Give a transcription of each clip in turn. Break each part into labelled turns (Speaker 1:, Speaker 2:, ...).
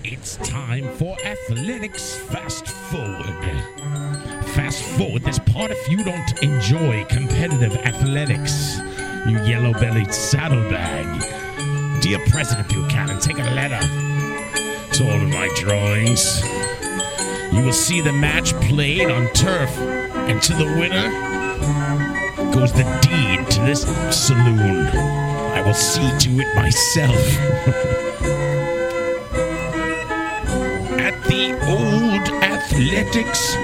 Speaker 1: It's time for Athletics Fast Forward. Fast forward this part if you don't enjoy competitive athletics, you yellow bellied saddlebag. Dear President Buchanan, take a letter to all of my drawings. You will see the match played on turf, and to the winner goes the deed to this saloon. I will see to it myself. the old athletics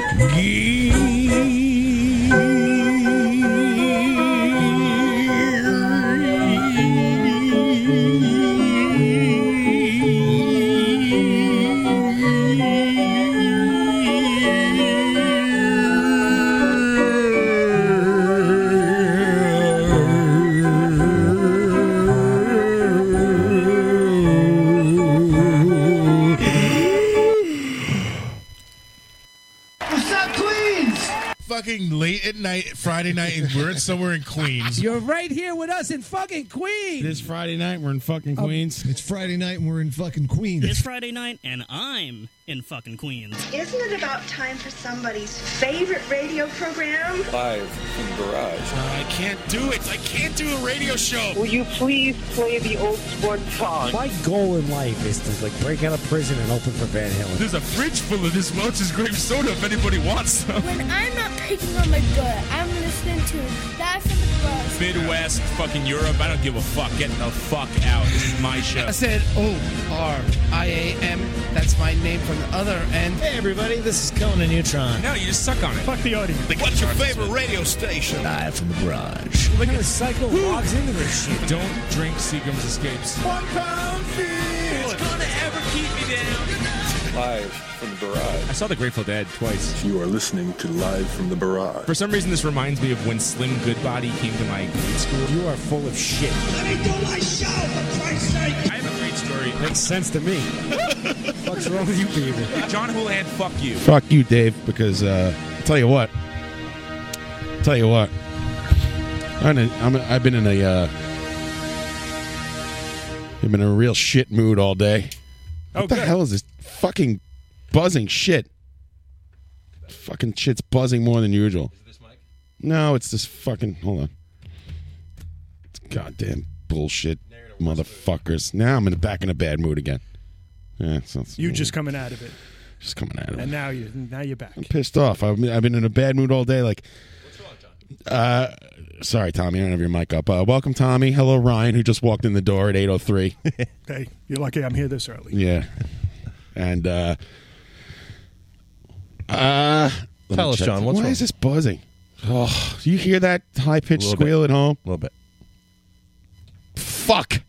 Speaker 2: late at night, Friday night, and we're in somewhere in Queens.
Speaker 3: You're right here with us in fucking Queens. Oh.
Speaker 2: This Friday night, we're in fucking Queens.
Speaker 4: Um, it's Friday night, and we're in fucking Queens.
Speaker 5: It's Friday night, and I'm in fucking Queens.
Speaker 6: Isn't it about time for somebody's favorite radio program?
Speaker 7: Live from the garage.
Speaker 2: Uh, I can't do it. I can't do a radio show.
Speaker 8: Will you please play the old sport song?
Speaker 9: My goal in life is to like break out of prison and open for Van Halen.
Speaker 2: There's a fridge full of this Welch's grape soda if anybody wants some.
Speaker 10: When I'm not picking on my gut, I'm listening to Live from the Garage.
Speaker 11: Midwest, fucking Europe. I don't give a fuck. Get the fuck out. This is my show. I
Speaker 12: said O R I A M. That's my name from the other end.
Speaker 9: Hey, everybody, this is Conan Neutron.
Speaker 11: No, you just suck on it.
Speaker 13: Fuck the audience.
Speaker 14: Like, what's your favorite radio station?
Speaker 9: Live from the garage. Look at the cycle logs into this shit.
Speaker 11: Don't drink Seagram's Escapes.
Speaker 15: One pound fear. It's gonna ever keep me down.
Speaker 7: Live from the barrage. I
Speaker 11: saw the Grateful Dead twice.
Speaker 7: You are listening to Live from the Barrage.
Speaker 11: For some reason, this reminds me of when Slim Goodbody came to my grade school.
Speaker 9: You are full of shit.
Speaker 15: Let me do my show, for Christ's sake.
Speaker 11: I have a great story.
Speaker 9: Makes sense to me. What's wrong with you, Peter?
Speaker 11: John Houlihan, fuck you.
Speaker 2: Fuck you, Dave, because uh, I'll tell you what. I'll tell you what. I'm, in, I'm I've been in a. Uh, I've been in a real shit mood all day.
Speaker 11: Oh,
Speaker 2: what the
Speaker 11: good.
Speaker 2: hell is this fucking buzzing shit? Fucking shit's buzzing more than usual.
Speaker 11: Is this mic?
Speaker 2: No, it's this fucking. Hold on. It's goddamn bullshit, motherfuckers. Now I'm in back in a bad mood again. Yeah, sounds,
Speaker 13: you just coming out of it.
Speaker 2: Just coming out of
Speaker 13: and
Speaker 2: it.
Speaker 13: And now you now you're back.
Speaker 2: I'm pissed off. I've been, I've been in a bad mood all day. Like,
Speaker 11: what's wrong, Tom?
Speaker 2: Uh, sorry, Tommy. I don't have your mic up. Uh, welcome, Tommy. Hello, Ryan, who just walked in the door at 8:03.
Speaker 13: hey, you're lucky I'm here this early.
Speaker 2: Yeah, and uh, uh
Speaker 16: tell us, John, what's
Speaker 2: why
Speaker 16: wrong?
Speaker 2: is this buzzing? Oh, you hear that high pitched squeal at
Speaker 16: bit.
Speaker 2: home?
Speaker 16: A little bit.
Speaker 2: Fuck.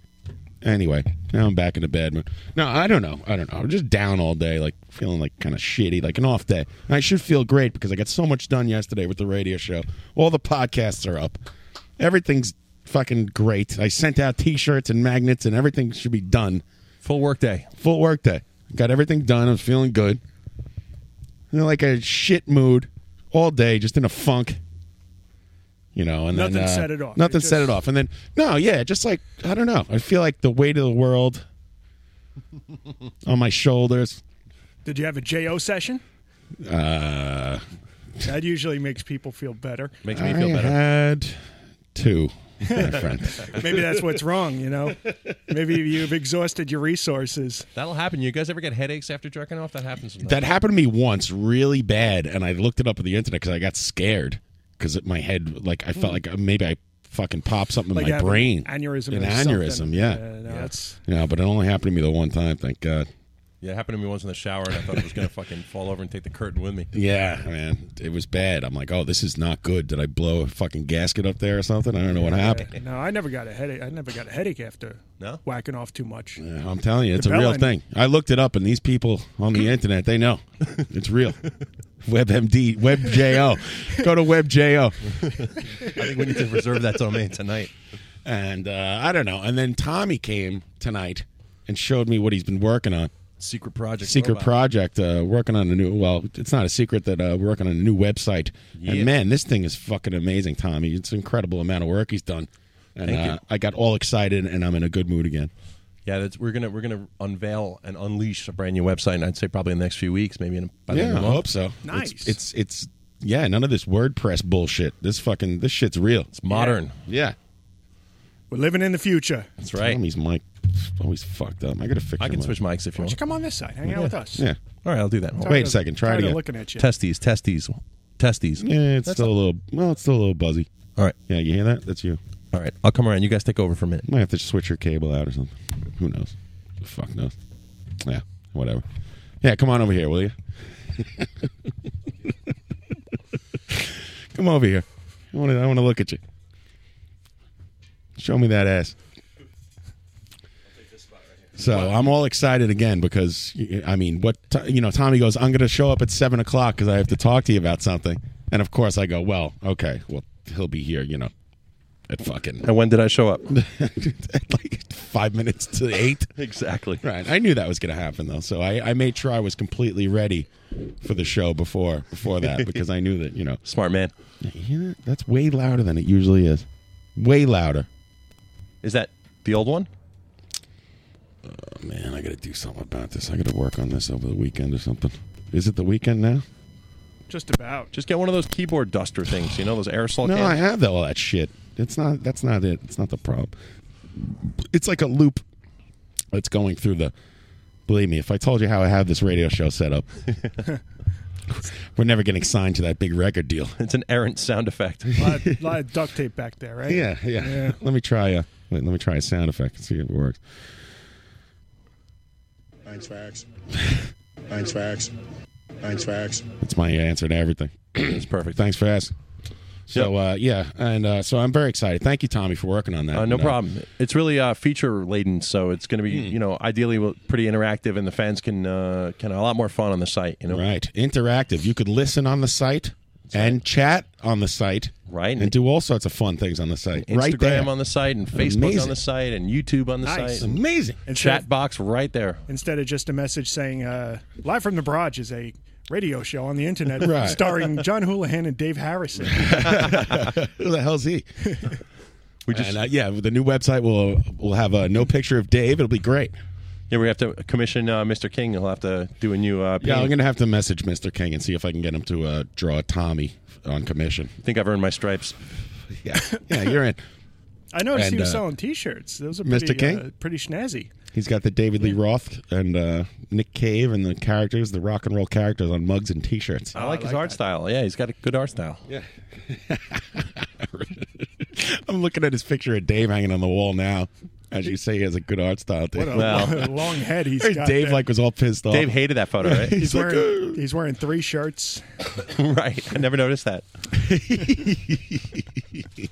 Speaker 2: Anyway, now I'm back in a bad mood. No, I don't know. I don't know. I'm just down all day, like feeling like kind of shitty, like an off day. And I should feel great because I got so much done yesterday with the radio show. All the podcasts are up. Everything's fucking great. I sent out T-shirts and magnets, and everything should be done.
Speaker 16: Full work day.
Speaker 2: Full work day. Got everything done. I was feeling good. You know, like a shit mood all day, just in a funk you know, and
Speaker 13: nothing
Speaker 2: then, uh,
Speaker 13: set it off.
Speaker 2: Nothing
Speaker 13: It
Speaker 2: set
Speaker 13: just-
Speaker 2: it off, and then no, yeah, just like I don't know. I feel like the weight of the world on my shoulders.
Speaker 13: Did you have a JO session?
Speaker 2: Uh,
Speaker 13: That usually makes people feel better.
Speaker 16: Makes
Speaker 2: I
Speaker 16: me feel better.
Speaker 2: had two, my friend.
Speaker 13: Maybe that's what's wrong, you know? Maybe you've exhausted your resources.
Speaker 16: That'll happen. You guys ever get headaches after jerking off? That happens. sometimes.
Speaker 2: that happened to me once, really bad, and I looked it up on the internet because I got scared because my head, like, I felt like uh, maybe I fucking popped something
Speaker 13: Hmm. Like
Speaker 2: in my
Speaker 13: having
Speaker 2: brain,
Speaker 13: an aneurysm
Speaker 2: an
Speaker 13: or
Speaker 2: aneurysm,
Speaker 13: something.
Speaker 2: yeah.
Speaker 13: Uh, no, that's-
Speaker 2: yeah, but it only happened to me the one time. Thank God.
Speaker 16: Yeah, it happened to me once in the shower, and I thought I was gonna fucking fall over and take the curtain with me.
Speaker 2: Yeah, man, it was bad. I'm like, oh, this is not good. Did I blow a fucking gasket up there or something? I don't know what happened.
Speaker 13: No, I never got a headache. I never got a headache after
Speaker 16: No?
Speaker 13: whacking off too much.
Speaker 2: Yeah, I'm telling you, it's a
Speaker 13: The
Speaker 2: real
Speaker 13: Bellin-
Speaker 2: thing. I looked it up, and these people on the internet, they know it's real. WebMD, WebJO, go to WebJO,
Speaker 16: I think we need to reserve that domain tonight.
Speaker 2: and uh, I don't know. And then Tommy came tonight and showed me what he's been working on.
Speaker 16: Secret project.
Speaker 2: secret
Speaker 16: robot.
Speaker 2: project uh, working on a new well it's not a secret that uh, we're working on a new website
Speaker 16: Yeah.
Speaker 2: and man this thing is fucking amazing tommy it's an incredible amount of work he's done and
Speaker 16: Thank
Speaker 2: uh,
Speaker 16: you.
Speaker 2: i got all excited and i'm in a good mood again
Speaker 16: Yeah, that's, we're gonna we're gonna unveil and unleash a brand new website, and I'd say probably in the next few weeks, maybe in by the end
Speaker 2: yeah,
Speaker 16: of
Speaker 2: I
Speaker 16: the month.
Speaker 2: hope so.
Speaker 16: Nice.
Speaker 2: It's, it's it's yeah, none of this WordPress bullshit. This fucking this shit's real. It's
Speaker 16: modern.
Speaker 2: Yeah.
Speaker 13: We're living in the future.
Speaker 2: That's right. Tommy's mic always fucked up. I gotta fix.
Speaker 16: I
Speaker 2: your
Speaker 16: can
Speaker 2: mic.
Speaker 16: switch mics if you
Speaker 13: Why don't
Speaker 16: want.
Speaker 13: you come on this side? Hang
Speaker 16: Yeah.
Speaker 13: out with us.
Speaker 2: Yeah.
Speaker 16: All right, I'll do that.
Speaker 13: Tired Wait a of- second, try it tired of again. looking at you.
Speaker 16: Test these. Test these. Test these.
Speaker 2: Yeah, it's
Speaker 16: That's
Speaker 2: still a little. Well, it's still a little buzzy.
Speaker 16: All right.
Speaker 2: Yeah, you hear that? That's you.
Speaker 16: All right, I'll come around. You guys take over for a minute.
Speaker 2: Might have to switch your cable out or something. Who knows? The fuck knows. Yeah, whatever. Yeah, come on over here, will you? come over here. I want to. I want to look at you. Show me that ass. So I'm all excited again because I mean, what t- you know? Tommy goes, "I'm going to show up at seven o'clock because I have to talk to you about something," and of course I go, "Well, okay, well he'll be here, you know, at fucking."
Speaker 16: And when did I show up?
Speaker 2: at like five minutes to eight.
Speaker 16: exactly.
Speaker 2: Right. I knew that was going to happen though, so I, I made sure I was completely ready for the show before before that because I knew that you know,
Speaker 16: smart man.
Speaker 2: You hear that? That's way louder than it usually is. Way louder.
Speaker 16: Is that the old one?
Speaker 2: Oh, man, I got to do something about this. I got to work on this over the weekend or something. Is it the weekend now?
Speaker 13: Just about.
Speaker 16: Just get one of those keyboard duster things. You know those aerosol.
Speaker 2: No,
Speaker 16: cans?
Speaker 2: I have all that shit. It's not. That's not it. It's not the problem. It's like a loop that's going through the. Believe me, if I told you how I have this radio show set up, we're never getting signed to that big record deal.
Speaker 16: It's an errant sound effect.
Speaker 13: A lot, of, lot of duct tape back there, right?
Speaker 2: Yeah, yeah.
Speaker 13: yeah.
Speaker 2: Let me try a. Wait, let me try a sound effect and see if it works.
Speaker 17: Thanks, Fax. Thanks, Fax. Thanks, Fax.
Speaker 2: It's my answer to everything.
Speaker 16: It's perfect.
Speaker 2: Thanks for asking. So uh, yeah, and uh, so I'm very excited. Thank you, Tommy, for working on that.
Speaker 16: Uh, no
Speaker 2: And,
Speaker 16: problem. It's really uh, feature laden, so it's going to be
Speaker 2: Hmm.
Speaker 16: you know ideally well, pretty interactive, and the fans can uh, can have a lot more fun on the site. You know,
Speaker 2: Right. Interactive. You could listen on the site and chat on the site.
Speaker 16: Right.
Speaker 2: And do all sorts of fun things on the site.
Speaker 16: Instagram
Speaker 2: right there.
Speaker 16: on the site, and Facebook
Speaker 2: Amazing.
Speaker 16: on the site, and YouTube on the
Speaker 13: Nice.
Speaker 16: site. and
Speaker 2: Amazing.
Speaker 16: And chat box right there.
Speaker 13: Instead of just a message saying, uh, Live from the Barrage is a radio show on the internet
Speaker 2: Right.
Speaker 13: starring John Houlihan and Dave Harrison.
Speaker 2: Who the hell's he? we just uh, yeah, the new website will will have a no picture of Dave. It'll be great.
Speaker 16: Yeah, we have to commission uh, Mr. King. He'll have to do a new. Uh,
Speaker 2: Yeah,
Speaker 16: painting.
Speaker 2: I'm gonna have to message Mr. King and see if I can get him to uh, draw Tommy on commission.
Speaker 16: I think I've earned my stripes.
Speaker 2: Yeah, yeah, you're in.
Speaker 13: I noticed
Speaker 2: And,
Speaker 13: he was
Speaker 2: uh,
Speaker 13: selling t shirts. Those are
Speaker 2: Mr.
Speaker 13: pretty, Uh,
Speaker 2: King?
Speaker 13: pretty snazzy.
Speaker 2: He's got the David Lee Roth and uh, Nick Cave and the characters, the rock and roll characters on mugs and T-shirts.
Speaker 16: I like his art style. Yeah, he's got a good art style.
Speaker 2: Yeah. I'm looking at his picture of Dave hanging on the wall now. As you say, he has a good art style. Dave.
Speaker 13: What a long, long head he's
Speaker 2: Hey,
Speaker 13: got.
Speaker 2: Dave
Speaker 13: there.
Speaker 2: like was all pissed off.
Speaker 16: Dave hated that photo, right?
Speaker 13: He's,
Speaker 2: he's like,
Speaker 13: wearing, he's wearing three shirts.
Speaker 16: right. I never noticed that.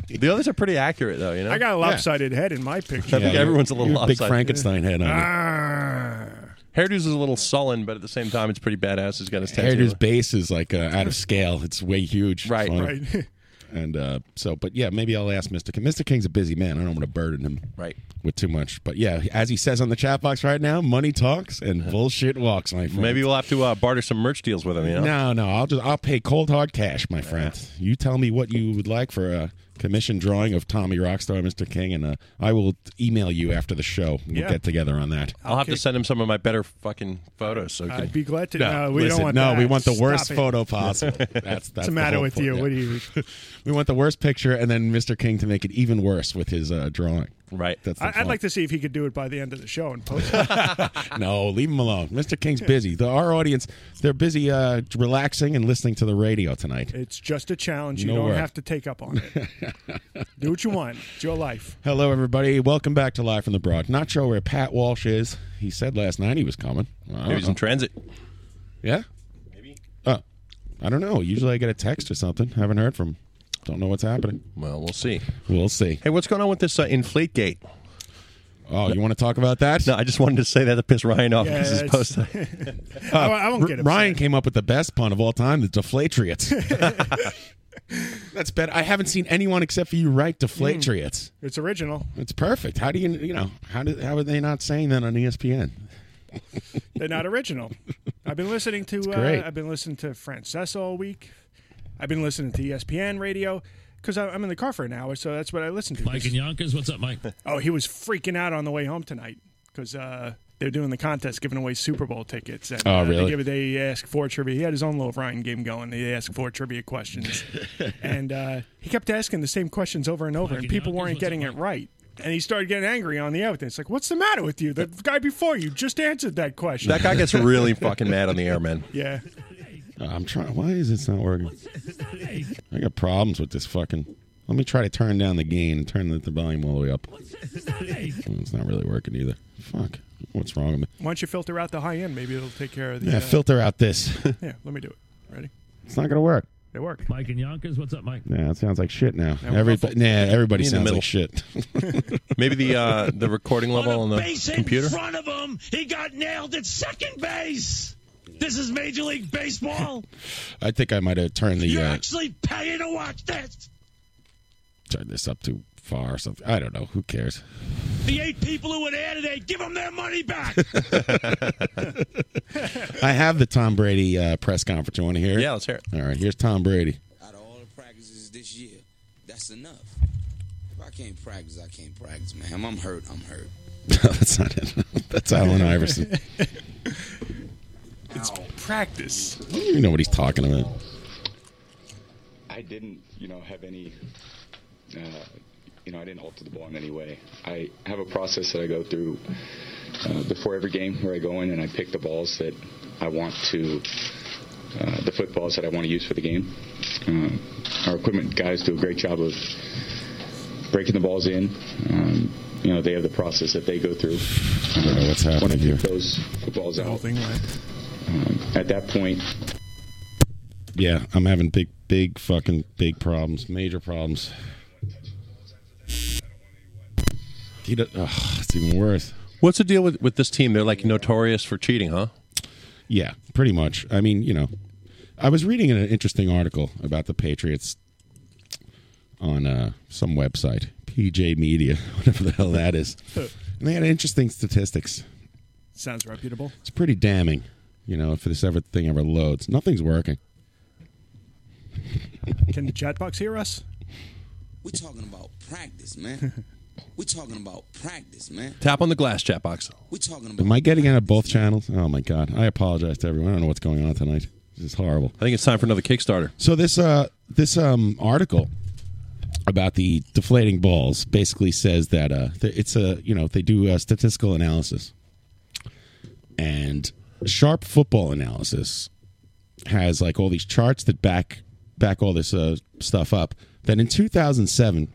Speaker 16: the others are pretty accurate, though. You know,
Speaker 13: I got a lopsided head in my picture.
Speaker 16: I think everyone's a little
Speaker 2: you're a big
Speaker 16: lopsided.
Speaker 2: Frankenstein head on you.
Speaker 13: Ah,
Speaker 16: Hairdo's is a little sullen, but at the same time, it's pretty badass. He's got his tattoo.
Speaker 2: Hairdo's base is like uh, out of scale. It's way huge.
Speaker 16: Right.
Speaker 2: So-
Speaker 16: Right.
Speaker 2: And uh, so, but yeah, maybe I'll ask Mr. King. Mr. King's a busy man. I don't want to burden him
Speaker 16: right
Speaker 2: with too much. But yeah, as he says on the chat box right now, money talks and bullshit walks, my friend.
Speaker 16: Maybe we'll have to uh, barter some merch deals with him. You know,
Speaker 2: No, no, I'll just I'll pay cold hard cash, my friend. You tell me what you would like for a commission drawing of Tommy Rockstar, Mr. King, and uh, I will email you after the show. We'll
Speaker 13: Yeah.
Speaker 2: get together on that.
Speaker 16: I'll have to send him some of my better fucking photos. So he can-
Speaker 13: I'd be glad to know. we
Speaker 2: listen,
Speaker 13: don't want
Speaker 2: no,
Speaker 13: that.
Speaker 2: we want the worst
Speaker 13: Stop it.
Speaker 2: photo possible. That's that's
Speaker 13: What's
Speaker 2: the
Speaker 13: the matter
Speaker 2: whole
Speaker 13: with
Speaker 2: point,
Speaker 13: you?
Speaker 2: yeah.
Speaker 13: What do you?
Speaker 2: We want the worst picture, and then Mr. King to make it even worse with his uh, drawing.
Speaker 16: Right.
Speaker 2: That's the
Speaker 13: I, I'd like to see if he could do it by the end of the show and post. it.
Speaker 2: no, leave him alone. Mr. King's busy. The, our audience, they're busy uh, relaxing and listening to the radio tonight.
Speaker 13: it's just a challenge. You
Speaker 2: No
Speaker 13: don't
Speaker 2: work.
Speaker 13: have to take up on it. do what you want. It's your life.
Speaker 2: Hello, everybody. Welcome back to Live from the Broad. Not sure where Pat Walsh is. He said last night he was coming. I don't
Speaker 16: Maybe he's
Speaker 2: know.
Speaker 16: in transit.
Speaker 2: Yeah? Maybe. Oh, I don't know. Usually I get a text or something. Haven't heard from him. Don't know what's happening.
Speaker 16: Well, we'll see.
Speaker 2: We'll see.
Speaker 16: Hey, what's going on with this uh, Inflate Gate?
Speaker 2: Oh, you want to talk about that?
Speaker 16: No, I just wanted to say that to piss Ryan off
Speaker 13: Yeah,
Speaker 16: because his
Speaker 13: it's-
Speaker 16: post.
Speaker 13: I, I won't
Speaker 2: R-
Speaker 13: get upset.
Speaker 2: Ryan came up with the best pun of all time, the deflatriots. That's better. I haven't seen anyone except for you
Speaker 13: Hmm.
Speaker 2: write deflatriots.
Speaker 13: It's original.
Speaker 2: It's perfect. How do you, you know, how, do, how are they not saying that on E ESPN?
Speaker 13: They're not original. I've been listening to.
Speaker 2: great.
Speaker 13: Uh, I've been listening to Frances all week. I've been listening to E ESPN radio because I'm in the car for an hour, so that's what I listen to.
Speaker 18: Mike and Yonkers, what's up, Mike?
Speaker 13: Oh, he was freaking out on the way home tonight because uh, they're doing the contest, giving away Super Bowl tickets. And,
Speaker 2: Oh,
Speaker 13: uh,
Speaker 2: really?
Speaker 13: They, give, they ask for trivia. He had his own little Ryan game going. They asked four trivia questions, and uh, he kept asking the same questions over and over, and people weren't getting it right. And he started getting angry on the out. It's like, what's the matter with you? The guy before you just answered that question.
Speaker 16: That guy gets really fucking mad on the air, man.
Speaker 13: yeah.
Speaker 2: Uh, I'm trying. Why is this not working? I got problems with this fucking. Let me try to turn down the gain and turn the, the volume all the way up. It's not really working either. Fuck. What's wrong with me?
Speaker 13: Why don't you filter out the high end? Maybe it'll take care of the.
Speaker 2: Yeah,
Speaker 13: uh,
Speaker 2: filter out this.
Speaker 13: Yeah, let me do it. Ready?
Speaker 2: it's not gonna work.
Speaker 13: It worked. Mike and Yonkers, what's up, Mike?
Speaker 2: Yeah, it sounds like shit now.
Speaker 13: Yeah, we're
Speaker 2: Every,
Speaker 13: muffled.
Speaker 2: nah, everybody
Speaker 16: In the
Speaker 2: sounds
Speaker 16: middle.
Speaker 2: like shit.
Speaker 16: Maybe the uh, the recording level on
Speaker 15: Base
Speaker 16: the
Speaker 15: in
Speaker 16: computer.
Speaker 15: front of him. He got nailed at second base. This is Major League Baseball.
Speaker 2: I think I might have turned the
Speaker 15: You're
Speaker 2: uh,
Speaker 15: actually paying to watch this.
Speaker 2: turned this up too far or something. I don't know. Who cares?
Speaker 15: The eight people who were there today, give them their money back.
Speaker 2: I have the Tom Brady uh, press conference. You want to hear it?
Speaker 16: Yeah, let's hear it.
Speaker 2: All right, here's Tom Brady.
Speaker 18: practices this year. That's enough. If I can't practice, I can't practice, man. I'm hurt. I'm hurt.
Speaker 2: No, that's not it. That's Allen Iverson.
Speaker 13: It's practice.
Speaker 2: You know what he's talking about.
Speaker 19: I didn't, you know, have any, uh, you know, I didn't alter the ball in any way. I have a process that I go through uh, before every game where I go in and I pick the balls that I want to, uh, the footballs that I want to use for the game. Um, our equipment guys do a great job of breaking the balls in. Um, you know, they have the process that they go through. Uh, I
Speaker 2: don't know what's happening here.
Speaker 19: Those footballs out. Um, at that point,
Speaker 2: Yeah, I'm having big, big fucking big problems, major problems. He does, ugh, it's even worse.
Speaker 16: What's the deal with, with this team? They're like notorious for cheating, huh?
Speaker 2: Yeah, pretty much. I mean, you know, I was reading an interesting article about the Patriots on uh, some website, PJ Media, whatever the hell that is, and they had interesting statistics.
Speaker 13: Sounds reputable.
Speaker 2: It's pretty damning, you know, if this ever thing ever loads. Nothing's working.
Speaker 13: Can the chat box hear us?
Speaker 18: We're talking about practice, man. We're talking about practice, man.
Speaker 16: Tap on the glass chat box.
Speaker 18: We're talking about.
Speaker 2: Am I getting out of both channels? Oh my god! I apologize to everyone. I don't know what's going on tonight. This is horrible.
Speaker 16: I think it's time for another Kickstarter.
Speaker 2: So this uh this um article about the deflating balls basically says that uh th- it's a you know they do a statistical analysis and sharp football analysis has like all these charts that back back all this uh, stuff up. Then in 2007,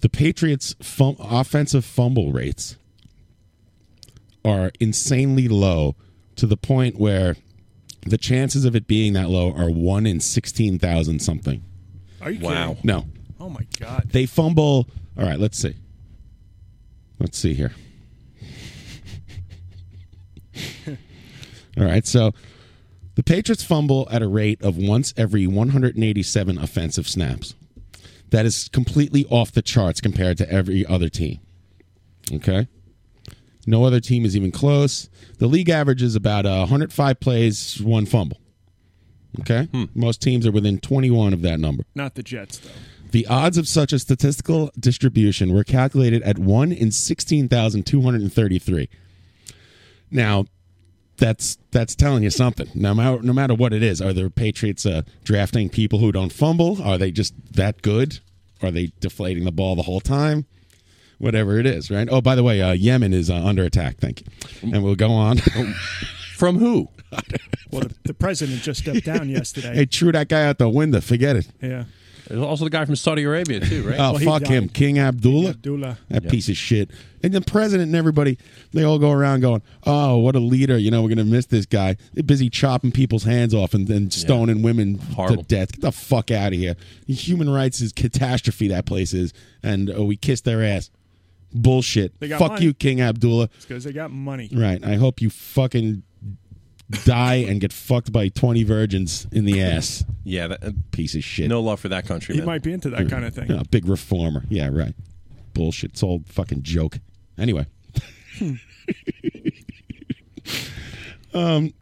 Speaker 2: the Patriots' fum- offensive fumble rates are insanely low to the point where the chances of it being that low are 1 in 16,000 something.
Speaker 13: Are you
Speaker 2: Wow.
Speaker 13: kidding?
Speaker 2: No.
Speaker 13: Oh my god.
Speaker 2: They fumble. All right, let's see. Let's see here. All right, so the Patriots fumble at a rate of once every 187 offensive snaps. That is completely off the charts compared to every other team. Okay? No other team is even close. The league average is about uh, 105 plays, one fumble. Okay? Most teams are within 21 of that number.
Speaker 13: Not the Jets though.
Speaker 2: The odds of such a statistical distribution were calculated at 1 in 16,233. Now, that's that's telling you something. No matter no matter what it is, are the Patriots uh, drafting people who don't fumble? Are they just that good? Are they deflating the ball the whole time? Whatever it is, right? Oh, by the way, uh, Yemen is uh, under attack. Thank you, and we'll go on.
Speaker 16: From who?
Speaker 13: Well, the, the president just stepped down yesterday.
Speaker 2: hey, threw that guy out the window. Forget it.
Speaker 13: Yeah.
Speaker 16: There's also the guy from Saudi Arabia too, right?
Speaker 2: Oh, fuck him. King Abdullah.
Speaker 13: Abdullah.
Speaker 2: That
Speaker 16: Yeah.
Speaker 2: piece of shit. And the president and everybody, they all go around going, oh, what a leader. You know, we're going to miss this guy. They're busy chopping people's hands off and, and stoning women
Speaker 16: Horrible.
Speaker 2: to death. Get the fuck out of here. Human rights is catastrophe, that place is. And oh, we kissed their ass. Bullshit.
Speaker 13: They got
Speaker 2: Fuck
Speaker 13: money.
Speaker 2: you, King Abdullah.
Speaker 13: It's because they got money.
Speaker 2: Right. I hope you fucking die and get fucked by 20 virgins in the ass.
Speaker 16: Yeah, that,
Speaker 2: piece of shit.
Speaker 16: No love for that country.
Speaker 13: He
Speaker 16: man.
Speaker 13: might be into that kind of thing.
Speaker 2: Yeah, big reformer. Yeah, right. Bullshit. It's all fucking joke. Anyway. um.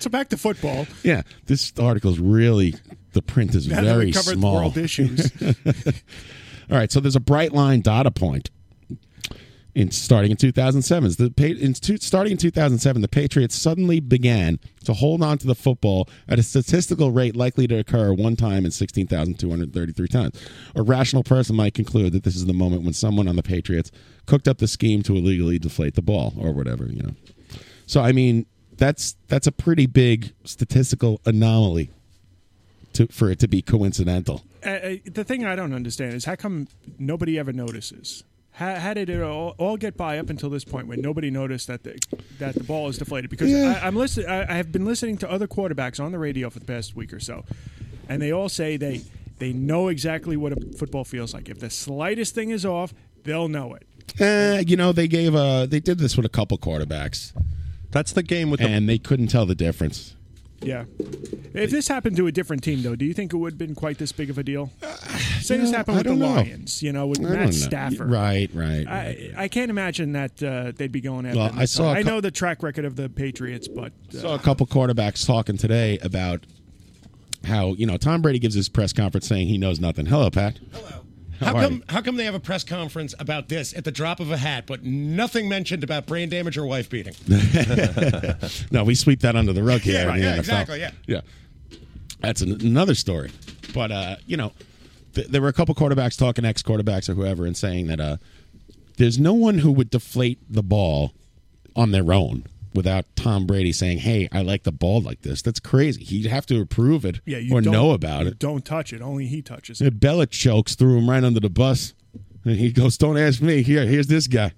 Speaker 13: So back to football.
Speaker 2: Yeah, this article's really the print is
Speaker 13: Now that we
Speaker 2: very
Speaker 13: covered
Speaker 2: small.
Speaker 13: world issues.
Speaker 2: All right, so there's a bright line data point. In starting in 2007, the Pa- in two, starting in 2007, the Patriots suddenly began to hold on to the football at a statistical rate likely to occur one time in 16,233 times. A rational person might conclude that this is the moment when someone on the Patriots cooked up the scheme to illegally deflate the ball or whatever, you know. So I mean, that's that's a pretty big statistical anomaly to for it to be coincidental.
Speaker 13: Uh, uh, the thing I don't understand is how come nobody ever notices? How, how did it all, all get by up until this point when nobody noticed that the that the ball is deflated? Because
Speaker 2: Yeah.
Speaker 13: I, I'm listening. I I have been listening to other quarterbacks on the radio for the past week or so, and they all say they they know exactly what a football feels like. If the slightest thing is off, they'll know it.
Speaker 2: Eh, you know, they gave a they did this with a couple quarterbacks.
Speaker 16: That's the game with,
Speaker 2: and they couldn't tell the difference.
Speaker 13: Yeah. If this happened to a different team, though, do you think it would have been quite this big of a deal? Say
Speaker 2: you
Speaker 13: this
Speaker 2: know, Uh, I
Speaker 13: happened with the
Speaker 2: don't know.
Speaker 13: Lions, you know, with
Speaker 2: I don't know.
Speaker 13: Matt Stafford.
Speaker 2: Right, right.
Speaker 13: I, I can't imagine that uh, they'd be going after.
Speaker 2: Well,
Speaker 13: him.
Speaker 2: I saw a
Speaker 13: I
Speaker 2: cou-
Speaker 13: know the track record of the Patriots, but uh,
Speaker 2: saw a couple quarterbacks talking today about how you know Tom Brady gives his press conference saying he knows nothing. Hello, Pat. Hello.
Speaker 20: How come? How come they have a press conference about this at the drop of a hat, but nothing mentioned about brain damage or wife beating?
Speaker 2: no, we sweep that under the rug here.
Speaker 20: Yeah,
Speaker 2: in
Speaker 20: right.
Speaker 2: the
Speaker 20: Yeah,
Speaker 2: NFL.
Speaker 20: exactly, yeah.
Speaker 2: yeah. That's an, another story. But uh, you know, th- there were a couple quarterbacks talking ex quarterbacks or whoever, and saying that uh, there's no one who would deflate the ball on their own without Tom Brady saying, "Hey, I like the ball like this." That's crazy. He'd have to approve it
Speaker 13: yeah, you
Speaker 2: or
Speaker 13: don't,
Speaker 2: know about
Speaker 13: you
Speaker 2: it.
Speaker 13: Don't touch it. Only he touches it.
Speaker 2: And Belichick chokes threw him right under the bus, and he goes, "Don't ask me. Here, here's this guy."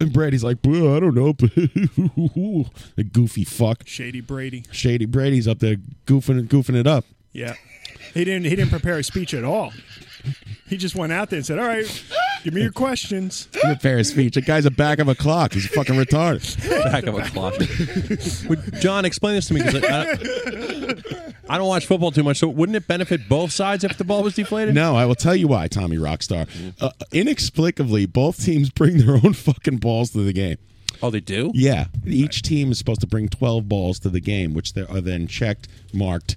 Speaker 2: And Brady's like, "Well, I don't know, the goofy fuck."
Speaker 13: Shady Brady.
Speaker 2: Shady Brady's up there goofing goofing it up.
Speaker 13: Yeah, he didn't. He didn't prepare a speech at all. He just went out there and said, "All right, give me your questions."
Speaker 2: Prepare his speech. The guy's a back of a clock. He's fucking retarded.
Speaker 16: back of a clock. Would- John, explain this to me because I, I don't watch football too much. So wouldn't it benefit both sides if the ball was deflated?
Speaker 2: No, I will tell you why, Tommy Rockstar. Uh, inexplicably, both teams bring their own fucking balls to the game.
Speaker 16: Oh, they do.
Speaker 2: Yeah, each team is supposed to bring 12 balls to the game, which they are then checked, marked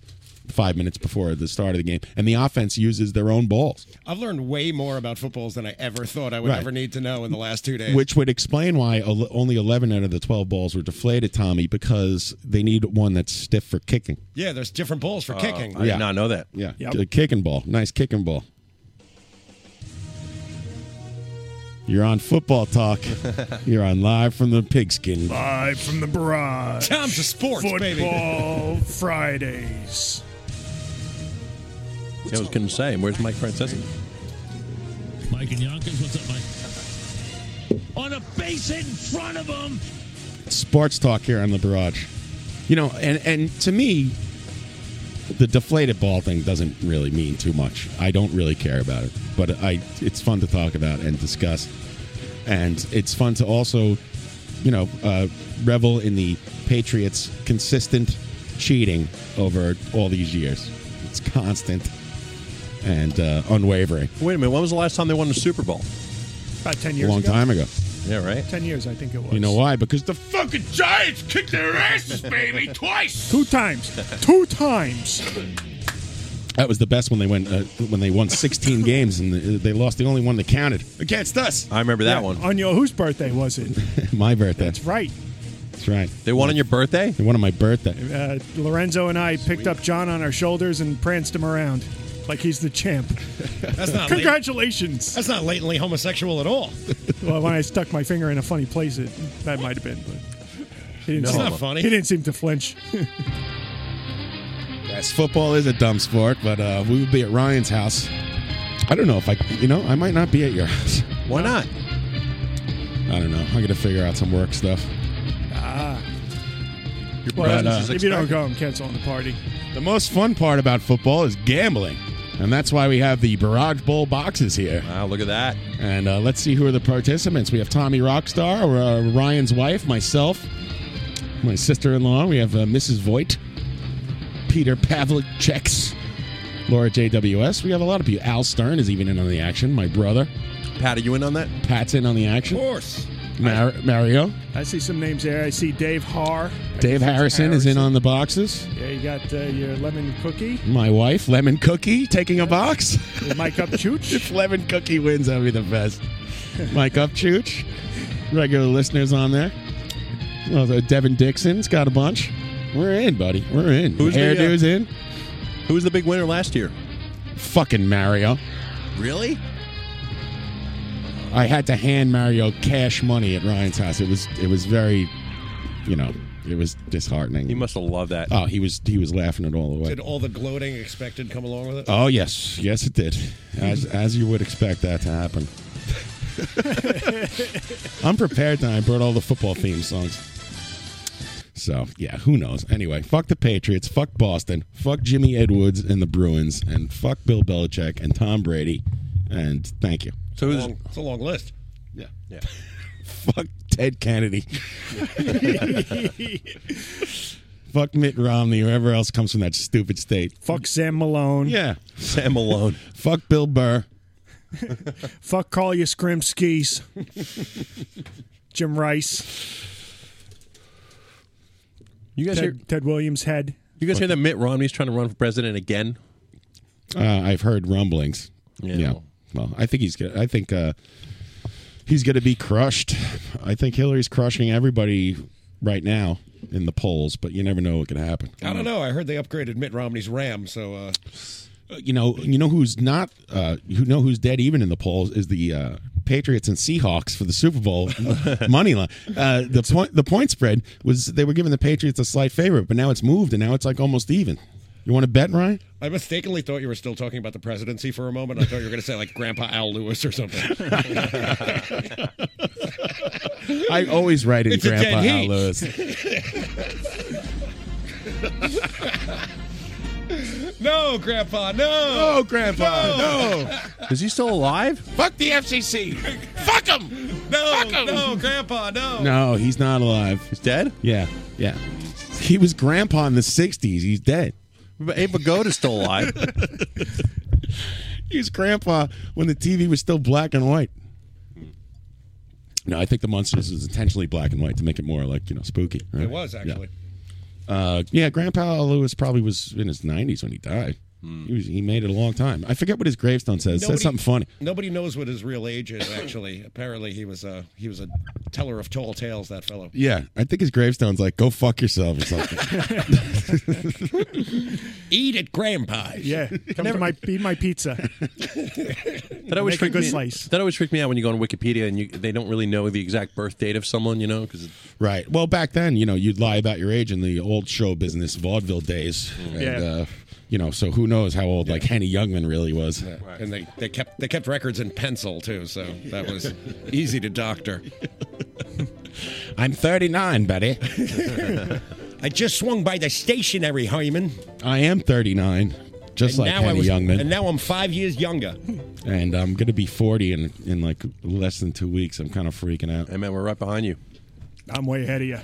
Speaker 2: five minutes before the start of the game, and the offense uses their own balls,
Speaker 20: I've learned way more about footballs than I ever thought I would
Speaker 2: Right.
Speaker 20: ever need to know in the last two days.
Speaker 2: which would explain why el- only 11 out of the 12 balls were deflated, Tommy, because they need one that's stiff for kicking.
Speaker 20: yeah, there's different balls
Speaker 16: Oh,
Speaker 20: for kicking.
Speaker 2: Yeah.
Speaker 16: know that.
Speaker 2: Yeah,
Speaker 20: Yep.
Speaker 2: a kicking ball, nice kicking ball. You're on football talk. You're on live from the pigskin.
Speaker 13: Live from the barrage.
Speaker 20: Time for sports,
Speaker 13: Football
Speaker 20: baby.
Speaker 13: Fridays.
Speaker 16: I was going to say, where's Mike Francesa?
Speaker 15: Mike and Yonkers, what's up, Mike? On a base hit in front of him.
Speaker 2: sports talk here on the barrage. You know, and and to me, the deflated ball thing doesn't really mean too much. I don't really care about it, but I it's fun to talk about and discuss, and it's fun to also, you know, uh, revel in the Patriots' consistent cheating over all these years. It's constant and uh, unwavering.
Speaker 16: Wait a minute. When was the last time they won the Super Bowl?
Speaker 13: About ten
Speaker 2: A
Speaker 13: years.
Speaker 2: long
Speaker 13: ago.
Speaker 2: time ago.
Speaker 16: Yeah, right.
Speaker 13: Ten years, I think it was.
Speaker 2: You know why? Because the
Speaker 15: Fucking Giants kicked their asses, baby, twice.
Speaker 13: Two times. Two times.
Speaker 2: That was the best when they went uh, when they won 16 games and they lost the only one that counted against us.
Speaker 16: I remember that
Speaker 13: Yeah,
Speaker 16: one.
Speaker 13: On your whose birthday was it?
Speaker 2: my birthday.
Speaker 13: That's right.
Speaker 2: That's right.
Speaker 16: They won on your birthday. They
Speaker 2: won on my birthday.
Speaker 13: Uh, Lorenzo and I picked up John on our shoulders and pranced him around like he's the champ.
Speaker 20: That's not
Speaker 13: Congratulations.
Speaker 20: That's not latently homosexual at all.
Speaker 13: well, when I stuck my finger in a funny place, it that might have been. But he
Speaker 20: That's
Speaker 13: seem-
Speaker 20: not funny.
Speaker 13: He didn't seem to flinch.
Speaker 2: Yes, football is a dumb sport, but uh, we would be at Ryan's house. I don't know if I, you know, I might not be at your house.
Speaker 16: Why not?
Speaker 2: I don't know. I got to figure out some work stuff.
Speaker 13: ah.
Speaker 16: Your
Speaker 13: Well,
Speaker 2: presence is
Speaker 13: if you don't
Speaker 2: expected.
Speaker 13: go, I'm canceling the party.
Speaker 2: The most fun part about football is gambling, and that's why we have the Barrage Bowl boxes here.
Speaker 16: Wow, look at that.
Speaker 2: And uh, let's see who are the participants. We have Tommy Rockstar, uh, Ryan's wife, myself, my sister in law. We have uh, Mrs. Voigt, Peter Pavlik Checks, Laura JWS. We have a lot of people. Al Stern is even in on the action, my brother.
Speaker 16: Pat, are you in on that? Oh.
Speaker 2: Pat's in on the action.
Speaker 20: Of course.
Speaker 2: Mar- Mario.
Speaker 13: I see some names there. I see Dave Har. I
Speaker 2: Dave
Speaker 13: see
Speaker 2: Harrison, is in on the boxes.
Speaker 13: Yeah, you got uh, your lemon cookie.
Speaker 2: My wife, Lemon Cookie, taking a box.
Speaker 13: Mike Upchooch.
Speaker 2: if Lemon Cookie wins, that'll be the best. Mike Upchooch, regular listeners on there. Well, the Devin Dixon's got a bunch. We're in, buddy. We're in.
Speaker 16: Who's the, uh,
Speaker 2: Hairdo's in.
Speaker 16: Who was the big winner last year?
Speaker 2: Fucking Mario.
Speaker 16: Really?
Speaker 2: I had to hand Mario cash money at Ryan's house. It was it was very, you know, it was disheartening.
Speaker 16: He must have loved that.
Speaker 2: Oh, he was he was laughing it all the way.
Speaker 20: Did all the gloating expected come along with it?
Speaker 2: Oh yes, yes it did. As as you would expect that to happen. I'm prepared tonight. I brought all the football theme songs. So yeah, who knows? Anyway, fuck the Patriots, fuck Boston, fuck Jimmy Edwards and the Bruins, and fuck Bill Belichick and Tom Brady, and thank you.
Speaker 16: So who's
Speaker 20: Long- it's a long list.
Speaker 2: Yeah.
Speaker 16: Yeah.
Speaker 2: fuck Ted Kennedy. Fuck Mitt Romney, whoever else comes from that stupid state.
Speaker 13: Fuck Sam Malone.
Speaker 2: Yeah.
Speaker 16: Sam Malone.
Speaker 2: Fuck Bill Burr.
Speaker 13: Fuck call you Skrimskis. Jim Rice.
Speaker 16: You guys
Speaker 13: Ted,
Speaker 16: hear-
Speaker 13: Ted Williams' head.
Speaker 16: You guys hear that Mitt Romney's trying to run for president again?
Speaker 2: Uh, I've heard rumblings. Yeah. Well, I think he's gonna. I think uh, he's gonna be crushed. I think Hillary's crushing everybody right now in the polls, but you never know what could happen.
Speaker 20: I don't know. I heard they upgraded Mitt Romney's RAM, so uh,
Speaker 2: You know, you know who's not. Uh, you know who's dead even in the polls is the uh, Patriots and Seahawks for the Super Bowl money line. Uh, the point. The point spread was they were giving the Patriots a slight favorite, but now it's moved and now it's like almost even. You want to bet, Ryan?
Speaker 20: I mistakenly thought you were still talking about the presidency for a moment. I thought you were going to say like Grandpa Al Lewis or something.
Speaker 2: I always write in
Speaker 20: It's a
Speaker 2: Grandpa
Speaker 20: dead
Speaker 2: Al
Speaker 20: heat. no, Grandpa, no.
Speaker 2: No, Grandpa, no.
Speaker 16: Is he still alive?
Speaker 2: Fuck the FCC. Fuck him.
Speaker 20: No, no, Grandpa, no.
Speaker 2: No, he's not alive.
Speaker 16: He's dead?
Speaker 2: Yeah, yeah. He was grandpa in the 60s. He's dead.
Speaker 16: But Abe Pagoda's still alive.
Speaker 2: he was grandpa when the TV was still black and white. No, I think the Munsters is intentionally black and white to make it more like, you know, spooky. right?
Speaker 20: It was actually.
Speaker 2: Yeah. Uh, yeah, Grandpa Lewis probably was in his 90s when he died. He, was, he made it a long time. I forget what his gravestone says. It says
Speaker 20: Hmm. Nobody-
Speaker 2: something funny.
Speaker 20: Nobody knows what his real age is. Actually, apparently he was a he was a teller of tall tales. That fellow.
Speaker 2: Yeah, I think his gravestone's like, go fuck yourself or something.
Speaker 20: Eat at Grandpa's.
Speaker 13: Yeah. Come to my, eat my pizza.
Speaker 16: That always
Speaker 13: Make a
Speaker 16: freaked
Speaker 13: good
Speaker 16: me.
Speaker 13: slice.
Speaker 16: That always freaked me out when you go on Wikipedia and you, they don't really know the exact birth date of someone, you know, because
Speaker 2: Right. Well, back then, you know, you'd lie about your age in the old show business, vaudeville days. And,
Speaker 20: Yeah.
Speaker 2: uh, you know, so who knows how old, like, Henny Youngman really was.
Speaker 20: And they, they kept they kept records in pencil too, so that was easy to doctor.
Speaker 2: I'm 39, buddy.
Speaker 20: I just swung by the stationery, Hyman.
Speaker 2: I am 39, just like
Speaker 20: I
Speaker 2: Henny
Speaker 20: was-
Speaker 2: Youngman.
Speaker 20: And
Speaker 2: And,
Speaker 20: now I'm five years younger.
Speaker 2: I'm going to be 40 in, in, like, less than two weeks. I'm kind of freaking out.
Speaker 16: Hey, man, we're right behind you.
Speaker 13: I'm way ahead of you.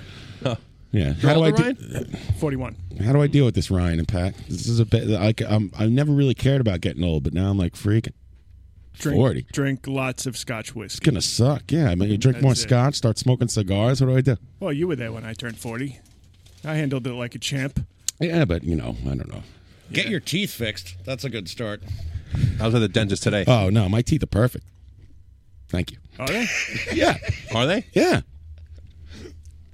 Speaker 2: Yeah.
Speaker 13: How
Speaker 2: How do I do?
Speaker 13: 41.
Speaker 2: How do I deal with this, Ryan and Pat? This is a bit like I'm, I've never really cared about getting old, but now I'm like freaking
Speaker 13: Drink,
Speaker 2: 40.
Speaker 13: Drink lots of scotch
Speaker 2: It's
Speaker 13: whiskey.
Speaker 2: gonna suck. Yeah, I mean, you drink
Speaker 13: That's
Speaker 2: more
Speaker 13: it.
Speaker 2: scotch, start smoking cigars. What do I do?
Speaker 13: Well, you were there when I turned 40. I handled it like a champ.
Speaker 2: Yeah, but you know, I don't know.
Speaker 20: Get your teeth fixed. That's a good start.
Speaker 16: I was at the dentist today.
Speaker 2: Oh no, my teeth are perfect. Thank you.
Speaker 13: Are they?
Speaker 2: Yeah.
Speaker 16: Are they?
Speaker 2: Yeah.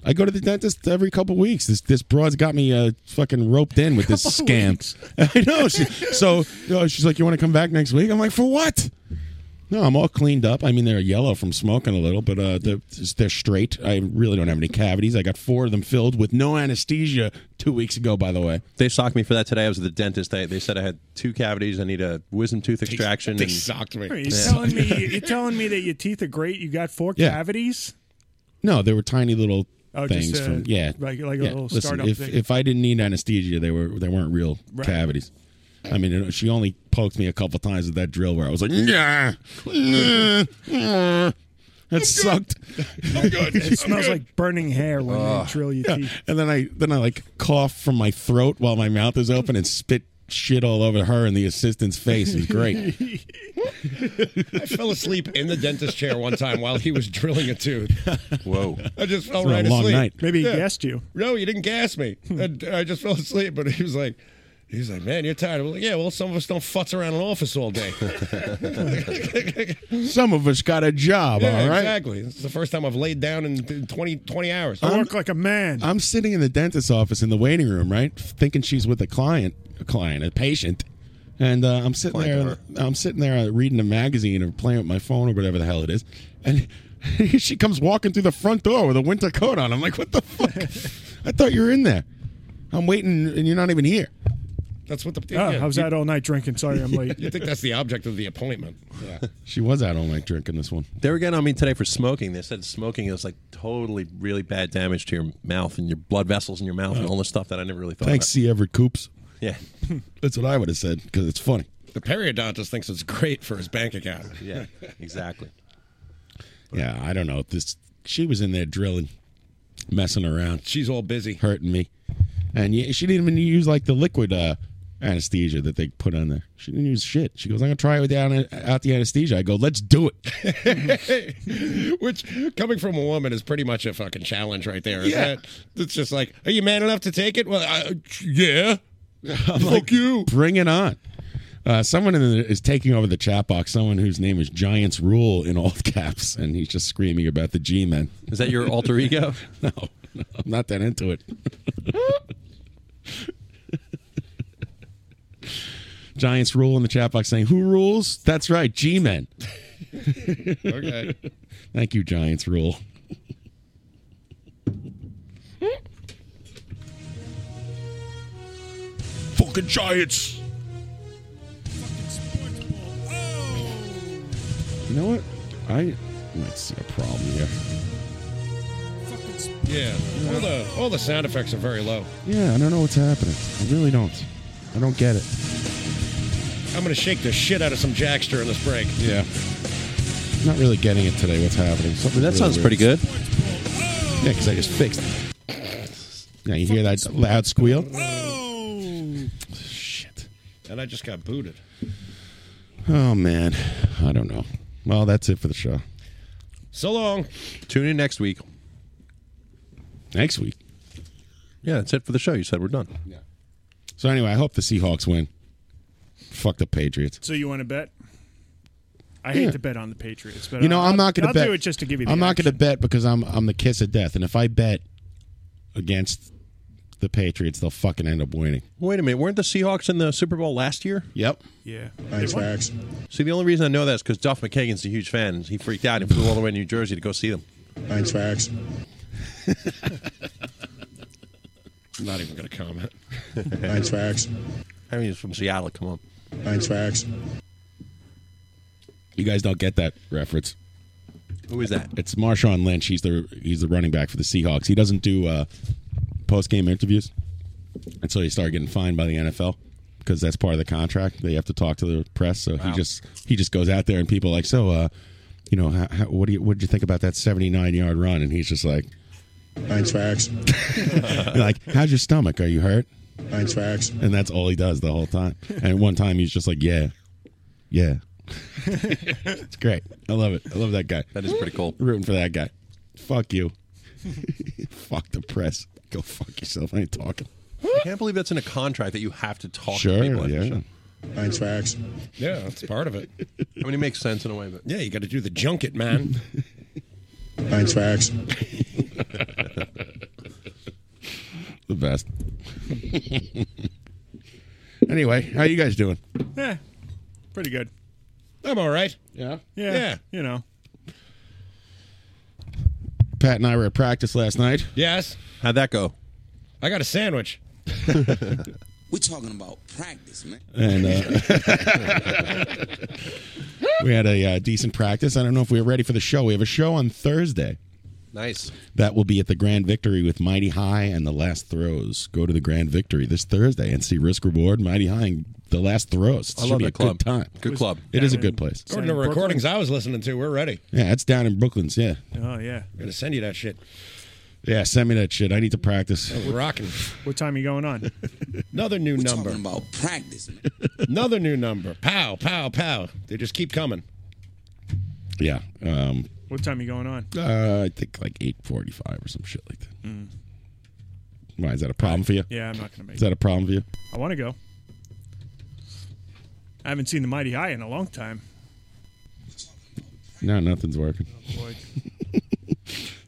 Speaker 2: I go to the dentist every couple weeks. This this broad's got me uh, fucking roped in with this scam. I know. She, so you know, she's like, "You want to come back next week?" I'm like, "For what?" No, I'm all cleaned up. I mean, they're yellow from smoking a little, but uh, they're, they're straight. I really don't have any cavities. I got four of them filled with no anesthesia two weeks ago. By the way,
Speaker 16: They socked me for that today. I was at the dentist. They, they said I had two cavities. I need a wisdom tooth extraction.
Speaker 20: they
Speaker 16: and-
Speaker 20: socked me.
Speaker 13: You're,
Speaker 16: Yeah.
Speaker 13: telling me, you're telling me that your teeth are great. You got four
Speaker 2: Yeah.
Speaker 13: cavities?
Speaker 2: No, they were tiny little
Speaker 13: Oh, just,
Speaker 2: things
Speaker 13: uh,
Speaker 2: from yeah,
Speaker 13: like- like a
Speaker 2: yeah.
Speaker 13: little
Speaker 2: Listen,
Speaker 13: startup
Speaker 2: if
Speaker 13: thing.
Speaker 2: if I didn't need anesthesia, they were they weren't real
Speaker 13: Right.
Speaker 2: cavities. I mean, it- she only poked me a couple times with that drill where I was like, nah, nah, nah. That sucked.
Speaker 13: It smells like burning hair when
Speaker 2: Ugh.
Speaker 13: they drill your
Speaker 2: Yeah.
Speaker 13: teeth.
Speaker 2: And then I then I like cough from my throat while my mouth is open and spit shit all over her and the assistant's face. It was great.
Speaker 20: I fell asleep in the dentist chair one time while he was drilling a tooth.
Speaker 16: Whoa.
Speaker 20: I just fell
Speaker 2: It's been a
Speaker 20: right
Speaker 2: long
Speaker 20: asleep.
Speaker 2: night.
Speaker 13: Maybe he gassed you.
Speaker 20: No, you didn't gas me. I, I just fell asleep, but he was like, he was like, man, you're tired. I was like, yeah, well, some of us don't futz around an office all day.
Speaker 2: Some of us got a job,
Speaker 20: Yeah,
Speaker 2: all right?
Speaker 20: exactly. It's the first time I've laid down in 20, 20 hours.
Speaker 2: I
Speaker 13: work like a man.
Speaker 2: I'm sitting in the dentist's office in the waiting room, right, thinking she's with a client, a client, a patient, and uh, I'm sitting there, I'm sitting there uh, reading a magazine or playing with my phone or whatever the hell it is, and she comes walking through the front door with a winter coat on. I'm like, what the fuck? I thought you were in there. I'm waiting, and you're not even here.
Speaker 20: That's what the.
Speaker 13: Oh,
Speaker 20: yeah,
Speaker 13: I was
Speaker 20: you-
Speaker 13: out all night drinking. Sorry, I'm late.
Speaker 20: You think that's the object of the appointment? Yeah.
Speaker 2: She was out all night drinking this one.
Speaker 16: They were getting on me today for smoking. They said smoking is like totally really bad damage to your mouth and your blood vessels in your mouth and all this stuff that I never really thought
Speaker 2: Oh. Thanks, C. Everett Coops.
Speaker 16: about. Yeah.
Speaker 2: That's what I would have said because it's funny.
Speaker 20: The periodontist thinks it's great for his bank account.
Speaker 16: Yeah, exactly.
Speaker 2: Yeah, I don't know. This she was in there drilling, messing around.
Speaker 20: She's all busy,
Speaker 2: hurting me, and yeah, she didn't even use like the liquid uh, anesthesia that they put on there. She didn't use shit. She goes, "I'm gonna try it without out the anesthesia." I go, "Let's do it."
Speaker 20: Which, coming from a woman, is pretty much a fucking challenge right there. Isn't
Speaker 2: Yeah.
Speaker 20: it? It's just like, are you man enough to take it? Well, I, yeah.
Speaker 2: I'm
Speaker 20: Fuck
Speaker 2: like,
Speaker 20: you.
Speaker 2: Bring it on. Uh, someone in the, is taking over the chat box. Someone whose name is Giants Rule in all caps, and he's just screaming about the G men.
Speaker 16: Is that your alter ego?
Speaker 2: no, no, I'm not that into it. Giants Rule in the chat box saying, "Who rules?" That's right, G men.
Speaker 20: Okay.
Speaker 2: Thank you, Giants Rule.
Speaker 14: Fucking Giants.
Speaker 2: You know what? I might see a problem here.
Speaker 20: Yeah. All the, all the sound effects are very low.
Speaker 2: Yeah, I don't know what's happening. I really don't. I don't get it.
Speaker 20: I'm going to shake the shit out of some jacks during this break.
Speaker 2: Yeah. I'm not really getting it today. What's happening? Something
Speaker 16: That sounds pretty good.
Speaker 2: Yeah, because I just fixed it. Now you hear that loud squeal?
Speaker 20: And I just got booted.
Speaker 2: Oh man, I don't know. Well, that's it for the show.
Speaker 20: So long.
Speaker 16: Tune in next week.
Speaker 2: Next week.
Speaker 16: Yeah, that's it for the show. You said we're done. Yeah.
Speaker 2: So anyway, I hope the Seahawks win. Fuck the Patriots.
Speaker 13: So you want to bet? I hate
Speaker 2: Yeah.
Speaker 13: to bet on the Patriots, but
Speaker 2: You know, I'm not going to
Speaker 13: to
Speaker 2: bet.
Speaker 13: I'll do it just to give you. The
Speaker 2: I'm not going to bet because I'm I'm the kiss of death, and if I bet against the Patriots, they'll fucking end up winning.
Speaker 16: Wait a minute. Weren't the Seahawks in the Super Bowl last year?
Speaker 2: Yep.
Speaker 13: Yeah.
Speaker 17: Thanks, Max.
Speaker 16: See, the only reason I know that is because Duff McKagan's a huge fan. He freaked out and flew all the way to New Jersey to go see them.
Speaker 17: Thanks, Max.
Speaker 20: I'm not even going to comment.
Speaker 17: Thanks, Max.
Speaker 16: I mean, he's from Seattle. Come on.
Speaker 17: Thanks, Max.
Speaker 2: You guys don't get that reference.
Speaker 16: Who is that?
Speaker 2: It's Marshawn Lynch. He's the he's the running back for the Seahawks. He doesn't do uh, post game interviews until you start getting fined by the NFL because that's part of the contract. They have to talk to the press. So he
Speaker 16: Wow.
Speaker 2: just he just goes out there and people are like so. Uh, you know, how, how, what do you what did you think about that seventy nine yard run? And he's just like,
Speaker 17: Thanks, Max.
Speaker 2: You're like, how's your stomach? Are you hurt?
Speaker 17: Thanks, Max.
Speaker 2: And that's all he does the whole time. And one time he's just like, yeah, yeah. it's great. I love it. I love that guy.
Speaker 16: That is pretty cool.
Speaker 2: Rooting for that guy. Fuck you. fuck the press. Go fuck yourself. I ain't talking.
Speaker 16: I can't believe that's in a contract that you have to talk to people.
Speaker 2: Sure.
Speaker 16: after the
Speaker 2: Yeah.
Speaker 16: show.
Speaker 17: Thanks, Max.
Speaker 20: Yeah, that's part of it.
Speaker 16: I mean, it makes sense in a way, but
Speaker 20: Yeah, you got to do the junket, man.
Speaker 17: Thanks, Max.
Speaker 2: The best. anyway, how you guys doing?
Speaker 13: Yeah, Eh, pretty good.
Speaker 20: I'm all right.
Speaker 2: Yeah.
Speaker 13: Yeah.
Speaker 20: Yeah.
Speaker 13: You know.
Speaker 2: Pat and I were at practice last night.
Speaker 20: Yes.
Speaker 16: How'd that go?
Speaker 20: I got a sandwich.
Speaker 18: We talking about practice, man.
Speaker 2: And uh, we had a uh, decent practice. I don't know if we were ready for the show. We have a show on Thursday.
Speaker 16: nice.
Speaker 2: That will be at the Grand Victory with Mighty High and The Last Throws. Go to the Grand Victory this Thursday and see Risk Reward, Mighty High, and The Last Throws. It
Speaker 16: I
Speaker 2: should
Speaker 16: love
Speaker 2: be
Speaker 16: that
Speaker 2: a
Speaker 16: club.
Speaker 2: Good time.
Speaker 16: Good Was- club.
Speaker 2: It is a good place.
Speaker 20: According to the recordings I was listening to, we're ready.
Speaker 2: Yeah, it's down in Brooklyn's. Yeah,
Speaker 13: Oh yeah.
Speaker 20: I'm going to send you that shit.
Speaker 2: Yeah, send me that shit. I need to practice.
Speaker 20: We're rocking.
Speaker 13: What time are you going on?
Speaker 20: Another new
Speaker 13: We're
Speaker 20: number.
Speaker 13: talking
Speaker 18: about practice.
Speaker 20: Another new number. Pow, pow, pow. They just keep coming.
Speaker 2: Yeah. Um,
Speaker 13: What time are you going on?
Speaker 2: uh, I think like eight forty-five or some shit like that. Why is that a problem for you?
Speaker 13: Hmm. Yeah, I'm not gonna make
Speaker 2: Is that a problem for you?
Speaker 13: I want to go. I haven't seen the Mighty High in a long time.
Speaker 2: No, nothing's working.
Speaker 13: Boy.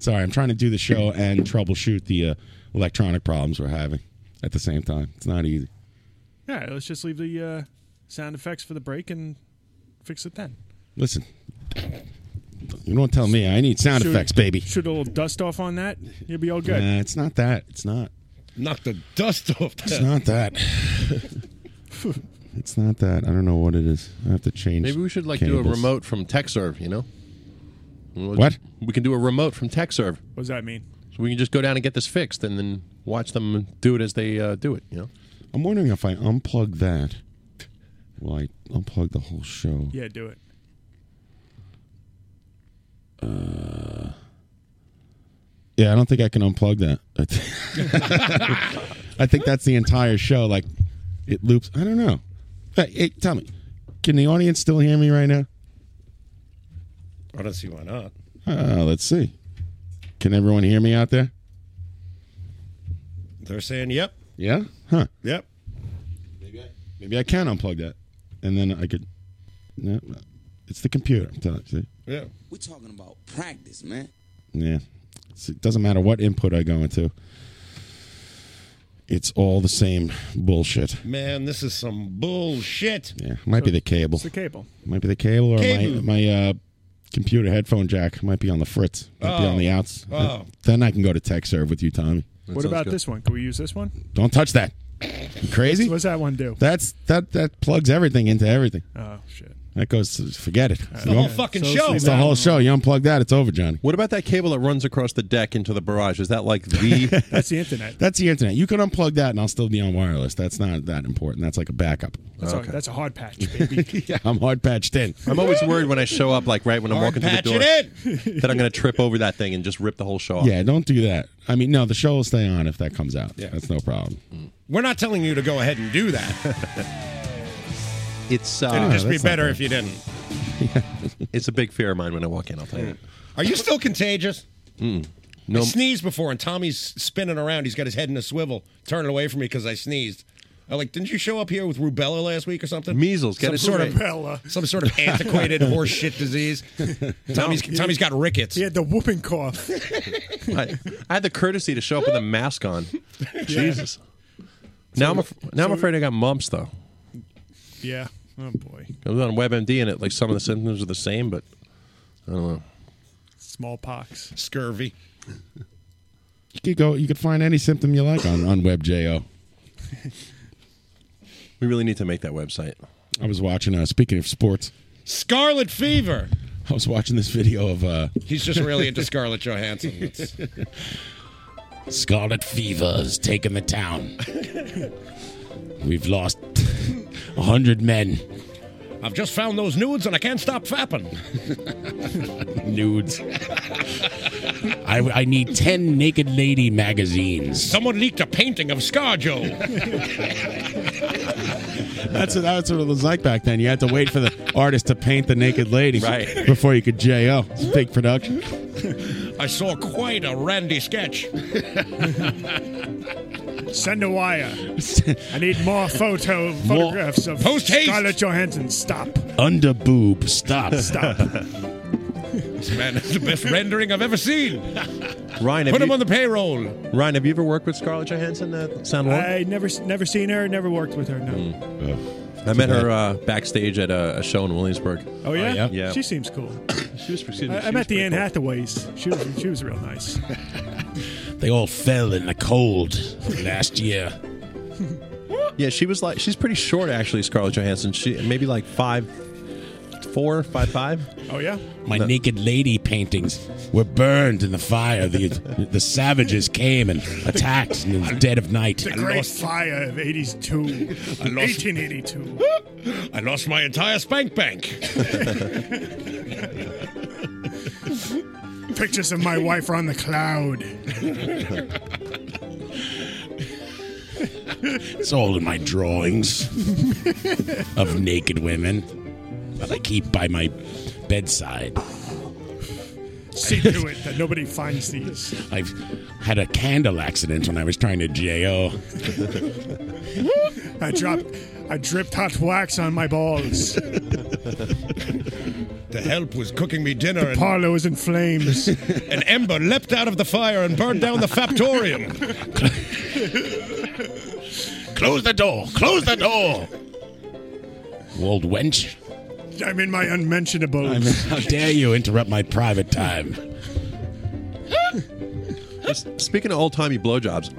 Speaker 2: Sorry, I'm trying to do the show and troubleshoot the uh, electronic problems we're having at the same time. It's not easy.
Speaker 13: Yeah, let's just leave the uh, sound effects for the break and fix it then.
Speaker 2: Listen, you don't tell me. I need sound
Speaker 13: Shoot-
Speaker 2: effects, baby.
Speaker 13: Shoot a little dust off on that. You'll be all
Speaker 2: Nah,
Speaker 13: good.
Speaker 2: it's not that. It's not.
Speaker 20: Knock the dust off.
Speaker 2: It's not that. It's not that. I don't know what it is. I have to change.
Speaker 16: Maybe we should like
Speaker 2: cables.
Speaker 16: do a remote from TechServe. You know, We'll-
Speaker 2: What?
Speaker 16: we can do a remote from TechServe.
Speaker 13: What does that mean?
Speaker 16: So we can just go down and get this fixed, and then watch them do it as they uh, do it. You know,
Speaker 2: I'm wondering if I unplug that. Will I unplug the whole show?
Speaker 13: Yeah, do it.
Speaker 2: Uh, yeah, I don't think I can unplug that. I thi- I think that's the entire show. Like, it loops. I don't know. Hey, hey, tell me, can the audience still hear me right now?
Speaker 20: I don't see why not.
Speaker 2: Uh, let's see. Can everyone hear me out there?
Speaker 20: They're saying, yep,
Speaker 2: Yeah? Huh.
Speaker 20: yep.
Speaker 2: Maybe I can unplug that. And then I could. No, no. it's the computer. I'm telling you. See?
Speaker 20: Yeah.
Speaker 18: We're talking about practice, man.
Speaker 2: Yeah. It's- it doesn't matter what input I go into, it's all the same bullshit.
Speaker 20: Man, this is some bullshit.
Speaker 2: Yeah, might be the cable.
Speaker 20: it's the cable.
Speaker 2: Might be the cable or
Speaker 20: Cable.
Speaker 2: my my uh, computer headphone jack might be on the fritz. Might be
Speaker 13: Oh.
Speaker 2: on the outs.
Speaker 13: Oh.
Speaker 2: Then I can go to tech serve with you, Tommy.
Speaker 13: what about this one? Can we use this one?
Speaker 2: Don't touch that. You crazy?
Speaker 13: What's that one do?
Speaker 2: That's that that plugs everything into everything.
Speaker 13: Oh shit.
Speaker 2: That goes. To, forget it.
Speaker 16: It's the whole fucking So show,
Speaker 2: It's the
Speaker 16: man.
Speaker 2: whole show. You unplug that, it's over, Johnny.
Speaker 16: what about that cable that runs across the deck into the barrage? Is that like the?
Speaker 13: That's the internet.
Speaker 2: That's the internet. You can unplug that, and I'll still be on wireless. That's not that important. That's like a backup.
Speaker 13: That's, a, that's a hard patch, baby.
Speaker 2: yeah, I'm hard patched in.
Speaker 16: I'm always worried when I show up, like right when I'm
Speaker 2: Hard
Speaker 16: walking through
Speaker 2: patch
Speaker 16: the door,
Speaker 2: it
Speaker 16: that I'm going to trip over that thing and just rip the whole show off.
Speaker 2: Yeah, don't do that. I mean, no, the show will stay on if that comes out. Yeah, that's no problem.
Speaker 20: We're not telling you to go ahead and do that.
Speaker 16: It's uh,
Speaker 20: It'd just be better if you didn't.
Speaker 16: it's a big fear of mine when I walk in. I'll tell you.
Speaker 20: Are you still contagious?
Speaker 16: Mm.
Speaker 20: I
Speaker 16: No,
Speaker 20: sneezed before, and Tommy's spinning around. He's got his head in a swivel, turning away from me because I sneezed. I like, didn't you show up here with rubella last week or something?
Speaker 16: Measles, get
Speaker 20: some
Speaker 16: it
Speaker 20: sort of
Speaker 13: Rubella.
Speaker 20: some sort of antiquated horse shit disease. Tommy's Tommy's got rickets.
Speaker 13: He had the whooping cough.
Speaker 16: I, I had the courtesy to show up with a mask on. Jesus. Now I'm af- now I'm
Speaker 13: so-
Speaker 16: afraid I got mumps though.
Speaker 13: yeah. Oh boy.
Speaker 16: I was on WebMD and it like some of the symptoms are the same, but I don't know.
Speaker 13: Smallpox.
Speaker 20: Scurvy.
Speaker 2: You could go. You could find any symptom you like on on WebJO.
Speaker 16: We really need to make that website.
Speaker 2: I was watching. Uh, speaking of sports,
Speaker 20: Scarlet fever.
Speaker 2: I was watching this video of uh,
Speaker 20: He's just really into Scarlett Johansson. It's-
Speaker 2: Scarlet fever has taken the town. We've lost a hundred men.
Speaker 20: I've just found those nudes and I can't stop fapping.
Speaker 2: Nudes. I, I need ten naked lady magazines.
Speaker 20: Someone leaked a painting of ScarJo.
Speaker 2: That's what, that's what it was like back then. You had to wait for the artist to paint the naked lady
Speaker 20: Right.
Speaker 2: before you could JO. It's a big production.
Speaker 20: I saw quite a randy sketch.
Speaker 13: Send a wire. I need more photo
Speaker 2: More-
Speaker 13: photographs of
Speaker 2: Post haste.
Speaker 13: Scarlett Johansson. Stop.
Speaker 2: Under boob. Stop.
Speaker 13: Stop.
Speaker 20: This man is the best rendering I've ever seen.
Speaker 16: Ryan, have
Speaker 20: Put him
Speaker 16: you-
Speaker 20: on the payroll.
Speaker 16: Ryan, have you ever worked with Scarlett Johansson? Uh, sound one?
Speaker 13: I never never seen her. Never worked with her. No.
Speaker 2: Hmm.
Speaker 16: I met her uh, backstage at a, a show in Williamsburg.
Speaker 13: Oh yeah?
Speaker 16: yeah.
Speaker 13: She seems cool.
Speaker 16: she was. Excuse
Speaker 13: I, I met the Anne Hathaways. She was she was real nice.
Speaker 2: They all fell in the cold last year.
Speaker 16: Yeah, she was like she's pretty short actually. Scarlett Johansson. She maybe like five, four, five, five.
Speaker 13: Oh yeah.
Speaker 2: My naked lady paintings were burned in the fire. The the savages came and attacked in the dead of night.
Speaker 13: The Great Fire of '82, 1882.
Speaker 20: I lost my entire spank bank.
Speaker 13: Pictures of my wife are on the cloud.
Speaker 2: It's all in my drawings of naked women that I keep by my bedside.
Speaker 13: See to it that nobody finds these.
Speaker 2: I've had a candle accident when I was trying to JO.
Speaker 13: I dropped, I dripped hot wax on my balls.
Speaker 20: The help was cooking me dinner,
Speaker 13: The
Speaker 20: and
Speaker 13: parlor was in flames.
Speaker 20: an ember leapt out of the fire and burned down the factorium.
Speaker 2: Close the door! Close the door! You Old wench.
Speaker 13: I'm in my unmentionables.
Speaker 2: How dare you interrupt my private time?
Speaker 16: Speaking of old timey blowjobs,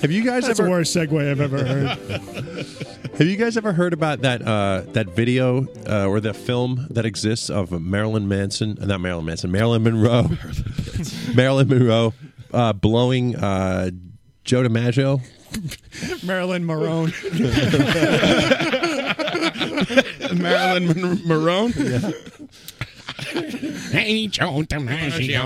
Speaker 16: have you guys
Speaker 13: That's the
Speaker 16: ever
Speaker 13: worst segue I've ever heard.
Speaker 16: have you guys ever heard about that uh, that video uh, or the film that exists of Marilyn Manson? uh, Not Marilyn Manson, Marilyn Monroe. Marilyn Monroe uh, blowing uh, Joe DiMaggio.
Speaker 13: Marilyn Marone.
Speaker 2: Marilyn Mon- Marone? Hey, Joe DiMaggio.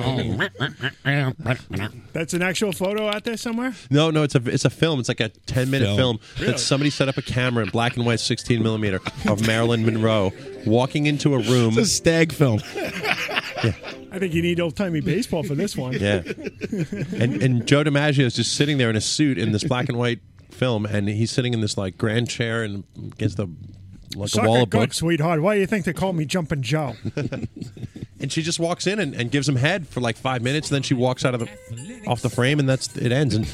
Speaker 13: That's an actual photo out there somewhere?
Speaker 16: No, no, it's a it's a film. It's like a ten minute
Speaker 2: Film.
Speaker 16: film,
Speaker 13: Really?
Speaker 16: that somebody set up a camera in black and white, sixteen millimeter, of Marilyn Monroe walking into a room.
Speaker 2: It's a stag film.
Speaker 13: I think you need old timey baseball for this one.
Speaker 16: Yeah, and and Joe DiMaggio is just sitting there in a suit in this black and white film, and he's sitting in this like grand chair and against the like
Speaker 13: Suck
Speaker 16: a wall
Speaker 13: a
Speaker 16: of
Speaker 13: cock,
Speaker 16: books,
Speaker 13: sweetheart. Why do you think they call me Jumpin' Joe?
Speaker 16: and she just walks in and, and gives him head for like five minutes, and then she walks out of the off the frame, and that's it ends. And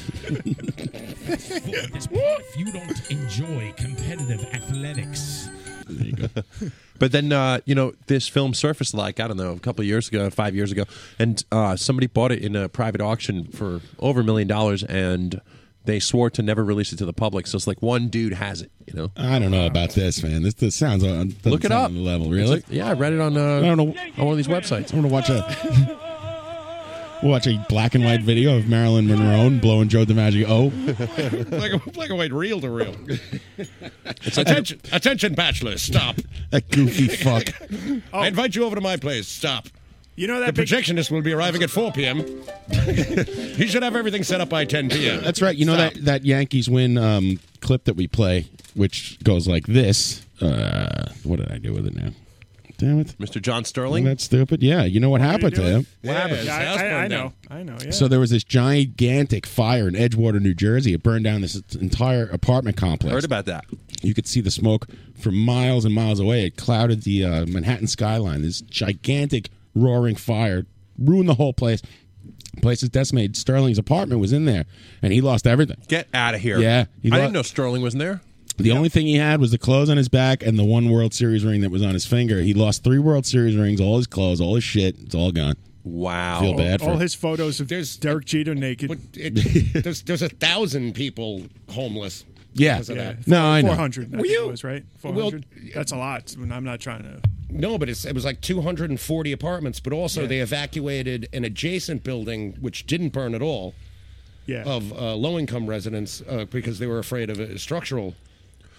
Speaker 1: if you don't enjoy competitive athletics,
Speaker 16: But then, uh, you know, this film surfaced like, I don't know, a couple of years ago, five years ago, and uh, somebody bought it in a private auction for over a million dollars and they swore to never release it to the public. So it's like one dude has it, you know?
Speaker 2: I don't know about this, man. This, this sounds on doesn't
Speaker 16: Look it
Speaker 2: sound
Speaker 16: up.
Speaker 2: on the level, really.
Speaker 16: It's a- yeah, I read it on, uh,
Speaker 2: I don't know.
Speaker 16: on one of these websites.
Speaker 2: I'm gonna watch a watch a black and white video of Marilyn Monroe blowing Joe Oh. DiMaggio.
Speaker 20: black, and- black and white, reel to reel.
Speaker 2: It's like-
Speaker 20: attention, attention, bachelors, stop.
Speaker 2: That goofy fuck.
Speaker 20: I invite you over to my place. Stop.
Speaker 13: Oh. You know
Speaker 20: that the projectionist will be arriving at 4 p.m. he should have everything set up by 10 p.m.
Speaker 2: That's right. You know that that Yankees win um, clip that we play, which goes like this. Uh, what did I do with it now? Damn it.
Speaker 16: Mr. John
Speaker 2: Isn't
Speaker 16: Sterling?
Speaker 2: that stupid? Yeah, you know what happened to him.
Speaker 16: What happened?
Speaker 13: Yeah, I, I, I know. I know, yeah.
Speaker 2: So there was this gigantic fire in Edgewater, New Jersey. It burned down this entire apartment complex.
Speaker 16: Heard about that.
Speaker 2: You could see the smoke from miles and miles away. It clouded the uh, Manhattan skyline. This gigantic roaring fire ruined the whole place. Place is decimated. Sterling's apartment was in there, and he lost everything.
Speaker 16: Get out of here.
Speaker 2: Yeah,
Speaker 16: I
Speaker 2: he lo-
Speaker 16: didn't know Sterling wasn't there.
Speaker 2: The only thing he had was the clothes on his back and the one World Series ring that was on his finger. He lost three World Series rings, all his clothes, all his shit. It's all gone.
Speaker 16: Wow.
Speaker 2: Feel bad for
Speaker 13: All
Speaker 2: him.
Speaker 13: his photos of Derek Jeter naked.
Speaker 20: It, there's there's a thousand people homeless.
Speaker 2: Yeah.
Speaker 20: because of that.
Speaker 2: No, I know.
Speaker 13: 400. I
Speaker 20: Were
Speaker 13: think
Speaker 20: you-
Speaker 13: it was, right?
Speaker 20: Well-
Speaker 13: 400. That's a lot. and I'm not trying to.
Speaker 20: No, but it's, it was like 240 apartments. But also, they evacuated an adjacent building which didn't burn at all.
Speaker 13: Yeah.
Speaker 20: Of uh, low-income residents uh, because they were afraid of uh, structural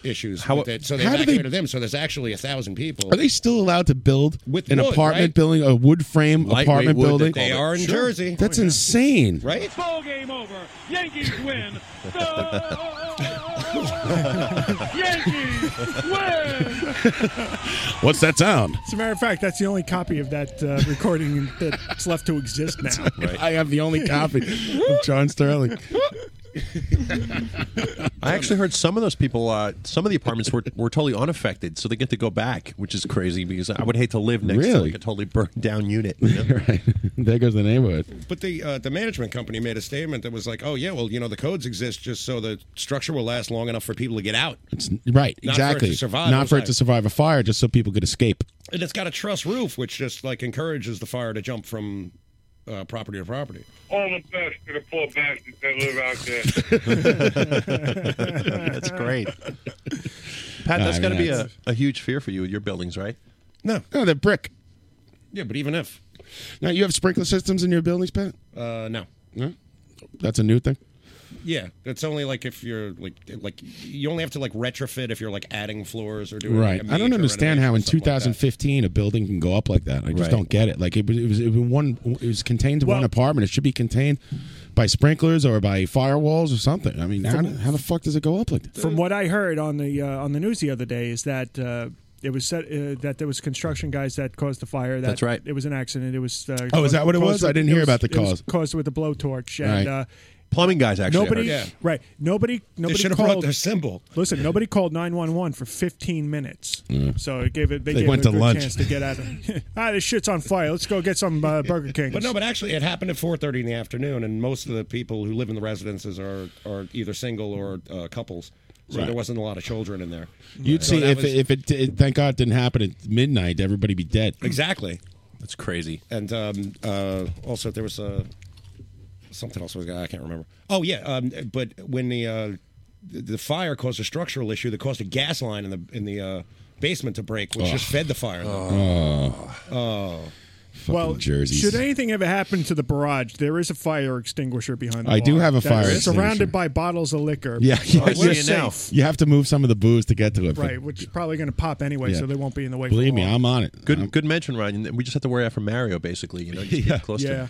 Speaker 20: issues.
Speaker 2: How-
Speaker 20: with it. So they
Speaker 2: how do they-
Speaker 20: evacuated them. So there's actually a thousand people.
Speaker 2: Are they still allowed to build
Speaker 20: With
Speaker 2: an
Speaker 20: wood,
Speaker 2: apartment
Speaker 20: right?
Speaker 2: building, a wood frame
Speaker 20: Lightweight
Speaker 2: apartment
Speaker 20: wood, they
Speaker 2: building?
Speaker 20: call They it. are in Sure. Jersey.
Speaker 2: That's insane.
Speaker 20: Right?
Speaker 21: It's ball game over. Yankees win. Yankees win.
Speaker 2: What's that sound?
Speaker 13: As a matter of fact, that's the only copy of that uh, recording that's left to exist now.
Speaker 2: I have the only copy of John Sterling.
Speaker 16: I actually heard some of those people, uh, some of the apartments were, were totally unaffected, so they get to go back, which is crazy because I would hate to live next to
Speaker 2: Really?
Speaker 16: like a totally burned down unit. you know?
Speaker 2: right. There goes the neighborhood.
Speaker 20: But the uh, the management company made a statement that was like, "Oh yeah, well you know the codes exist just so the structure will last long enough for people to get out,
Speaker 2: It's, right,
Speaker 20: Not for it
Speaker 2: exactly.
Speaker 20: to survive,
Speaker 2: Not
Speaker 20: was
Speaker 2: for
Speaker 20: I?
Speaker 2: it to survive a fire, just so people could escape.
Speaker 20: and it's got a truss roof, which just like encourages the fire to jump from uh, property to property."
Speaker 22: All the best to the poor bastards that live out there.
Speaker 16: That's great. Pat,
Speaker 2: No,
Speaker 16: that's
Speaker 2: I
Speaker 16: got to
Speaker 2: mean,
Speaker 16: be a,
Speaker 2: that's-
Speaker 16: a huge fear for you with your buildings, right?
Speaker 20: No,
Speaker 2: no, Oh, they're brick.
Speaker 20: Yeah, but even if
Speaker 2: Now you have sprinkler systems in your buildings, Pat.
Speaker 20: uh, no,
Speaker 2: No, that's a new thing.
Speaker 20: Yeah, it's only like if you're like like you only have to like retrofit if you're like adding floors or doing
Speaker 2: right.
Speaker 20: Like a
Speaker 2: I don't
Speaker 20: major
Speaker 2: understand how in
Speaker 20: renovation or something like that.
Speaker 2: 2015 a building can go up like that. I just
Speaker 20: Right.
Speaker 2: don't get it. Like it was, it was, it was one, it was contained to one apartment. It should be contained by sprinklers or by firewalls or something. I mean, how,
Speaker 13: From-
Speaker 2: how the fuck does it go up like that?
Speaker 13: From what I heard on the uh, on the news the other day is that uh, it was set, uh, that there was construction guys that caused the fire. That
Speaker 2: That's right.
Speaker 13: It was an accident. It was. Uh,
Speaker 2: Oh, is that what it was? I didn't hear about the
Speaker 13: it was
Speaker 2: cause.
Speaker 13: caused with a blowtorch and.
Speaker 2: Right.
Speaker 13: Uh,
Speaker 16: Plumbing guys actually.
Speaker 13: Nobody,
Speaker 16: heard it.
Speaker 13: right? Nobody, nobody
Speaker 20: should have
Speaker 13: called,
Speaker 20: brought their symbol.
Speaker 13: Listen, nobody called nine one one for fifteen minutes,
Speaker 20: Yeah.
Speaker 13: so it gave it. They,
Speaker 20: They
Speaker 13: gave
Speaker 20: went
Speaker 13: it a
Speaker 20: to
Speaker 13: good
Speaker 20: lunch.
Speaker 13: chance to get out of. ah, this shit's on fire. Let's go get some uh, Burger King.
Speaker 20: But no, but actually, it happened at 4:30 in the afternoon, and most of the people who live in the residences are are either single or uh, couples, so
Speaker 2: Right.
Speaker 20: there wasn't a lot of children in there.
Speaker 2: You'd
Speaker 20: So
Speaker 2: see
Speaker 20: that
Speaker 2: if,
Speaker 20: was-
Speaker 2: it if it, did- thank God, it didn't happen at midnight, everybody be dead.
Speaker 20: Exactly.
Speaker 16: That's crazy.
Speaker 20: And um, uh, also, there was uh, something else. Was, I can't remember. Oh yeah, um, but when the uh, the- the fire caused a structural issue that caused a gas line in the in the uh, basement to break, which
Speaker 2: Ugh.
Speaker 20: just fed the fire.
Speaker 2: Oh.
Speaker 20: oh.
Speaker 13: well,
Speaker 2: jerseys.
Speaker 13: should anything ever happen to the barrage, there is a fire extinguisher behind. the
Speaker 2: I
Speaker 13: bar
Speaker 2: do have a
Speaker 13: that's
Speaker 2: fire extinguisher.
Speaker 13: surrounded by bottles of liquor.
Speaker 2: Yeah,
Speaker 20: Oh,
Speaker 13: So
Speaker 2: yeah,
Speaker 13: we're
Speaker 2: yeah.
Speaker 13: safe.
Speaker 2: You have to move some of the booze to get to it. but-
Speaker 13: Right, which is probably going to pop anyway,
Speaker 2: Yeah.
Speaker 13: so they won't be in the way.
Speaker 2: Believe
Speaker 13: for
Speaker 2: me,
Speaker 13: long.
Speaker 2: I'm on it.
Speaker 16: Good, good mention, Ryan. We just have to wear out for Mario, basically. You know, just yeah. close to.
Speaker 13: Yeah.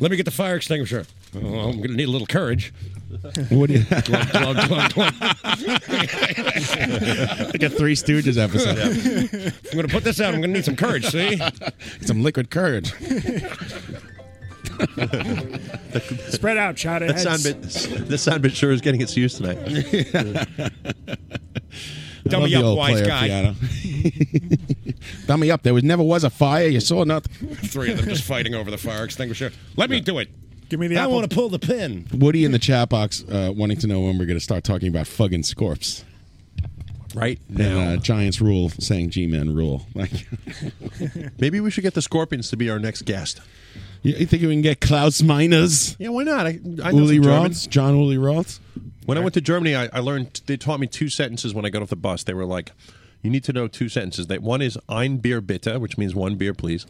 Speaker 20: Let me get the fire extinguisher. Oh, I'm going to need a little courage.
Speaker 2: What do you-
Speaker 20: Glug, glug, glug, glug.
Speaker 2: like a Three Stooges episode.
Speaker 20: Yeah. I'm going to put this out. I'm going to need some courage, see?
Speaker 2: some liquid courage.
Speaker 13: Spread out, shout it.
Speaker 16: That sound bit, that sound bit sure is getting its use tonight.
Speaker 2: I love the old player piano. Dummy up. There was never was a fire. You saw nothing.
Speaker 20: Three of them just fighting over the fire extinguisher. Let me do it.
Speaker 13: Give me the
Speaker 20: I want to pull the pin.
Speaker 2: Woody in the chat box uh, wanting to know when we're going to start talking about fucking Scorps.
Speaker 16: Right
Speaker 2: And, uh, Giants rule saying G-men rule. Like,
Speaker 16: Maybe we should get the Scorpions to be our next guest.
Speaker 2: you, you think we can get Klaus Meiners?
Speaker 16: Yeah, why not? I, I know
Speaker 2: Uli
Speaker 16: some German.
Speaker 2: Roth, John Uli Roth.
Speaker 16: When I went to Germany, I, I learned they taught me two sentences when I got off the bus. They were like, "You need to know two sentences. That one is ein Bier bitte, which means one beer, please,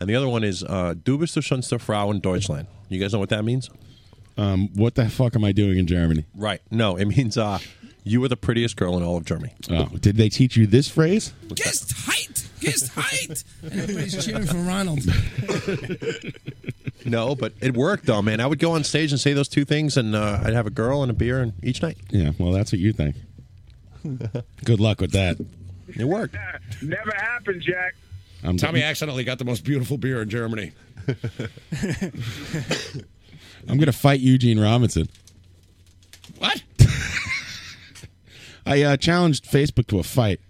Speaker 16: and the other one is uh, Du bist die schönste Frau in Deutschland." You guys know what that means?
Speaker 2: Um, what the fuck am I doing in Germany?
Speaker 16: Right? No, it means uh, you are the prettiest girl in all of Germany.
Speaker 2: Oh, did they teach you this phrase?
Speaker 3: Gist height, gist height. And everybody's cheering for Ronald.
Speaker 16: No, but it worked though, man. I would go on stage and say those two things, and uh, I'd have a girl and a beer and each night.
Speaker 2: Yeah, well, that's what you think. Good luck with that.
Speaker 16: It worked.
Speaker 20: Never happened, Jack.
Speaker 2: I'm-
Speaker 20: Tommy accidentally got the most beautiful beer in Germany.
Speaker 2: I'm going to fight Eugene Robinson.
Speaker 20: What?
Speaker 2: I uh, challenged Facebook to a fight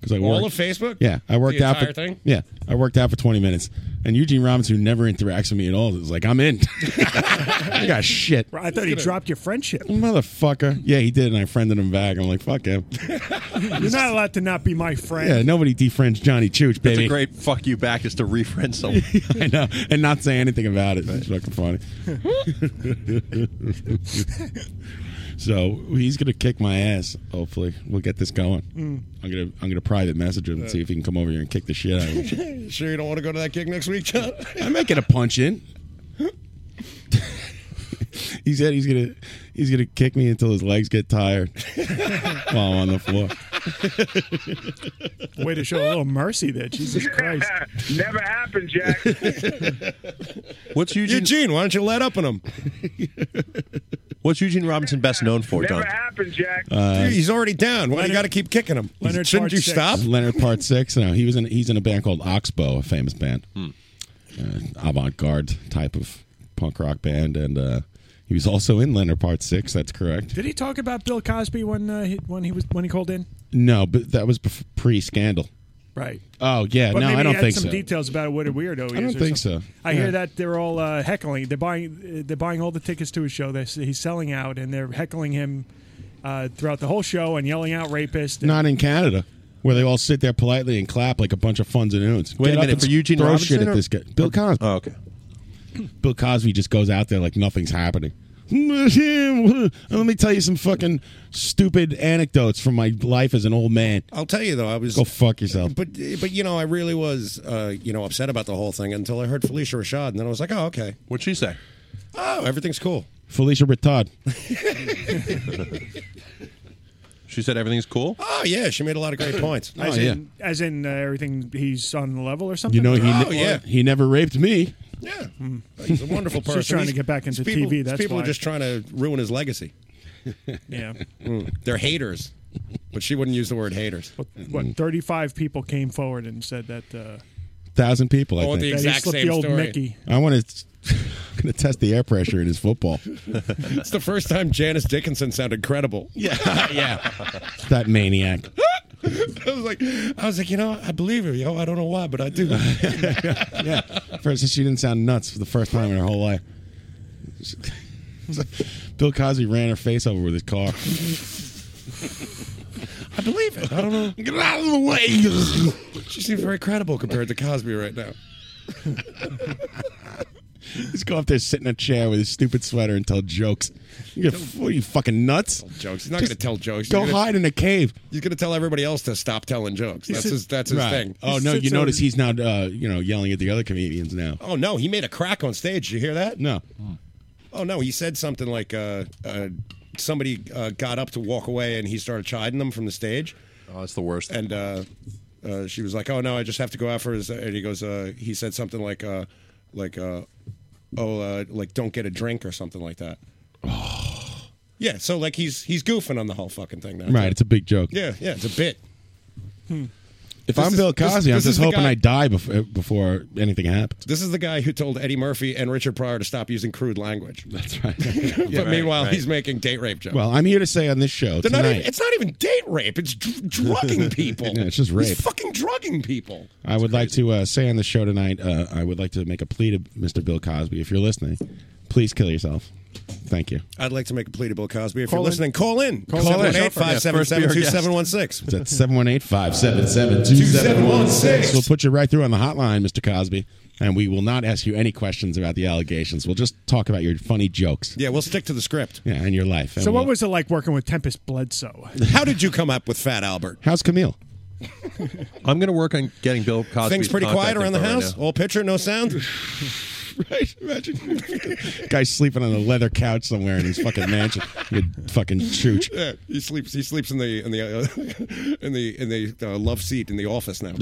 Speaker 2: because I
Speaker 20: All
Speaker 2: worked,
Speaker 20: of Facebook?
Speaker 2: Yeah, I worked
Speaker 20: The
Speaker 2: out for
Speaker 20: entire thing?
Speaker 2: yeah, I worked out for 20 minutes, and Eugene Robinson, who never interacts with me at all, was like, "I'm in." I got shit.
Speaker 13: I thought he dropped your friendship.
Speaker 2: Motherfucker. Yeah, he did, and I friended him back. I'm like, fuck him.
Speaker 13: You're not allowed to not be my friend.
Speaker 2: Yeah, nobody defriends Johnny Chooch,
Speaker 16: That's
Speaker 2: baby.
Speaker 16: a great fuck you back is to refriend someone.
Speaker 2: I know, and not say anything about it. It's fucking funny. so he's gonna kick my ass. Hopefully, we'll get this going.
Speaker 20: Mm.
Speaker 2: I'm gonna I'm gonna private message him and see if he can come over here and kick the shit out of me.
Speaker 20: sure you don't want to go to that gig next week, John?
Speaker 2: I might get a punch in. he said he's gonna he's gonna kick me until his legs get tired while I'm on the floor.
Speaker 13: Way to show a little mercy there, Jesus Christ.
Speaker 22: Never happened, Jack.
Speaker 16: What's Eugene?
Speaker 20: Eugene, why don't you let up on him?
Speaker 16: What's Eugene Robinson best known for, John?
Speaker 22: happened, Jack.
Speaker 2: Uh,
Speaker 20: Dude, he's already down. Why do you got to keep kicking him? Shouldn't you stop?
Speaker 2: Leonard Part Six. No, he was in. He's in a band called Oxbow, a famous band,
Speaker 16: Hmm.
Speaker 2: uh, avant-garde type of punk rock band, and uh, he was also in Leonard Part Six. That's correct.
Speaker 13: Did he talk about Bill Cosby when uh, he, when he was when he called in?
Speaker 2: No, but that was bef- pre-Scandal.
Speaker 13: Right.
Speaker 2: Oh yeah,
Speaker 13: but
Speaker 2: no,
Speaker 13: maybe
Speaker 2: I
Speaker 13: he
Speaker 2: don't
Speaker 13: had
Speaker 2: think
Speaker 13: some
Speaker 2: so.
Speaker 13: details about what a weirdo he
Speaker 2: I
Speaker 13: is.
Speaker 2: don't
Speaker 13: or
Speaker 2: think
Speaker 13: something.
Speaker 2: so.
Speaker 13: I
Speaker 2: Yeah.
Speaker 13: hear that they're all uh, heckling. They're buying. uh, They're buying all the tickets to his show. They're, he's selling out, and they're heckling him uh, throughout the whole show and yelling out rapist. And
Speaker 2: Not in Canada, where they all sit there politely and clap like a bunch of funs and oons.
Speaker 16: Wait a
Speaker 2: Get up
Speaker 16: minute,
Speaker 2: and
Speaker 16: for Eugene
Speaker 2: throw
Speaker 16: Robinson
Speaker 2: shit
Speaker 16: or-
Speaker 2: at this guy. Bill Cosby.
Speaker 16: Oh, okay.
Speaker 2: Bill Cosby just goes out there like nothing's happening. Let me tell you some fucking stupid anecdotes from my life as an old man.
Speaker 20: I'll tell you though, I was
Speaker 2: go fuck yourself.
Speaker 20: Oh, But but you know, I really was uh, you know upset about the whole thing until I heard Felicia Rashad, and then I was like, oh okay.
Speaker 16: What'd she say?
Speaker 20: Oh, everything's cool.
Speaker 2: Felicia Bertad.
Speaker 16: she said everything's cool.
Speaker 20: Oh yeah, she made a lot of great points. Oh,
Speaker 13: As in, as in uh, everything he's on the level or something.
Speaker 2: You know he ne-
Speaker 13: Oh, Hmm.
Speaker 2: he never raped me.
Speaker 20: Yeah, he's a wonderful
Speaker 13: He's just
Speaker 20: person.
Speaker 13: trying to
Speaker 20: These-
Speaker 13: get back into
Speaker 20: these people,
Speaker 13: TV,
Speaker 20: these
Speaker 13: that's
Speaker 20: people
Speaker 13: why.
Speaker 20: are just trying to ruin his legacy.
Speaker 13: yeah.
Speaker 20: Mm. They're haters, but she wouldn't use the word haters. Mm.
Speaker 13: What? Thirty-five people came forward and said that. Uh,
Speaker 2: Thousand people. I
Speaker 13: Oh,
Speaker 2: think.
Speaker 13: the exact He slipped same the old story. Mickey.
Speaker 2: I want to. I'm going to test the air pressure in his football.
Speaker 20: it's the first time Janice Dickinson sounded credible.
Speaker 2: Yeah,
Speaker 20: yeah.
Speaker 2: that maniac.
Speaker 20: I was like, I was like, you know, I believe her, yo. I don't know why, but I do.
Speaker 2: yeah. First, she didn't sound nuts for the first time in her whole life. Bill Cosby ran her face over with his car.
Speaker 20: I believe it. I don't know.
Speaker 2: Get out of the way.
Speaker 20: she seems very credible compared to Cosby right now.
Speaker 2: Just go up there, sit in a chair with his stupid sweater, and tell jokes. You're, what are you fucking nuts?
Speaker 20: Jokes. He's not
Speaker 2: Just
Speaker 20: going to tell jokes.
Speaker 2: Go
Speaker 20: He's gonna-
Speaker 2: hide in a cave.
Speaker 20: He's going to tell everybody else to stop telling jokes. That's his. That's his
Speaker 2: Right.
Speaker 20: thing.
Speaker 2: Oh no, you notice he's not, uh, you know, yelling at the other comedians now.
Speaker 20: Oh no, he made a crack on stage. You hear that?
Speaker 2: No.
Speaker 20: Oh no, he said something like uh, uh, somebody uh, got up to walk away and he started chiding them from the stage.
Speaker 16: Oh, that's the worst.
Speaker 20: And uh, uh, she was like, "Oh no, I just have to go out for his." And he goes, uh, he said something like, uh, like, uh, oh, uh, like don't get a drink or something like that. yeah, so like he's he's goofing on the whole fucking thing now.
Speaker 2: Right, it's a big joke.
Speaker 20: Yeah, yeah, it's a bit.
Speaker 2: If
Speaker 20: This
Speaker 2: I'm
Speaker 20: is-
Speaker 2: Bill
Speaker 20: this-
Speaker 2: Cosby, I'm
Speaker 20: this is
Speaker 2: just
Speaker 20: the
Speaker 2: hoping
Speaker 20: guy-
Speaker 2: I die before, before anything happens.
Speaker 20: This is the guy who told Eddie Murphy and Richard Pryor to stop using crude language.
Speaker 2: That's right.
Speaker 20: but
Speaker 2: Yeah, right,
Speaker 20: meanwhile,
Speaker 2: right.
Speaker 20: he's making date rape jokes.
Speaker 2: Well, I'm here to say on this show
Speaker 20: They're not
Speaker 2: tonight,
Speaker 20: even, it's not even date rape. It's dr- drugging people.
Speaker 2: Yeah, it's just rape.
Speaker 20: He's fucking drugging people.
Speaker 2: I would like to uh, say on the show tonight, uh, I would like to make a plea to Mr. Bill Cosby. If you're listening, please kill yourself. Thank you.
Speaker 20: I'd like to make a plea to Bill Cosby. If
Speaker 2: Call
Speaker 20: you're
Speaker 2: in.
Speaker 20: listening, call in.
Speaker 2: Call in.
Speaker 20: 718
Speaker 2: It's
Speaker 20: 577
Speaker 2: at 718-577-2716. We'll put you right through on the hotline, Mr. Cosby, and we will not ask you any questions about the allegations. We'll just talk about your funny jokes.
Speaker 20: Yeah, we'll stick to the script.
Speaker 2: Yeah, and your life. And
Speaker 13: so what
Speaker 2: we'll-
Speaker 13: was it like working with Tempest Bledsoe?
Speaker 20: How did you come up with Fat Albert?
Speaker 2: How's Camille?
Speaker 16: I'm going to work on getting Bill Cosby.
Speaker 20: Things pretty quiet around the house. All picture, no sound.
Speaker 2: right, imagine. Guy's sleeping on a leather couch somewhere in his fucking mansion. You fucking chooch.
Speaker 20: Yeah, he sleeps. He sleeps in the in the uh, in the in the uh, love seat in the office now.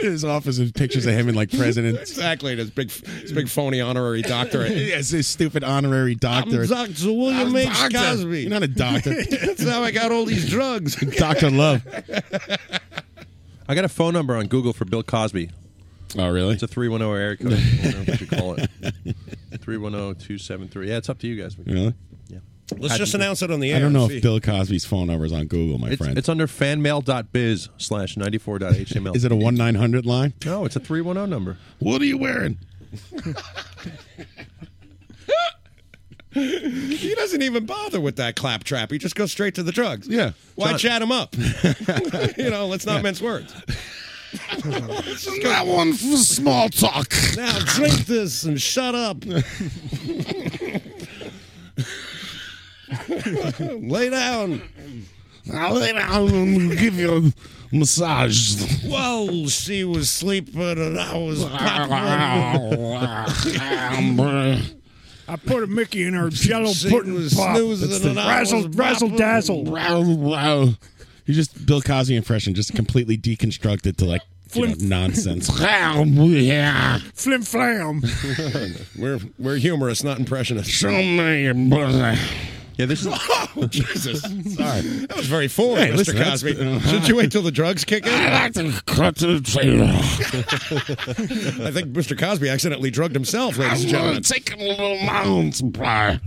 Speaker 2: His office is pictures of him and like presidents.
Speaker 20: exactly. His big his big phony honorary doctorate.
Speaker 2: yes, his stupid honorary doctor.
Speaker 20: I'm Dr. William H. Cosby.
Speaker 2: You're not a doctor.
Speaker 20: That's how I got all these drugs.
Speaker 2: Doctor Love.
Speaker 16: I got a phone number on Google for Bill Cosby.
Speaker 2: Oh, really?
Speaker 16: It's a 310 area code. I don't know what you call it. 310-273. Yeah, it's up to you guys.
Speaker 2: Really?
Speaker 16: Yeah.
Speaker 20: Let's just announce it on the air.
Speaker 2: I don't know
Speaker 20: See.
Speaker 2: if Bill Cosby's phone number is on Google, my
Speaker 16: It's,
Speaker 2: friend.
Speaker 16: it's under fanmail.biz slash 94.html.
Speaker 2: is it a one nine hundred line?
Speaker 16: No, it's a 310 number.
Speaker 2: What are you wearing?
Speaker 20: He doesn't even bother with that claptrap. He just goes straight to the drugs. Yeah. Why
Speaker 2: John-
Speaker 20: chat him up? you know, let's not mince words. Let's just go-
Speaker 2: That one for small talk.
Speaker 20: Now drink this and shut up. lay down.
Speaker 2: I'll lay down and give you a massage.
Speaker 20: Well, she was sleeping and I was
Speaker 13: I put a Mickey in her jello
Speaker 20: She
Speaker 13: pudding
Speaker 20: was
Speaker 13: pop.
Speaker 20: snoozing
Speaker 13: It's the
Speaker 20: and I
Speaker 13: razzle,
Speaker 20: was
Speaker 13: razzle,
Speaker 20: bopping.
Speaker 13: dazzle.
Speaker 2: wow. You just Bill Cosby impression just completely deconstructed to like you know, nonsense. yeah.
Speaker 13: Flim flam.
Speaker 20: we're we're humorous, not impressionist.
Speaker 2: Show me your brother.
Speaker 16: Yeah, this is
Speaker 20: oh, Jesus. Sorry. That was very forward,
Speaker 2: Hey,
Speaker 20: Mr.
Speaker 2: listen, that's-
Speaker 20: Cosby.
Speaker 2: uh,
Speaker 20: Should you wait till the drugs kick in?
Speaker 2: I like to cut to the trailer.
Speaker 20: I think Mr. Cosby accidentally drugged himself, ladies and
Speaker 2: I'm gonna
Speaker 20: gentlemen.
Speaker 2: take a little of my own supply.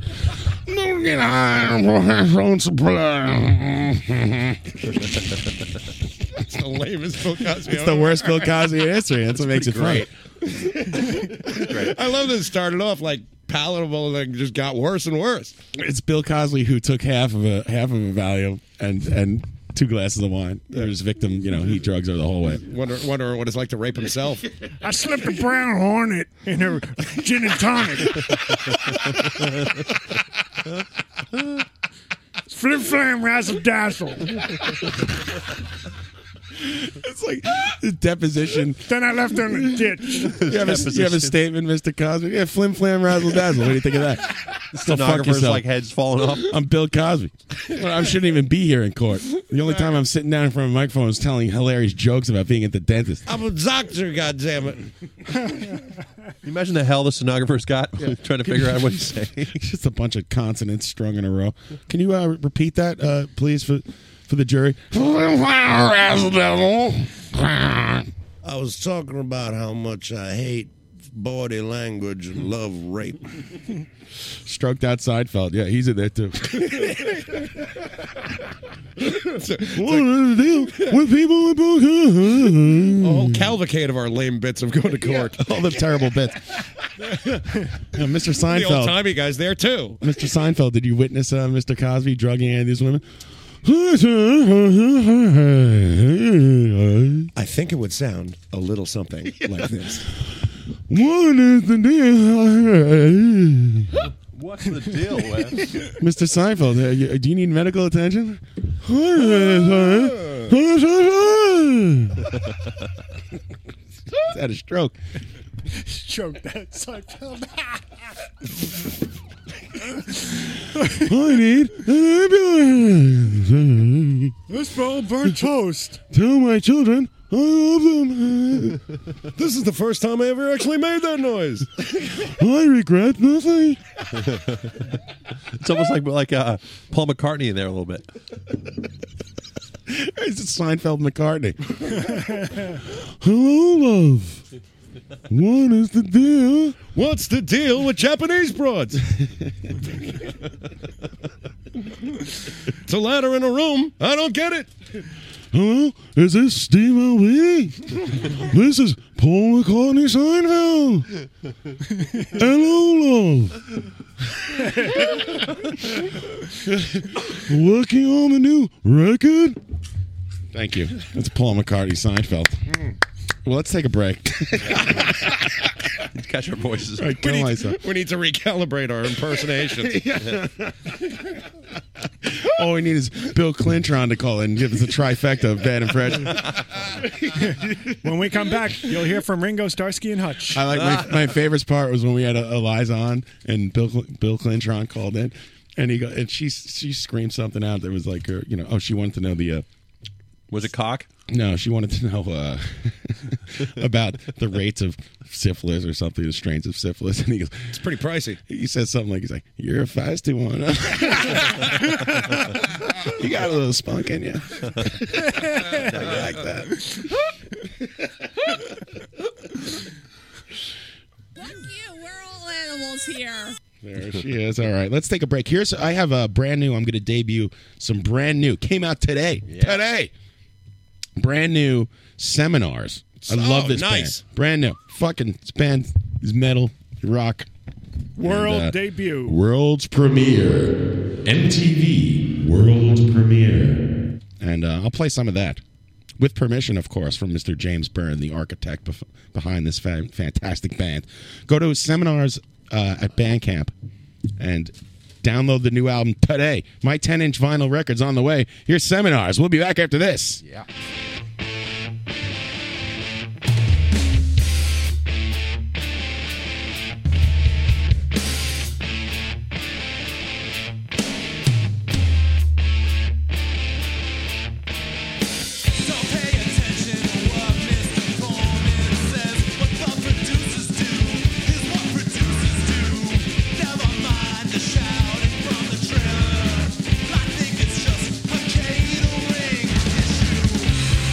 Speaker 2: Don't get high on my own supply.
Speaker 20: It's the lamest Bill Cosby.
Speaker 2: It's
Speaker 20: I've
Speaker 2: the
Speaker 20: ever-
Speaker 2: worst Bill Cosby in history. That's what makes it funny.
Speaker 20: I love that it started off like palatable and then just got worse and worse.
Speaker 2: It's Bill Cosby who took half of a half of a Valium and and two glasses of wine. Or his victim, you know, he drugs her the whole way.
Speaker 20: Wonder, wonder what it's like to rape himself.
Speaker 13: I slipped a brown hornet in her gin and tonic. Flim flam razzle dazzle.
Speaker 2: It's like deposition.
Speaker 13: Then I left her in the ditch.
Speaker 2: You have, a, you have a statement, Mr. Cosby? Yeah, flim flam, razzle dazzle. What do you think of that? Go fuck
Speaker 16: Stenographer's
Speaker 2: yourself.
Speaker 16: like heads falling off.
Speaker 2: I'm Bill Cosby. Well, I shouldn't even be here in court. The only time I'm sitting down in front of a microphone is telling hilarious jokes about being at the dentist.
Speaker 20: I'm a doctor, goddammit.
Speaker 16: you imagine the hell the stenographer's got trying to figure out what he's saying.
Speaker 2: Just a bunch of consonants strung in a row. Can you uh, repeat that, uh, please, for for the jury?
Speaker 17: I was talking about how much I hate body language and love rape.
Speaker 2: Stroked out Seinfeld. Yeah, he's in there too. What is the deal with people with
Speaker 20: A
Speaker 16: Oh,
Speaker 20: whole cavalcade of our lame bits of going to court.
Speaker 2: All the terrible bits. Yeah, Mr.
Speaker 20: The old
Speaker 2: Seinfeld.
Speaker 20: timey guys there too.
Speaker 2: Mr. Seinfeld, did you witness uh, Mr. Cosby drugging any of these women? What
Speaker 20: I think it would sound a little something like this.
Speaker 2: is the deal?
Speaker 16: What's the deal, Wes?
Speaker 2: Mr. Seinfeld, uh, you- do you need medical attention? Had a stroke.
Speaker 13: Choke that Seinfeld.
Speaker 2: I need an ambulance.
Speaker 13: This ball burnt toast.
Speaker 2: Tell my children I love them.
Speaker 20: this is the first time I ever actually made that noise.
Speaker 2: I regret nothing.
Speaker 16: It's almost like like uh, Paul McCartney in there a little bit.
Speaker 2: It's a Seinfeld McCartney. Hello, love. What is the deal?
Speaker 20: What's the deal with Japanese broads? it's a ladder in a room. I don't get it.
Speaker 2: Hello, is this Steve Albini? this is Paul McCartney Seinfeld. Hello, love. Working on the new record. Thank you. That's Paul McCartney Seinfeld. Well, let's take a break.
Speaker 16: Catch our voices.
Speaker 2: All right, kill
Speaker 20: we, need
Speaker 2: myself.
Speaker 20: to, we need to recalibrate our impersonations.
Speaker 2: All we need is Bill Clintron to call in and give us a trifecta of bad impression.
Speaker 13: when we come back, you'll hear from Ringo, Starsky, and Hutch.
Speaker 2: I like my, my favorite part was when we had a, Eliza on and Bill Cl- Bill Clintron called in, and he go, and she she screamed something out that was like her, you know, oh she wanted to know the. Uh,
Speaker 16: Was it cock?
Speaker 2: no, she wanted to know uh, about the rates of syphilis or something, the strains of syphilis. And he goes,
Speaker 20: It's pretty pricey.
Speaker 2: he says something like, he's like, you're a feisty one. huh?" you got a little spunk in you. I like that.
Speaker 4: Fuck you. We're all animals here.
Speaker 2: There she is. All right, let's take a break. Here's I have a brand new. I'm going to debut some brand new. Came out today. Today, brand new seminars. I love
Speaker 20: Oh,
Speaker 2: this
Speaker 20: nice.
Speaker 2: band. Brand new. Fucking this band is metal, rock,
Speaker 13: World
Speaker 2: and, uh,
Speaker 13: debut.
Speaker 2: world's premiere, MTV world premiere, and uh, I'll play some of that with permission, of course, from Mr. James Byrne, the architect bef- behind this fa- fantastic band. Go to seminars uh, at Bandcamp and download the new album today. My 10-inch vinyl record's on the way. Here's seminars. We'll be back after this.
Speaker 16: Yeah.
Speaker 21: Shouting from the trailer, I think it's just a catering issue.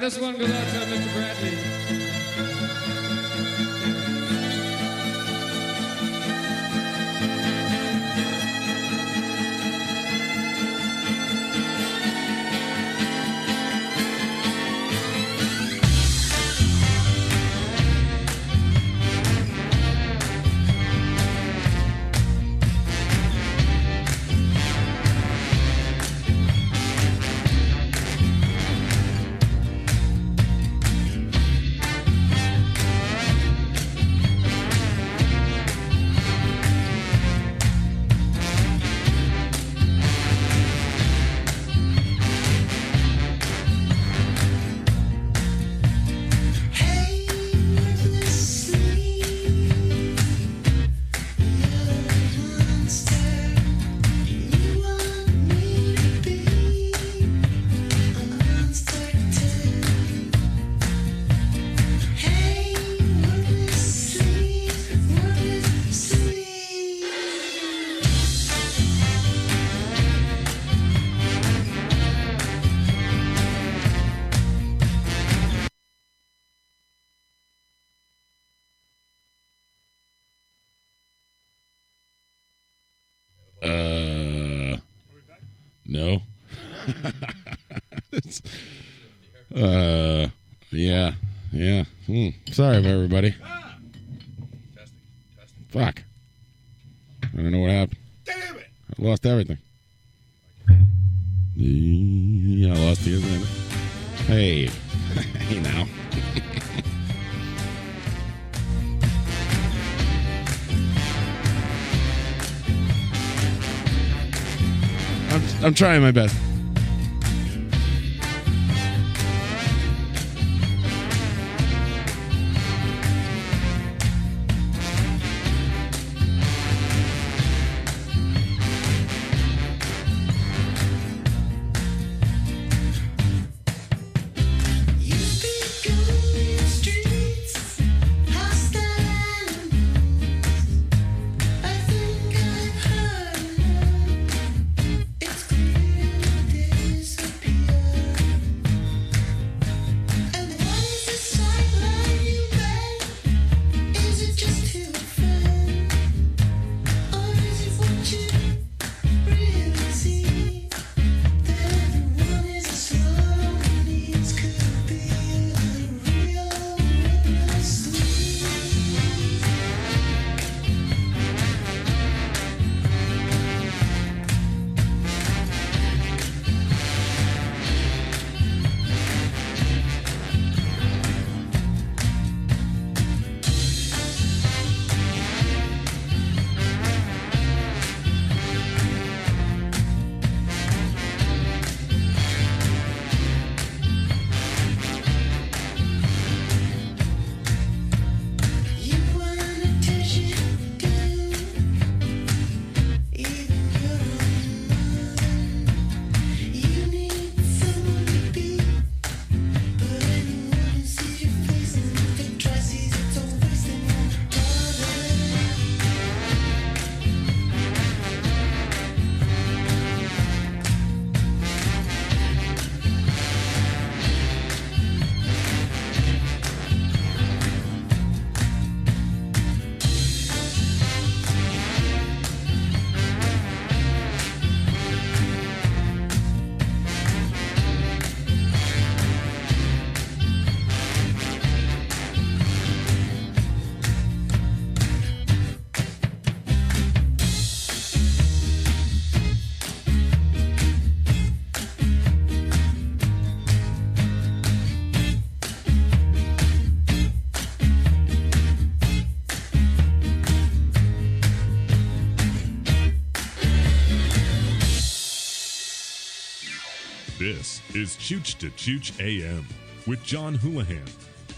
Speaker 10: This one goes out to Mr. Bradley.
Speaker 2: Uh, no. It's- uh, yeah, yeah. Hmm. Sorry, everybody. Fuck. I don't know what happened. Damn it! I lost everything. Yeah, I lost the internet. Hey, hey now. I'm, I'm trying my best.
Speaker 3: This is Chooch to Chooch AM with John Houlihan.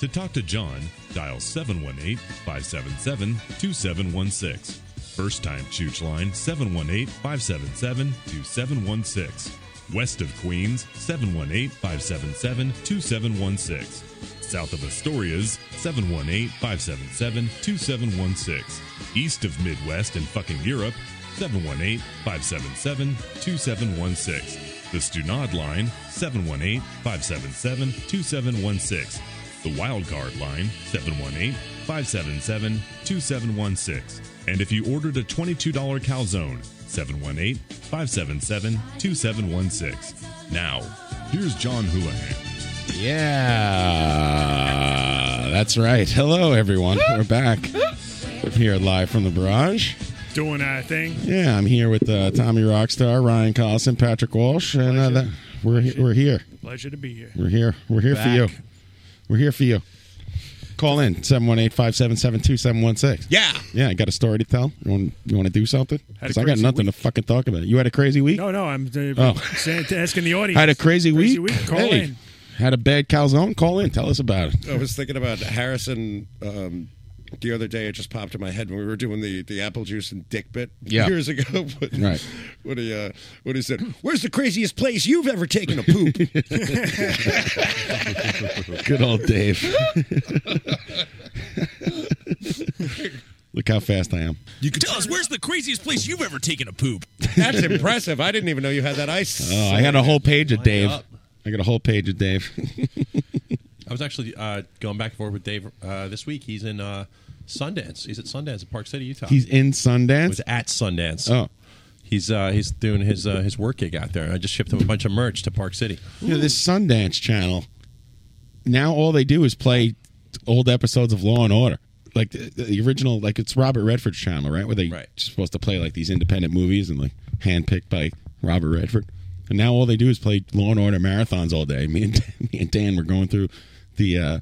Speaker 3: To talk to John, dial 718 577 2716. First time Chooch line 718 577 2716. West of Queens 718 577 2716. South of Astoria's 718 577 2716. East of Midwest and fucking Europe
Speaker 6: 718 577 2716. The Stunod line 718 577 2716. The Wildcard line 718 577 2716. And if you ordered a $22 calzone, 718 577 2716. Now, here's John Houlihan.
Speaker 2: Yeah, that's right. Hello, everyone. We're back here live from the barrage.
Speaker 13: Doing our thing.
Speaker 2: Yeah, I'm here with uh, Tommy Rockstar, Ryan Collison, Patrick Walsh, and uh, that, we're he- we're here.
Speaker 13: Pleasure to be here.
Speaker 2: We're here. We're here for you.
Speaker 13: Back.
Speaker 2: We're here for you. Call in 718-577-2716.
Speaker 13: Yeah.
Speaker 2: Yeah, I got a story to tell. You want you want to do something?
Speaker 13: Had a
Speaker 2: Because I got
Speaker 13: crazy
Speaker 2: nothing to fucking talk about. You had a crazy week?
Speaker 13: No, no, I'm uh,
Speaker 2: Oh.
Speaker 13: saying- asking the audience.
Speaker 2: Had a crazy,
Speaker 13: week. Call
Speaker 2: hey,
Speaker 13: in.
Speaker 2: Had a bad calzone? Call in. Tell us about it.
Speaker 20: I was thinking about Harrison um, the other day. It just popped in my head when we were doing the, the apple juice and dick bit
Speaker 2: Yeah.
Speaker 20: years ago. When,
Speaker 2: Right.
Speaker 20: When he uh, when he said, "Where's the craziest place you've ever taken a poop?"
Speaker 2: Good old Dave. Look how fast I am.
Speaker 11: You can tell us where's the craziest place you've ever taken a poop.
Speaker 20: That's impressive. I didn't even know you had that ice.
Speaker 2: Oh, I had a whole page of
Speaker 16: Line
Speaker 2: Dave.
Speaker 16: up.
Speaker 2: I got a whole page of Dave.
Speaker 16: I was actually uh, going back and forth with Dave uh, this week. He's in uh, Sundance. He's at Sundance in Park City, Utah.
Speaker 2: He's in Sundance.
Speaker 16: was at Sundance.
Speaker 2: Oh.
Speaker 16: He's uh, he's doing his uh, his work gig out there. I just shipped him a bunch of merch to Park City.
Speaker 2: You know, this Sundance channel. Now all they do is play old episodes of Law and Order. Like the, the original, like it's Robert Redford's channel, right? Where they supposed to play like these independent movies and like handpicked by Robert Redford. And now all they do is play Law and Order marathons all day. Me and me and Dan were going through the uh,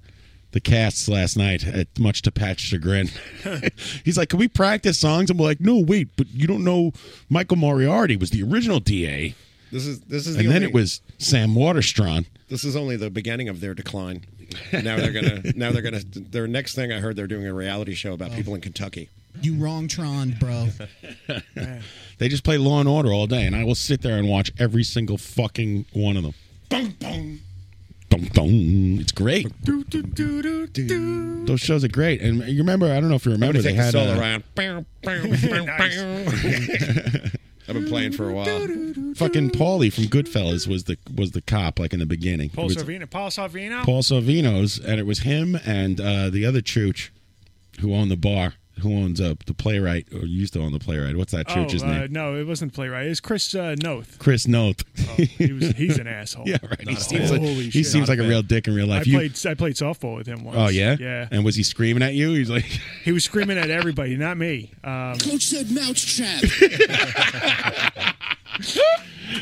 Speaker 2: the casts last night, at much to Pat's chagrin. He's like, "Can we practice songs?" And we're like, "No, wait, but you don't know Michael Moriarty was the original DA."
Speaker 20: This is this is
Speaker 2: and
Speaker 20: the
Speaker 2: then
Speaker 20: only-
Speaker 2: it was Sam Waterstron.
Speaker 20: This is only the beginning of their decline. Now they're gonna. now they're gonna. Their next thing I heard, they're doing a reality show
Speaker 2: Oh.
Speaker 20: about people in Kentucky.
Speaker 8: You wrong Tron, bro.
Speaker 2: They just play Law and Order all day, and I will sit there and watch every single fucking one of them.
Speaker 20: Boom, boom.
Speaker 2: Dum, dum. It's great. Those shows are great. And you remember, I don't know if you
Speaker 20: I'm
Speaker 2: remember,
Speaker 20: gonna
Speaker 2: they
Speaker 20: take the
Speaker 2: had
Speaker 20: solo
Speaker 2: uh,
Speaker 20: round. I've been playing for a while.
Speaker 2: fucking Paulie from Goodfellas was the was the cop like in the beginning.
Speaker 13: Paul
Speaker 2: It was
Speaker 13: Sorvino. Paul Sorvino.
Speaker 2: Paul Salvino's, and it was him and uh, the other chooch who owned the bar, who owns uh, the playwright or used to own the playwright. What's that
Speaker 13: Oh,
Speaker 2: chooch's
Speaker 13: uh,
Speaker 2: name?
Speaker 13: no, it wasn't playwright. It was Chris uh, Noth. Oh,
Speaker 2: Chris Noth.
Speaker 13: he was, he's an asshole.
Speaker 2: yeah, right. He
Speaker 13: Not
Speaker 2: seems
Speaker 13: a-
Speaker 2: like,
Speaker 13: Holy
Speaker 2: he
Speaker 13: shit.
Speaker 2: seems like a
Speaker 13: Not
Speaker 2: real
Speaker 13: bad.
Speaker 2: dick in real life.
Speaker 13: I
Speaker 2: You-
Speaker 13: played I played softball with him once.
Speaker 2: Oh yeah,
Speaker 13: yeah.
Speaker 2: And was he screaming at you? He's like,
Speaker 13: He was screaming at everybody, not me. Um,
Speaker 8: Coach said mousetrap.
Speaker 13: he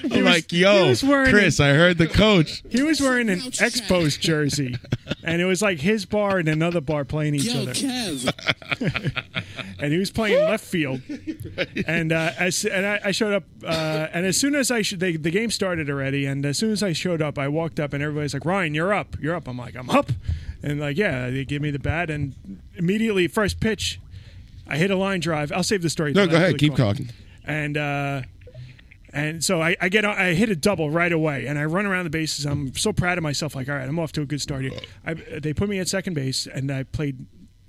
Speaker 2: I'm
Speaker 13: was-
Speaker 2: like, yo,
Speaker 13: he was wearing
Speaker 2: Chris, I heard the coach.
Speaker 13: He was wearing an Expos jersey, and it was like his bar and another bar playing each
Speaker 8: Yo,
Speaker 13: other.
Speaker 8: Kev.
Speaker 13: and he was playing left field, and uh, as, and I, I showed up, uh, and as soon as I sh- they, the game started already, and as soon as I showed up, I walked up, and everybody's like, "Ryan, you're up, you're up." I'm like, "I'm up," and like, yeah, they give me the bat, and immediately first pitch, I hit a line drive. I'll save the story.
Speaker 2: No,
Speaker 13: till
Speaker 2: go
Speaker 13: after
Speaker 2: ahead,
Speaker 13: the
Speaker 2: keep
Speaker 13: call.
Speaker 2: talking.
Speaker 13: And uh, and so I, I get on- I hit a double right away, and I run around the bases. I'm so proud of myself. Like, all right, I'm off to a good start here. I, they put me at second base, and I played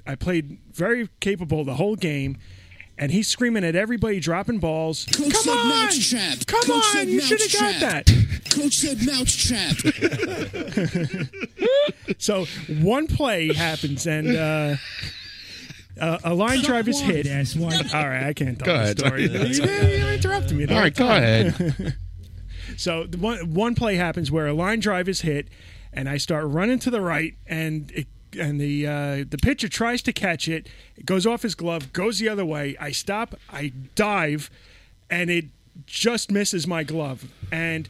Speaker 13: I played very capable the whole game. And he's screaming at everybody, dropping balls.
Speaker 8: Coach
Speaker 13: Come
Speaker 8: said
Speaker 13: on!
Speaker 8: mousetrap.
Speaker 13: Come
Speaker 8: Coach
Speaker 13: on!
Speaker 8: said
Speaker 13: You should have got
Speaker 8: mousetrap.
Speaker 13: that.
Speaker 8: Coach said mousetrap.
Speaker 13: So one play happens, and uh, a, a line drive is hit. All right, I can't tell
Speaker 2: Go
Speaker 13: the
Speaker 2: ahead.
Speaker 13: story.
Speaker 2: That's
Speaker 13: you,
Speaker 2: okay.
Speaker 13: you interrupted me. the
Speaker 2: All
Speaker 13: whole
Speaker 2: right, go
Speaker 13: time.
Speaker 2: ahead.
Speaker 13: so the one one play happens where a line drive is hit, and I start running to the right, and it. And the uh, the pitcher tries to catch it. It goes off his glove, goes the other way. I stop, I dive, and it just misses my glove. And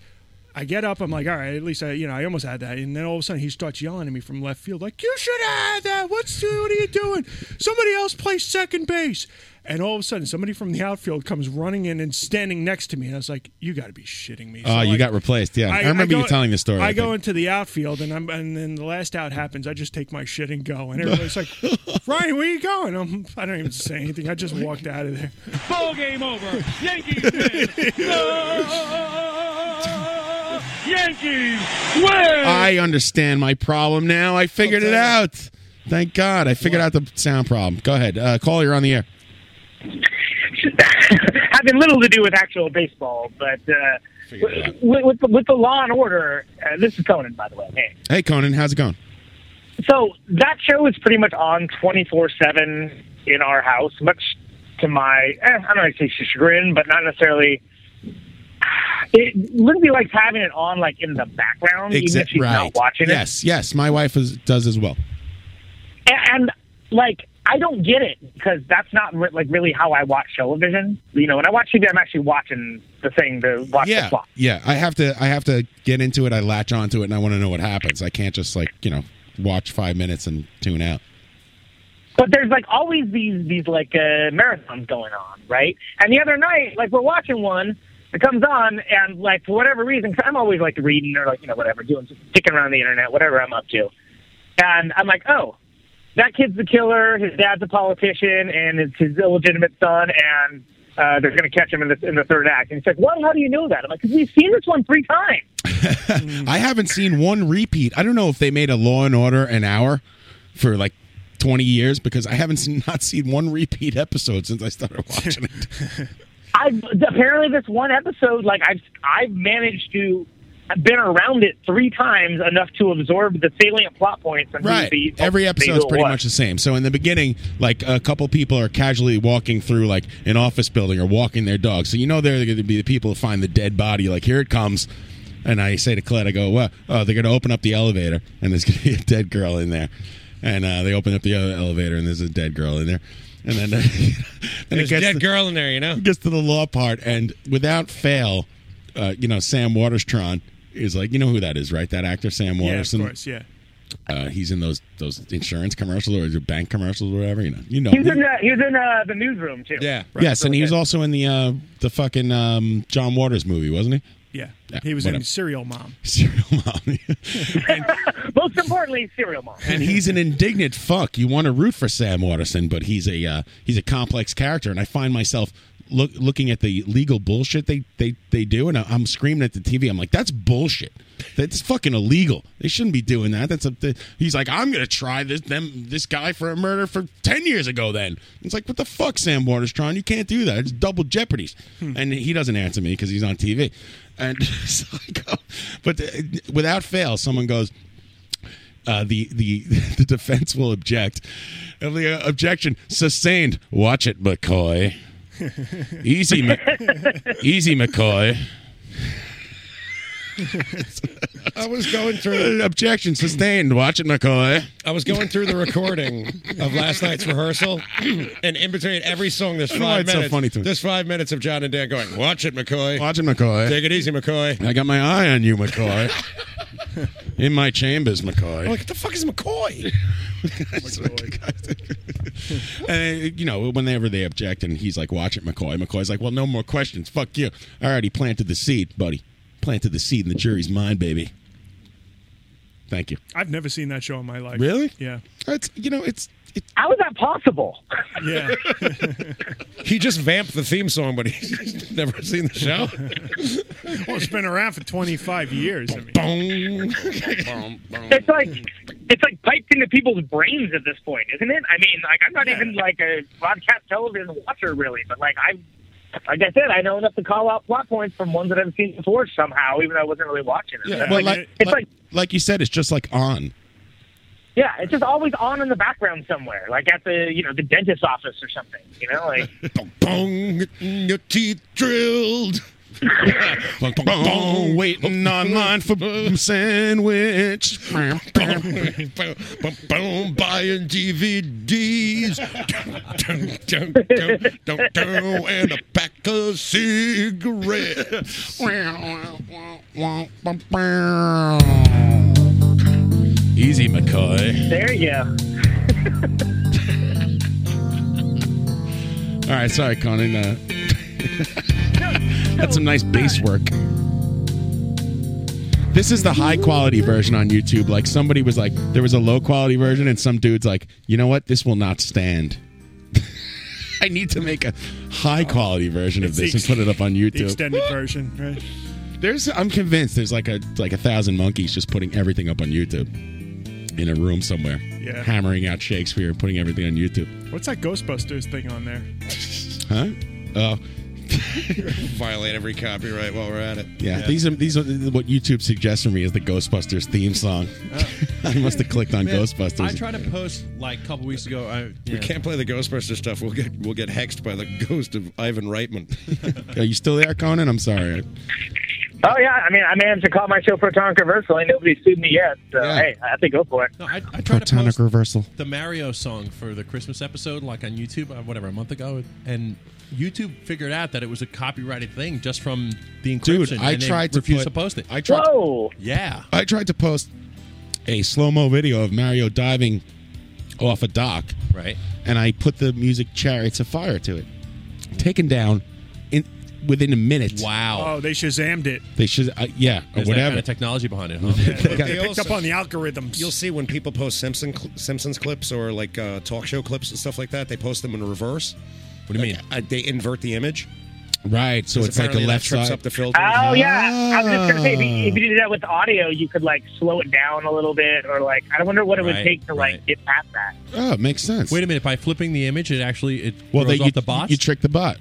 Speaker 13: I get up. I'm like, all right, at least I, you know, I almost had that. And then all of a sudden, he starts yelling at me from left field, like, you should have had that. What's what are you doing? Somebody else plays second base. And all of a sudden, somebody from the outfield comes running in and standing next to me. And I was like, you got to be shitting me.
Speaker 2: Oh, you got replaced. Yeah, I, remember
Speaker 13: go-
Speaker 2: you telling this story.
Speaker 13: I,
Speaker 2: I
Speaker 13: go
Speaker 2: think.
Speaker 13: into the outfield, and I'm, and then the last out happens. I just take my shit and go, and everybody's like, "Ryan, where you going?" I'm, I don't even say anything. I just walked out of there.
Speaker 21: Ball game over. Yankees win. No! Yankees win.
Speaker 2: I understand my problem now. I figured it out. Thank God, I figured out the sound problem. Go ahead, uh, call. You're on the air.
Speaker 10: having little to do with actual baseball, but uh,
Speaker 2: it
Speaker 10: w- with, with, the, with the Law and Order, uh, this is Conan, by the way. Hey.
Speaker 2: Hey, Conan, how's it going?
Speaker 10: So that show is pretty much on 24 7 in our house, much to my, eh, I don't want to say chagrin, but not necessarily. It wouldn't be like having it on like in the background, even if
Speaker 2: Exactly.
Speaker 10: she's not watching it.
Speaker 2: yes, yes. My wife is, does as well.
Speaker 10: and, and like I don't get it because that's not re- like really how I watch television. You know, when I watch TV, I'm actually watching the thing to watch the
Speaker 2: Yeah,
Speaker 10: clock.
Speaker 2: yeah. I have to. I have to get into it. I latch onto it, and I want to know what happens. I can't just like you know watch five minutes and tune out.
Speaker 10: But there's like always these these like uh, marathons going on, right? And the other night, like we're watching one, it comes on, and like for whatever reason, i I'm always like reading or like you know whatever, doing sticking around the internet, whatever I'm up to, and I'm like, oh, that kid's the killer. His dad's a politician, and it's his illegitimate son, and uh, they're going to catch him in the in the third act. And he's like, well, how do you know that? I'm like, because we've seen this one three times.
Speaker 2: I haven't seen one repeat. I don't know if they made a Law and Order an hour for like twenty years because I haven't seen, not seen one repeat episode since I started watching it.
Speaker 10: I've apparently this one episode, like I've I've managed to I've been around it three times enough to absorb the salient plot points. And who
Speaker 2: Right.
Speaker 10: the-
Speaker 20: Oh,
Speaker 2: Every
Speaker 10: they
Speaker 2: episode's
Speaker 10: were
Speaker 2: pretty
Speaker 10: what.
Speaker 2: much the same. So in the beginning, like a couple people are casually walking through like an office building or walking their dog. So you know they're going to be the people who find the dead body. Like here it comes. And I say to Colette, I go, "Well, oh, they're going to open up the elevator, and there's going to be a dead girl in there." And uh, they open up the other elevator, and there's a dead girl in there. And then, uh, then it
Speaker 20: There's a
Speaker 2: gets
Speaker 20: dead
Speaker 2: to-
Speaker 20: girl in there, you know.
Speaker 2: it gets to the law part, and without fail, uh, you know Sam Waterstron is like, you know who that is, right? That actor Sam
Speaker 13: Yeah, of
Speaker 2: Waterston.
Speaker 13: course. Yeah.
Speaker 2: Uh, he's in those those insurance commercials or your bank commercials or whatever. You know, you know.
Speaker 10: He was in the, he was in uh, the newsroom too.
Speaker 2: yeah. Yes, and he was also in the uh, the fucking um, John Waters movie, wasn't he?
Speaker 13: Yeah.
Speaker 2: Yeah,
Speaker 13: He was in
Speaker 2: whatever.
Speaker 13: Serial Mom.
Speaker 2: Serial mom.
Speaker 10: Most importantly, serial mom.
Speaker 2: and he's an indignant fuck. You want to root for Sam Waterson, but he's a uh, he's a complex character, and I find myself look, looking at the legal bullshit they they they do, and I- I'm screaming at the TV. I'm like, that's bullshit. That's fucking illegal. They shouldn't be doing that. That's a. th- He's like, I'm gonna try this them this guy for a murder for ten years ago. Then it's like, what the fuck, Sam Waterstron? You can't do that. It's double jeopardy. And he doesn't answer me because he's on TV. And so I go, but uh, without fail, someone goes, uh, the the the defense will object. And the uh, objection sustained. Watch it, McCoy. Easy, Ma- easy, McCoy.
Speaker 20: I was going
Speaker 2: Uh,
Speaker 20: through.
Speaker 2: objection sustained. Watch it, McCoy.
Speaker 20: I was going through the recording of last night's rehersal, and in between every song, there's
Speaker 2: I don't know why
Speaker 20: five
Speaker 2: it's so
Speaker 20: minutes.
Speaker 2: funny to me.
Speaker 20: there's five minutes of John and Dan going, "Watch it, McCoy.
Speaker 2: Watch it, McCoy.
Speaker 20: Take it easy, McCoy."
Speaker 2: I got my eye on you, McCoy. In my chambers, McCoy.
Speaker 20: I'm like, "What the fuck is McCoy?"
Speaker 2: And uh, you know, whenever they object, and he's like, "Watch it, McCoy." McCoy's like, "Well, no more questions. Fuck you. I already planted the seed, buddy. Planted the seed in the jury's mind, baby." Thank you.
Speaker 13: I've never seen that show in my life.
Speaker 2: Really?
Speaker 13: Yeah.
Speaker 2: It's you know it's. It,
Speaker 10: How is that possible?
Speaker 13: Yeah.
Speaker 20: He just vamped the theme song, but he's never seen the show.
Speaker 13: well, it's been around for 25 years. I mean.
Speaker 10: It's like it's like piped into people's brains at this point, isn't it? I mean, like I'm not even like a broadcast television watcher really, but like I, like I said, I know enough to call out plot points from ones that I've seen before somehow, even though I wasn't really watching it.
Speaker 2: Yeah,
Speaker 10: It's
Speaker 2: well,
Speaker 10: like-
Speaker 2: like,
Speaker 10: it's
Speaker 2: like,
Speaker 10: like
Speaker 2: like you said, it's just like on.
Speaker 10: yeah, it's just always on in the background somewhere, like at the you know the dentist's office or something. You know, like
Speaker 20: Bong, getting your teeth drilled.
Speaker 2: Bong, waiting online for sandwich. Bong,
Speaker 20: bong, buying DVDs. Dun, dun, dun, dun, dun, dun, and a pack of cigarettes.
Speaker 2: Easy, McCoy.
Speaker 10: there you go.
Speaker 2: All right, sorry, Conan. Uh, that's some nice bass work. This is the high quality version on YouTube. Like somebody was like, there was a low quality version, and some dude's like, you know what? This will not stand. I need to make a high quality version of this and put it up on
Speaker 13: The
Speaker 2: YouTube.
Speaker 13: extended version, right?
Speaker 2: There's, I'm convinced there's like a like a thousand monkeys just putting everything up on YouTube in a room somewhere,
Speaker 13: Yeah.
Speaker 2: hammering out Shakespeare and putting everything on YouTube.
Speaker 13: What's that Ghostbusters thing on there?
Speaker 2: Huh? Oh,
Speaker 20: Violate every copyright while we're at it.
Speaker 2: Yeah, these are these are what YouTube suggests for me is the Ghostbusters theme song. I must have clicked on
Speaker 16: Oh. Man,
Speaker 2: Ghostbusters.
Speaker 16: I tried to post like a couple weeks ago. I,
Speaker 20: We can't play the Ghostbuster stuff. We'll get we'll get hexed by the ghost of Ivan Reitman.
Speaker 2: Are you still there, Conan? I'm sorry.
Speaker 10: Oh yeah, I mean, I managed to call my show Proton Conversely. Nobody's sued me yet, so hey, I think go for it.
Speaker 16: I tried to
Speaker 2: Protonic
Speaker 16: post
Speaker 2: reversal.
Speaker 16: the Mario song for the Christmas episode, like on YouTube, uh, whatever, a month ago, and YouTube figured out that it was a copyrighted thing just from the encryption.
Speaker 2: Dude, I
Speaker 16: and they
Speaker 2: tried to
Speaker 16: refused
Speaker 2: put-
Speaker 16: to post it.
Speaker 2: I tried.
Speaker 10: Whoa!
Speaker 16: yeah,
Speaker 2: I tried to post a slow mo video of Mario diving off a dock.
Speaker 16: Right.
Speaker 2: And I put the music Chariots of Fire to it. Taken down in within a minute.
Speaker 13: Oh, they shazammed it.
Speaker 2: They should, uh, yeah, or
Speaker 16: There's that
Speaker 2: whatever.
Speaker 16: kind of technology behind it,
Speaker 13: They,
Speaker 16: huh?
Speaker 13: picked
Speaker 20: also-
Speaker 13: up on the algorithms.
Speaker 20: You'll see when people post Simpson cl- Simpsons clips or like uh, talk show clips and stuff like that. They post them in reverse.
Speaker 16: What do you mean?
Speaker 20: Uh, they invert the image.
Speaker 2: Right, so
Speaker 20: 'Cause
Speaker 2: it's like a
Speaker 20: apparently that
Speaker 2: left
Speaker 20: trips
Speaker 2: side.
Speaker 20: up the filter.
Speaker 10: Oh yeah, I was just gonna say if you, if you did that with audio, you could like slow it down a little bit, or like I wonder what it would
Speaker 16: Right,
Speaker 10: take to like get past that.
Speaker 2: Oh, it makes sense.
Speaker 16: Wait a minute. By flipping the image, it actually it
Speaker 2: Well,
Speaker 16: throws
Speaker 2: they, you,
Speaker 16: off the bots.
Speaker 2: you trick the bot.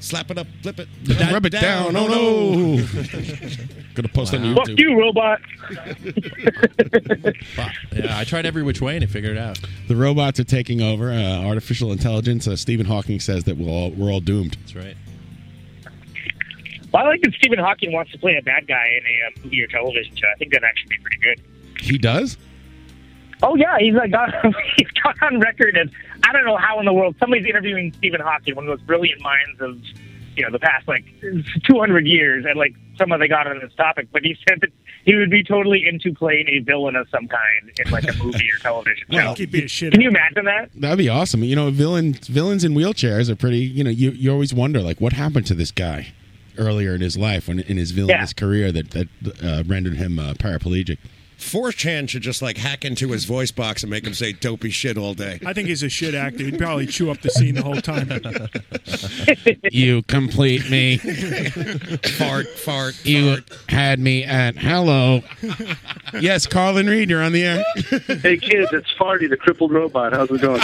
Speaker 20: Slap it up, flip it,
Speaker 2: Rub, it down. Oh no! Gonna post on
Speaker 10: Fuck
Speaker 2: YouTube.
Speaker 10: you, robot.
Speaker 16: yeah, I tried every which way and it figured it out.
Speaker 2: The robots are taking over. Uh, artificial intelligence. Uh, Stephen Hawking says that we're all we're all doomed.
Speaker 16: That's right.
Speaker 10: Well, I like that Stephen Hawking wants to play a bad guy in a uh, movie or television show. I think that'd actually be pretty good.
Speaker 2: He does.
Speaker 10: Oh yeah, he's like got, he's got on record, and I don't know how in the world somebody's interviewing Stephen Hawking, one of those brilliant minds of you know the past like 200 years, and like somehow they got on this topic. But he said that he would be totally into playing a villain of some kind in like a movie or television.
Speaker 2: Well,
Speaker 10: show.
Speaker 2: he'd be a shit
Speaker 10: Can you imagine that?
Speaker 2: That'd be awesome. You know, villains villains in wheelchairs are pretty. You know, you, you always wonder like what happened to this guy earlier in his life when in his villainous career that that uh, rendered him uh, paraplegic.
Speaker 20: 4chan should just like hack into his voice box and make him say dopey shit all day.
Speaker 13: I think he's a shit actor. He'd probably chew up the scene the whole time.
Speaker 2: You complete me.
Speaker 20: fart, fart.
Speaker 2: You had me at hello. yes, Carlin Reed, you're on the air.
Speaker 7: hey kids, it's Farty, the crippled robot. How's it going?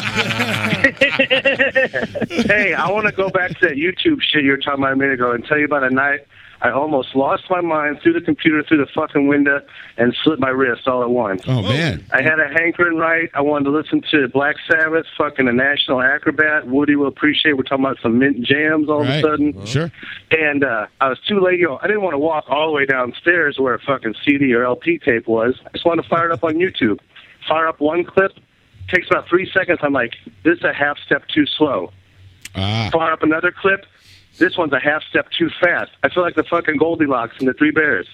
Speaker 7: hey, I want to go back to that YouTube shit you were talking about a minute ago and tell you about a night I almost lost my mind through the computer, through the fucking window, and slipped my wrist all at once.
Speaker 2: Oh man,
Speaker 7: I had a hankering right. I wanted to listen to Black Sabbath, fucking the National Acrobat. Woody will appreciate. We're talking about some mint jams all
Speaker 2: Right.
Speaker 7: of a sudden.
Speaker 2: Sure.
Speaker 7: And uh, I was too late. You know, I didn't want to walk all the way downstairs where a fucking CD or LP tape was. I just wanted to fire it up on YouTube. Fire up one clip. Takes about three seconds. I'm like, this is a half step too slow.
Speaker 2: Ah.
Speaker 7: Fire up another clip. This one's a half step too fast. I feel like the fucking Goldilocks and the Three Bears.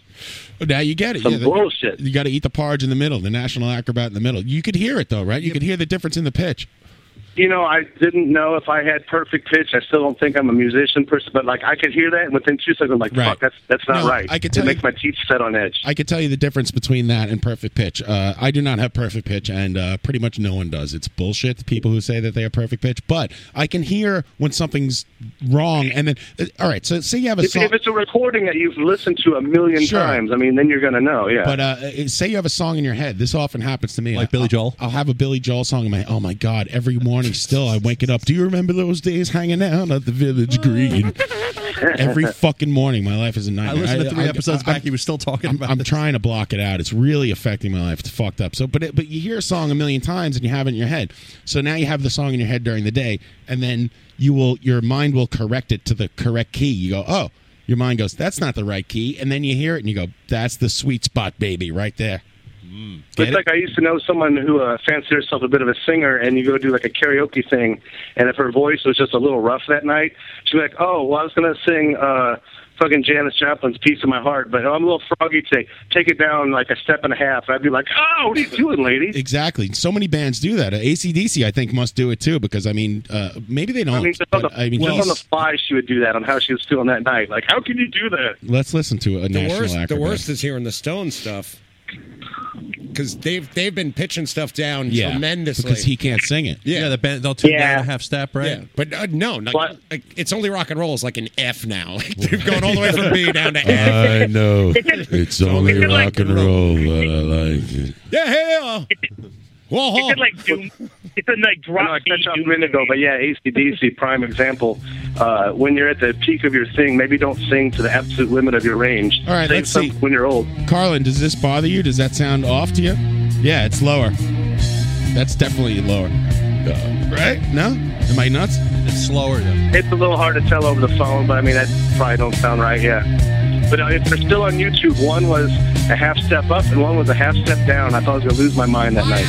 Speaker 2: Now you get it.
Speaker 7: Some
Speaker 2: the-
Speaker 7: bullshit.
Speaker 2: You got to eat the parge in the middle, the national acrobat in the middle. You could hear it though, right? You could hear the difference in the pitch.
Speaker 7: you know, I didn't know if I had perfect pitch. I still don't think I'm a musician person, but like I could hear that, and within two seconds, I'm like,
Speaker 2: Right.
Speaker 7: fuck, that's that's not
Speaker 2: No,
Speaker 7: right.
Speaker 2: I could
Speaker 7: it
Speaker 2: tell
Speaker 7: makes my teeth set on edge.
Speaker 2: I could tell you the difference between that and perfect pitch. Uh, I do not have perfect pitch, and uh, pretty much no one does. It's bullshit. The people who say that they have perfect pitch, but I can hear when something's wrong. And then, uh, all right. So say you have a
Speaker 7: If,
Speaker 2: song.
Speaker 7: if it's a recording that you've listened to a million
Speaker 2: Sure.
Speaker 7: times, I mean, then you're gonna know. Yeah.
Speaker 2: But uh, say you have a song in your head. This often happens to me. Like Billy Joel. I'll have a Billy Joel song in my. Oh my God! Every morning, still I wake it up. Do you remember those days hanging out at the village green? Every fucking morning, my life is a nightmare.
Speaker 16: I listened to three episodes back.
Speaker 2: he was still talking I'm, about. I'm trying to block it out. It's really affecting my life. It's fucked up. So, but it, but you hear a song a million times and you have it in your head. So now you have the song in your head during the day, and then you will your mind will correct it to the correct key. You go, oh, your mind goes, that's not the right key, and then you hear it and you go, that's the sweet spot, baby, right there.
Speaker 7: It's like I used to know someone who uh, fancied herself a bit of a singer, and you go do like a karaoke thing, and if her voice was just a little rough that night, she'd be like, "Oh, well, I was gonna sing uh, fucking Janis Joplin's "Piece of My Heart," but oh, I'm a little froggy today. Take it down like a step and a half." I'd be like, "Oh, what are you doing, lady?"
Speaker 2: Exactly. So many bands do that. Uh, ACDC, I think, must do it too because I mean, uh, maybe they don't.
Speaker 7: I mean, just on
Speaker 2: but,
Speaker 7: the,
Speaker 2: I mean,
Speaker 7: just on the
Speaker 2: he's-
Speaker 7: fly, she would do that on how she was feeling that night. Like, how can you do that?
Speaker 2: let's listen to a
Speaker 20: the
Speaker 2: national
Speaker 20: worst,
Speaker 2: acrobat.
Speaker 20: the worst is hearing the Stone stuff because they've they've been pitching stuff down
Speaker 2: Yeah,
Speaker 20: tremendously
Speaker 2: because he can't sing it.
Speaker 20: Yeah,
Speaker 16: the band they'll tune
Speaker 20: Yeah.
Speaker 16: down a half step, right?
Speaker 20: Yeah, but uh, no, like, like, it's only rock and roll is like an F now. Like, they've gone all the way from B down to F.
Speaker 2: I know it's only
Speaker 20: It's like-
Speaker 2: rock and roll that I like.
Speaker 20: Yeah, hell. Whoa,
Speaker 7: It did like doom.
Speaker 10: it's a like
Speaker 7: I
Speaker 10: drop.
Speaker 7: know I cut you off a minute ago, but yeah, ACDC, prime example. Uh, when you're at the peak of your thing, maybe don't sing to the absolute limit of your range.
Speaker 2: All right,
Speaker 7: Save
Speaker 2: let's
Speaker 7: some
Speaker 2: see.
Speaker 7: When you're old.
Speaker 2: Carlin, does this bother you? Does that sound off to you? Yeah, it's lower. That's definitely lower. Uh, right? No? Am I nuts?
Speaker 16: It's slower, though.
Speaker 7: It's a little hard to tell over the phone, but I mean, that probably don't sound right, yeah. But uh, if they're still on YouTube, one was a half step up and one was a half step down. I thought I was going to lose my mind that night.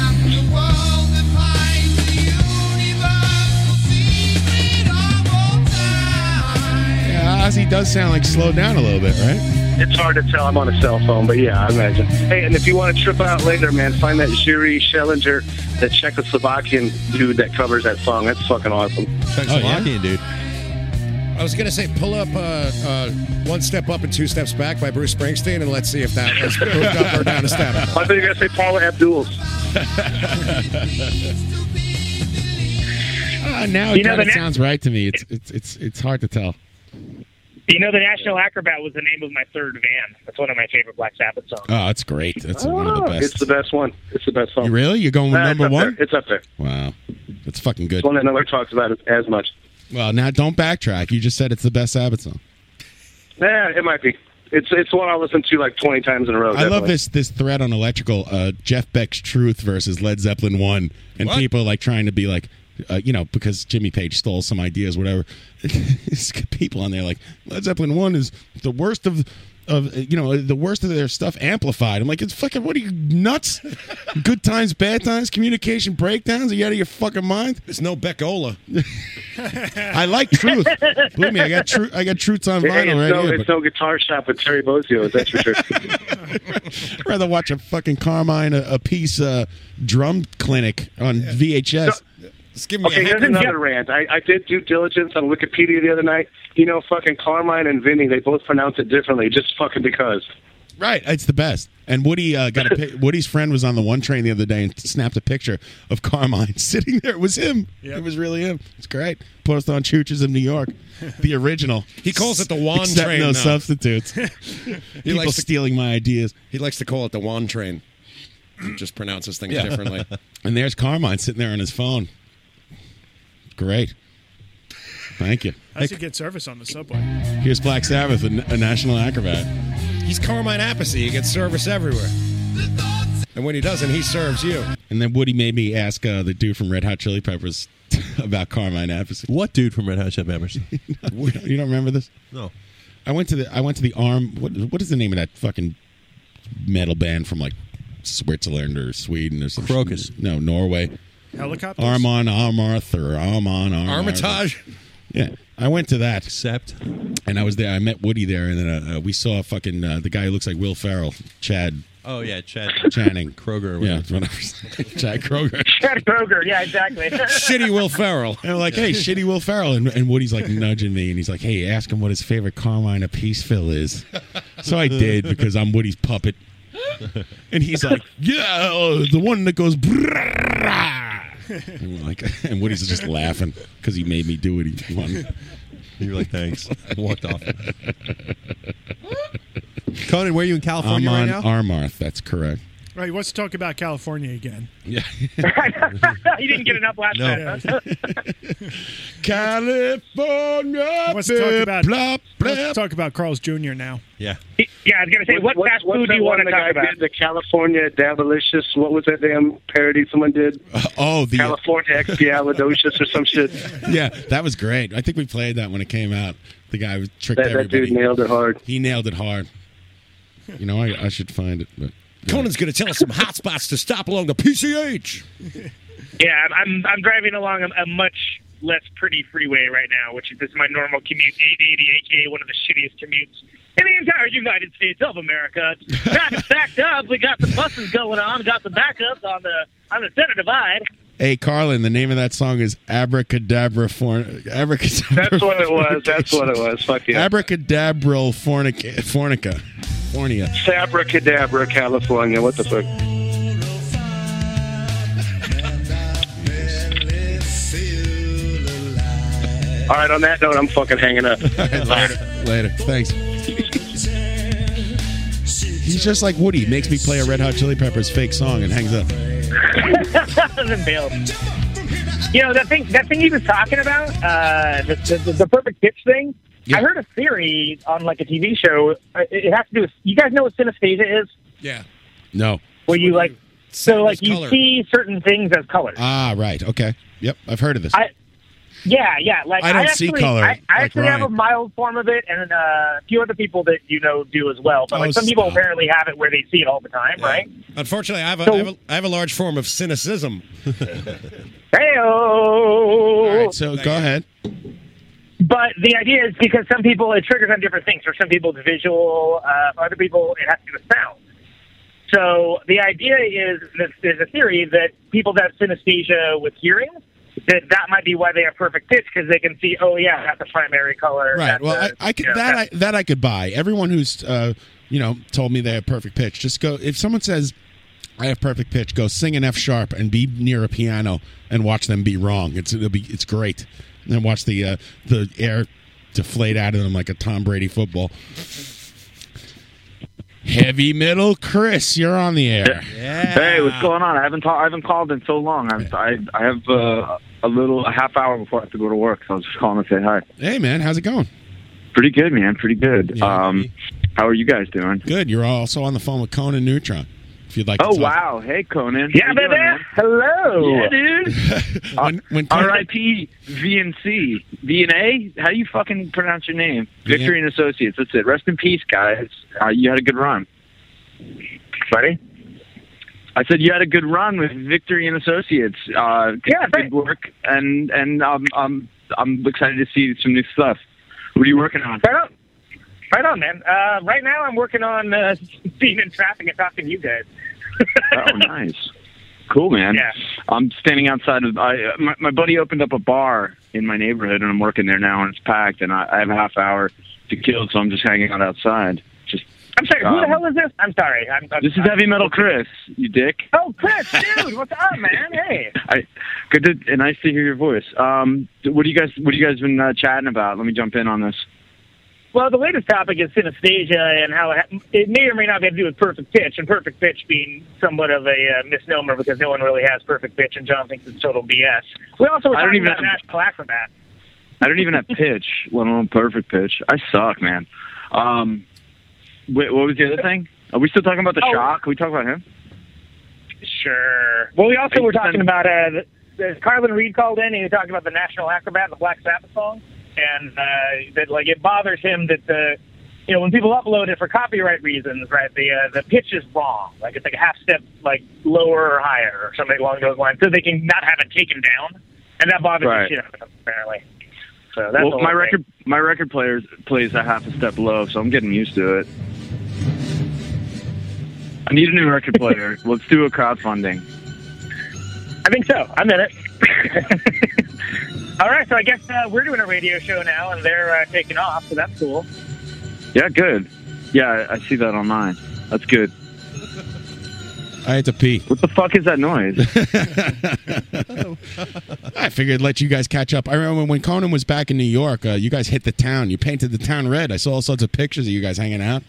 Speaker 2: Yeah, Ozzy does sound like slowed down a little bit, right?
Speaker 7: It's hard to tell. I'm on a cell phone, but yeah, I imagine. Hey, and if you want to trip out later, man, find that Jiri Schellinger, that Czechoslovakian dude that covers that song. That's fucking awesome.
Speaker 16: Oh, Czechoslovakian dude.
Speaker 20: I was gonna say, pull up uh, uh, one step up and two steps back by Bruce Springsteen, and let's see if that was moved up or down a step.
Speaker 7: I thought you were going to say Paula Abdul's.
Speaker 2: Uh, now it
Speaker 10: You know,
Speaker 2: kind of
Speaker 10: the next-
Speaker 2: sounds right to me. It's, it's it's it's hard to tell.
Speaker 10: You know, the National Acrobat was the name of my third van. That's one of my favorite Black Sabbath songs.
Speaker 2: Oh, it's great. That's one of the best.
Speaker 7: Oh, It's the best one. It's the best song.
Speaker 2: You really? You're going with
Speaker 7: Nah,
Speaker 2: number
Speaker 7: it's up
Speaker 2: one?
Speaker 7: there. It's up there.
Speaker 2: Wow, that's fucking good.
Speaker 7: It's one that nobody talks about as- as much.
Speaker 2: Well, now don't backtrack. You just said it's the best Sabbath song.
Speaker 7: Yeah, it might be. It's it's one I listen to like 20 times in a row.
Speaker 2: I love
Speaker 7: Oh, definitely.
Speaker 2: this this thread on electrical. Uh, Jeff Beck's Truth versus Led Zeppelin One, and
Speaker 7: What?
Speaker 2: people like trying to be like, uh, you know, because Jimmy Page stole some ideas, whatever. It's got people on there like Led Zeppelin One is the worst of. Of uh, you know the worst of their stuff amplified. I'm like it's fucking. What are you nuts? Good times, bad times, communication breakdowns. Are you out of your fucking mind? It's no Beckola. I like truth. Believe me, I got truth. I got truths on
Speaker 7: Hey,
Speaker 2: vinyl
Speaker 7: it's
Speaker 2: right
Speaker 7: no,
Speaker 2: here. but-
Speaker 7: It's no guitar shop with Terry Bozzio, that's for sure.
Speaker 2: I'd rather watch a fucking Carmine a, a piece uh, drum clinic on VHS.
Speaker 7: okay, here's another rant. I, I did due diligence on Wikipedia the other night. You know, fucking Carmine and Vinny, they both pronounce it differently just fucking because.
Speaker 2: Right, it's the best. And Woody uh, got a pic- Woody's friend was on the one train the other day and snapped a picture of Carmine sitting there. It was him. It was really him. It's great. Posted on Chooches of New York, the original.
Speaker 20: He calls it the Juan
Speaker 2: Except
Speaker 20: train
Speaker 2: No
Speaker 20: now.
Speaker 2: substitutes. People
Speaker 20: likes to-
Speaker 2: stealing my ideas.
Speaker 20: He likes to call it the Wan Train. He just pronounces things differently.
Speaker 2: and there's Carmine sitting there on his phone. Great. Thank you.
Speaker 13: I should get service on the subway.
Speaker 2: Here's Black Sabbath, a, a national acrobat.
Speaker 20: He's Carmine Appice. He gets service everywhere. And when he doesn't, he serves you.
Speaker 2: And then Woody made me ask uh, the dude from Red Hot Chili Peppers about Carmine Appice.
Speaker 16: What dude from Red Hot Chili Peppers?
Speaker 2: you don't you don't remember this?
Speaker 16: No.
Speaker 2: I went to the I went to the arm. What what is the name of that fucking metal band from like Switzerland or Sweden or something? Crocus. No, Norway.
Speaker 13: Mm-hmm. Helicopters.
Speaker 2: Armon Armarth or Armon Armarth.
Speaker 13: Armitage?
Speaker 2: Yeah, I went to that. Except, and I was there. I met Woody there, and then uh, uh, we saw fucking uh, the guy who looks like Will Ferrell, Chad
Speaker 16: Oh, yeah, Chad.
Speaker 2: Channing
Speaker 16: Kroger.
Speaker 2: Yeah, whatever. Chad Kroger.
Speaker 10: Chad Kroger, yeah, exactly.
Speaker 2: Will Ferrell. And we're like, hey, shitty Will Ferrell. And, and Woody's like nudging me, and he's like, hey, ask him what his favorite Carmine of Peaceville is. So I did because I'm Woody's puppet. And he's like, yeah, uh, the one that goes. brrrr." And, we're like, and Woody's just laughing because he made me do what he wanted.
Speaker 16: You're like, thanks. Walked off. Conan, where are you in
Speaker 2: I'm
Speaker 16: California
Speaker 2: on
Speaker 16: right now?
Speaker 2: Armarth. That's correct.
Speaker 13: Right, he wants to talk about California again.
Speaker 2: Yeah.
Speaker 10: you didn't get enough last
Speaker 13: No.
Speaker 10: time.
Speaker 2: California.
Speaker 13: Wants to talk about,
Speaker 2: blah,
Speaker 13: wants to talk about Carl's Jr. now.
Speaker 16: Yeah.
Speaker 10: Yeah, I was gonna say, what, fast food
Speaker 7: what's
Speaker 10: do
Speaker 7: that
Speaker 10: you
Speaker 7: one
Speaker 10: want to
Speaker 7: the
Speaker 10: talk
Speaker 7: guy
Speaker 10: about?
Speaker 7: Did, the California Dabalicious. What was that damn parody someone did?
Speaker 2: oh, the
Speaker 7: California Expialidocious or some shit.
Speaker 2: yeah, that was great. I think we played that when it came out. The guy was tricked
Speaker 7: That- that
Speaker 2: everybody.
Speaker 7: dude nailed it hard.
Speaker 2: He nailed it hard. You know, I, I should find it, but
Speaker 20: Conan's going to tell us some hot spots to stop along the PCH.
Speaker 10: Yeah, I'm- I'm I'm driving along a, a much less pretty freeway right now, which is this is my normal commute, 880, aka one of the shittiest commutes in the entire United States of America. Traffic's backed up. We got the buses going on. Got the backups on the on the center divide.
Speaker 2: hey, Carlin, the name of that song is Abracadabra Forn. Abracadabra.
Speaker 7: That's what it was. That's what it was. Fuck yeah.
Speaker 2: Abracadabra fornica, fornica, fornia.
Speaker 7: Abracadabra, California. What the fuck? All right, on that note, I'm fucking hanging up.
Speaker 2: later. Later. Thanks. He's just like Woody. He Makes me play a Red Hot Chili Peppers fake song and hangs up.
Speaker 10: Doesn't bail. You know that thing that thing he was talking about, uh, the, the, the perfect pitch thing. I heard a theory on like a TV show. Uh, It it has to do. with You guys know what synesthesia is?
Speaker 2: Yeah. No.
Speaker 10: Where you like so like you
Speaker 2: color.
Speaker 10: see certain things as colors.
Speaker 2: Ah, right. Okay. Yep. I've heard of this.
Speaker 10: I, yeah, yeah. Like
Speaker 2: I
Speaker 10: I
Speaker 2: don't see
Speaker 10: actually,
Speaker 2: color
Speaker 10: I, I
Speaker 2: like
Speaker 10: actually have a
Speaker 2: Ryan.
Speaker 10: mild form of it, and uh, a few other people that you know do as well. But
Speaker 20: Oh,
Speaker 10: like some people
Speaker 20: stop.
Speaker 10: apparently have it where they see it all the time, right?
Speaker 20: Unfortunately, I have, a,
Speaker 10: So-
Speaker 20: I, have a, I have a large form of cynicism.
Speaker 10: Heyo.
Speaker 2: so go ahead.
Speaker 10: But the idea is because some people it triggers on different things. For some people, it's visual. Uh, for other people, it has to do with sound. So the idea is that there's a theory that people that have synesthesia with hearing that that might be why they have perfect pitch because they can see. Oh yeah, that's a primary color.
Speaker 2: Right.
Speaker 10: that's
Speaker 2: Well, I,
Speaker 10: a-
Speaker 2: I could
Speaker 10: you know,
Speaker 2: that
Speaker 10: that's-
Speaker 2: I, that I could buy. Everyone who's uh, you know told me they have perfect pitch, just go. If someone says I have perfect pitch, go sing an F sharp and be near a piano and watch them be wrong. It's it'll be it's great. And then watch the uh, the air deflate out of them like a Tom Brady football. Heavy metal, Chris. You're on the air.
Speaker 12: Hey, what's going on? I haven't ta- I haven't called in so long. I'm, I I have uh, a little a half hour before I have to go to work, so I was just calling to say hi.
Speaker 2: Hey, man, how's it going?
Speaker 12: Pretty good, man. Pretty good. um, how are you guys doing?
Speaker 2: Good. You're also on the phone with Conan Neutron. If you'd like.
Speaker 12: oh
Speaker 2: to talk.
Speaker 12: wow! Hey, Conan.
Speaker 2: Yeah,
Speaker 12: How you
Speaker 2: baby.
Speaker 12: doing, man?
Speaker 2: Hello.
Speaker 12: Yeah, dude.
Speaker 2: when, when Conan-
Speaker 12: R.I.P. VNC VNA. How do you fucking pronounce your name?
Speaker 2: VN-
Speaker 12: Victory and Associates. That's it. Rest in peace, guys. Uh, you had a good run. Sorry. I said you had a good run with Victory and Associates. Uh, yeah, good work, and and um, um, I'm excited to see some new stuff. What are you working on?
Speaker 10: Right on, right on, man. Uh, right now, I'm working on uh, being in traffic and talking to you guys.
Speaker 12: oh, nice. Cool, man.
Speaker 10: Yeah.
Speaker 12: I'm standing outside of I, uh, my, my buddy opened up a bar in my neighborhood, and I'm working there now, and it's packed, and I, I have a half hour to kill, so I'm just hanging out outside. Just
Speaker 10: I'm sorry. who the
Speaker 12: Um,
Speaker 10: hell is this? I'm sorry. I'm, I'm,
Speaker 12: this is
Speaker 10: I'm-
Speaker 12: heavy metal, Chris. You dick.
Speaker 10: Oh, Chris, dude, what's up, man? Hey.
Speaker 12: I, good to and nice to hear your voice. Um, what do you guys What do you guys been uh, chatting about? Let me jump in on this.
Speaker 10: Well, the latest topic is synesthesia and how it, ha- it may or may not have to do with perfect pitch, and perfect pitch being somewhat of a uh, misnomer because no one really has perfect pitch, and John thinks it's total BS. We also were
Speaker 12: I don't
Speaker 10: talking
Speaker 12: even
Speaker 10: about
Speaker 12: have-
Speaker 10: National Acrobat.
Speaker 12: I don't even have pitch, let alone perfect pitch. I suck, man. Um, wait, what was the other thing? Are we still talking about the
Speaker 10: Oh.
Speaker 12: shock? Can we talk about him?
Speaker 10: Sure. Well, we also were talking about uh, the, the Carlin Reed called in and he was talking about the National Acrobat, the Black Sabbath song, and uh, that like it bothers him that the you know when people upload it for copyright reasons, right? The uh, the pitch is wrong, like it's like a half step like lower or higher or something along those lines, so they can not have it taken down, and that bothers
Speaker 12: Right.
Speaker 10: the shit out of him apparently. So that's the
Speaker 12: well,
Speaker 10: whole
Speaker 12: my
Speaker 10: thing.
Speaker 12: record my record player plays a half a step low, so I'm getting used to it. I need a new record player. Let's do a crowdfunding.
Speaker 10: I think so. I'm in it. All right, so I guess uh, we're doing a radio show now, and they're uh, taking off, so that's cool.
Speaker 12: Yeah, good. Yeah, I I see that online. That's good.
Speaker 2: I had to pee.
Speaker 12: What the fuck is that noise?
Speaker 2: I figured I'd let you guys catch up. I remember when Conan was back in New York, uh, you guys hit the town. You painted the town red. I saw all sorts of pictures of you guys hanging out.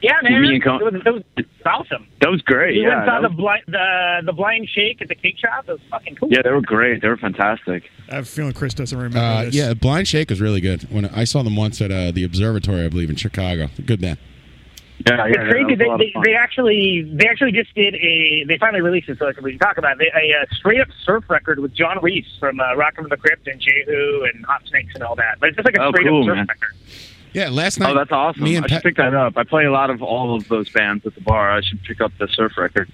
Speaker 10: Yeah, man.
Speaker 12: Me and Con-
Speaker 10: it, was, it was awesome.
Speaker 12: That was great.
Speaker 10: We went
Speaker 12: yeah,
Speaker 10: and saw
Speaker 12: that
Speaker 10: the
Speaker 12: was-
Speaker 10: blind the the blind shake at the cake shop. It was fucking cool.
Speaker 12: yeah, they were great. They were fantastic.
Speaker 23: I have a feeling Chris doesn't remember
Speaker 2: Uh,
Speaker 23: this.
Speaker 2: yeah, Blind Shake was really good. When I saw them once at uh, the observatory, I believe in Chicago. Good man.
Speaker 12: Yeah,
Speaker 10: it's crazy. They, they, they actually they actually just did a they finally released it so like we can talk about it. They, a uh, straight up surf record with John Reese from uh, Rock 'em the Crypt and Jehu and Hot Snakes and all that. But it's just like a
Speaker 12: Oh,
Speaker 10: straight
Speaker 12: cool,
Speaker 10: up surf
Speaker 12: man.
Speaker 10: record.
Speaker 2: Yeah, last night.
Speaker 12: Oh, that's awesome.
Speaker 2: me and
Speaker 12: I should
Speaker 2: Pat-
Speaker 12: pick that up. I play a lot of all of those bands at the bar. I should pick up the surf record.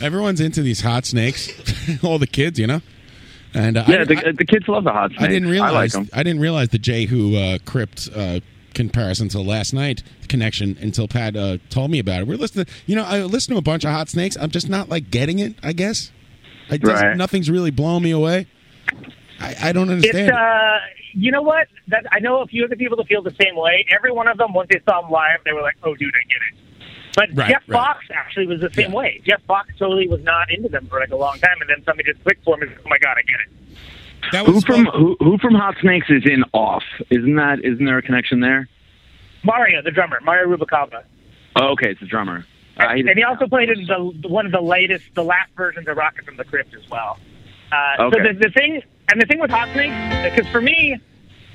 Speaker 2: Everyone's into these hot snakes. all the kids, you know. And uh, I-
Speaker 12: yeah, the, the kids love the hot snakes.
Speaker 2: I didn't
Speaker 12: I like
Speaker 2: realize. I,
Speaker 12: 'em.
Speaker 2: didn't realize the Jehu uh, crypt uh, comparison till last night connection until Pat uh, told me about it. We're listening. You know, I listen to a bunch of Hot Snakes. I'm just not like getting it. I guess. I just,
Speaker 12: Right.
Speaker 2: Nothing's really blowing me away. I, I don't understand.
Speaker 10: It's uh, you know what? That I know a few of the people that feel the same way. Every one of them, once they saw him live, they were like, "Oh, dude, I get it." But
Speaker 2: Right,
Speaker 10: Jeff
Speaker 2: right.
Speaker 10: Fox actually was the same way. Jeff Fox totally was not into them for like a long time, and then somebody just clicked for him. And, oh my god, I get it.
Speaker 12: who from who, who from Hot Snakes is in Off? Isn't that isn't there a connection there?
Speaker 10: Mario, the drummer, Mario Rubicaba,
Speaker 12: Oh, okay, it's a drummer. I,
Speaker 10: and he also played in the one of the latest, the last versions of Rocket from the Crypt as well. Uh,
Speaker 12: Okay.
Speaker 10: So the, the thing, and the thing with Hot Snakes, because for me,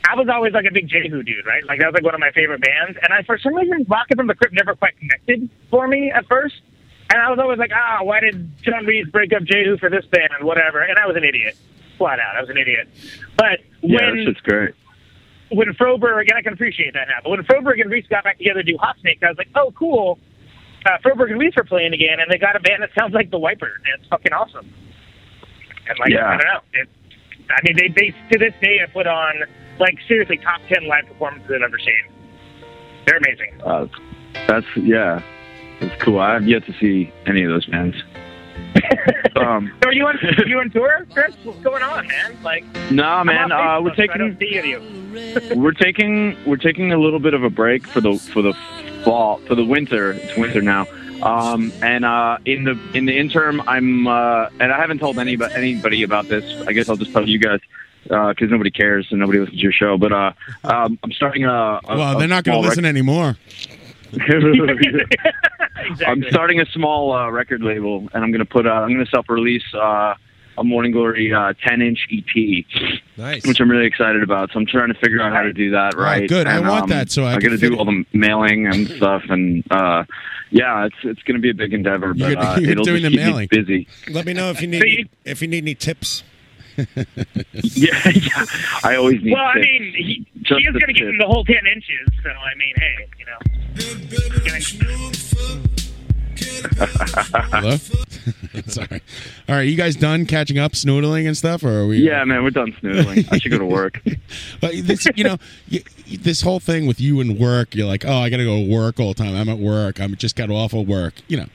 Speaker 10: I was always like a big Jehu dude, right? Like that was like one of my favorite bands, and I for some reason Rocket from the Crypt never quite connected for me at first, and I was always like, ah, why did John Reed break up Jehu for this band, whatever? And I was an idiot, flat out, I was an idiot. But
Speaker 12: Yeah,
Speaker 10: when
Speaker 12: that shit's great.
Speaker 10: when Froberg, and I can appreciate that now, but when Froberg and Reese got back together to do Hot Snakes, I was like, oh, cool. Uh, Froberg and Reese are playing again, and they got a band that sounds like The Wiper, and it's fucking awesome. And, like,
Speaker 12: Yeah.
Speaker 10: I don't know. It, I mean, they, they, to this day, have put on, like, seriously, top 10 live performances I've ever seen. They're amazing.
Speaker 12: Uh, that's yeah, that's cool. I have yet to see any of those bands. um,
Speaker 10: So are you on, are you on tour, Chris? What's going on, man? Like,
Speaker 12: nah,
Speaker 10: I'm on
Speaker 12: man. Uh, we're
Speaker 10: Facebook, so I
Speaker 12: taking
Speaker 10: don't see any of you.
Speaker 12: we're taking we're taking a little bit of a break for the for the fall for the winter. It's winter now. Um, and uh, in the in the interim, I'm uh, and I haven't told anybody anybody about this. I guess I'll just tell you guys because nobody cares and nobody listens to your show. But uh, um, I'm starting a, a
Speaker 2: well,
Speaker 12: a
Speaker 2: they're not going
Speaker 12: small
Speaker 2: to listen anymore.
Speaker 12: I'm starting a small uh, record label, and I'm gonna put uh, I'm gonna self-release uh, a Morning Glory uh, 10-inch EP,
Speaker 16: nice.
Speaker 12: which I'm really excited about. So I'm trying to figure out how to do that right.
Speaker 2: good. I
Speaker 12: And, um,
Speaker 2: want that so I
Speaker 12: I'm
Speaker 2: can
Speaker 12: gonna
Speaker 2: fit
Speaker 12: do all the mailing and stuff, and uh, yeah, it's it's gonna be a big endeavor, but
Speaker 17: You're-
Speaker 12: uh,
Speaker 17: you're
Speaker 12: it'll
Speaker 17: doing
Speaker 12: just
Speaker 17: the
Speaker 12: keep me
Speaker 17: mailing.
Speaker 12: busy.
Speaker 17: Let me know if you need any, if you need any tips.
Speaker 12: yeah, yeah, I always need.
Speaker 10: Well, I
Speaker 12: tips.
Speaker 10: mean, he, he
Speaker 12: Just
Speaker 10: is
Speaker 12: the
Speaker 10: going to give
Speaker 12: tip.
Speaker 10: him the whole 10 inches, so, I mean, hey, you know.
Speaker 2: Hello? Sorry. All right, you guys done catching up, snoodling and stuff, or are we? uh,
Speaker 12: Yeah, man, we're done snoodling. I should go to work.
Speaker 2: But this, you know, y- y- this whole thing with you and work, you're like, oh, I got to go to work all the time. I'm at work. I'm just got off of work. You know,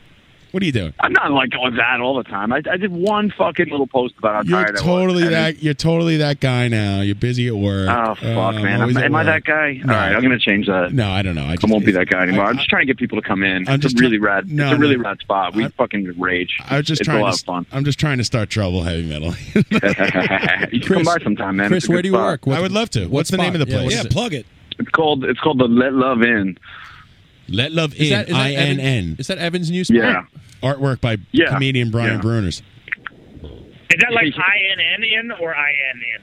Speaker 2: what are you doing?
Speaker 12: I'm not like on that all the time. I, I did one fucking little post about how
Speaker 2: You're
Speaker 12: tired
Speaker 2: totally
Speaker 12: I was. and
Speaker 2: that. You're totally that guy now. You're busy at work. Um,
Speaker 12: Oh fuck, man! Am, am I that guy?
Speaker 2: No.
Speaker 12: All right, I'm gonna change that.
Speaker 2: No, I don't know. I,
Speaker 12: I won't be that guy anymore. I, am just trying to get people to come in.
Speaker 2: I'm
Speaker 12: it's
Speaker 2: just
Speaker 12: a really rad.
Speaker 2: no,
Speaker 12: it's a really
Speaker 2: no.
Speaker 12: rad spot. We fucking rage.
Speaker 2: I was just
Speaker 12: it's
Speaker 2: trying.
Speaker 12: a lot
Speaker 2: to,
Speaker 12: of fun.
Speaker 2: I'm just trying to start trouble heavy metal.
Speaker 12: you should come by sometime, man. It's a good spot.
Speaker 2: I would love to. What's, the name of the place?
Speaker 12: it. It's called. It's called the Let Love In.
Speaker 2: Let Love
Speaker 12: Is
Speaker 2: In.
Speaker 12: that- is that
Speaker 2: I N
Speaker 12: Evan-
Speaker 2: N.
Speaker 16: Is that Evan's new
Speaker 12: spot? Yeah.
Speaker 2: Artwork by
Speaker 12: Yeah.
Speaker 2: comedian Brian
Speaker 12: Yeah.
Speaker 2: Bruners.
Speaker 10: Is that like INN in or IN in?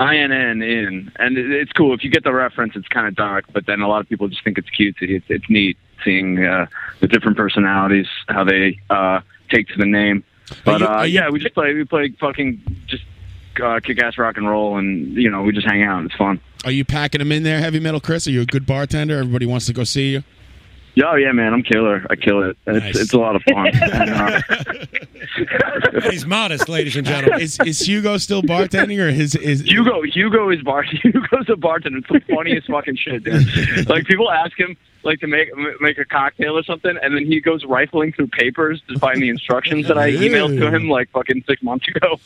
Speaker 12: I N N In, and it- it's cool. If you get the reference, it's kind of dark, but then a lot of people just think it's cutesy. It's, it's neat seeing uh, the different personalities how they uh, take to the name. But uh, yeah, we just play. We play fucking just uh, kick-ass rock and roll, and you know, we just hang out. It's fun.
Speaker 2: Are you packing them in there, heavy metal Chris? Are you a good bartender? Everybody wants to go see you.
Speaker 12: Yeah, oh, yeah, man, I'm killer. I kill it. It's, it's a lot of fun. And, uh,
Speaker 2: He's modest, ladies and gentlemen. is, is Hugo still bartending, or his is
Speaker 12: Hugo? Hugo is bar. Hugo's a bartender. It's the funniest fucking shit, dude. Like people ask him like to make m- make a cocktail or something, and then he goes rifling through papers to find the instructions that I emailed to him like fucking six months ago.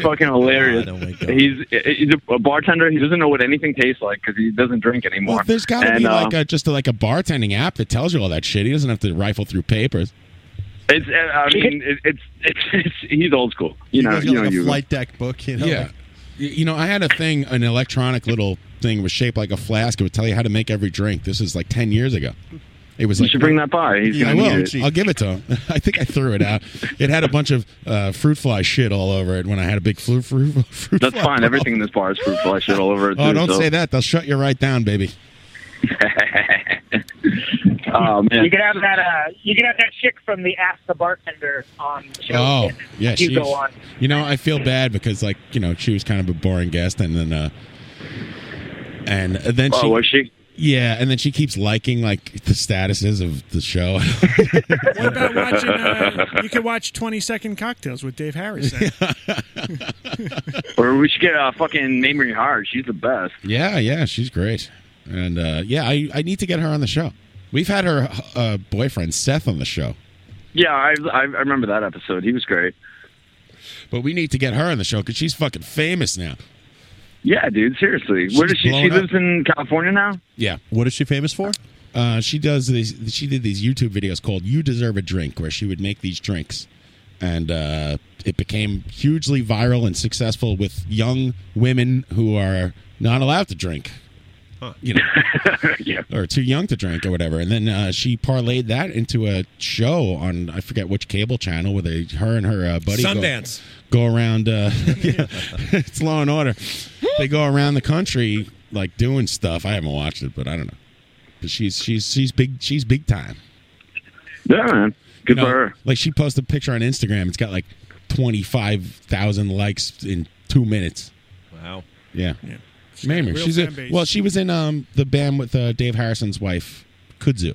Speaker 12: fucking hilarious.
Speaker 2: oh
Speaker 12: he's he's a, a bartender. He doesn't know what anything tastes like because he doesn't drink anymore.
Speaker 2: Well, there's got to
Speaker 12: And,
Speaker 2: be
Speaker 12: uh,
Speaker 2: like a, just like a bartending app that tells you all that shit. He doesn't have to rifle through papers.
Speaker 12: It's, uh, I mean, it, it's, it's it's he's old school. You know,
Speaker 2: guys
Speaker 12: you
Speaker 2: got,
Speaker 12: know,
Speaker 2: like, a
Speaker 12: you.
Speaker 2: flight deck book, you know? Yeah. Y- You know, I had a thing, an electronic little thing was shaped like a flask. It would tell you how to make every drink. This is like ten years ago. It was
Speaker 12: You
Speaker 2: like
Speaker 12: should bring that by. He's
Speaker 2: yeah, I
Speaker 12: gonna
Speaker 2: will.
Speaker 12: need it.
Speaker 2: I'll give it to him. I think I threw it out. It had a bunch of uh, fruit fly shit all over it when I had a big flu fruit. fruit
Speaker 12: That's
Speaker 2: fly
Speaker 12: fine.
Speaker 2: problem.
Speaker 12: Everything in this bar is fruit flesh all over it.
Speaker 2: Oh,
Speaker 12: too,
Speaker 2: don't
Speaker 12: so.
Speaker 2: say that. They'll shut you right down, baby.
Speaker 12: oh man.
Speaker 10: Um, You can have that. Uh, you can have that chick from the Ask the Bartender on the show.
Speaker 13: Uh-huh.
Speaker 2: Oh, yeah,
Speaker 10: you
Speaker 2: she's,
Speaker 10: go on.
Speaker 2: You know, I feel bad because like you know she was kind of a boring guest, and then uh, and then
Speaker 12: Oh,
Speaker 2: she
Speaker 12: was she?
Speaker 2: Yeah, and then she keeps liking like the statuses of the show.
Speaker 13: What about watching? Uh, you could watch Twenty Second Cocktails with Dave Harrison.
Speaker 12: Or we should get uh, fucking Mamrie Hard. She's the best.
Speaker 2: yeah, yeah, she's great, and uh, yeah, I I need to get her on the show. We've had her uh, boyfriend Seth on the show,
Speaker 12: Yeah, I, I I remember that episode. He was great.
Speaker 2: but we need to get her on the show because she's fucking famous now.
Speaker 12: Yeah, dude. Seriously,
Speaker 2: She's
Speaker 12: where does she? She
Speaker 2: blown up.
Speaker 12: lives in California now.
Speaker 2: Yeah.
Speaker 16: What is she famous for?
Speaker 2: Uh, she does these. She did these YouTube videos called "You Deserve a Drink," where she would make these drinks, and uh, it became hugely viral and successful with young women who are not allowed to drink. you know, or too young to drink or whatever. And then uh, she parlayed that into a show on I forget which cable channel where they her and her uh, buddy go-
Speaker 20: Sundance.
Speaker 2: go, around. Uh, yeah, it's Law and Order. They go around the country like doing stuff. I haven't watched it, but I don't know. But she's she's she's big she's big time.
Speaker 12: Yeah, man. Good
Speaker 2: You know,
Speaker 12: for her.
Speaker 2: Like she posted a picture on Instagram. It's got like twenty five thousand likes in two minutes.
Speaker 16: Wow.
Speaker 2: Yeah.
Speaker 16: got
Speaker 2: Mamrie.
Speaker 16: a real
Speaker 2: She's a,
Speaker 16: fan base.
Speaker 2: well, she was in um, the band with uh, Dave Harrison's wife, Kudzu.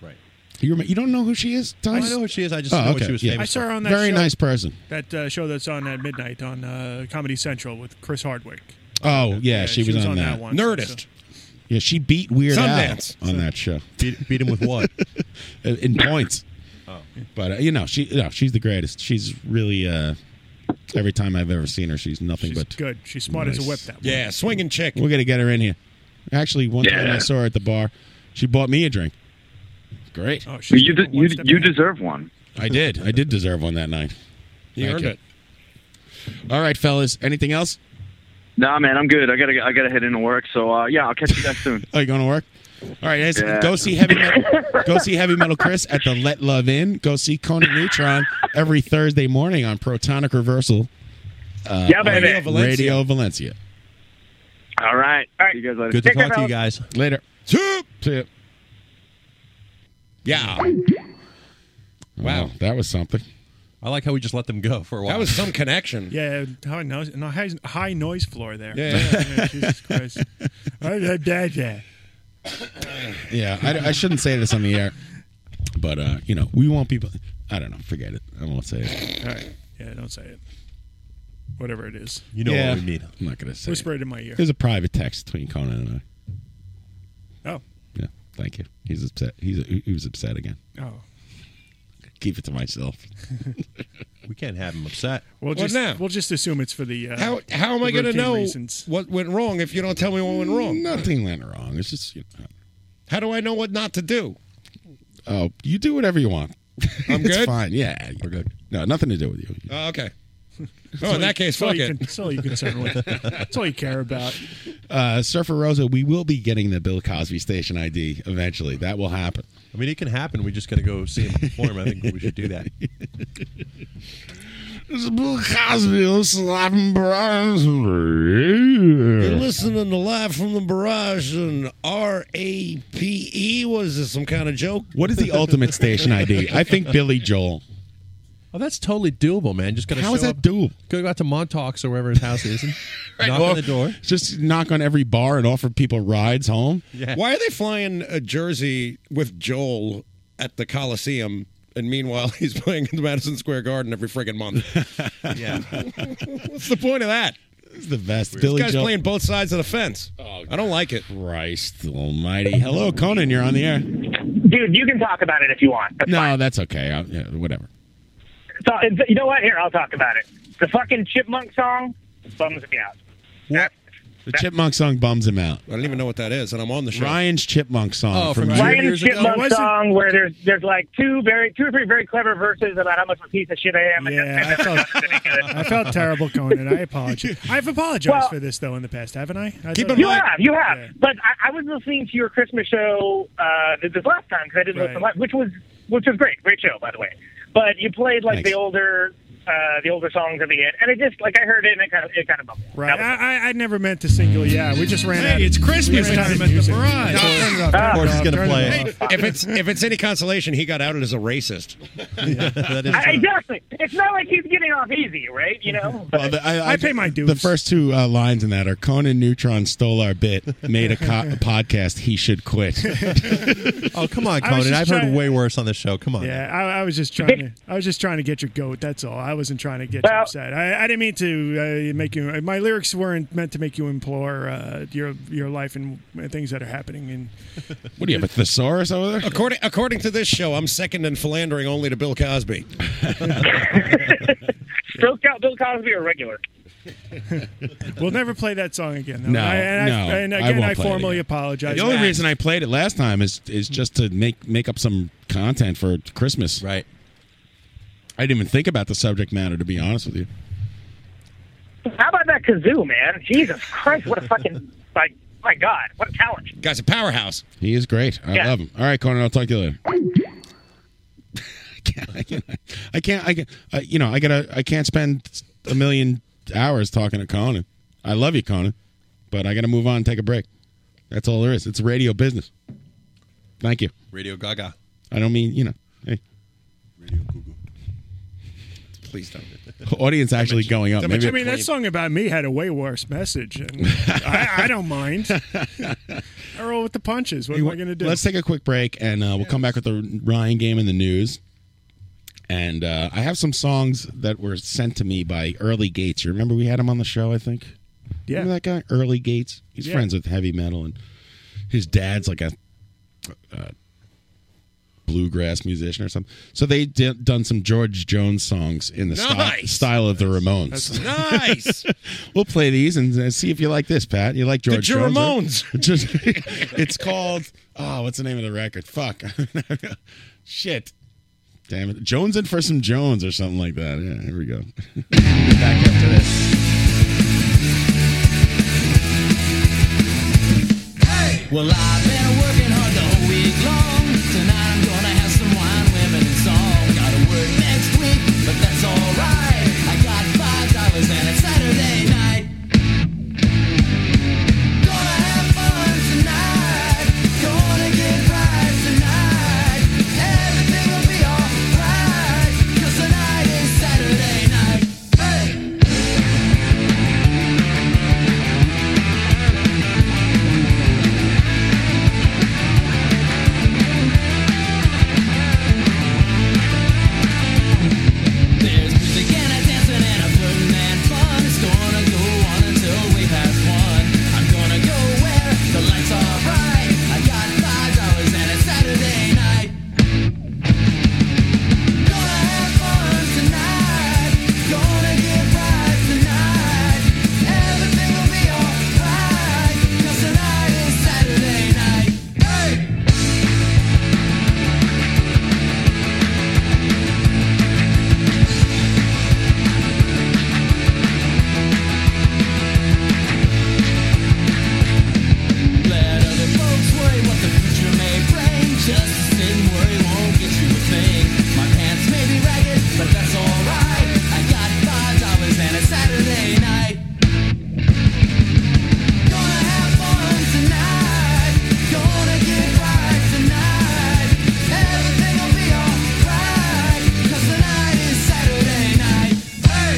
Speaker 16: Right.
Speaker 2: You remember, you don't know who she is? Tom?
Speaker 13: I know who she is. I just
Speaker 2: Oh,
Speaker 13: know what
Speaker 2: okay.
Speaker 13: she was
Speaker 2: Yeah.
Speaker 13: famous I saw her on that
Speaker 2: Very
Speaker 13: show.
Speaker 2: nice person.
Speaker 13: That uh, show that's on at midnight on uh, Comedy Central with Chris Hardwick.
Speaker 2: Oh yeah, she, was, on, that.
Speaker 13: one. Nerdist.
Speaker 2: Yeah, she beat Weird
Speaker 13: Sundance.
Speaker 2: Al on that show.
Speaker 16: Beat, beat him with what?
Speaker 2: in points.
Speaker 16: Oh.
Speaker 2: But uh, you know, she no, she's the greatest. She's really uh, every time I've ever seen her, she's nothing
Speaker 13: She's
Speaker 2: but
Speaker 13: good. She's smart as a whip, that one.
Speaker 20: Yeah, swinging chick.
Speaker 2: We're gonna get her in here. Actually, one time
Speaker 12: Yeah.
Speaker 2: I saw her at the bar, she bought me a drink. Great.
Speaker 13: Oh,
Speaker 12: you de- you, you deserve one.
Speaker 2: I did. I did deserve one that night.
Speaker 12: You
Speaker 2: Thank
Speaker 12: earned it.
Speaker 2: All right, fellas. Anything else?
Speaker 12: Nah, man, I'm good. I gotta I gotta head into work. So uh, yeah, I'll catch you guys soon.
Speaker 2: Are Oh, you going to work? All right, guys,
Speaker 12: Yeah.
Speaker 2: go see heavy metal. go see heavy metal Chris at the Let Love Inn. Go see Conan Neutron every Thursday morning on Protonic Reversal. Uh,
Speaker 12: Yeah,
Speaker 2: on
Speaker 12: baby.
Speaker 2: Radio Valencia. Radio Valencia.
Speaker 12: All right. All right. See you guys later.
Speaker 2: Good to Take care, talk to you fellas. guys. Later. See ya. Yeah. Wow, that was something.
Speaker 16: I like how we just let them go for a while.
Speaker 20: That was some connection.
Speaker 13: Yeah, high noise, no, high, high noise floor there.
Speaker 20: Yeah, yeah, yeah.
Speaker 13: Jesus Christ. I, I, I,
Speaker 2: Yeah, I, I shouldn't say this on the air, but uh, you know, we want people. I don't know. Forget it. I won't say it.
Speaker 13: All right. Yeah, don't say it. Whatever it is.
Speaker 2: Yeah. I'm not gonna say.
Speaker 13: Whisper it in my ear.
Speaker 2: There's a private text between Conan and I.
Speaker 13: Oh.
Speaker 2: Yeah, thank you. He's upset. He's he was upset again.
Speaker 13: Oh.
Speaker 2: Keep it to myself.
Speaker 16: we can't have him upset.
Speaker 13: We'll just, we'll just assume it's for the. Uh,
Speaker 20: How how am I
Speaker 13: the
Speaker 20: going to
Speaker 13: routine
Speaker 20: know
Speaker 13: reasons.
Speaker 20: what went wrong if you don't tell me what went wrong?
Speaker 2: Nothing went wrong. It's just you know,
Speaker 20: How do I know what not to do?
Speaker 2: oh, you do whatever you want.
Speaker 20: I'm
Speaker 2: It's
Speaker 20: good?
Speaker 2: Fine. Yeah, we're good. No, nothing to do with you.
Speaker 20: Oh, okay.
Speaker 13: That's
Speaker 20: Oh,
Speaker 13: all
Speaker 20: in
Speaker 13: you-
Speaker 20: that case,
Speaker 13: that's all
Speaker 20: fuck
Speaker 13: you
Speaker 20: it.
Speaker 13: Can, that's all you concerned with. That's all you care about.
Speaker 2: Uh, Surfer Rosa, we will be getting the Bill Cosby station ID eventually. That will happen.
Speaker 16: I mean, it can happen. We just got to go see him perform. I think we should do that.
Speaker 2: It's Bill Cosby. Listen, I'm Bronson.
Speaker 17: You're listening to Live from the Barrage and R A P E. Was this some kind of joke?
Speaker 2: What is the ultimate station ID? I think Billy Joel.
Speaker 16: Oh, that's totally doable, man. Just got to
Speaker 2: How
Speaker 16: show
Speaker 2: is that
Speaker 16: up,
Speaker 2: doable?
Speaker 16: Go out to Montauk's or wherever his house is, and knock
Speaker 2: Well,
Speaker 16: on the door.
Speaker 2: Just knock on every bar and offer people rides home.
Speaker 20: Why are they flying a jersey with Joel at the Coliseum? And meanwhile, he's playing in the Madison Square Garden every friggin' month.
Speaker 16: yeah.
Speaker 20: What's the point of that?
Speaker 2: It's the best.
Speaker 20: This
Speaker 2: Billy
Speaker 20: guy's
Speaker 2: Joel.
Speaker 20: playing both sides of the fence. I don't like it.
Speaker 2: Christ Almighty! Hello, Conan. You're on the air.
Speaker 10: Dude, you can talk about it if you want.
Speaker 2: No, that's okay. I, yeah, whatever.
Speaker 10: So it's- you know what? Here, I'll talk about it. The fucking chipmunk song bums me out.
Speaker 2: What? The Chipmunk song bums him out.
Speaker 20: I don't even know what that is, and I'm on the show.
Speaker 2: Ryan's Chipmunk song.
Speaker 16: Oh,
Speaker 2: from
Speaker 10: Ryan Chipmunk song where there's there's like two very two or three very clever verses about how much of a piece of shit I am.
Speaker 13: Yeah, I felt, I felt terrible, Conan. I apologize. I've apologized
Speaker 10: Well-
Speaker 13: for this though in the past, haven't I? I
Speaker 10: you
Speaker 13: thought-
Speaker 10: have, you have. But I, I was listening to your Christmas show uh, th- this last time because I didn't
Speaker 13: Right.
Speaker 10: listen live, which was which was great, great show by the way. But you played like
Speaker 13: Thanks.
Speaker 10: the older uh, the older songs at the end, and it just like I heard it and it kind of it kind of bummed me. out.
Speaker 13: Right. I, I, I never meant to single. Yeah, we just ran.
Speaker 10: Hey,
Speaker 13: out
Speaker 10: it's Christmas
Speaker 13: we ran out
Speaker 10: time
Speaker 13: of
Speaker 10: at the
Speaker 13: music.
Speaker 10: Mirage.
Speaker 13: No, turn it off, turn it off, turn it off.
Speaker 20: If it's if it's any consolation, he got outed as a racist. that
Speaker 10: I, exactly. It's not like he's getting off easy, right? You know.
Speaker 2: Well, the- I,
Speaker 10: pay my dues.
Speaker 2: The first two uh, lines in that are Conan Neutron stole our bit, made a, co- a podcast, he should quit.
Speaker 16: Oh, come on,
Speaker 13: I was
Speaker 16: Conan.
Speaker 13: just
Speaker 16: I've heard
Speaker 13: trying-
Speaker 16: way worse on this show. Come on.
Speaker 13: Yeah, I, I was just trying to. I was just trying to get your goat. That's all. I wasn't trying to get you upset. I, I didn't mean to uh, make you. My lyrics weren't meant to make you implore uh, your your life and things that are happening. And
Speaker 2: What do you have, a thesaurus over there?
Speaker 20: According according to this show, I'm second in philandering only to Bill Cosby.
Speaker 13: Mm-hmm.
Speaker 10: Bill, Co- Bill Cosby or regular.
Speaker 13: we'll never play that song again. though.
Speaker 2: No,
Speaker 13: I, and
Speaker 2: no,
Speaker 13: I, and
Speaker 2: I
Speaker 13: again,
Speaker 2: won't
Speaker 13: I,
Speaker 2: play it
Speaker 13: formally apologize.
Speaker 2: The only
Speaker 13: Ah,
Speaker 2: reason I played it last time is is just to make make up some content for Christmas.
Speaker 16: Right.
Speaker 2: I didn't even think about the subject matter to be honest with you.
Speaker 10: How about that kazoo, man? Jesus Christ, what a fucking like My God, what a talent!
Speaker 20: Guy's a powerhouse.
Speaker 2: He is great. I
Speaker 10: Yeah.
Speaker 2: love him. All right, Conan. I'll talk to you later. I can't. I can't. I can't. Uh, you know, I gotta. I can't spend a million hours talking to Conan. I love you, Conan, but I gotta move on and take a break. That's all there is. It's radio business. Thank you.
Speaker 16: Radio Gaga.
Speaker 2: I don't mean you know. Hey,
Speaker 20: Please don't.
Speaker 2: audience actually going up. Maybe
Speaker 13: I mean, that song about me had a way worse message, and I, I don't mind. I roll with the punches. What am I going to do?
Speaker 2: Let's take a quick break, and uh, we'll come back with the Ryan game and the news. And uh, I have some songs that were sent to me by Early Gates. You remember we had him on the show, I think.
Speaker 13: Yeah.
Speaker 2: Remember that guy, Early Gates? He's
Speaker 13: Yeah.
Speaker 2: friends with heavy metal, and his dad's like a, uh bluegrass musician or something. So they did, done some George Jones songs in the sty-
Speaker 20: Nice.
Speaker 2: style of the Ramones.
Speaker 20: That's nice.
Speaker 2: we'll play these and uh, see if you like this, Pat. You like
Speaker 20: The
Speaker 2: George Jones? right?
Speaker 20: Ramones.
Speaker 2: Just- it's called. Oh, what's the name of the record? Fuck. Shit. Damn it. Jones in for some Jones or something like that. Yeah, here we go. Back after this.
Speaker 3: Well, I've been working hard the whole week long. Tonight I'm gonna have some wine, women, and song. Gotta work next week, but that's alright. I got five dollars and it's Saturday night. Gonna have fun tonight. Gonna get right tonight. Everything will be alright. 'Cause tonight is Saturday night. Hey! There's music and a dancing and a flirting and fun. It's gonna go on until way past one. I'm gonna go where the lights are bright. I got five dollars and it's Saturday night. Gonna have fun tonight. Gonna get right tonight. Everything will be alright. 'Cause tonight is Saturday night. Hey! Let other folks worry what the future may bring. Just sit and worry won't get you a thing. My pants may be ragged, but that's alright. I got five dollars and it's Saturday night. Gonna have fun tonight. Gonna get right tonight. Everything will be alright. 'Cause tonight is Saturday night. Hey!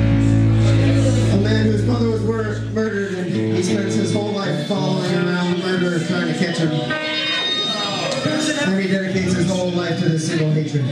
Speaker 7: A man whose mother was mur- murdered and he spends his whole life following around the murderer trying to catch him. And he dedicates his whole life to this single hatred.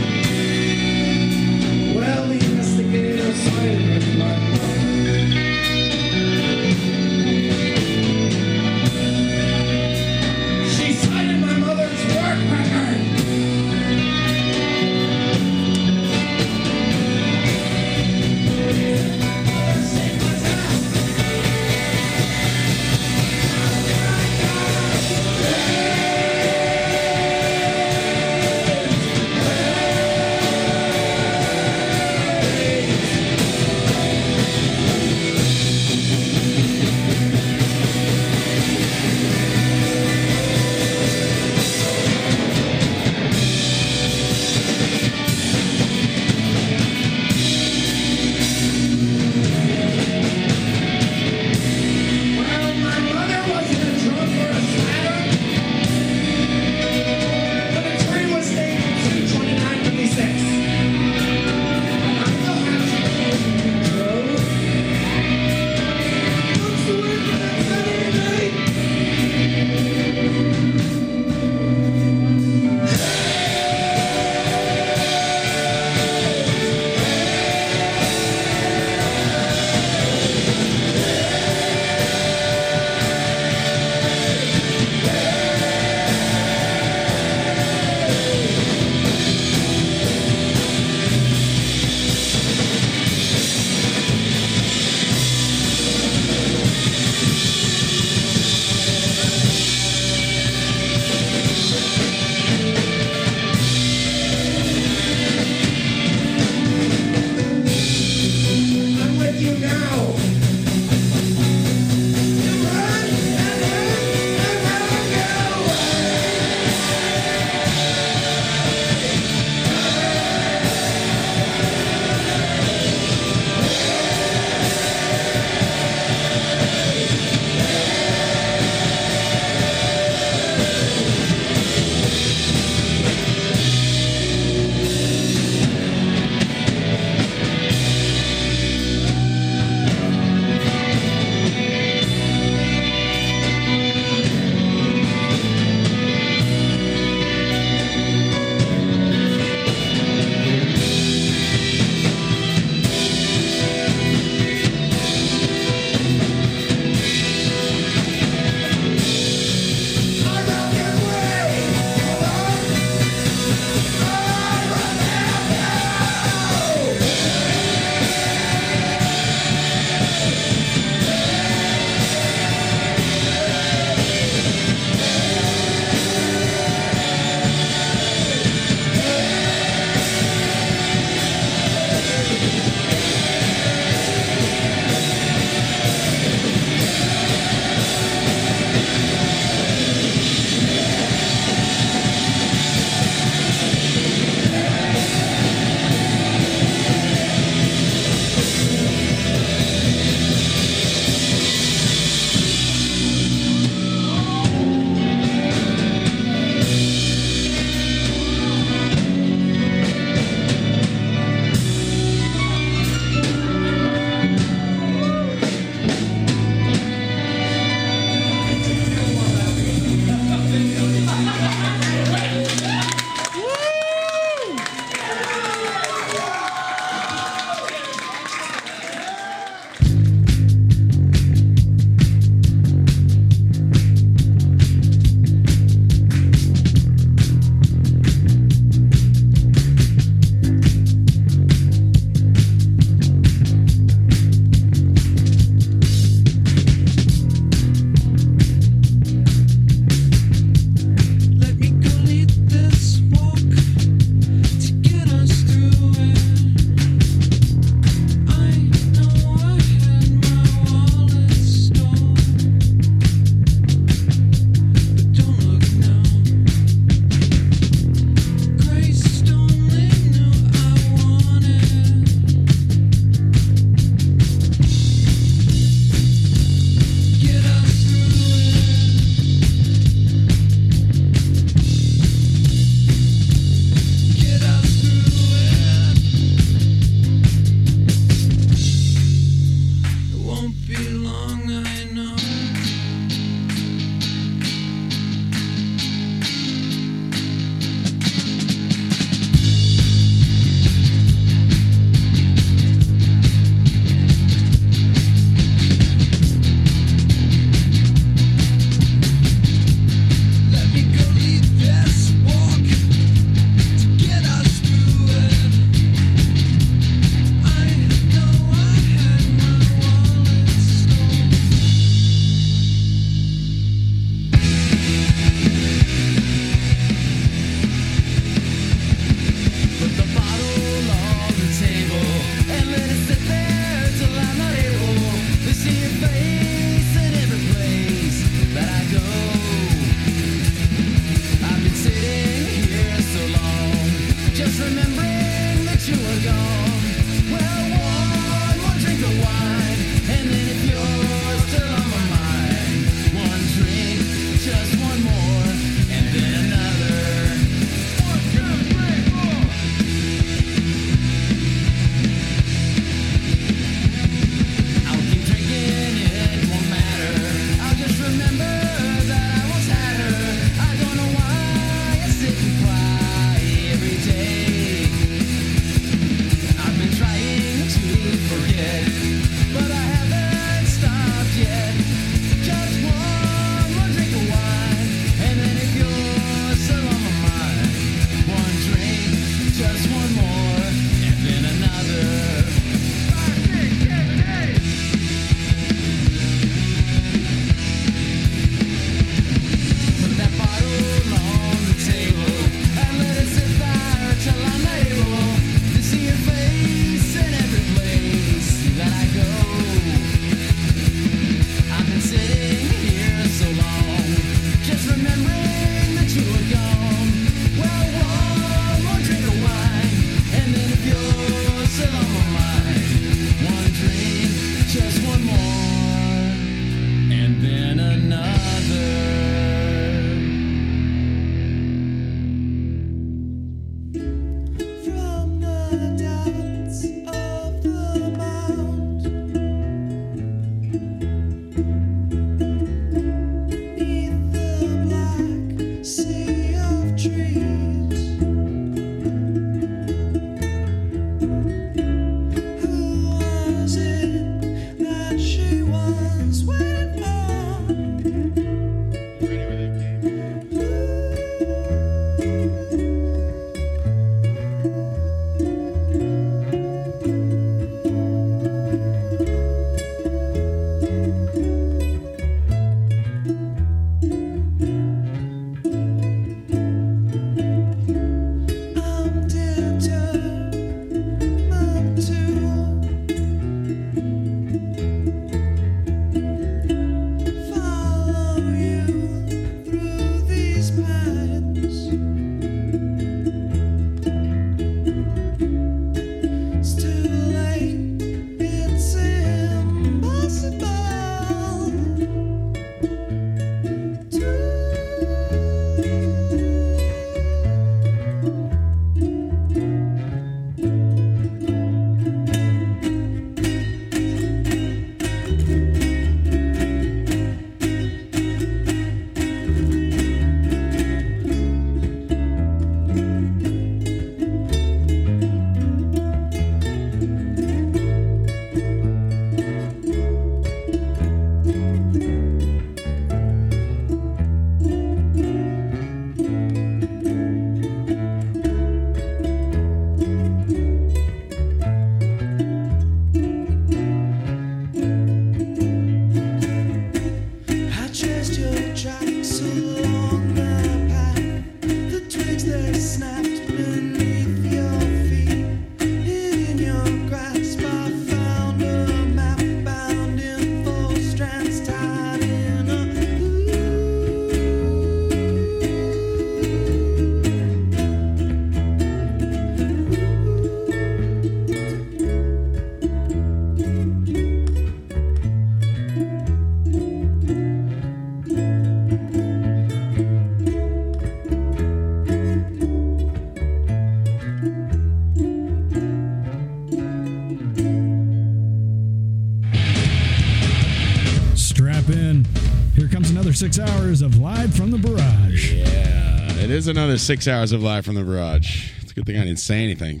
Speaker 14: six hours of live from the barrage.
Speaker 2: Yeah, it is another six hours of live from the barrage. It's a good thing I didn't say anything.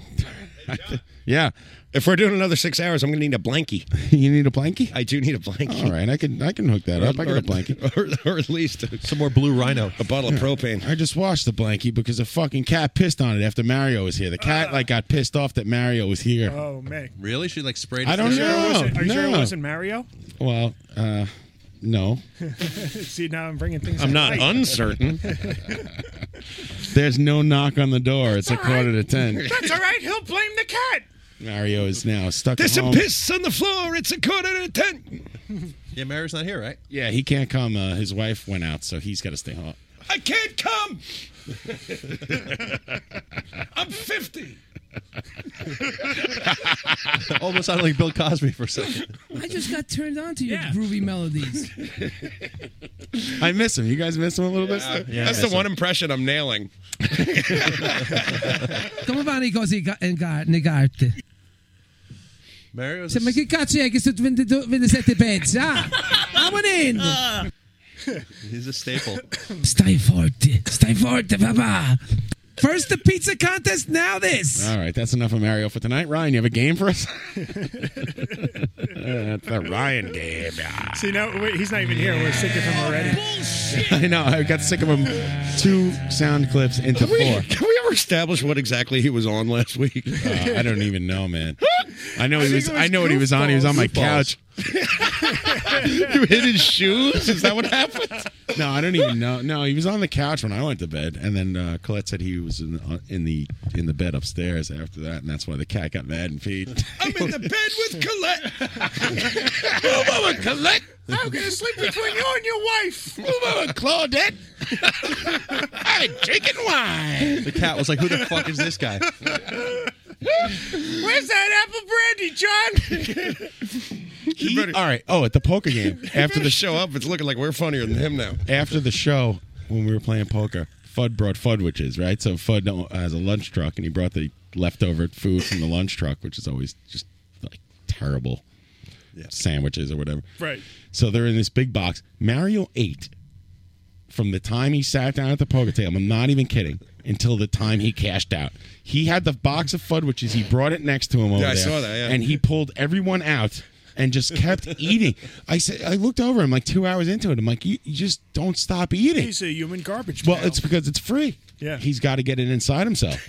Speaker 2: yeah,
Speaker 20: if we're doing another six hours, I'm going to need a blankie.
Speaker 2: you need a blankie.
Speaker 20: I do need a blankie.
Speaker 2: All right, I can I can hook that up. I got a blankie.
Speaker 20: or, or at least
Speaker 16: some more blue rhino,
Speaker 20: a bottle of propane.
Speaker 2: I just washed the blankie because a fucking cat pissed on it after Mario was here. The cat like got pissed off that Mario was here.
Speaker 13: Oh man.
Speaker 16: Really? She like sprayed.
Speaker 2: I
Speaker 16: it
Speaker 2: don't
Speaker 16: down?
Speaker 2: know.
Speaker 13: Are you sure it wasn't- are you sure it
Speaker 2: no.
Speaker 13: wasn't Mario?
Speaker 2: Well, uh, no,
Speaker 13: See, now I'm bringing things.
Speaker 2: I'm
Speaker 13: to
Speaker 2: not
Speaker 13: light.
Speaker 2: uncertain. there's no knock on the door. It's a quarter to ten.
Speaker 13: That's all right. He'll blame the cat.
Speaker 2: Mario is now stuck.
Speaker 20: There's
Speaker 2: at
Speaker 20: some
Speaker 2: home.
Speaker 20: piss on the floor. It's a quarter to ten.
Speaker 16: Yeah, Mario's not here, right?
Speaker 2: Yeah, he can't come. Uh, his wife went out, so he's got to stay home.
Speaker 20: I can't come. I'm 50.
Speaker 16: Almost sounded like Bill Cosby for a second.
Speaker 3: I just got turned on to your groovy melodies.
Speaker 2: I miss him. You guys miss him a little bit.
Speaker 3: yeah,
Speaker 20: That's
Speaker 3: I
Speaker 20: the
Speaker 3: saw.
Speaker 20: one impression I'm nailing.
Speaker 3: Come vanno così ga- in ga- negarti?
Speaker 16: Mario's.
Speaker 3: Se ma che cazzo è che sono 22 27 pezzi? Ah, amen!
Speaker 13: Ah.
Speaker 16: He's a staple.
Speaker 3: Stai forte, stai forte, papà! First the pizza contest, now this!
Speaker 2: All right, that's enough of Mario for tonight. Ryan, you have a game for us? that's the Ryan game. Ah.
Speaker 13: See, now wait, he's not even here. We're sick of him already.
Speaker 2: I know. I got sick of him. Two sound clips into
Speaker 20: Can we,
Speaker 2: four.
Speaker 20: can we ever establish what exactly he was on last week?
Speaker 2: Uh, I don't even know, man. I know
Speaker 20: I
Speaker 2: he
Speaker 20: think
Speaker 2: was.
Speaker 20: it was
Speaker 2: I know what he was on. He was on my couch.
Speaker 20: goofballs. you hit his shoes? Is that what happened?
Speaker 2: No, I don't even know. No, he was on the couch when I went to bed, and then uh, Colette said he was in, uh, in the in the bed upstairs after that, and that's why the cat got mad and peed.
Speaker 20: I'm in the bed with Colette.
Speaker 2: Move over, Colette.
Speaker 13: I'm gonna sleep between you and your wife.
Speaker 2: Move over, Claudette. I'm drinking wine.
Speaker 16: The cat was like, "Who the fuck is this guy?"
Speaker 13: Where's that apple brandy, John?
Speaker 2: He- all right. Oh, at the poker game after the
Speaker 20: show up, it's looking like we're funnier than him now.
Speaker 2: after the show when we were playing poker, Fudd brought Fudwiches, right? So Fudd don't- has a lunch truck, and he brought the leftover food from the lunch truck, which is always just like terrible sandwiches or whatever.
Speaker 13: Right.
Speaker 2: So they're in this big box. Mario ate from the time he sat down at the poker table. I'm not even kidding. Until the time he cashed out, he had the box of Fudwiches. He brought it next to him over
Speaker 20: Yeah, I
Speaker 2: there,
Speaker 20: saw that, yeah.
Speaker 2: and he pulled everyone out and just kept eating. I said, I looked over him like two hours into it. I'm like, you, you just don't stop eating.
Speaker 13: He's a human garbage.
Speaker 2: Well,
Speaker 13: pail.
Speaker 2: it's because it's free.
Speaker 13: Yeah.
Speaker 2: he's got to get it inside himself.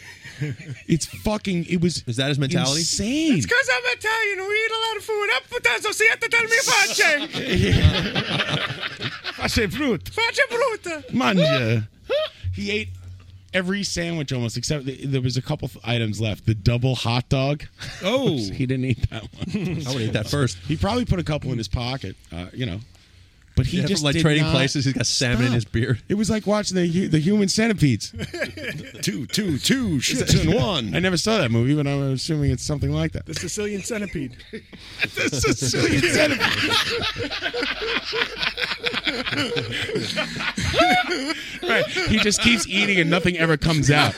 Speaker 2: it's fucking. It was. Is that his
Speaker 16: mentality?
Speaker 2: Insane.
Speaker 13: It's because I'm Italian. We eat a lot of food. Apputazo siete del mio
Speaker 2: Face fruit.
Speaker 13: Faccia brutta.
Speaker 2: Manja. he ate every sandwich almost, except th- there was a couple items left. The double hot dog.
Speaker 20: Oh.
Speaker 2: he didn't eat that one.
Speaker 16: I would eat that first.
Speaker 2: He probably put a couple in his pocket, uh, you know. But he
Speaker 16: Yeah, from,
Speaker 2: just
Speaker 16: like,
Speaker 2: did
Speaker 16: Trading
Speaker 2: not
Speaker 16: Places, he's got salmon in
Speaker 2: stop.
Speaker 16: his beard.
Speaker 2: It was like watching the hu- the human centipedes.
Speaker 20: two, two, two shits in one.
Speaker 2: I never saw that movie, but I'm assuming it's something like that.
Speaker 13: The Sicilian centipede.
Speaker 2: the Sicilian Right. He just keeps eating and nothing ever comes out.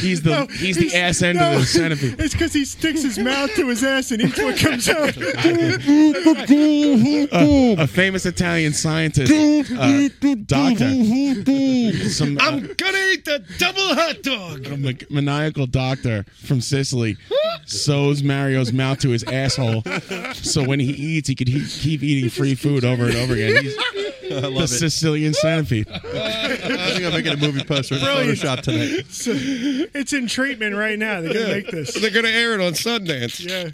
Speaker 2: He's the
Speaker 13: No,
Speaker 2: he's the ass end of the centipede.
Speaker 13: It's because he sticks his mouth to his ass and eats what comes out.
Speaker 2: Uh, a famous Italian scientist, uh, doctor, some uh,
Speaker 20: gonna eat the double hot dog.
Speaker 2: a ma- maniacal doctor from Sicily, sews Mario's mouth to his asshole, so when he eats, he could he- keep eating free food over and over again. He's
Speaker 16: I
Speaker 2: the
Speaker 16: love it.
Speaker 2: Sicilian centipede.
Speaker 16: I think I'm making a movie poster in
Speaker 13: Brilliant.
Speaker 16: Photoshop tonight.
Speaker 13: So, it's in treatment right now. They're gonna make this.
Speaker 20: They're gonna air it on Sundance.
Speaker 13: Yeah.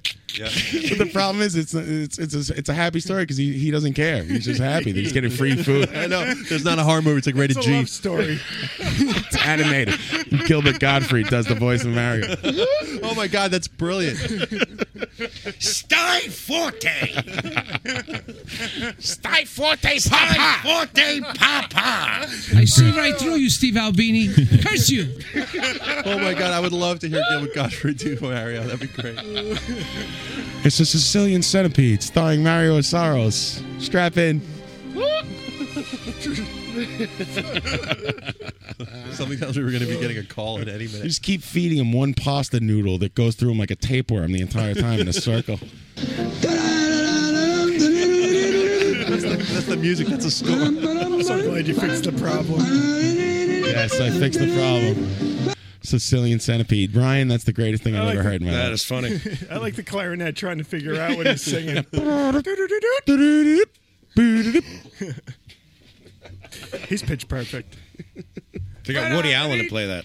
Speaker 2: But the problem is, it's it's it's a, it's a happy story because he, he doesn't care. He's just happy that he's getting free food.
Speaker 16: I know. There's not a horror movie. It's like rated
Speaker 13: It's a
Speaker 16: G.
Speaker 13: love story.
Speaker 2: It's animated. Gilbert Godfrey does the voice of Mario.
Speaker 16: Oh my god, that's brilliant.
Speaker 20: Stai forte.
Speaker 2: Stai forte,
Speaker 20: Stai forte, papa.
Speaker 3: I see right through you, Steve Albini. Curse you!
Speaker 16: Oh my god, I would love to hear Gilbert Godfrey do Mario. That'd be great.
Speaker 2: It's a Sicilian centipede starring Mario Saros. Strap in.
Speaker 16: Something tells me we're going to be getting a call in any
Speaker 2: You
Speaker 16: minute.
Speaker 2: just keep feeding him one pasta noodle that goes through him like a tapeworm the entire time in a circle.
Speaker 16: That's the, that's the music. That's a score. I'm
Speaker 13: so glad you fixed the problem.
Speaker 2: Yes, I fixed the problem. Sicilian centipede, Brian. That's the greatest thing I've ever heard. in my life.
Speaker 13: I like the clarinet trying to figure out what he's singing. he's pitch perfect.
Speaker 20: They got Woody Allen to play that.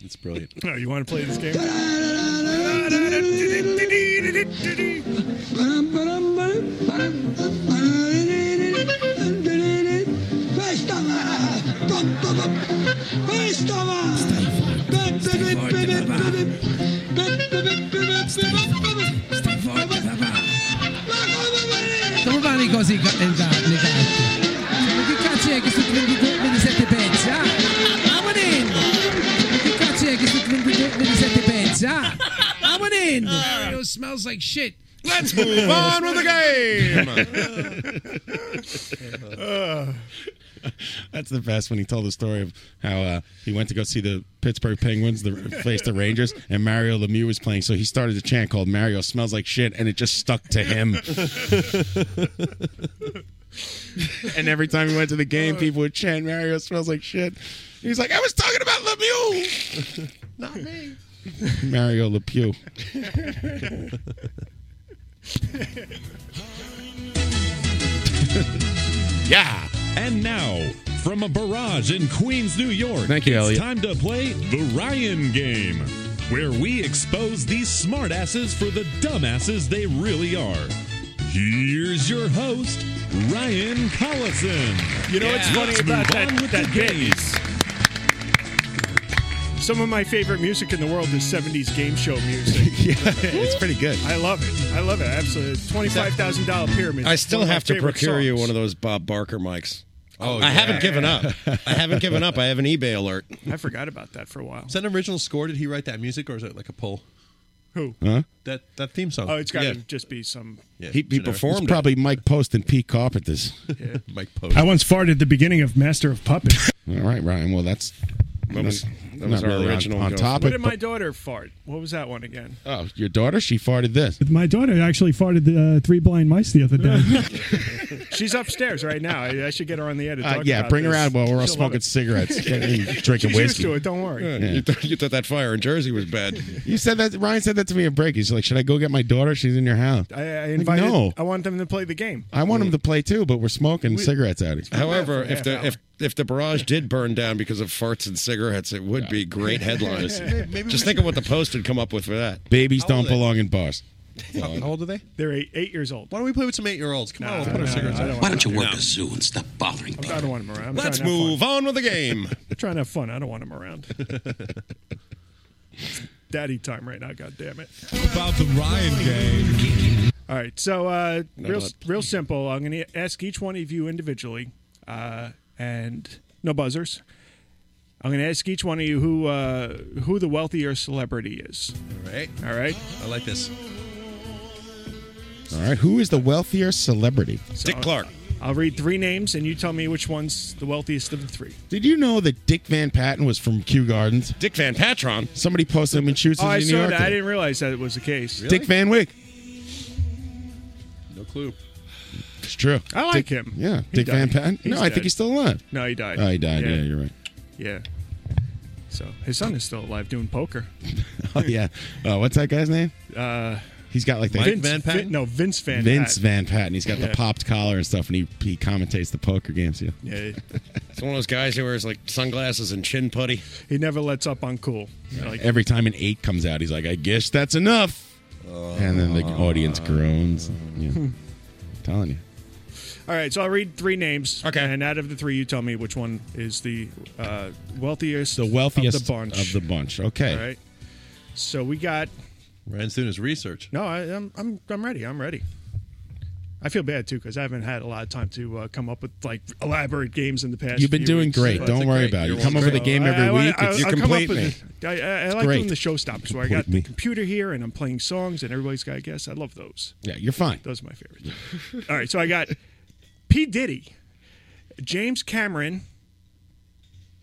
Speaker 16: It's brilliant.
Speaker 13: Oh, you want to play this game?
Speaker 3: Come vanno così le carte? Ma che cazzo è che sono 22, 27 pezzi? Ah? I'm an end! Ma che cazzo è che sono 22, 27 pezzi? Ah? I'm an end! Mario smells like shit.
Speaker 20: Ah. Let's move on with the
Speaker 2: game.
Speaker 13: Uh,
Speaker 2: That's the best when he told the story of how uh, he went to go see the Pittsburgh Penguins the, face the Rangers, and Mario Lemieux was playing. So he started a chant called "Mario smells like shit," and it just stuck to him. and every time he went to the game, people would chant "Mario smells like shit." He's like, "I was talking about Lemieux,
Speaker 20: not me."
Speaker 2: Mario Lemieux.
Speaker 6: Yeah. And now, from a barrage in Queens, New York,
Speaker 2: Thank you,
Speaker 6: it's
Speaker 2: Elliot.
Speaker 6: time to play the Ryan game, where we expose these smartasses for the dumbasses they really are. Here's your host, Ryan Collison.
Speaker 13: You know what's funny
Speaker 6: Let's
Speaker 13: about
Speaker 6: move
Speaker 13: that-
Speaker 6: on with
Speaker 13: that
Speaker 6: the
Speaker 13: bit?
Speaker 6: game.
Speaker 13: Some of my favorite music in the world is 70s game show music. yeah,
Speaker 2: it's pretty good.
Speaker 13: I love it. I love it. Absolutely. $25,000 pyramid.
Speaker 20: I still
Speaker 13: One of my
Speaker 20: have to
Speaker 13: favorite
Speaker 20: procure you
Speaker 13: songs.
Speaker 20: one of those Bob Barker mics.
Speaker 13: Oh,
Speaker 20: I
Speaker 13: yeah.
Speaker 20: haven't given up. I haven't given up. I have an eBay alert.
Speaker 13: I forgot about that for a while.
Speaker 16: Is that an original score? Did he write that music, or is it like a pull?
Speaker 13: Who?
Speaker 2: Huh?
Speaker 16: That that theme song.
Speaker 13: Oh, it's got to just be some.
Speaker 2: He, he performed. It's probably Mike Post and Pete Carpenters.
Speaker 16: Mike
Speaker 13: I once farted at the beginning of Master of Puppets.
Speaker 2: All right, Ryan. Well, that's
Speaker 20: That was-
Speaker 2: not-
Speaker 20: that was
Speaker 2: not
Speaker 20: our
Speaker 2: really on-
Speaker 20: original
Speaker 2: on,
Speaker 20: go.
Speaker 13: What
Speaker 2: topic.
Speaker 13: did my daughter fart? What was that one again?
Speaker 2: Oh, your daughter? She farted this.
Speaker 18: My daughter actually farted the uh, three blind mice the other day.
Speaker 13: She's upstairs right now. I, I should get her on the edit.
Speaker 2: Uh, yeah, bring her out while we're all smoking cigarettes and drinking
Speaker 13: She's used
Speaker 2: whiskey.
Speaker 13: to it, don't worry.
Speaker 2: Yeah.
Speaker 20: You, th- you thought that fire in Jersey was bad.
Speaker 2: You said that Ryan said that to me at break. He's like, "Should I go get my daughter? She's in your house."
Speaker 13: I, I
Speaker 2: Like,
Speaker 13: invited.
Speaker 2: no,
Speaker 13: I want them to play the game.
Speaker 2: I want him to play too, but we're smoking
Speaker 20: We-
Speaker 2: cigarettes out here.
Speaker 20: However,
Speaker 13: Yeah,
Speaker 20: if the if if the barrage did burn down because of farts and cigarettes, it would be great headlines.
Speaker 13: Maybe- maybe we
Speaker 20: Just think of what the Post would come up with for that.
Speaker 2: Babies
Speaker 20: How
Speaker 2: don't
Speaker 20: old are they?
Speaker 2: belong in bars.
Speaker 16: How old are they?
Speaker 13: They're eight, eight years old.
Speaker 16: Why don't we play with some eight-year-olds? Come on, we'll put our cigarettes. out.
Speaker 13: Why don't you work
Speaker 16: a zoo and stop bothering
Speaker 13: I don't want them around. I'm
Speaker 16: Let's
Speaker 13: trying to have
Speaker 16: move
Speaker 13: fun.
Speaker 16: on with the game.
Speaker 13: I'm trying to have fun. I don't want them around. Daddy time right now. God damn it.
Speaker 6: About the Ryan game.
Speaker 13: All right. So uh,
Speaker 6: No,
Speaker 13: real
Speaker 6: no.
Speaker 13: real simple. I'm going to ask each one of you individually, uh, and no buzzers. I'm going to ask each one of you who uh, who the wealthier celebrity is.
Speaker 16: All right.
Speaker 13: All right.
Speaker 16: I like this.
Speaker 2: All right, who is the wealthier celebrity?
Speaker 13: Dick Clark. I'll read three names, and you tell me which one's the wealthiest of the three.
Speaker 2: Did you know that Dick Van Patten was from Kew Gardens?
Speaker 20: Dick Van Patron.
Speaker 2: Somebody posted him in Shoes
Speaker 13: Oh, I
Speaker 2: in New
Speaker 13: saw
Speaker 2: York.
Speaker 13: that. I
Speaker 2: today.
Speaker 13: didn't realize that it was the case.
Speaker 2: Dick Van Wick.
Speaker 16: No clue.
Speaker 2: It's true.
Speaker 13: I like
Speaker 2: Dick-
Speaker 13: him.
Speaker 2: Yeah,
Speaker 13: He
Speaker 2: Dick Van
Speaker 13: died.
Speaker 2: Patten.
Speaker 13: He's
Speaker 2: no, I
Speaker 13: dead.
Speaker 2: think he's still alive.
Speaker 13: No, he died.
Speaker 2: Oh, he died.
Speaker 13: Yeah.
Speaker 2: Yeah, you're right.
Speaker 13: Yeah. So his son is still alive doing poker.
Speaker 2: Oh yeah. Uh, what's that guy's name?
Speaker 13: Uh,
Speaker 2: He's got like the
Speaker 13: Vince, Vin- no, Vince Van.
Speaker 2: Vince
Speaker 13: Patten.
Speaker 2: Van Patten. He's got
Speaker 13: Yeah.
Speaker 2: the popped collar and stuff, and he, he commentates the poker games. Yeah.
Speaker 13: Yeah,
Speaker 20: It's one of those guys who wears like sunglasses and chin putty.
Speaker 13: he never lets up on cool. Like,
Speaker 2: Every time an eight comes out, he's like, "I guess that's enough,"
Speaker 13: Uh,
Speaker 2: and then the audience groans. Yeah.
Speaker 13: Hmm.
Speaker 2: I'm telling you,
Speaker 13: all right, so I'll read three names. Okay. And out of the three, you tell me which one is the uh, wealthiest. The
Speaker 2: wealthiest
Speaker 13: of the bunch.
Speaker 2: Of the bunch. Okay.
Speaker 13: All right. So we got.
Speaker 16: Ryan's doing his research.
Speaker 13: No, I, I'm I'm I'm ready. I'm ready. I feel bad too because I haven't had a lot of time to uh, come up with like elaborate games in the past.
Speaker 2: You've been
Speaker 13: few
Speaker 2: doing
Speaker 13: weeks,
Speaker 2: great.
Speaker 13: but-
Speaker 2: Don't worry about it. You come up with a game every
Speaker 13: I- I-
Speaker 2: week.
Speaker 13: I-
Speaker 2: It's- you
Speaker 13: I'll come up
Speaker 2: complete
Speaker 13: with it. I, I, I
Speaker 2: It's
Speaker 13: like
Speaker 2: great.
Speaker 13: doing the showstoppers where I
Speaker 2: Complete
Speaker 13: got
Speaker 2: me.
Speaker 13: the computer here and I'm playing songs and everybody's got a guess. I love those.
Speaker 2: Yeah, you're fine.
Speaker 13: Those are my favorites. All right, so I got P Diddy, James Cameron,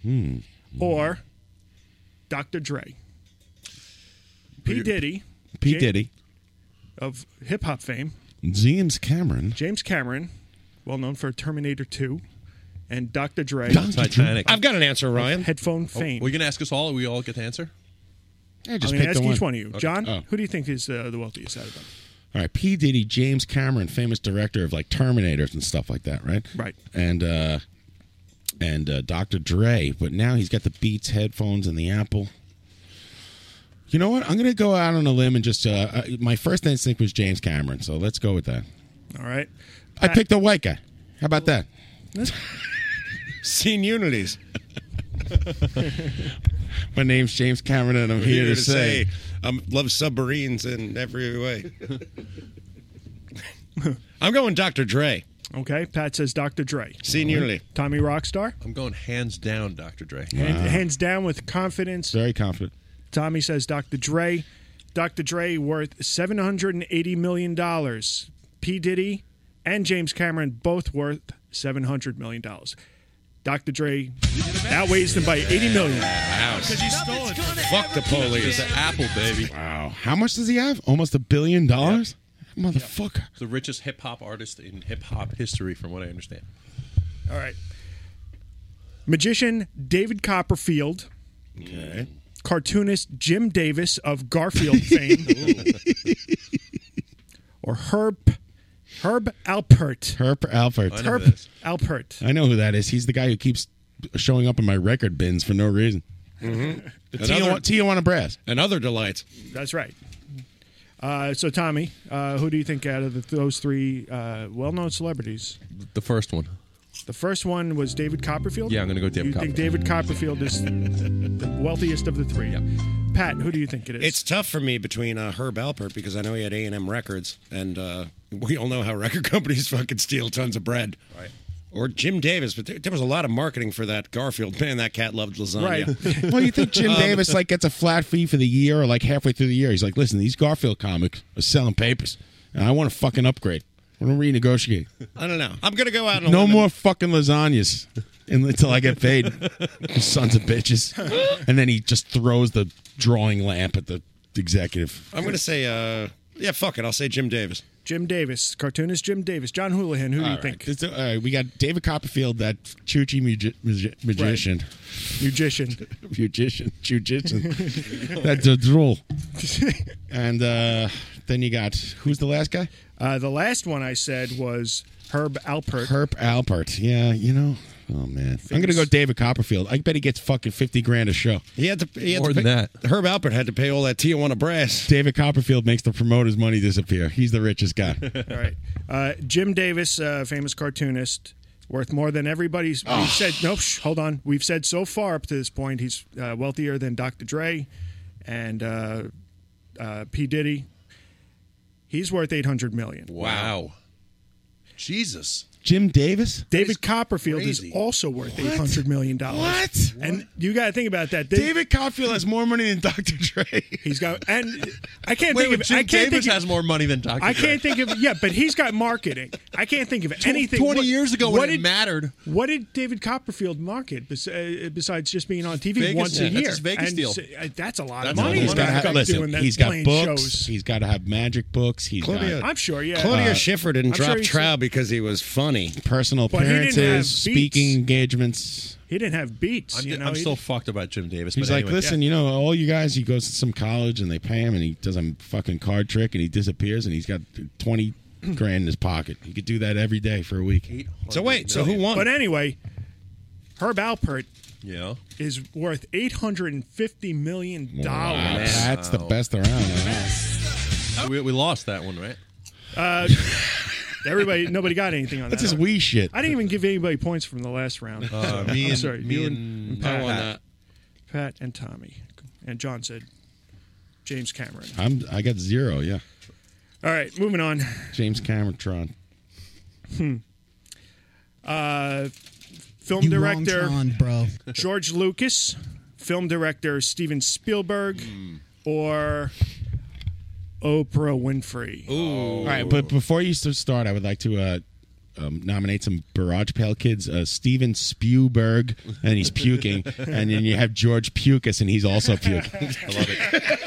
Speaker 2: Hmm.
Speaker 13: or Dr. Dre. P Diddy
Speaker 2: P
Speaker 13: Ja-
Speaker 2: Diddy.
Speaker 13: of hip hop fame.
Speaker 2: James Cameron.
Speaker 13: James Cameron, well known for Terminator 2 and Dr. Dre.
Speaker 16: Dr. Dre. Titanic.
Speaker 20: I've got an answer, Ryan.
Speaker 13: Headphone
Speaker 16: Oh,
Speaker 13: fame.
Speaker 16: We're gonna ask us all. We all get the answer.
Speaker 13: I'm
Speaker 16: just
Speaker 13: going to
Speaker 16: pick
Speaker 13: ask
Speaker 16: the
Speaker 13: each
Speaker 16: one.
Speaker 13: one of you.
Speaker 16: Okay.
Speaker 13: John,
Speaker 2: Oh.
Speaker 13: who do you think is uh, the wealthiest out of them?
Speaker 2: All right, P. Diddy, James Cameron, famous director of like Terminators and stuff like that, right?
Speaker 13: Right.
Speaker 2: And uh and uh, Dr. Dre, but now he's got the Beats headphones and the Apple. You know what? I'm gonna go out on a limb and just uh, uh my first instinct was James Cameron, so let's go with that.
Speaker 13: All right.
Speaker 2: I picked a white guy. How about that?
Speaker 20: Seen unities.
Speaker 2: My name's James Cameron, and I'm
Speaker 20: We're
Speaker 2: here, to, say,
Speaker 20: I um, love submarines in every way. I'm going Dr. Dre.
Speaker 13: Okay. Pat says Dr. Dre.
Speaker 20: Seniorly.
Speaker 13: Tommy Rockstar.
Speaker 16: I'm going hands down, Dr. Dre.
Speaker 13: Hand- hands down with confidence.
Speaker 2: Very confident.
Speaker 13: Tommy says Dr. Dre. Dr. Dre worth seven hundred and eighty million dollars. P. Diddy and James Cameron both worth seven hundred million dollars. Dr. Dre outweighs them by eighty million.
Speaker 16: Wow.
Speaker 11: Because you stole it.
Speaker 16: Fuck the police. The Apple baby.
Speaker 2: Wow. How much does he have? Almost a billion dollars? Motherfucker.
Speaker 16: The richest hip hop artist in hip hop history, from what I understand.
Speaker 13: All right. Magician David Copperfield.
Speaker 16: Okay.
Speaker 13: Cartoonist Jim Davis of Garfield fame. or Herb Herb Alpert.
Speaker 2: Herb Alpert.
Speaker 13: Herb Alpert.
Speaker 2: I know who that is. He's the guy who keeps showing up in my record bins for no reason. The Tijuana, Tijuana Brass.
Speaker 20: Mm-hmm. And other delights.
Speaker 13: That's right. Uh, so, Tommy, uh, who do you think out of the, those three uh, well-known celebrities?
Speaker 16: The first one.
Speaker 13: The first one was David Copperfield.
Speaker 16: Yeah, I'm gonna go David
Speaker 13: You think David Copperfield is the wealthiest of the three? Pat, who do you think it is?
Speaker 20: It's tough for me between uh, Herb Alpert because I know he had A and M Records, and uh, we all know how record companies fucking steal tons of bread. Right. Or Jim Davis, but there, there was a lot of marketing for that Garfield. Man, that cat loved lasagna.
Speaker 2: well, you think Jim
Speaker 20: Um,
Speaker 2: Davis like gets a flat fee for the year or like halfway through the year? He's like, listen, these Garfield comics are selling papers, and I want to fucking upgrade. I want to renegotiate.
Speaker 20: I don't know. I'm gonna go out and
Speaker 2: No more fucking lasagnas in- until I get paid, you sons of bitches. And then he just throws the drawing lamp at the executive.
Speaker 20: I'm gonna say, uh, yeah, fuck it. I'll say Jim Davis.
Speaker 13: Jim Davis, cartoonist Jim Davis, John Houlihan. Who do you think?
Speaker 2: all right, uh, we got David Copperfield, that Chuchi magi- magi- magician.
Speaker 13: Magician.
Speaker 2: Magician. Jujitsu. That's a drool. And uh, then you got, who's the last guy?
Speaker 13: Uh, the last one I said was Herb Alpert.
Speaker 2: Herb Alpert. Yeah, you know. Oh, man. I'm going to go David Copperfield. I bet he gets fucking 50 grand a show.
Speaker 20: He had to. He had
Speaker 2: More
Speaker 20: to
Speaker 2: than
Speaker 20: that. Herb Alpert had to pay all that Tijuana brass.
Speaker 2: David Copperfield makes the promoter's money disappear. He's the richest guy.
Speaker 13: All right. Uh, Jim Davis, uh, famous cartoonist, worth more than everybody's.
Speaker 2: Ah.
Speaker 13: We've said, nope, shh, hold on. We've said so far up to this point, he's uh, wealthier than Dr. Dre and uh, uh, P. Diddy. He's worth $800 million.
Speaker 16: Wow. Jesus.
Speaker 2: Jim Davis?
Speaker 13: David Copperfield is also worth $800 million.
Speaker 2: What?
Speaker 13: And you got to think about that. They-
Speaker 2: David Copperfield has more money than Dr. Dre.
Speaker 13: He's got, and I can't
Speaker 16: Wait,
Speaker 13: think
Speaker 16: but
Speaker 13: of.
Speaker 16: Jim
Speaker 13: I can't
Speaker 16: Davis
Speaker 13: think of,
Speaker 16: has more money than Dr.
Speaker 13: I
Speaker 16: Dre.
Speaker 13: can't think of. Yeah, but he's got marketing. I can't think of
Speaker 16: Tw-
Speaker 13: anything.
Speaker 16: 20 years ago when it mattered.
Speaker 13: What did David Copperfield market bes- uh, besides just being on TV
Speaker 16: Vegas-
Speaker 13: once
Speaker 16: yeah,
Speaker 13: a
Speaker 16: that's
Speaker 13: year?
Speaker 16: his Vegas
Speaker 13: And
Speaker 16: deal.
Speaker 13: so- uh, that's a lot
Speaker 16: That's
Speaker 13: of money.
Speaker 2: He's got to have,
Speaker 13: Doing
Speaker 2: listen,
Speaker 13: that
Speaker 2: he's got
Speaker 13: playing
Speaker 2: books.
Speaker 13: shows.
Speaker 2: He's got to have magic books. He's
Speaker 20: Claudia-
Speaker 2: got
Speaker 13: I'm sure. Yeah,
Speaker 20: Claudia
Speaker 2: Uh,
Speaker 20: Schiffer didn't
Speaker 13: I'm
Speaker 20: drop
Speaker 13: sure he's-
Speaker 20: trial because he was funny.
Speaker 2: personal
Speaker 13: But he didn't have
Speaker 2: appearances,
Speaker 13: beats.
Speaker 2: speaking engagements.
Speaker 13: He didn't have beats.
Speaker 16: I'm,
Speaker 13: you know,
Speaker 16: I'm
Speaker 13: he
Speaker 16: still
Speaker 13: didn't-
Speaker 16: fucked about Jim Davis.
Speaker 2: He's
Speaker 16: but
Speaker 2: like,
Speaker 16: anyway.
Speaker 2: listen, you know, all you guys, he goes to some college and they pay him and he does a fucking card trick and he disappears and he's got 20 grand in his pocket. He could do that every day for a week.
Speaker 20: So wait, so who won?
Speaker 13: But anyway, Herb Alpert
Speaker 16: Yeah.
Speaker 13: is worth 850 million
Speaker 2: Wow,
Speaker 13: dollars.
Speaker 2: That's the best around. huh?
Speaker 16: We, we lost that one, right?
Speaker 13: Uh, everybody, nobody got anything on
Speaker 2: That's
Speaker 13: that.
Speaker 2: his wee shit.
Speaker 13: I didn't even give anybody points from the last round.
Speaker 16: Uh,
Speaker 13: I'm
Speaker 16: me and-
Speaker 13: sorry,
Speaker 16: me
Speaker 13: you
Speaker 16: and- I
Speaker 13: Pat,
Speaker 16: won that.
Speaker 13: Pat and Tommy, and John said James Cameron.
Speaker 2: I'm, I got zero, yeah.
Speaker 13: All right, moving on.
Speaker 2: James Cameron.
Speaker 13: Hmm. Uh, film
Speaker 8: You wrong
Speaker 13: director,
Speaker 8: John, bro.
Speaker 13: George Lucas, film director Steven Spielberg, or Oprah Winfrey. Ooh.
Speaker 2: All right, but before you s- start, I would like to uh, um, nominate some Barrage Pale Kids. Uh, Steven Spielberg, and he's puking, and then you have George Pukas, and he's also puking.
Speaker 16: I love it.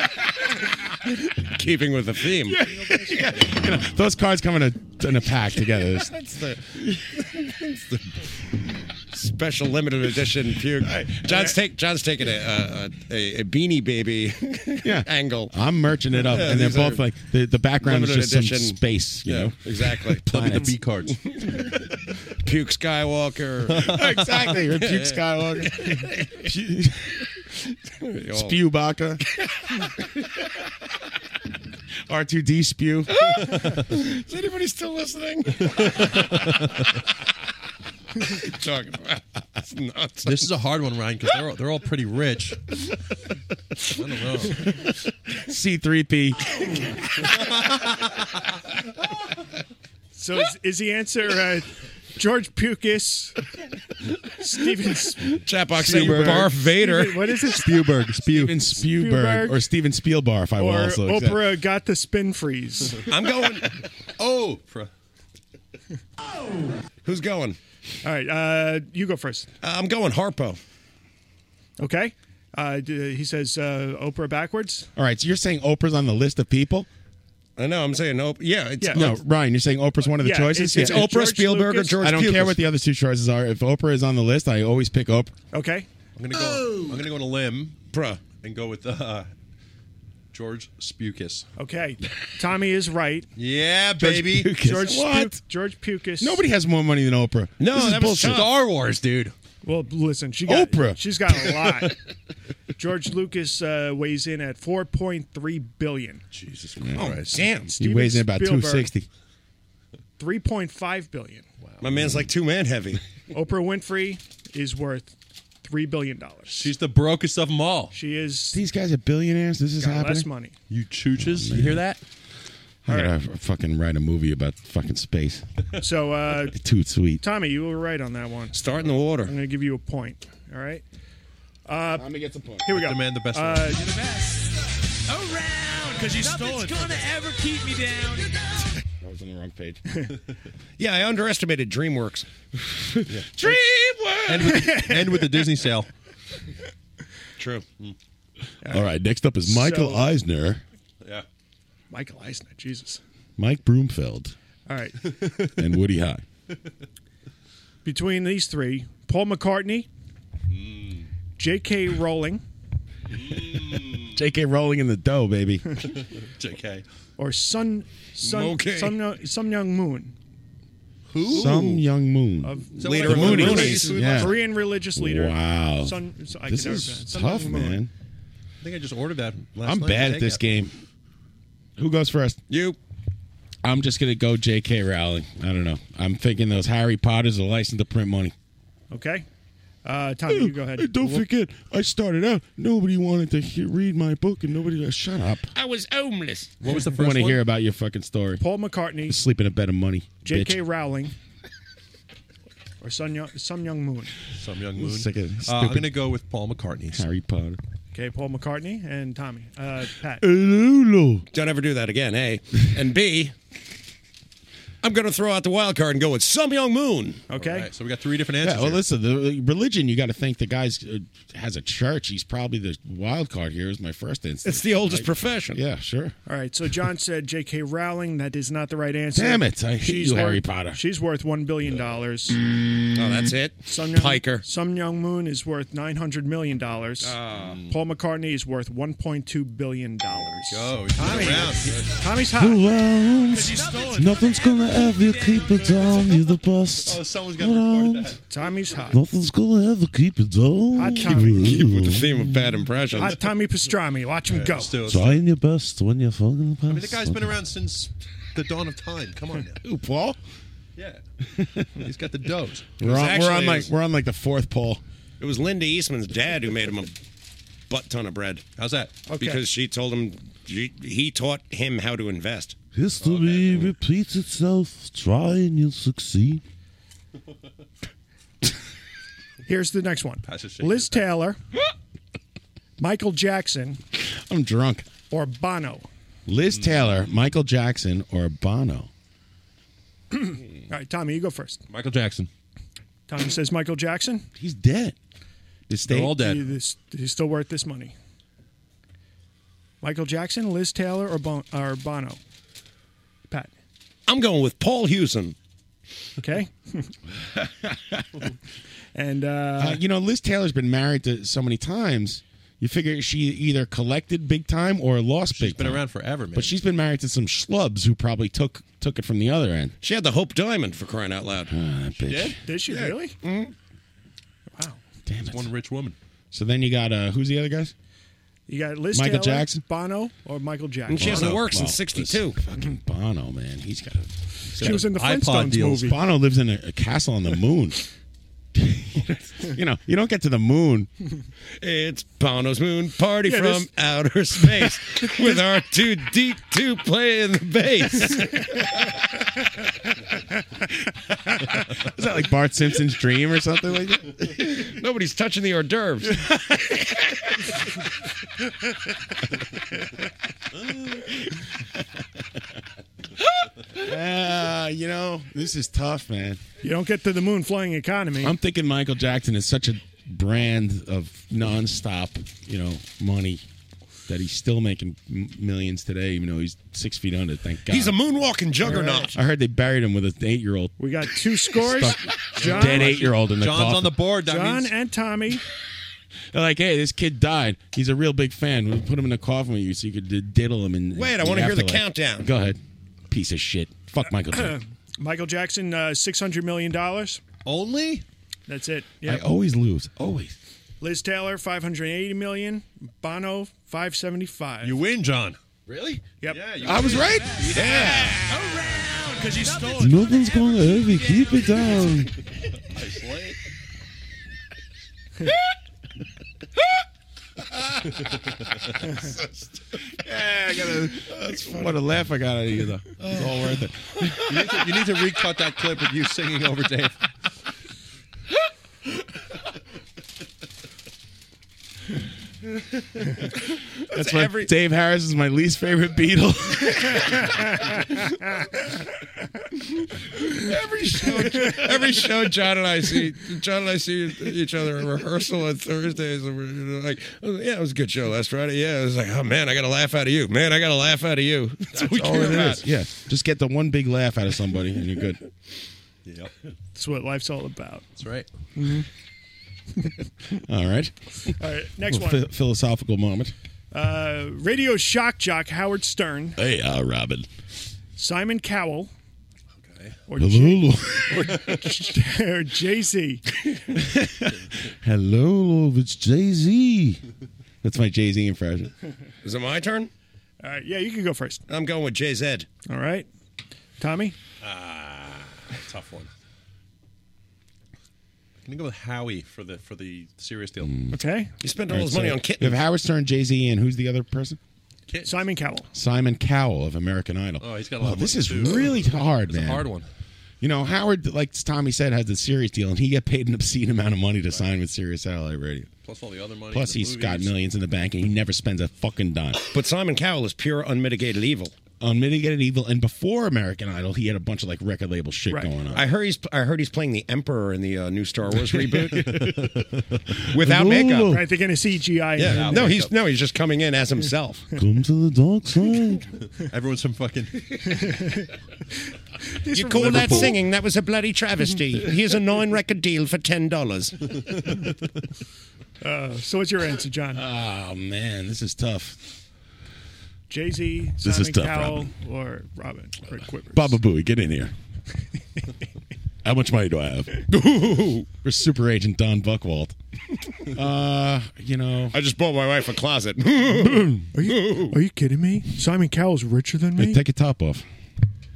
Speaker 20: keeping with the theme.
Speaker 2: You know, those cards come in a in a pack together. It's-
Speaker 20: That's the, that's the special limited edition puke. John's take John's taking a a, a, a beanie baby angle.
Speaker 2: I'm merching it up,
Speaker 20: Yeah,
Speaker 2: and they're
Speaker 20: these
Speaker 2: both
Speaker 20: are
Speaker 2: like the, the background is
Speaker 20: limited
Speaker 2: just some
Speaker 20: edition-
Speaker 2: space, you
Speaker 20: Yeah,
Speaker 2: know.
Speaker 20: exactly. Plug in the B
Speaker 16: cards.
Speaker 20: Puke Skywalker.
Speaker 2: exactly, you're Puke Skywalker. Spew Baca. R2D spew.
Speaker 20: Is anybody still listening? Talking about it's nuts.
Speaker 16: This is a hard one, Ryan, because they're all, they're all pretty rich. I don't know.
Speaker 2: C3P.
Speaker 13: So is, is the answer uh, George Pukas, Steven
Speaker 20: Chatbox
Speaker 2: Spielberg.
Speaker 13: What is it?
Speaker 2: Spielberg. Steven Spielberg.
Speaker 13: Spielberg.
Speaker 2: Or Steven Spielbar, if I will
Speaker 13: Or
Speaker 2: also. accept.
Speaker 13: Oprah got the spin freeze.
Speaker 20: I'm going. Oh, who's going?
Speaker 13: All right, uh, you go first.
Speaker 20: I'm going Harpo.
Speaker 13: Okay. Uh, d- he says uh, Oprah backwards.
Speaker 2: All right, so you're saying Oprah's on the list of people?
Speaker 20: I know, I'm saying Oprah. Yeah, it's
Speaker 2: No, Ryan, you're saying Oprah's one of the
Speaker 20: Yeah,
Speaker 2: choices?
Speaker 20: it's- it's Oprah, George Spielberg, or Lucas. George
Speaker 2: I don't care
Speaker 20: Lucas.
Speaker 2: what the other two choices are. If Oprah is on the list, I always pick Oprah.
Speaker 13: Okay.
Speaker 16: I'm gonna go. I'm gonna go on a limb, bruh, and go with uh, George Spukas.
Speaker 13: Okay. Tommy is right.
Speaker 16: Yeah,
Speaker 13: George
Speaker 16: baby.
Speaker 13: Pukas. George Spu-
Speaker 16: What?
Speaker 13: George Pukas.
Speaker 2: Nobody has more money than Oprah. this is bullshit.
Speaker 16: Star Wars, dude.
Speaker 13: Well, listen, she got,
Speaker 2: Oprah.
Speaker 13: She's got a lot. George Lucas uh, weighs in at 4.3 billion. Uh,
Speaker 16: Jesus
Speaker 20: Christ. Oh, damn.
Speaker 2: He
Speaker 20: Steven
Speaker 2: weighs in about
Speaker 13: Spielberg.
Speaker 2: 260.
Speaker 13: 3.5 billion.
Speaker 20: My man's like two man heavy.
Speaker 13: Oprah Winfrey is worth three billion dollars.
Speaker 16: She's the brokest of them all.
Speaker 13: She is.
Speaker 2: These guys are billionaires. This is
Speaker 13: Got
Speaker 2: happening. Oh,
Speaker 13: less money.
Speaker 16: You chooches. you hear that?
Speaker 2: I gotta f- fucking write a movie about fucking space.
Speaker 13: So, uh,
Speaker 2: Too sweet.
Speaker 13: Tommy, you were right on that one.
Speaker 20: Start in the water. I'm
Speaker 13: going to give you a point. All right. Uh,
Speaker 2: Time to get some points.
Speaker 13: Here we go.
Speaker 16: Demand the best.
Speaker 13: Uh,
Speaker 11: You're the best around because you stole it. gonna ever keep me down.
Speaker 2: I was on the wrong page.
Speaker 20: yeah, I underestimated DreamWorks.
Speaker 16: DreamWorks. End with, end with the Disney sale.
Speaker 20: True.
Speaker 2: All right, next up is Michael
Speaker 13: So-
Speaker 2: Eisner,
Speaker 16: Yeah.
Speaker 13: Michael Eisner, Jesus.
Speaker 2: Mike Broomfeld,
Speaker 13: All right.
Speaker 2: and Woody High.
Speaker 13: Between these three, Paul McCartney,
Speaker 16: Hmm.
Speaker 13: J.K. Rowling,
Speaker 2: J.K. Rowling in the dough, baby.
Speaker 16: J.K.
Speaker 13: or Sun Sun
Speaker 2: Okay.
Speaker 13: Sun, Sun Young Moon.
Speaker 16: Who?
Speaker 2: Some young moon.
Speaker 13: Of
Speaker 2: The
Speaker 13: leader of the
Speaker 2: Moonies.
Speaker 13: Moonies.
Speaker 2: Yeah.
Speaker 13: Korean religious leader.
Speaker 2: Wow.
Speaker 13: Sun- so I
Speaker 2: this
Speaker 13: can never
Speaker 2: is
Speaker 13: pronounce it.
Speaker 2: tough,
Speaker 13: Sun Young Moon.
Speaker 2: man.
Speaker 16: I think I just ordered that last
Speaker 2: I'm
Speaker 16: night.
Speaker 2: bad
Speaker 16: Take
Speaker 2: at this
Speaker 16: it.
Speaker 2: game. Who goes first?
Speaker 20: You.
Speaker 2: I'm just gonna go J.K. Rowling. I don't know. I'm thinking those Harry Potters are licensed to print money.
Speaker 13: Okay. Uh, Tommy, you go ahead.
Speaker 2: Hey, don't
Speaker 13: We'll-
Speaker 2: forget, I started out. Nobody wanted to he- read my book, and nobody. Uh, shut up.
Speaker 13: I was homeless.
Speaker 2: I want to hear about your fucking story.
Speaker 13: Paul McCartney.
Speaker 2: Sleep in a bed of money.
Speaker 13: J.K.
Speaker 2: bitch.
Speaker 13: Rowling or Sun Young, Sun Young Moon.
Speaker 16: Some young moon.
Speaker 2: Sick of
Speaker 16: Uh, I'm
Speaker 2: stupid-
Speaker 16: gonna go with Paul McCartney.
Speaker 2: Harry Potter.
Speaker 13: Okay, Paul McCartney and Tommy. Uh, Pat.
Speaker 20: Don't ever do that again, A. And B, I'm going to throw out the wild card and go with Some Young Moon.
Speaker 13: Okay.
Speaker 16: so we got three different
Speaker 2: Yeah, well, listen, the religion, you got to think the guy's uh, has a church. He's probably the wild card here, is my first instinct.
Speaker 20: It's the oldest
Speaker 2: Right?
Speaker 20: profession.
Speaker 2: Yeah, sure.
Speaker 13: All right, so John said J.K. Rowling. That is not the right answer.
Speaker 2: Damn it, I hate you, Harry Potter.
Speaker 13: She's worth $1 billion. Oh,
Speaker 20: Oh, that's it.
Speaker 13: Sun Young,
Speaker 20: Piker.
Speaker 13: Sun Young Moon is worth $900 million.
Speaker 16: Ah.
Speaker 13: Paul McCartney is worth $1.2 billion.
Speaker 16: Go.
Speaker 13: Tommy. Tommy's hot.
Speaker 4: Around, nothing's gonna ever keep it down. You're the
Speaker 16: Oh,
Speaker 4: best. Around,
Speaker 13: Tommy's hot.
Speaker 4: nothing's gonna ever keep it down.
Speaker 13: Hot Tommy.
Speaker 20: Keep with the theme of bad impressions.
Speaker 13: Hot Tommy Pastrami. Watch him go.
Speaker 4: Trying your best when you're fucking past.
Speaker 16: I mean, the guy's been around since the dawn of time. Come on now.
Speaker 2: Ooh, Paul.
Speaker 16: Yeah. He's got the doze.
Speaker 2: We're on, we're on like
Speaker 20: actually-
Speaker 2: we're on like the fourth poll.
Speaker 20: It was Linda Eastman's dad who made him a butt ton of bread.
Speaker 16: How's that?
Speaker 4: Okay.
Speaker 20: Because she told him, she, he taught him how to invest.
Speaker 4: History repeats itself. Try and you'll succeed.
Speaker 13: Here's the next one
Speaker 4: Pass the shit
Speaker 13: Liz Taylor, Michael Jackson,
Speaker 2: I'm drunk.
Speaker 13: or Bono.
Speaker 16: Mm.
Speaker 2: Liz Taylor, Michael Jackson, or Bono?
Speaker 13: All right, Tommy, you go first.
Speaker 16: Michael Jackson.
Speaker 13: Tommy says Michael Jackson.
Speaker 2: He's dead. This
Speaker 16: They're all dead.
Speaker 13: He- this- he's still worth this money. Michael Jackson, Liz Taylor, or, bon- or Bono? Pat.
Speaker 20: I'm going with Paul Hewson.
Speaker 13: Okay. and uh,
Speaker 2: Uh, you know, Liz Taylor's been married to so many times. You figure she either collected big time or lost big
Speaker 16: been
Speaker 2: time.
Speaker 16: around forever, man.
Speaker 2: But she's been married to some schlubs who probably took took it from the other end. Ah,
Speaker 20: She had the Hope Diamond for crying out loud.
Speaker 2: bitch.
Speaker 13: Did she really? Wow.
Speaker 2: Damn it.
Speaker 16: One rich woman.
Speaker 2: So then you got uh, who's the other guys?
Speaker 13: You got Liz
Speaker 2: Michael
Speaker 13: Taylor,
Speaker 2: Jackson?
Speaker 13: Bono, or Michael Jackson?
Speaker 2: Bono. Well, listen, Fucking Bono, man, he's got a. he's
Speaker 13: She
Speaker 2: got
Speaker 13: was
Speaker 2: a-
Speaker 13: in the iPod Flintstones deals. movie.
Speaker 2: Bono lives in a, a castle on the moon. you know, you don't get to the moon.
Speaker 20: It's Bono's Moon Party
Speaker 2: Yeah,
Speaker 20: from
Speaker 2: this-
Speaker 20: Outer Space with our 2 d 2 playing the bass.
Speaker 2: Is that like Bart Simpson's dream or something like that?
Speaker 20: Nobody's touching the hors d'oeuvres.
Speaker 2: Uh, you know, this is tough, man.
Speaker 13: You don't get to the moon flying economy.
Speaker 2: I'm thinking Michael Jackson is such a brand of nonstop, you know, money that he's still making m- millions today, even though he's six feet under. Thank God.
Speaker 20: He's a moonwalking juggernaut.
Speaker 2: I heard they buried him with an eight-year-old.
Speaker 13: We got two scores. John,
Speaker 2: dead eight-year-old in the coffin.
Speaker 13: John and Tommy.
Speaker 2: They're like, hey, this kid died. He's a real big fan. We'll put him in a coffin with you so you could d- diddle him. And
Speaker 13: Wait, I wanna hear the
Speaker 20: countdown.
Speaker 2: Go ahead. Piece of shit. Fuck Michael Jackson.
Speaker 13: Michael Jackson, uh, six hundred million dollars
Speaker 16: only.
Speaker 13: That's it. Yeah.
Speaker 2: I always lose. Always.
Speaker 13: Liz Taylor, five hundred eighty million. Bono, five seventy five.
Speaker 16: You win, John.
Speaker 13: Really? Yep.
Speaker 16: you I was win. right.
Speaker 13: Yeah.
Speaker 11: Because you stole it.
Speaker 4: Nothing's going to hurt me. Keep it down.
Speaker 2: yeah, I gotta,
Speaker 4: That's funny.
Speaker 2: what a laugh I got out of you, though. It's all worth it.
Speaker 16: You need, to, you need to recut that clip with you singing over Dave.
Speaker 2: That's my Dave Harris is my least favorite Beatle.
Speaker 20: every show, every show, John and I see, John and I see each other in rehearsal on Thursdays, and we're you know, like, oh, "Yeah, it was a good show last Friday." Yeah, it was like, "Oh man, I got to laugh out of you, man, I got to laugh out of you." That's, what we
Speaker 2: all
Speaker 20: care
Speaker 2: it
Speaker 20: about.
Speaker 2: is. Yeah, just get the one big laugh out of somebody, and you're good.
Speaker 16: Yep.
Speaker 13: That's what life's all about.
Speaker 16: That's right.
Speaker 2: All right.
Speaker 13: All right, next
Speaker 2: Little
Speaker 13: one.
Speaker 2: phi- philosophical moment.
Speaker 13: Uh, radio shock jock Howard Stern,
Speaker 2: Hey, uh, Robin.
Speaker 13: Simon Cowell, Or
Speaker 2: Hello,
Speaker 13: or, or Jay Z.
Speaker 2: hello, love, it's Jay Z. That's my Jay Z impression.
Speaker 20: Is it my turn?
Speaker 13: All right, Uh, yeah, you can go first.
Speaker 20: I'm going with Jay Z.
Speaker 13: All right, Tommy.
Speaker 16: Ah, tough one. I'm gonna go with Howie for the for the serious deal.
Speaker 13: Okay.
Speaker 20: You spend
Speaker 2: Hmm. All right, so You have Howard Stern, Jay Z, and who's the other person?
Speaker 13: Simon Cowell.
Speaker 2: Simon Cowell of American Idol.
Speaker 16: Oh, he's got a
Speaker 2: Wow,
Speaker 16: lot of
Speaker 2: This
Speaker 16: money,
Speaker 2: is
Speaker 16: too.
Speaker 2: really hard,
Speaker 16: It's a
Speaker 2: man.
Speaker 16: hard one.
Speaker 2: You know, Howard, like Tommy said, has the Sirius deal, and he got paid an obscene amount of money to sign with Sirius Satellite Radio.
Speaker 16: Plus all the other money.
Speaker 2: Plus,
Speaker 16: and the
Speaker 2: he's got
Speaker 16: movies.
Speaker 2: millions in the bank, and he never spends a fucking dime.
Speaker 20: But Simon Cowell is pure unmitigated evil.
Speaker 2: Unmitigated evil, and before American Idol, he had a bunch of like record label shit going on.
Speaker 20: I heard he's I heard he's playing the Emperor in the uh, new Star Wars reboot without makeup.
Speaker 13: Right, they're going to CGI.
Speaker 20: Yeah,
Speaker 13: him.
Speaker 20: no, he's no, he's just coming in as himself.
Speaker 4: Come to the dark side.
Speaker 16: Everyone's from fucking.
Speaker 13: He's
Speaker 20: you
Speaker 13: from
Speaker 20: call that
Speaker 13: Liverpool.
Speaker 20: singing? That was a bloody travesty. Here's a nine record deal for ten dollars.
Speaker 13: Uh, so what's your answer, John?
Speaker 20: Uh,
Speaker 2: Oh man, this is tough.
Speaker 13: Jay Z,
Speaker 2: This is
Speaker 13: Simon
Speaker 2: tough,
Speaker 13: Cowell, or Robin or Quiver.
Speaker 2: Baba Booey, get in here. How much money do I have? We're super agent Don Buckwald. Uh, you know,
Speaker 20: I just bought my wife a closet.
Speaker 13: Are you, are you kidding me? Simon Cowell's richer than me.
Speaker 2: take your top off.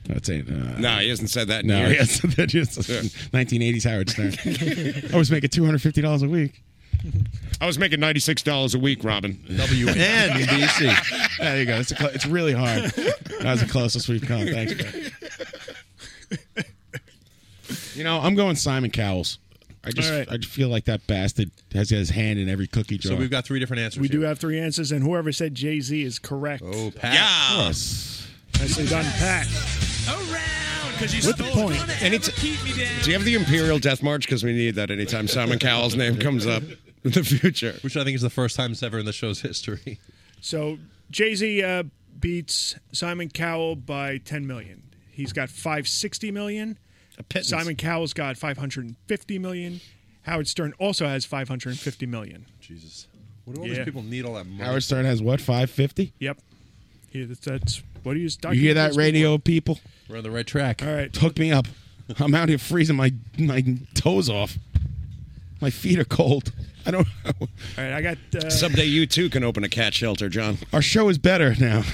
Speaker 2: That's it. Uh,
Speaker 20: no, he hasn't said that. In
Speaker 2: no,
Speaker 20: years.
Speaker 2: he hasn't said that. He hasn't said- 1980s Howard Stern. I was making two hundred fifty dollars a week.
Speaker 20: I was making ninety six dollars a week, Robin.
Speaker 2: WNBC. there you go. It's, a cl- it's really hard. That was the closest we've come. Thanks. Man. You know, I'm going Simon Cowell's. I just,
Speaker 13: All right.
Speaker 2: I just feel like that bastard has his hand in every cookie jar.
Speaker 16: So we've got three different answers.
Speaker 13: We do have three answers, and whoever said Jay Z is correct. Oh,
Speaker 16: Pat.
Speaker 2: Yes.
Speaker 13: Nicely done, Pat.
Speaker 11: Because you
Speaker 13: With the
Speaker 11: stole
Speaker 13: point.
Speaker 11: it.
Speaker 20: And it's, do you have the Imperial Death March? Because we need that anytime Simon Cowell's name comes up in the future.
Speaker 16: Which I think is the first time it's ever in the show's history.
Speaker 13: So Jay Z uh, beats Simon Cowell by 10 million. He's got 560 million.
Speaker 20: pittance.
Speaker 13: Simon Cowell's got 550 million. Howard Stern also has 550 million.
Speaker 16: Jesus. What do all these people need all that money?
Speaker 2: Howard Stern has what five fifty?
Speaker 13: Yep. He, that's, that's what he was
Speaker 2: You hear that, radio people?
Speaker 16: We're on the right track.
Speaker 13: All right,
Speaker 2: hook me up. I'm out here freezing my my toes off. My feet are cold. I don't.
Speaker 13: All right, I got. Uh,
Speaker 20: Someday you too can open a cat shelter, John.
Speaker 2: Our show is better now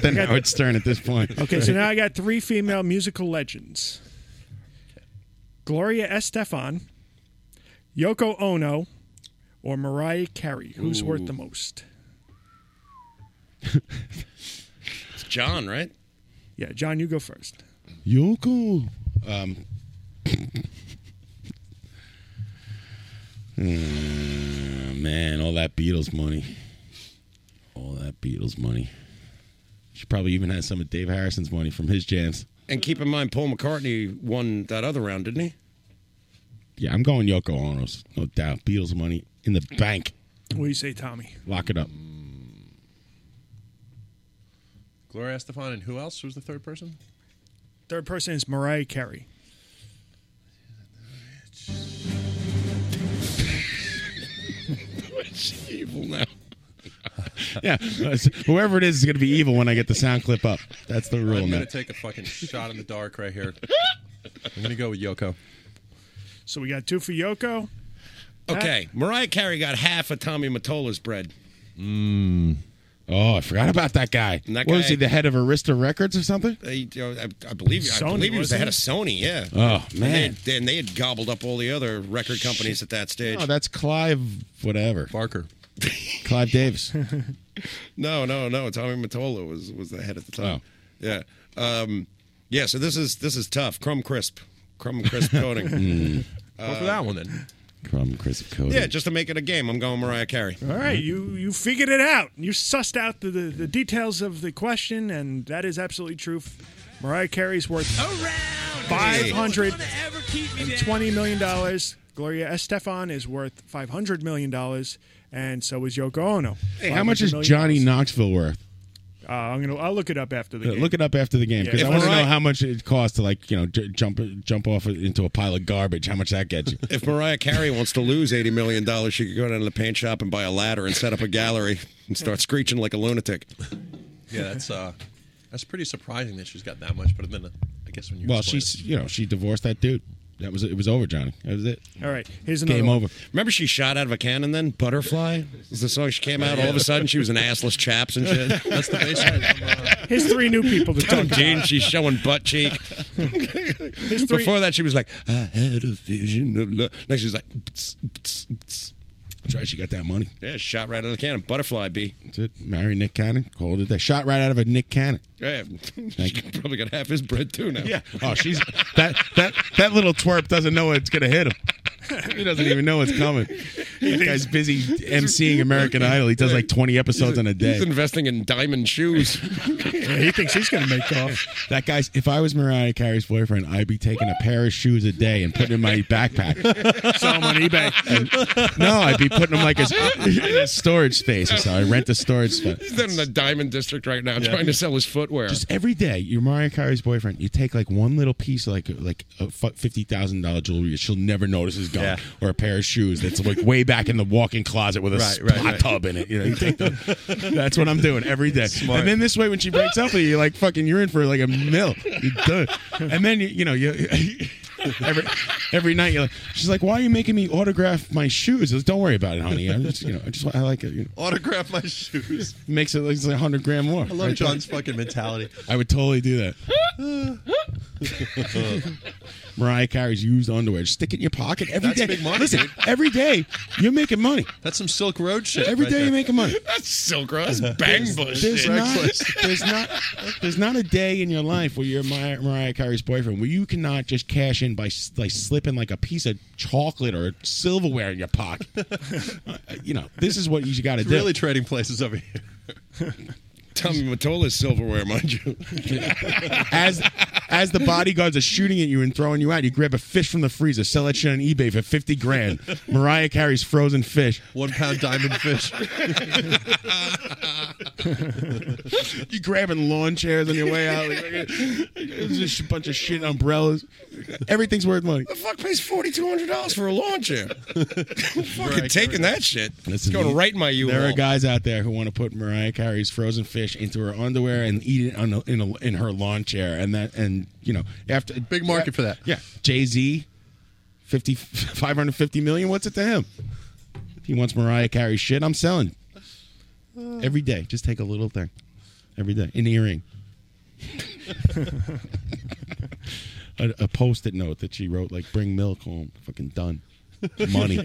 Speaker 2: than Howard Stern at this point.
Speaker 13: Okay, so now I got three female musical legends Gloria Estefan, Yoko Ono, or Mariah Carey. Who's
Speaker 20: Ooh.
Speaker 13: worth the most?
Speaker 20: It's John, right?
Speaker 13: Yeah, John, you go first.
Speaker 2: Yoko. Um. Ah, man, all that Beatles money. All that Beatles money. She probably even has some of Dave Harrison's money from his jams.
Speaker 20: And keep in mind, Paul McCartney won that other round, didn't he?
Speaker 2: Yeah, I'm going Yoko Ono's, no doubt. Beatles money in the bank.
Speaker 13: What do you say, Tommy?
Speaker 2: Lock it up.
Speaker 16: Gloria Estefan and who else was the third person?
Speaker 13: Third person is Mariah Carey.
Speaker 2: evil now. yeah, whoever it is is going to be evil when I get the sound clip up. That's the rule
Speaker 16: I'm
Speaker 2: now.
Speaker 16: gonna take a fucking shot in the dark right here. I'm gonna go with Yoko.
Speaker 13: So we got two for Yoko.
Speaker 20: Okay, Mariah Carey got half of Tommy Mottola's bread.
Speaker 2: Mm. Oh, I forgot about that guy.
Speaker 20: And that
Speaker 2: what was
Speaker 20: guy-
Speaker 2: he, the head of Arista Records or something?
Speaker 20: They, you know, I, I believe I
Speaker 2: Sony,
Speaker 20: believe he was the
Speaker 2: wasn't
Speaker 20: head of
Speaker 2: it?
Speaker 20: Sony. Yeah.
Speaker 2: Oh,
Speaker 20: And
Speaker 2: man.
Speaker 20: they, had- and they had gobbled up all the other record companies at that stage.
Speaker 2: Oh, that's Clive, whatever.
Speaker 16: Barker.
Speaker 2: Clive Davis.
Speaker 20: No, no, no. Tommy Mottola was was the head at the
Speaker 2: Oh.
Speaker 20: time. Yeah. Um, yeah. So this is this is tough. Crumb crisp, crumb crisp coating.
Speaker 2: Mm.
Speaker 20: Uh,
Speaker 16: Go for that one then.
Speaker 2: Crumb Crisp Cody.
Speaker 20: Yeah, just to make it a game, I'm going Mariah Carey.
Speaker 13: All right, you you figured it out. You sussed out the, the, the details of the question, and that is absolutely true. Mariah Carey's worth
Speaker 20: Oh,
Speaker 13: five hundred and twenty million dollars. Gloria Estefan is worth five hundred million dollars, and so is Yoko Ono.
Speaker 2: Hey, how much is
Speaker 13: $500 million?
Speaker 2: Johnny Knoxville worth?
Speaker 13: Uh, I'm gonna I'll look it up after the game.
Speaker 2: Look it up after the game because
Speaker 13: Yeah.
Speaker 2: I want
Speaker 13: If
Speaker 2: to
Speaker 13: Mariah-
Speaker 2: know how much it costs to like you know j- jump jump off into a pile of garbage. How much that gets you?
Speaker 20: If Mariah Carey wants to lose eighty million dollars, she could go down to the paint shop and buy a ladder and set up a gallery and start screeching like a lunatic.
Speaker 16: Yeah, that's uh, that's pretty surprising that she's got that much. But then uh, I guess when you
Speaker 2: well,
Speaker 16: explain
Speaker 2: she's you know she divorced that dude. That was it. Was over, Johnny. That was it.
Speaker 13: All right, here's another
Speaker 2: Game
Speaker 13: one.
Speaker 2: over.
Speaker 20: Remember, she shot out of a cannon. Then Butterfly is the song she came out. All of a sudden, she was in assless chaps and shit.
Speaker 16: That's the
Speaker 13: Here's three new people to talk
Speaker 20: Tom Jean,
Speaker 13: about.
Speaker 20: she's showing butt cheek.
Speaker 13: Here's three-
Speaker 20: Before that, she was like, "Ah, I had a vision of love. Next, she's like, "Pts, pts, pts."
Speaker 2: That's right. She got that money.
Speaker 20: yeah, shot right out of the cannon. Butterfly bee.
Speaker 2: That's it. Marry Nick Cannon. Called it. They shot right out of a Nick Cannon.
Speaker 20: Yeah, she probably got half his bread too now.
Speaker 2: Yeah. Oh, she's that that that little twerp doesn't know it's gonna hit him. He doesn't even know it's coming. That guy's busy emceeing American Idol. He does like 20 episodes in a
Speaker 20: He's
Speaker 2: day.
Speaker 20: investing in diamond shoes.
Speaker 13: he thinks he's going to make off.
Speaker 2: That guy's. If I was Mariah Carey's boyfriend, I'd be taking a pair of shoes a day and putting 'em in my backpack.
Speaker 13: Sell 'em on eBay.
Speaker 2: No, I'd be putting them like as, in a storage space or something. I rent a storage space.
Speaker 20: He's down in the diamond district right now,
Speaker 2: Yeah.
Speaker 20: trying to sell his footwear.
Speaker 2: Just every day, you're Mariah Carey's boyfriend. You take like one little piece, of like like a fu- fifty thousand dollar jewelry that she'll never notice is gone,
Speaker 16: Yeah.
Speaker 2: or a pair of shoes that's like way back in the walk-in closet with a
Speaker 16: Right,
Speaker 2: spot
Speaker 16: right, right.
Speaker 2: tub in it. You know, you take the, that's what I'm doing every day. And then this way, when she breaks up with you, you're like fucking, you're in for like a mill. You're done. And then you, you know you. Every every night, you're like, she's like, "Why are you making me autograph my shoes?" I was, Don't worry about it, honey. I just, you know, I just, I like it. You know.
Speaker 16: autograph my shoes.
Speaker 2: Makes it like a hundred grand more.
Speaker 16: I love
Speaker 2: Right,
Speaker 16: John's fucking mentality. Uh,
Speaker 2: I would totally do that. Mariah Carey's used underwear. Just stick it in your pocket every
Speaker 16: That's
Speaker 2: day.
Speaker 16: big money,
Speaker 2: Listen,
Speaker 16: dude.
Speaker 2: every day you're making money.
Speaker 16: That's some Silk Road shit.
Speaker 2: Every
Speaker 16: right
Speaker 2: day
Speaker 16: there.
Speaker 2: you're making money.
Speaker 20: That's Silk Road. That's Bang Bush.
Speaker 2: There's
Speaker 20: shit.
Speaker 2: not, there's not there's not a day in your life where you're Mariah, Mariah Carey's boyfriend where you cannot just cash in by s- like slipping like a piece of chocolate or silverware in your pocket. Uh, you know, this is what you got to
Speaker 16: It's
Speaker 2: do.
Speaker 16: really trading places over here.
Speaker 20: Tommy Mottola's silverware, mind you.
Speaker 2: as as the bodyguards are shooting at you and throwing you out, you grab a fish from the freezer, sell that shit on eBay for fifty grand. Mariah Carey's frozen fish,
Speaker 16: one pound diamond fish.
Speaker 2: you grabbing lawn chairs on your way out. Like, like, it's just a bunch of shit umbrellas. Everything's worth money.
Speaker 20: The fuck pays forty two hundred dollars for a lawn chair? fucking
Speaker 2: Mariah
Speaker 20: taking that shit. it's going right in my U.
Speaker 2: There are guys out there who want to put Mariah Carey's frozen fish into her underwear and eat it on a, in, a, in her lawn chair, and that and you know after big market for that. Yeah, Jay Z, 50, 550 million. What's it to him? If he wants Mariah Carey shit, I'm selling every day. Just take a little thing every day, an earring, a, a post-it note that she wrote like "Bring milk home." Fucking done. Money,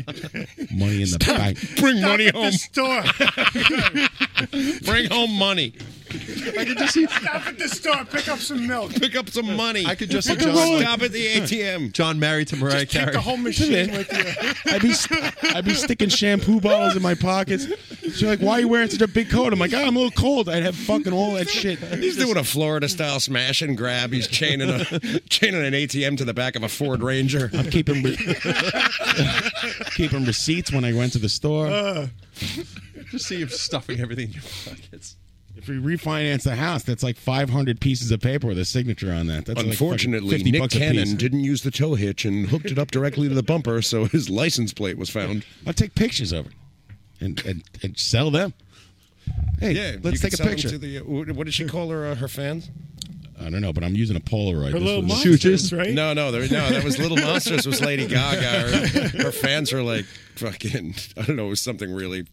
Speaker 2: money in the bank.
Speaker 20: Bring
Speaker 2: Stop
Speaker 20: money
Speaker 2: at
Speaker 20: home.
Speaker 2: the
Speaker 20: Bring home money.
Speaker 13: I could just stop at the store, pick up some milk,
Speaker 20: pick up some money.
Speaker 16: I could just see
Speaker 20: Pick a
Speaker 16: John
Speaker 20: roll. Stop at the ATM.
Speaker 16: John married to Mariah
Speaker 20: Just take
Speaker 16: Carey.
Speaker 20: the whole
Speaker 2: machine with I'd be I'd be sticking shampoo bottles in my pockets. She's like, "Why are you wearing such a big coat?" I'm like, "Ah, "I'm a little cold." I'd have fucking all that shit.
Speaker 20: He's doing a Florida style smash and grab. He's chaining a chaining an ATM to the back of a Ford Ranger.
Speaker 2: I'm keeping re- keeping receipts when I went to the store.
Speaker 20: Uh.
Speaker 16: just see him stuffing everything in your pockets.
Speaker 2: if we refinance the house, that's like 500 pieces of paper with a signature on that. That's like fucking
Speaker 20: Unfortunately,
Speaker 2: 50
Speaker 20: Nick
Speaker 2: bucks a piece.
Speaker 20: Cannon didn't use the tow hitch and hooked it up directly to the bumper, so his license plate was found.
Speaker 2: I'll take pictures of it and and, and sell them. Hey,
Speaker 20: yeah,
Speaker 2: let's
Speaker 20: you
Speaker 2: take a
Speaker 20: could sell them
Speaker 2: picture.
Speaker 20: to the- what what did she call her uh, her fans?
Speaker 2: I don't know, but I'm using a Polaroid.
Speaker 20: Her
Speaker 2: This
Speaker 20: Little
Speaker 2: was-
Speaker 20: Monsters, right? No, no, there- no, that was Little Monsters was Lady Gaga. Her, her fans were like fucking. I don't know. It was something really,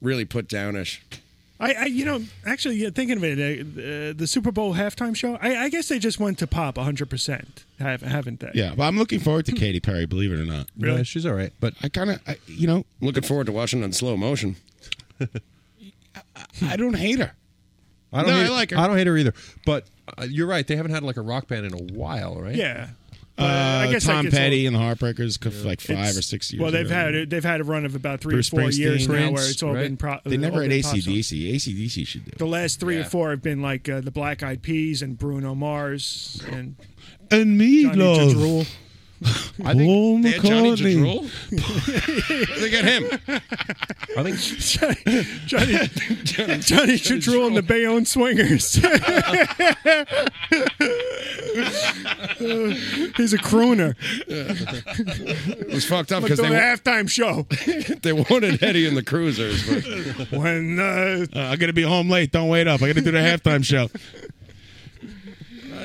Speaker 20: really put downish.
Speaker 13: I, I, you know, actually, yeah, thinking of it, uh, uh, the Super Bowl halftime show. I, I guess they just went to pop 100, percent haven't they?
Speaker 2: Yeah, but I'm looking forward to Katy Perry. Believe it or not,
Speaker 13: Really? Yeah,
Speaker 2: she's all right. But I kind of, you know,
Speaker 20: looking forward to watching it in slow motion.
Speaker 2: I don't hate her.
Speaker 16: I don't
Speaker 2: No,
Speaker 16: hate,
Speaker 2: I like her.
Speaker 16: I don't hate her either. But uh, you're right. They haven't had like a rock band in a while, right?
Speaker 13: Yeah.
Speaker 2: Uh, Tom Petty and the Heartbreakers, co- like five or six years.
Speaker 13: Well, they've
Speaker 2: ago.
Speaker 13: had they've had a run of about three
Speaker 2: Bruce
Speaker 13: or four years
Speaker 2: Springsteen,
Speaker 13: now where it's all been. Pro-
Speaker 2: they never
Speaker 13: all
Speaker 2: had
Speaker 13: been pop songs.
Speaker 2: ACDC. ACDC should do. it.
Speaker 13: The last three or
Speaker 2: Yeah.
Speaker 13: four have been like uh, the Black Eyed Peas and Bruno Mars and
Speaker 2: And
Speaker 13: Johnny Jadrul.
Speaker 16: I think Paul
Speaker 13: they had Johnny
Speaker 16: McCartney.
Speaker 13: Jadrul?
Speaker 20: Look at him.
Speaker 16: I think
Speaker 13: Johnny Johnny, Johnny, Jadrul and the Bayonne Swingers. He's a crooner.
Speaker 20: it was fucked up
Speaker 13: Like
Speaker 20: because
Speaker 13: the
Speaker 20: they
Speaker 13: halftime show.
Speaker 20: they wanted Eddie and the Cruisers. But
Speaker 13: when uh,
Speaker 2: I'm gonna be home late. Don't wait up. I gotta do the halftime show.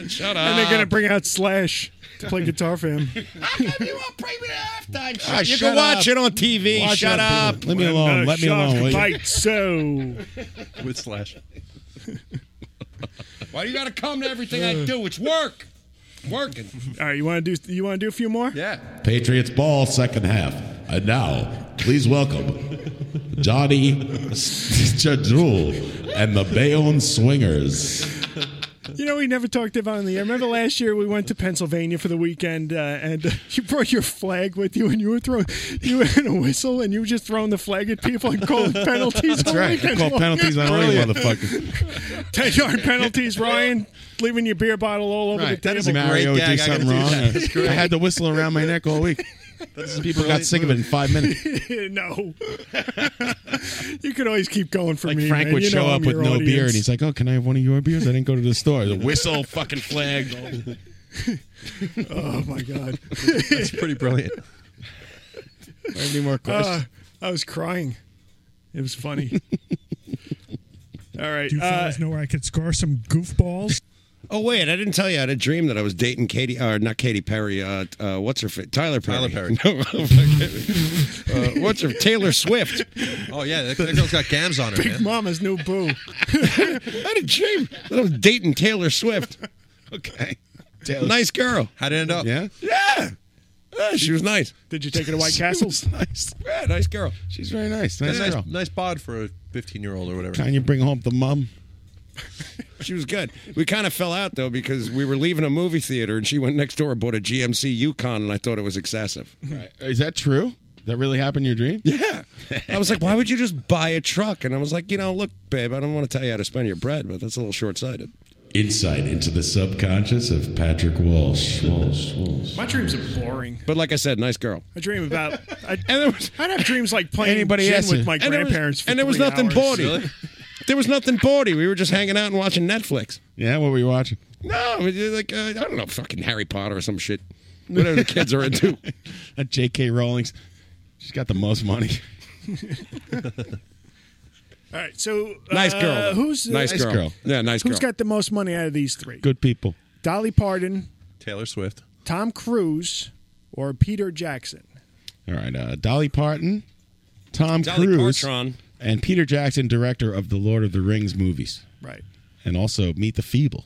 Speaker 20: shut
Speaker 13: And they're
Speaker 2: Um,
Speaker 13: gonna bring out Slash to play guitar for him.
Speaker 20: Ah, you can watch it on TV.
Speaker 13: Watch
Speaker 20: shut
Speaker 13: it.
Speaker 20: up.
Speaker 2: Let me alone.
Speaker 13: the
Speaker 2: Let me
Speaker 13: shark
Speaker 2: alone. will you?
Speaker 13: bites, so
Speaker 16: with Slash.
Speaker 20: Why do you gotta come to everything I do? It's work. Working.
Speaker 13: All right, you want to do you want to do a few more?
Speaker 16: Yeah.
Speaker 2: Patriots ball second half. And now, please welcome Johnny Jadrul and the Bayonne Swingers.
Speaker 13: You know, we never talked about it on the air. Remember last year we went to Pennsylvania for the weekend, uh, and uh, you brought your flag with you, and you were throwing you had a whistle, and you were just throwing the flag at people and calling penalties.
Speaker 2: That's
Speaker 13: all
Speaker 2: right.
Speaker 13: weekend
Speaker 2: Call
Speaker 13: long.
Speaker 2: penalties on any
Speaker 13: Brilliant.
Speaker 2: motherfucker.
Speaker 13: Ten yard penalties, Ryan. Leaving your beer bottle all over
Speaker 2: Right.
Speaker 13: the
Speaker 2: That
Speaker 13: table.
Speaker 2: is a Mario do something wrong. I had the whistle around my neck all week. People got sick of it in five minutes.
Speaker 13: no. you could always keep going for me.
Speaker 2: Frank
Speaker 13: man.
Speaker 2: would
Speaker 13: You know
Speaker 2: show up
Speaker 13: I'm
Speaker 2: with
Speaker 13: your
Speaker 2: no beer, and
Speaker 13: audience.
Speaker 2: he's like, "Oh, can I have one of your beers? I didn't go to the store." The whistle, fucking flag.
Speaker 13: Oh my god,
Speaker 16: That's pretty brilliant.
Speaker 2: Any more questions?
Speaker 13: Uh, I was crying. It was funny. All right.
Speaker 24: Do you
Speaker 13: uh,
Speaker 24: fellas know where I could score some goofballs?
Speaker 20: Oh wait, I didn't tell you. I had a dream that I was dating Katie, or not Katie Perry. Uh, uh, what's her fa- Tyler Perry?
Speaker 16: Tyler Perry.
Speaker 20: No, uh, what's her Taylor Swift?
Speaker 16: Oh yeah, that, that girl's got gams on her.
Speaker 13: Big
Speaker 16: man.
Speaker 13: Mama's new boo.
Speaker 20: I had a dream that I was dating Taylor Swift.
Speaker 2: Okay.
Speaker 20: Nice girl.
Speaker 16: How'd it end up?
Speaker 2: Yeah.
Speaker 20: Yeah. Yeah, she was nice.
Speaker 13: Did you take her to White Castles?
Speaker 2: nice.
Speaker 20: Yeah, nice girl.
Speaker 2: She's very nice.
Speaker 16: Nice,
Speaker 2: Nice
Speaker 16: nice,
Speaker 2: girl.
Speaker 16: nice bod for a 15 year old or whatever.
Speaker 2: Can you bring home the mum?
Speaker 20: She was good. We kind of fell out though because we were leaving a movie theater and she went next door and bought a GMC Yukon and I thought it was excessive.
Speaker 2: Right. Is that true? That really happened in your dream?
Speaker 20: Yeah. I was like, why would you just buy a truck? And I was like, you know, look, babe, I don't want to tell you how to spend your bread, but that's a little short sighted.
Speaker 1: Insight into the subconscious of Patrick Walsh. Walsh, Walsh.
Speaker 13: My dreams are boring.
Speaker 17: But like I said, nice girl.
Speaker 13: I dream about. I, and there was, I'd have dreams like playing
Speaker 17: Anybody
Speaker 13: gin
Speaker 17: else?
Speaker 13: with my
Speaker 17: And there was-
Speaker 13: grandparents. for
Speaker 17: and there was
Speaker 13: three
Speaker 17: nothing
Speaker 13: hours.
Speaker 17: bawdy. There was nothing bawdy. We were just hanging out and watching Netflix.
Speaker 2: Yeah, what were you watching?
Speaker 17: No, it was like uh, I don't know, fucking Harry Potter or some shit. Whatever the kids are into.
Speaker 2: That J.K. Rowling's, she's got the most money.
Speaker 13: All right, so uh,
Speaker 2: Nice girl.
Speaker 13: Who's
Speaker 2: Nice Nice girl. girl. Yeah, nice
Speaker 13: Who's
Speaker 2: girl.
Speaker 13: got the most money out of these three?
Speaker 2: Good people.
Speaker 13: Dolly Parton,
Speaker 16: Taylor Swift.
Speaker 13: Tom Cruise, or Peter Jackson?
Speaker 2: All right, uh, Dolly Parton, Tom
Speaker 13: Dolly
Speaker 2: Cruise,
Speaker 13: Partron.
Speaker 2: and Peter Jackson, director of the Lord of the Rings movies,
Speaker 13: Right.
Speaker 2: and also Meet the Feeble.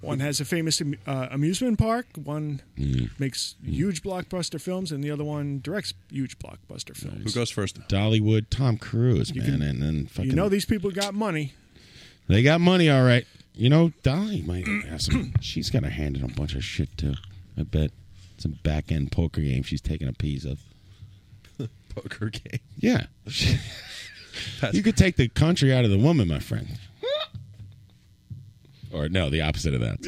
Speaker 13: One has a famous am- uh, amusement park. One
Speaker 2: Mm.
Speaker 13: makes huge blockbuster films, and the other one directs huge blockbuster films.
Speaker 16: Who goes first?
Speaker 2: Dollywood, Tom Cruise, man, and then fucking
Speaker 13: You know these people got money.
Speaker 2: they got money, all right. You know, Dolly might have some. she's got her hand in a bunch of shit too. I bet some back end poker game she's taking a piece of.
Speaker 16: Poker game.
Speaker 2: Yeah, you could take the country out of the woman, my friend. Or no, the opposite of that.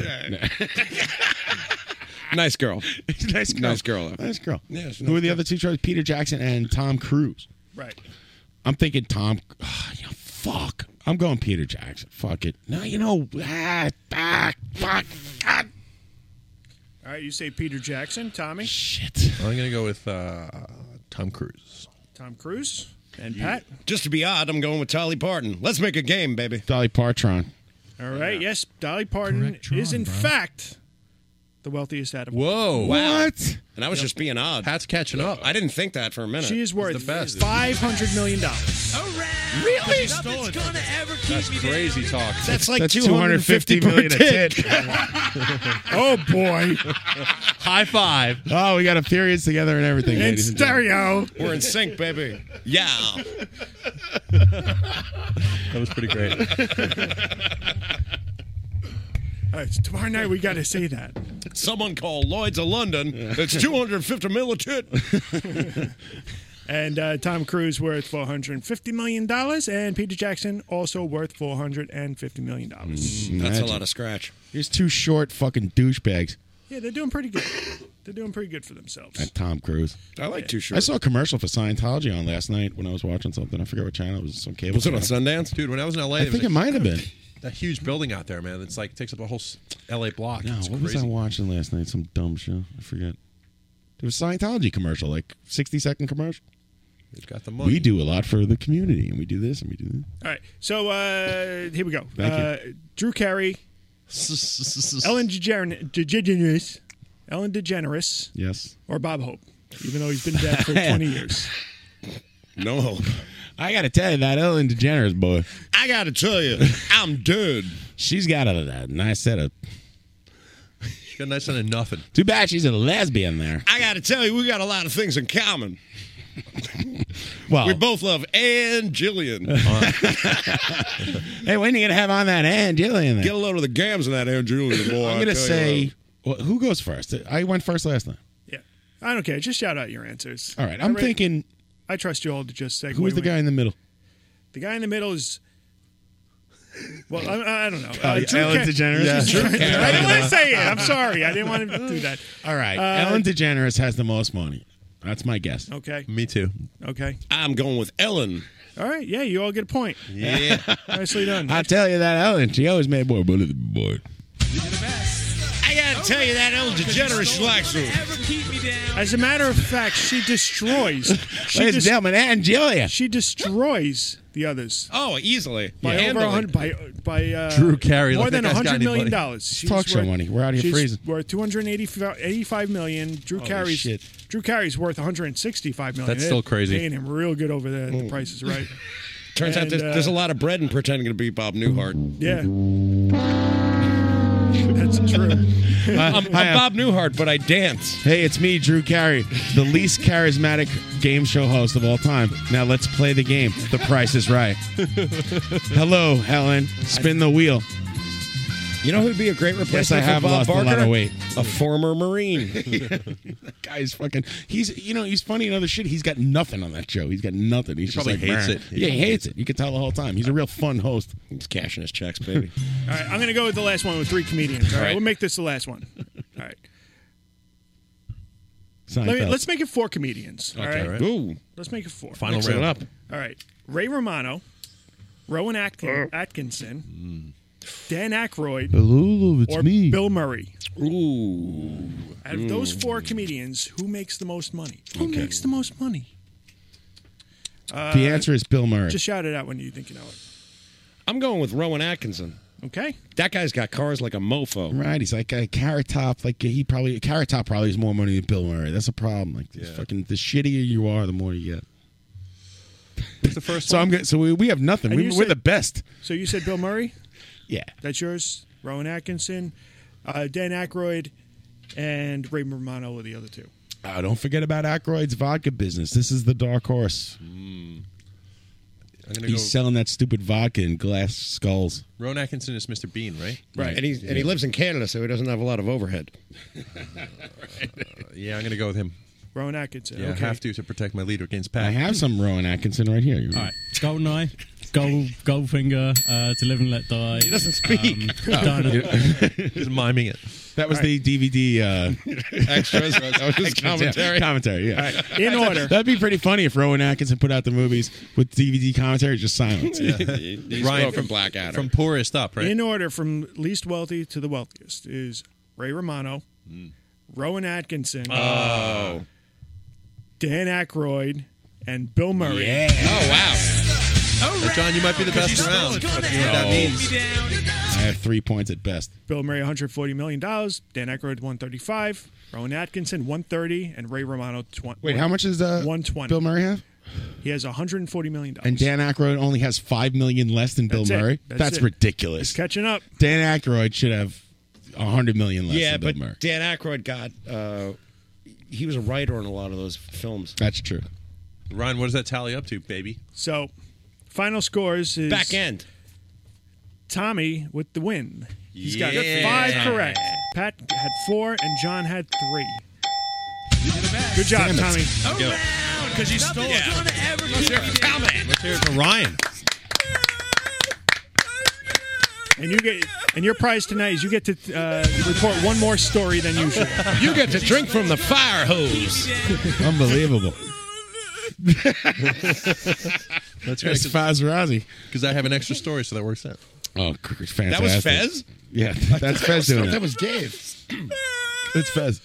Speaker 17: nice girl.
Speaker 2: nice girl.
Speaker 17: Nice girl. though.
Speaker 2: Nice girl.
Speaker 17: Yeah, she's a
Speaker 2: Who
Speaker 17: nice
Speaker 2: are the other two choices? Peter Jackson and Tom Cruise.
Speaker 13: Right.
Speaker 2: I'm thinking Tom. ah, you know, fuck. I'm going Peter Jackson. Fuck it. No, you know. Ah, ah, fuck. God.
Speaker 13: All right, you say Peter Jackson, Tommy,
Speaker 2: Shit.
Speaker 16: I'm gonna go with uh, Tom Cruise.
Speaker 13: Tom Cruise, and Pat.
Speaker 17: Just to be odd, I'm going with Dolly Parton. Let's make a game, baby.
Speaker 2: Dolly Partron.
Speaker 13: All right, yes, Dolly Parton is in fact the wealthiest out of
Speaker 16: Whoa!
Speaker 2: What?
Speaker 17: And I was just being odd.
Speaker 16: Pat's catching up.
Speaker 17: I didn't think that for a minute.
Speaker 13: She is worth
Speaker 17: the best.
Speaker 13: five hundred million dollars.
Speaker 17: Really?
Speaker 16: That's crazy talk.
Speaker 17: That's like
Speaker 16: That's
Speaker 17: 250 million
Speaker 2: a
Speaker 17: a
Speaker 2: tick.
Speaker 17: tick.
Speaker 13: oh boy!
Speaker 2: High five. Oh, we got periods together and everything.
Speaker 17: In
Speaker 2: ladies and gentlemen.
Speaker 13: stereo.
Speaker 17: We're in sync, baby. Yeah.
Speaker 16: That was pretty great.
Speaker 13: All right, so tomorrow night we got to say that.
Speaker 17: Someone call Lloyd's of London. It's 250 million tit.
Speaker 13: And uh, Tom Cruise worth four hundred and fifty million dollars, and Peter Jackson also worth four hundred and fifty million dollars.
Speaker 17: Mm, That's a
Speaker 2: Imagine.
Speaker 17: lot of scratch.
Speaker 2: Here's two short fucking douchebags.
Speaker 13: Yeah, they're doing pretty good. They're doing pretty good for themselves.
Speaker 2: At Tom Cruise.
Speaker 17: I like Too Short.
Speaker 2: I saw a commercial for Scientology on last night when I was watching something. I forget what channel it was. Some cable.
Speaker 16: Was it on
Speaker 17: Sundance?
Speaker 16: Dude, when I was in LA,
Speaker 2: I
Speaker 16: there
Speaker 2: think
Speaker 16: was
Speaker 2: it
Speaker 16: a-
Speaker 2: might have been.
Speaker 16: That huge building out there, man. It's like takes up a whole s- LA block.
Speaker 2: No,
Speaker 16: it's
Speaker 2: what was
Speaker 16: crazy.
Speaker 2: I watching last night? Some dumb show. I forget. It was a Scientology commercial, like sixty second commercial.
Speaker 16: They've got the money.
Speaker 2: We do a lot for the community, and we do this, and we do that.
Speaker 13: All right, so uh, here we go.
Speaker 2: Thank you.
Speaker 13: uh, Drew Carey, Ellen DeGener- DeGeneres, Ellen DeGeneres,
Speaker 2: Yes.
Speaker 13: or Bob Hope, even though he's been dead for twenty years.
Speaker 17: No hope.
Speaker 2: I gotta tell you that Ellen DeGeneres boy.
Speaker 17: I gotta tell you, I'm dead.
Speaker 2: She's got a, a nice set of.
Speaker 16: She got a nice set of nothing.
Speaker 2: Too bad she's a lesbian there.
Speaker 17: I got to tell you, we got a lot of things in common.
Speaker 2: Well-
Speaker 17: we both love Ann Jillian.
Speaker 2: hey, when are you gonna have on that Ann Jillian there?
Speaker 17: Get a load of the gams in that Ann Jillian, boy.
Speaker 2: I'm
Speaker 17: I
Speaker 2: gonna
Speaker 17: tell you
Speaker 2: say, well, who goes first? I went first last night.
Speaker 13: Yeah, I don't care. Just shout out your answers.
Speaker 2: All right,
Speaker 13: I
Speaker 2: I'm
Speaker 13: read-
Speaker 2: thinking,
Speaker 13: I trust you all to just segue.
Speaker 2: who is the
Speaker 13: when-
Speaker 2: guy in the middle?
Speaker 13: The guy in the middle is. Well, I, I don't know.
Speaker 2: Oh,
Speaker 13: Uh,
Speaker 2: yeah, Ellen DeGeneres? Yeah.
Speaker 13: Drew
Speaker 2: Drew
Speaker 13: Carey.
Speaker 2: Carey.
Speaker 13: I didn't want to say it. I'm sorry. I didn't want to do that.
Speaker 2: All right,
Speaker 13: Uh,
Speaker 2: Ellen DeGeneres has the most money. That's my guess.
Speaker 13: Okay.
Speaker 16: Me too.
Speaker 13: Okay.
Speaker 17: I'm going with Ellen.
Speaker 13: All right. Yeah, you all get a point.
Speaker 2: Yeah.
Speaker 13: Nicely done.
Speaker 2: I tell you that Ellen, she always made more money than boy.
Speaker 17: I gotta tell you that Ellen DeGeneres likes me.
Speaker 13: As a matter of fact, she destroys. She
Speaker 2: Ladies and gentlemen, Angelia.
Speaker 13: She destroys the others
Speaker 17: Oh, easily.
Speaker 13: by over
Speaker 17: Handily.
Speaker 13: over hundred by by uh,
Speaker 2: Drew Carey,
Speaker 13: more
Speaker 2: like
Speaker 13: than
Speaker 2: that guy's got
Speaker 13: hundred
Speaker 2: any
Speaker 13: million
Speaker 2: money.
Speaker 13: dollars.
Speaker 2: It's
Speaker 13: She's
Speaker 2: talk show money. We're out here
Speaker 13: she's
Speaker 2: freezing.
Speaker 13: Worth two hundred eighty-five million. Drew
Speaker 2: Holy
Speaker 13: Carey's
Speaker 2: shit.
Speaker 13: Drew Carey's worth one hundred sixty-five million.
Speaker 16: That's
Speaker 13: They're
Speaker 16: still crazy.
Speaker 13: Paying him real good over there. The price is right.
Speaker 17: Turns out
Speaker 13: And,
Speaker 17: there's,
Speaker 13: uh,
Speaker 17: there's a lot of bread in pretending to be Bob Newhart.
Speaker 13: Yeah. That's true.
Speaker 17: I'm, I'm
Speaker 2: uh,
Speaker 17: Bob Newhart, but I dance.
Speaker 2: Hey, it's me, Drew Carey, the least charismatic game show host of all time. Now let's play the game. The price is right. Hello, Helen. Spin the wheel.
Speaker 20: You know who'd be a great replacement
Speaker 2: Yes, I
Speaker 20: for
Speaker 2: have
Speaker 20: Bob
Speaker 2: lost a
Speaker 20: Barker?
Speaker 2: lot of weight.
Speaker 20: A former Marine.
Speaker 2: That guy's fucking. He's you know he's funny and other shit. He's got nothing on that show. He's got nothing. He's
Speaker 16: He
Speaker 2: just
Speaker 16: probably
Speaker 2: like,
Speaker 16: hates
Speaker 2: "Meh."
Speaker 16: it.
Speaker 2: Yeah, he hates it. You can tell the whole time. He's a real fun host. He's cashing his checks, baby.
Speaker 13: All right, I'm going to go with the last one with three comedians. All right,
Speaker 2: All right.
Speaker 13: we'll make this the last one. All right,
Speaker 2: Seinfeld.
Speaker 13: Let me, let's make it four comedians. All
Speaker 2: Okay.
Speaker 13: right?
Speaker 2: All right. Ooh.
Speaker 13: let's make it four.
Speaker 2: Final Mix it round. up.
Speaker 13: All right, Ray Romano, Rowan Atkin-
Speaker 2: Uh.
Speaker 13: Atkinson, Dan Aykroyd,
Speaker 2: Hello, it's
Speaker 13: or
Speaker 2: me.
Speaker 13: Bill Murray.
Speaker 2: Ooh.
Speaker 13: Out of those four comedians, who makes the most money? Who
Speaker 2: Okay.
Speaker 13: makes the most money? Uh,
Speaker 2: The answer is Bill Murray.
Speaker 13: Just shout it out when you think you know it.
Speaker 20: I'm going with Rowan Atkinson.
Speaker 13: Okay.
Speaker 20: That guy's got cars like a mofo.
Speaker 2: Right, he's like a carrot top. Like he probably carrot top probably has more money than Bill Murray. That's a problem. Like this fucking the shittier you are, the more you get. What's the first? so I'm good. So we, we have nothing.
Speaker 13: And
Speaker 2: We,
Speaker 13: you
Speaker 2: we're
Speaker 13: said-
Speaker 2: the best.
Speaker 13: So you said Bill Murray?
Speaker 2: Yeah.
Speaker 13: That's yours. Rowan Atkinson, uh, Dan Aykroyd, and Ray Romano were the other two.
Speaker 2: Oh, don't forget about Aykroyd's vodka business. This is the dark horse.
Speaker 16: gonna
Speaker 2: He's
Speaker 16: go-
Speaker 2: selling that stupid vodka in glass skulls.
Speaker 16: Rowan Atkinson is Mr. Bean, right?
Speaker 20: And, he's, and he lives in Canada, so he doesn't have a lot of overhead.
Speaker 16: yeah, I'm going to go with him.
Speaker 13: Rowan Atkinson.
Speaker 16: Yeah,
Speaker 13: okay.
Speaker 16: I have to to protect my leader against Pat.
Speaker 2: I have some Rowan Atkinson right here.
Speaker 5: All right, Goldeneye, Gold, Goldfinger, uh, To Live and Let Die. Um, He doesn't speak.
Speaker 13: Um,
Speaker 16: He's miming it.
Speaker 2: That was the DVD uh,
Speaker 5: Extras.
Speaker 2: That was his commentary. Commentary, yeah.
Speaker 13: In order.
Speaker 2: That'd be pretty funny if Rowan Atkinson put out the movies with DVD commentary, just silence.
Speaker 16: Ryan from Blackadder. From poorest up, right?
Speaker 13: In order from least wealthy to the wealthiest is Ray Romano, Rowan Atkinson,
Speaker 16: Hmm. Oh.
Speaker 13: Dan Aykroyd, and Bill Murray.
Speaker 16: Oh, wow. John, you might be the best around. But you know what that means.
Speaker 2: I have three points at best.
Speaker 13: Bill Murray, 140 million dollars. Dan Aykroyd, 135. Rowan Atkinson, 130, and Ray Romano, 20.
Speaker 2: Wait, how much is uh,
Speaker 13: 120.
Speaker 2: Bill Murray have?
Speaker 13: He has 140 million dollars.
Speaker 2: And Dan Aykroyd only has five million less than Bill
Speaker 13: That's it.
Speaker 2: Murray.
Speaker 13: That's
Speaker 2: That's,
Speaker 13: it.
Speaker 2: ridiculous.
Speaker 13: He's catching up.
Speaker 2: Dan Aykroyd should have a hundred million less
Speaker 20: yeah,
Speaker 2: than Bill
Speaker 20: but
Speaker 2: Murray.
Speaker 20: Dan Aykroyd got. Uh, he was a writer on a lot of those films.
Speaker 2: That's true.
Speaker 16: Ryan, what does that tally up to, baby?
Speaker 13: So, final scores is
Speaker 16: Back
Speaker 20: end.
Speaker 13: Tommy with the win. He's got
Speaker 16: Yeah.
Speaker 13: five
Speaker 16: Tommy.
Speaker 13: correct. Pat had four, and John had three. Good job,
Speaker 16: Damn it.
Speaker 13: Tommy.
Speaker 16: Let's go.
Speaker 11: Because you stole it. Let's hear it.
Speaker 16: Let's hear it for Ryan.
Speaker 13: And you get and your prize tonight is you get to uh, report one more story than usual.
Speaker 20: You get to drink from the fire hose.
Speaker 2: Unbelievable.
Speaker 16: That's
Speaker 2: That's Faz Razi.
Speaker 16: Because I have an extra story, so that works out.
Speaker 2: Oh, cr- fantastic.
Speaker 16: That was Fez?
Speaker 2: Yeah,
Speaker 16: I
Speaker 2: that's
Speaker 16: thought
Speaker 2: Fez
Speaker 16: that was-
Speaker 2: doing it.
Speaker 16: that was
Speaker 20: Dave.
Speaker 2: It's Fez.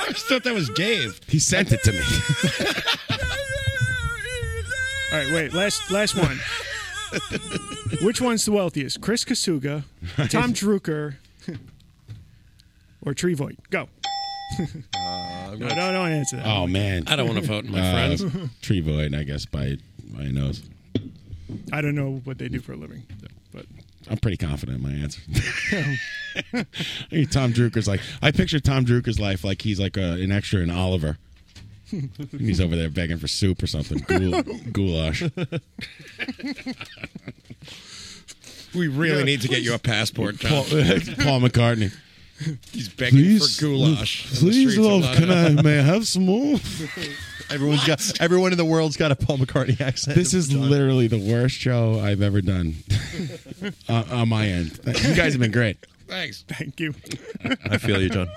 Speaker 20: I just thought that was Dave.
Speaker 2: He sent it to me.
Speaker 13: All right, wait, last last one. Which one's the wealthiest? Chris Kasuga, Tom Drucker, or Trevoit? Go.
Speaker 16: Uh,
Speaker 13: no, no, don't answer that.
Speaker 2: Oh man,
Speaker 13: I don't wanna vote, my
Speaker 2: Uh,
Speaker 13: friends.
Speaker 2: Trevoid, I guess by my nose.
Speaker 13: I don't know what they do for a living, but
Speaker 2: I'm pretty confident in my answer. I think Tom Drucker's like I picture Tom Drucker's life like he's like a, an extra in Oliver. And he's over there begging for soup or something, Goul- goulash.
Speaker 17: We really
Speaker 2: Yeah,
Speaker 17: need to get
Speaker 2: please.
Speaker 17: you a passport.
Speaker 2: Paul,
Speaker 17: Tom.
Speaker 2: Paul McCartney.
Speaker 17: He's begging
Speaker 2: Please,
Speaker 17: for goulash. in the
Speaker 2: Please,
Speaker 17: streets of
Speaker 2: love, can I
Speaker 17: London.
Speaker 2: may I have some more?
Speaker 16: Everyone's got everyone in the world's got a Paul McCartney accent.
Speaker 2: This is literally the worst show I've ever done uh, on my end. You guys have been great.
Speaker 20: Thanks.
Speaker 13: Thank you.
Speaker 16: I feel you, John.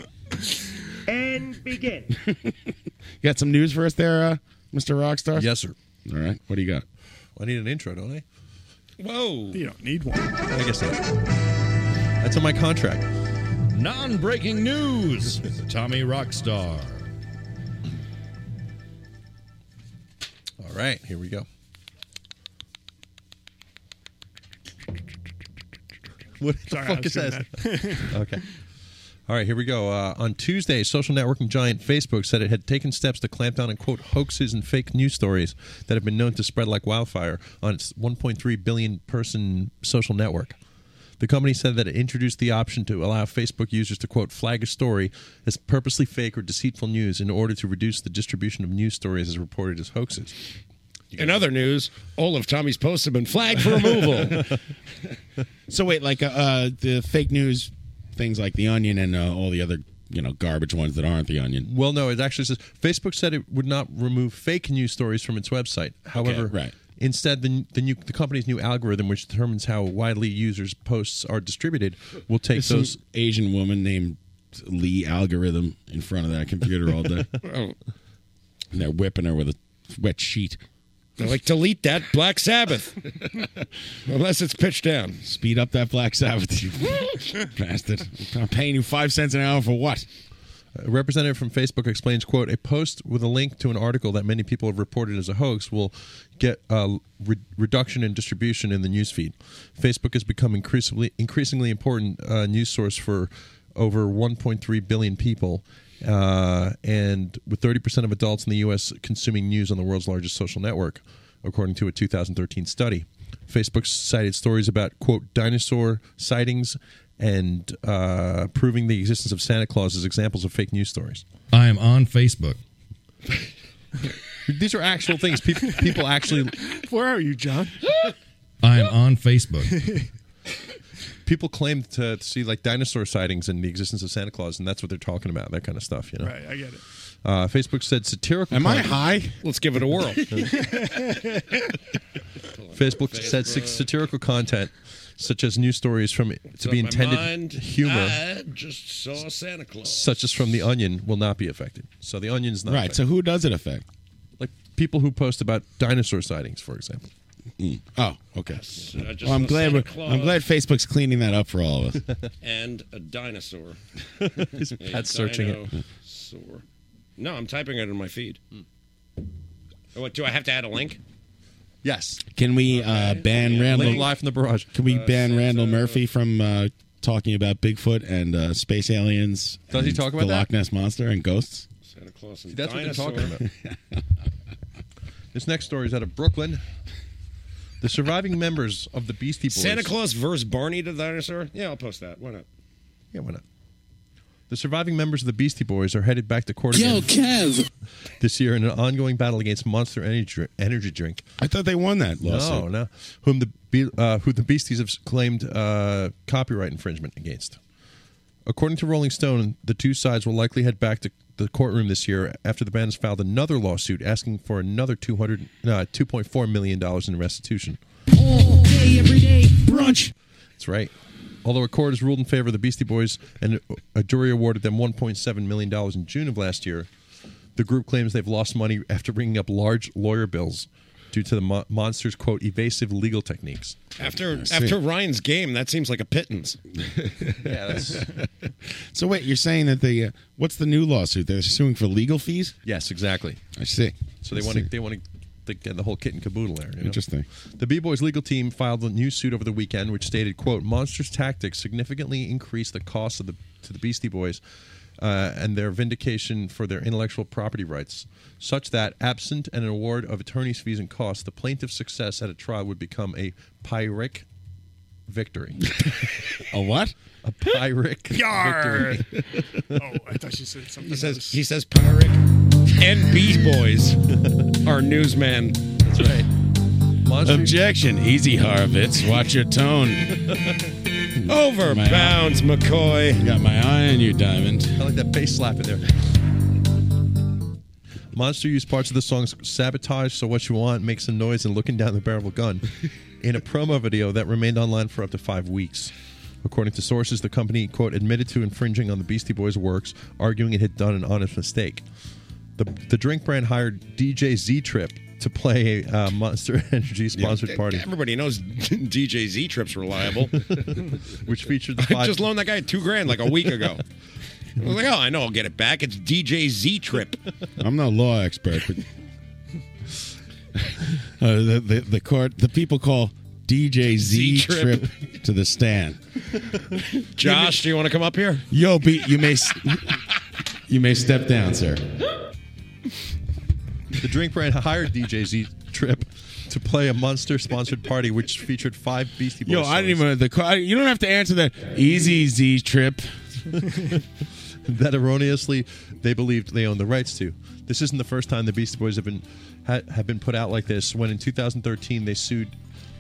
Speaker 13: And begin.
Speaker 2: you got some news for us there, uh, Mr. Rockstar?
Speaker 16: Yes, sir.
Speaker 2: All right. What do you got?
Speaker 16: I need an intro, don't I?
Speaker 20: Whoa.
Speaker 13: You don't need one.
Speaker 16: I guess that's that's in my contract.
Speaker 22: Non breaking news Tommy Rockstar.
Speaker 16: All right, here we go. What the
Speaker 13: Sorry, I
Speaker 16: fuck
Speaker 13: was
Speaker 16: is
Speaker 13: doing
Speaker 16: that?
Speaker 13: that.
Speaker 16: okay. All right, here we go. Uh, on Tuesday, social networking giant Facebook said it had taken steps to clamp down on quote hoaxes and fake news stories that have been known to spread like wildfire on its 1.3 billion person social network. The company said that it introduced the option to allow Facebook users to quote flag a story as purposely fake or deceitful news in order to reduce the distribution of news stories as reported as hoaxes.
Speaker 17: In other news, all of Tommy's posts have been flagged for removal.
Speaker 2: so wait, like uh, uh, the fake news things like the Onion and uh, all the other you know garbage ones that aren't the Onion.
Speaker 16: Well, no, it actually says Facebook said it would not remove fake news stories from its website. However,
Speaker 2: right.
Speaker 16: instead, the, the, new, the company's new algorithm, which determines how widely users' posts are distributed, will take
Speaker 2: There's
Speaker 16: those.
Speaker 2: some Asian woman named Lee algorithm in front of that computer all day.
Speaker 17: Oh.
Speaker 2: and they're whipping her with a wet sheet.
Speaker 17: They're like, delete that Black Sabbath. Unless it's pitched down.
Speaker 2: Speed up that Black Sabbath, you bastard. I'm paying you five cents an hour for what?
Speaker 16: A representative from Facebook explains, "quote A post with a link to an article that many people have reported as a hoax will get a re- reduction in distribution in the newsfeed. Facebook has become increasingly increasingly important uh, news source for over 1.3 billion people, uh, and with 30 percent of adults in the U.S. consuming news on the world's largest social network, according to a 2013 study." Facebook cited stories about quote dinosaur sightings and uh, proving the existence of Santa Claus as examples of fake news stories.
Speaker 7: I am on Facebook.
Speaker 16: These are actual things. People, people actually.
Speaker 13: Where are you, John?
Speaker 7: I am on Facebook.
Speaker 16: People claim to see like dinosaur sightings and the existence of Santa Claus, and that's what they're talking about. That kind of stuff, you know.
Speaker 13: Right, I get it.
Speaker 16: Uh, Facebook said satirical.
Speaker 2: Am I
Speaker 16: content-
Speaker 2: high?
Speaker 17: Let's give it a whirl.
Speaker 16: Facebook said sa- satirical content, such as news stories from to be intended humor,
Speaker 17: I just saw Santa Claus.
Speaker 16: such as from the Onion, will not be affected. So the Onion's not
Speaker 2: Right, so who does it affect?
Speaker 16: Like people who post about dinosaur sightings, for example.
Speaker 2: Oh, okay.
Speaker 17: I just
Speaker 2: Well, I'm
Speaker 17: saw
Speaker 2: glad.
Speaker 17: Santa
Speaker 2: We're,
Speaker 17: Claus.
Speaker 2: I'm glad Facebook's cleaning that up for all of us.
Speaker 17: and a dinosaur.
Speaker 16: He's
Speaker 17: A
Speaker 16: Pat searching it.
Speaker 17: dinosaur. No, I'm typing it in my feed. Oh, What, do I have to add a link?
Speaker 16: Yes.
Speaker 2: Can we uh, ban Randall
Speaker 16: Link live from the barrage?
Speaker 2: Can we
Speaker 16: Uh,
Speaker 2: ban Randall Murphy from uh, talking about Bigfoot and uh, space aliens?
Speaker 16: Does he
Speaker 2: and
Speaker 16: talk about
Speaker 2: the
Speaker 16: that?
Speaker 2: Loch Ness monster and ghosts?
Speaker 17: Santa Claus and
Speaker 16: See, that's
Speaker 17: dinosaur.
Speaker 16: what they're talking about. this next story is out of Brooklyn. The surviving members of the Beastie Boys.
Speaker 17: Santa Claus versus Barney the dinosaur? Yeah, I'll post that. Why not?
Speaker 16: Yeah, why not? The surviving members of the Beastie Boys are headed back to court
Speaker 17: Yo,
Speaker 16: again
Speaker 17: Kev.
Speaker 16: this year in an ongoing battle against Monster Energy, Energy Drink.
Speaker 2: I thought they won that lawsuit.
Speaker 16: No, no. Whom the Be- uh, who the Beasties have claimed uh, copyright infringement against. According to Rolling Stone, the two sides will likely head back to the courtroom this year after the band has filed another lawsuit asking for another 200 uh, $2.4 million in restitution.
Speaker 15: All day, every day, brunch.
Speaker 16: That's right. Although a court has ruled in favor of the Beastie Boys and a jury awarded them $1.7 million in June of last year, the group claims they've lost money after bringing up large lawyer bills due to the mo- monster's, quote, evasive legal techniques.
Speaker 17: After
Speaker 16: see.
Speaker 17: after Ryan's game, that seems like a pittance.
Speaker 16: Yeah, that's-
Speaker 2: So wait, you're saying that the uh, what's the new lawsuit? They're suing for legal fees.
Speaker 16: Yes, exactly.
Speaker 2: I see.
Speaker 16: So they
Speaker 2: I
Speaker 16: want to
Speaker 2: see.
Speaker 16: they want to get the whole kit and caboodle there. you know?
Speaker 2: Interesting.
Speaker 16: The B Boys legal team filed a new suit over the weekend, which stated, "quote Monsters' tactics significantly increased the cost of the to the Beastie Boys." Uh, and their vindication for their intellectual property rights, such that, absent an award of attorney's fees and costs, the plaintiff's success at a trial would become a pyrrhic victory.
Speaker 2: a what?
Speaker 16: A pyrrhic
Speaker 13: Yar.
Speaker 16: victory.
Speaker 13: oh, I thought you said something.
Speaker 17: He says he says Pyric and Beast Boys are newsmen. That's
Speaker 16: right.
Speaker 2: Objection, easy Harvitz. Watch your tone.
Speaker 17: Over bounds, McCoy.
Speaker 2: Got my eye on you, Diamond.
Speaker 16: I like that bass slap in there. Monster used parts of the songs Sabotage, So What You Want, Make Some Noise, and Looking Down the Barrel of a Gun in a promo video that remained online for up to five weeks. According to sources, the company, quote, admitted to infringing on the Beastie Boys' works, arguing it had done an honest mistake. The, the drink brand hired DJ Z Trip to play a uh, Monster Energy sponsored party,
Speaker 17: Everybody knows DJ Z Trip's reliable.
Speaker 16: which featured the
Speaker 17: I
Speaker 16: five.
Speaker 17: just loaned that guy two grand like a week ago. I was like, oh, I know, I'll get it back. It's DJ Z Trip.
Speaker 2: I'm no law expert, but uh, the, the the court the people call DJ Z
Speaker 17: Z-Trip.
Speaker 2: trip to the stand.
Speaker 17: Josh, do you want to come up here?
Speaker 2: Yo, be you may s- you may step down, sir.
Speaker 16: The drink brand hired DJ Z Trip to play a Monster sponsored party, which featured five Beastie Boys.
Speaker 2: Yo, I didn't even the call. You don't have to answer that. Easy Z trip.
Speaker 16: that erroneously they believed they owned the rights to. This isn't the first time the Beastie Boys have been ha, have been put out like this. When in 2013 they sued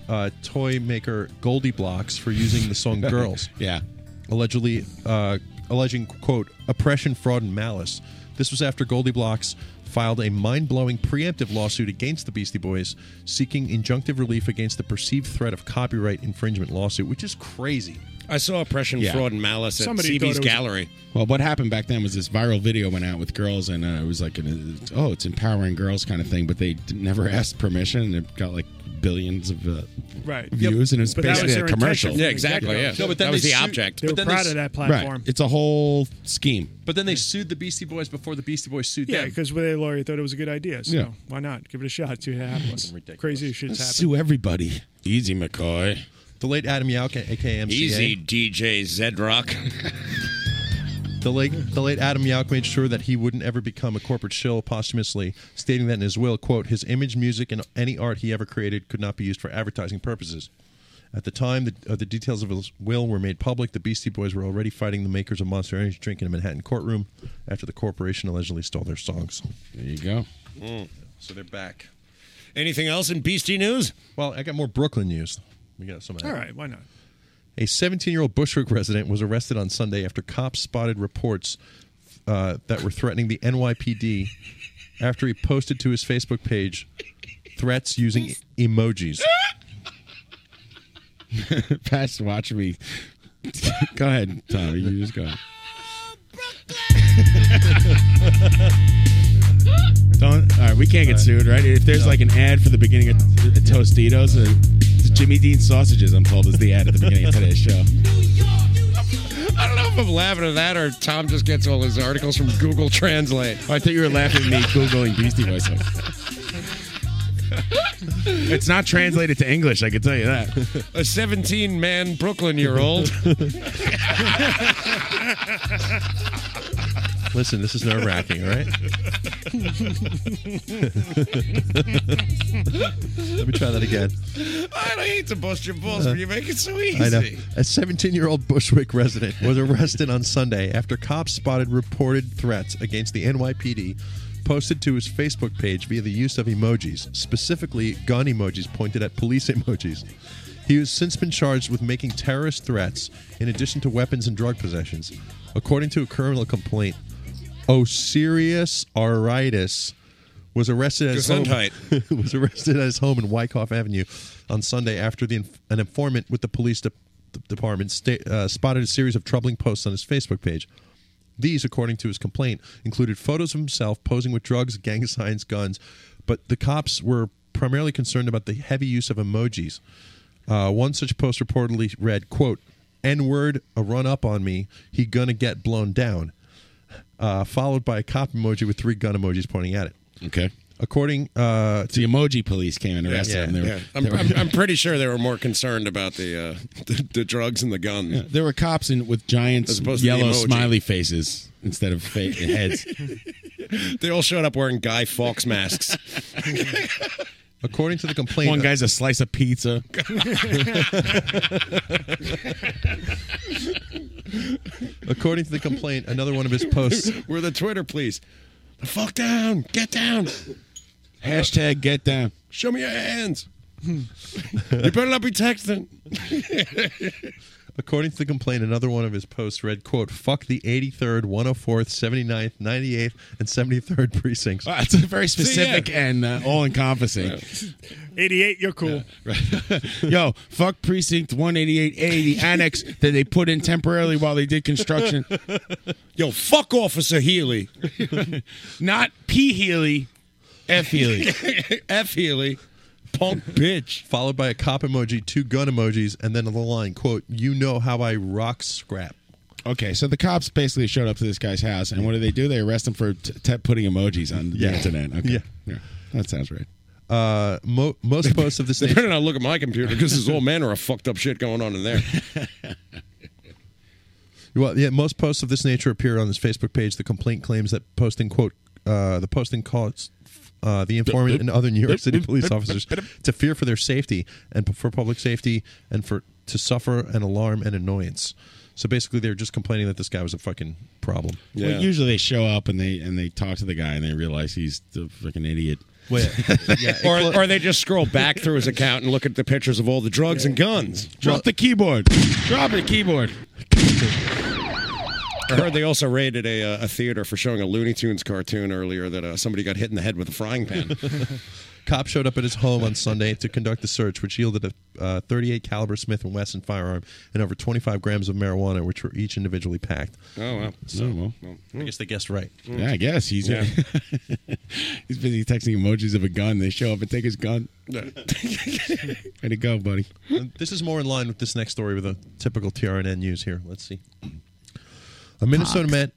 Speaker 16: uh, toy maker Goldie Blocks for using the song "Girls."
Speaker 2: Yeah.
Speaker 16: allegedly uh, alleging quote oppression, fraud, and malice. This was after Goldie Blocks filed a mind-blowing preemptive lawsuit against the Beastie Boys, seeking injunctive relief against the perceived threat of copyright infringement lawsuit, which is crazy.
Speaker 17: I saw oppression,
Speaker 2: Yeah.
Speaker 17: fraud, and malice at CB's gallery.
Speaker 2: Well, what happened back then was this viral video went out with girls, and uh, it was like, an, uh, oh, it's empowering girls kind of thing, but they d- never asked permission, and it got like billions of uh,
Speaker 13: Right.
Speaker 2: views, and it was
Speaker 13: But that was
Speaker 2: basically
Speaker 13: their
Speaker 2: a
Speaker 13: intention
Speaker 2: commercial.
Speaker 13: from the Yeah, exactly, get-go. yeah. No, but then That was they the sued- object. they were
Speaker 2: But then
Speaker 13: proud
Speaker 2: s-
Speaker 13: of that platform.
Speaker 2: Right. It's a whole scheme.
Speaker 16: But then they sued the Beastie Boys before the Beastie Boys sued
Speaker 13: Yeah,
Speaker 16: them.
Speaker 13: because their lawyer thought it was a good idea. So
Speaker 2: Yeah.
Speaker 13: why not give it a shot? See what happens. Crazy shit's happened.
Speaker 2: Sue everybody. Easy, McCoy.
Speaker 16: The late Adam Yau, aka MCA.
Speaker 17: Easy, DJ Zedrock.
Speaker 16: The late, the late Adam Yauch made sure that he wouldn't ever become a corporate shill posthumously, stating that in his will, quote, his image, music, and any art he ever created could not be used for advertising purposes. At the time the, uh, the details of his will were made public, the Beastie Boys were already fighting the makers of Monster Energy Drink in a Manhattan courtroom after the corporation allegedly stole their songs.
Speaker 2: There you go.
Speaker 16: So they're back.
Speaker 17: Anything else in Beastie news?
Speaker 16: Well, I got more Brooklyn news. We got some. of that.
Speaker 13: All right, why not?
Speaker 16: A 17 year old Bushwick resident was arrested on Sunday after cops spotted reports uh, that were threatening the NYPD after he posted to his Facebook page threats using e-, emojis.
Speaker 2: Pat's watching me. go ahead, Tommy. You just go. ahead. Don't. All right, we can't get sued, right? If there's like an ad for the beginning of the Tostitos, uh, it's Jimmy Dean sausages, I'm told, is the ad at the beginning of today's show.
Speaker 17: I don't know if I'm laughing at that or Tom just gets all his articles from Google Translate.
Speaker 2: Oh, I thought you were laughing at me googling Beastie Boys. It's not translated to English, I can tell you that.
Speaker 17: A 17 man Brooklyn year old.
Speaker 16: Listen, this is nerve wracking, right? Let me try that again.
Speaker 17: I don't hate to bust your
Speaker 2: Uh,
Speaker 17: balls, but you make it so easy.
Speaker 16: Uh, I know. A 17 year old Bushwick resident was arrested on Sunday after cops spotted reported threats against the NYPD posted to his Facebook page via the use of emojis, specifically gun emojis pointed at police emojis. He has since been charged with making terrorist threats in addition to weapons and drug possessions. According to a criminal complaint, Osirius Auritis was arrested at his home,
Speaker 17: Gesundheit.
Speaker 16: was arrested at his home in Wyckoff Avenue on Sunday after the inf- an informant with the police de- department sta- uh, spotted a series of troubling posts on his Facebook page. These, according to his complaint, included photos of himself posing with drugs, gang signs, guns, but the cops were primarily concerned about the heavy use of emojis. Uh, one such post reportedly read, "quote N word, a run up on me. He gonna get blown down." uh, followed by a cop emoji with three gun emojis pointing at it.
Speaker 2: Okay.
Speaker 16: According uh,
Speaker 2: the emoji police came and arrested him. They were-
Speaker 17: Yeah. I'm,
Speaker 2: they were-
Speaker 17: I'm, I'm pretty sure they were more concerned about the uh, the, the drugs and the guns.
Speaker 2: Yeah, there were cops in with giant
Speaker 17: As opposed to the
Speaker 2: yellow
Speaker 17: emoji.
Speaker 2: smiley faces instead of fa- heads.
Speaker 17: They all showed up wearing Guy Fawkes masks.
Speaker 16: According to the complaint,
Speaker 2: One guy's a slice of pizza.
Speaker 16: According to the complaint, another one of his posts.
Speaker 17: We're the Twitter, please. The fuck down. Get down.
Speaker 2: Hashtag get down.
Speaker 17: Show me your hands.
Speaker 2: Hmm.
Speaker 17: you better not be texting.
Speaker 16: According to the complaint, another one of his posts read, quote, fuck the oh 83rd, 104th, 79th, 98th, and 73rd precincts.
Speaker 2: Wow, it's a very specific and uh, all encompassing.
Speaker 13: 88, you're cool.
Speaker 2: Yo, fuck precinct 188A, the annex that they put in temporarily while they did construction.
Speaker 17: Yo, fuck Officer Healy.
Speaker 2: Not P. Healy, F. Healy.
Speaker 17: F Healy. Punk bitch.
Speaker 16: Followed by a cop emoji, two gun emojis, and then the line, quote, you know how I rock scrap.
Speaker 2: Okay, so the cops basically showed up to this guy's house, and what do they do? They arrest him for t- t- putting emojis on the
Speaker 16: Yeah.
Speaker 2: internet. Okay.
Speaker 16: Yeah.
Speaker 2: that sounds right.
Speaker 16: Uh, mo- most posts of this
Speaker 17: They
Speaker 16: nature.
Speaker 17: better not look at my computer because there's all manner of fucked up shit going on in there.
Speaker 16: Well, yeah, most posts of this nature appear on his Facebook page. The complaint claims that posting quote uh, the posting caused uh, the informant and other New York City police officers to fear for their safety and p- for public safety and for to suffer an alarm and annoyance. So basically, they were just complaining that this guy was a fucking problem.
Speaker 2: Well, usually they show up and they and they talk to the guy and they realize he's the freaking idiot.
Speaker 16: Wait,
Speaker 17: or, or they just scroll back through his account and look at the pictures of all the drugs and guns.
Speaker 2: drop the keyboard. Drop the keyboard.
Speaker 17: I heard they also raided a, uh, a theater for showing a Looney Tunes cartoon earlier that uh, somebody got hit in the head with a frying pan.
Speaker 16: Cop showed up at his home on Sunday to conduct the search, which yielded a uh, 38 caliber Smith and Wesson firearm and over 25 grams of marijuana, which were each individually packed. Mm,
Speaker 17: Oh, wow.
Speaker 16: So,
Speaker 2: Oh, well.
Speaker 16: I guess they guessed right.
Speaker 2: Yeah, I guess he's
Speaker 16: Yeah.
Speaker 2: he's busy texting emojis of a gun. They show up and take his gun. Way to go, buddy.
Speaker 16: this is more in line with this next story with a typical TRN news here. Let's see. A Minnesota man,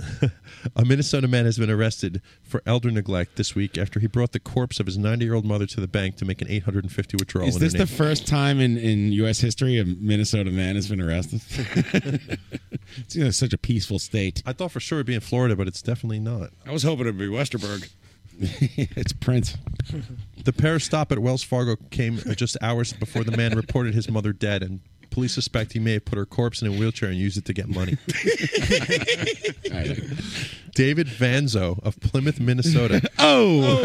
Speaker 16: a Minnesota man has been arrested for elder neglect this week after he brought the corpse of his 90-year-old mother to the bank to make an 850 withdrawal.
Speaker 2: Is
Speaker 16: in
Speaker 2: this
Speaker 16: her
Speaker 2: the
Speaker 16: name.
Speaker 2: first time in, in U.S. history a Minnesota man has been arrested? it's you know, such a peaceful state.
Speaker 16: I thought for sure it'd be in Florida, but it's definitely not.
Speaker 17: I was hoping it'd be Westerberg.
Speaker 2: it's Prince.
Speaker 16: The pair's stop at Wells Fargo came just hours before the man reported his mother dead, and police suspect he may have put her corpse in a wheelchair and used it to get money. David Vanzo of Plymouth, Minnesota.
Speaker 13: Oh!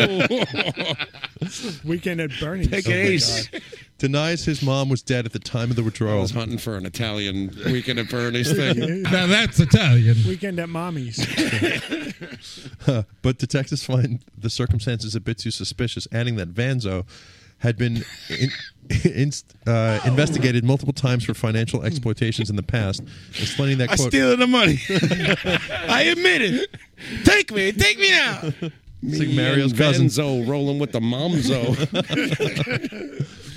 Speaker 13: Weekend at Bernie's.
Speaker 16: Oh my God. Denies his mom was dead at the time of the withdrawal. I was
Speaker 17: hunting for an Italian weekend at Bernie's thing.
Speaker 13: Now
Speaker 16: that's Italian.
Speaker 13: Weekend at Mommy's.
Speaker 16: but detectives find the circumstances a bit too suspicious, adding that Vanzo had been in, inst- uh, investigated multiple times for financial exploitations in the past, explaining that
Speaker 2: I
Speaker 16: quote,
Speaker 2: stealing the money. I admit it. Take me, take me now.
Speaker 16: It's like Mario's cousin.
Speaker 17: Benzo rolling with the momzo.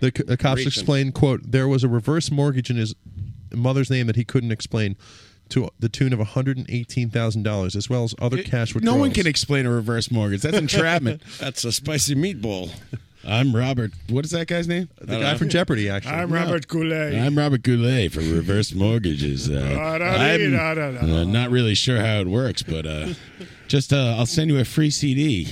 Speaker 16: The, c- the cops
Speaker 17: Reaching.
Speaker 16: explained, quote, there was a reverse mortgage in his mother's name that he couldn't explain to the tune of $118,000, as well as other cash
Speaker 2: No
Speaker 16: withdrawals.
Speaker 2: one can explain a reverse mortgage. That's entrapment.
Speaker 17: That's a spicy meatball.
Speaker 2: I'm Robert. What is that guy's name?
Speaker 16: The guy from Jeopardy, actually.
Speaker 13: I'm Robert Goulet.
Speaker 2: I'm Robert Goulet from Reverse Mortgages. Uh, I'm uh, not really sure how it works, but uh, just uh, I'll send you a free CD.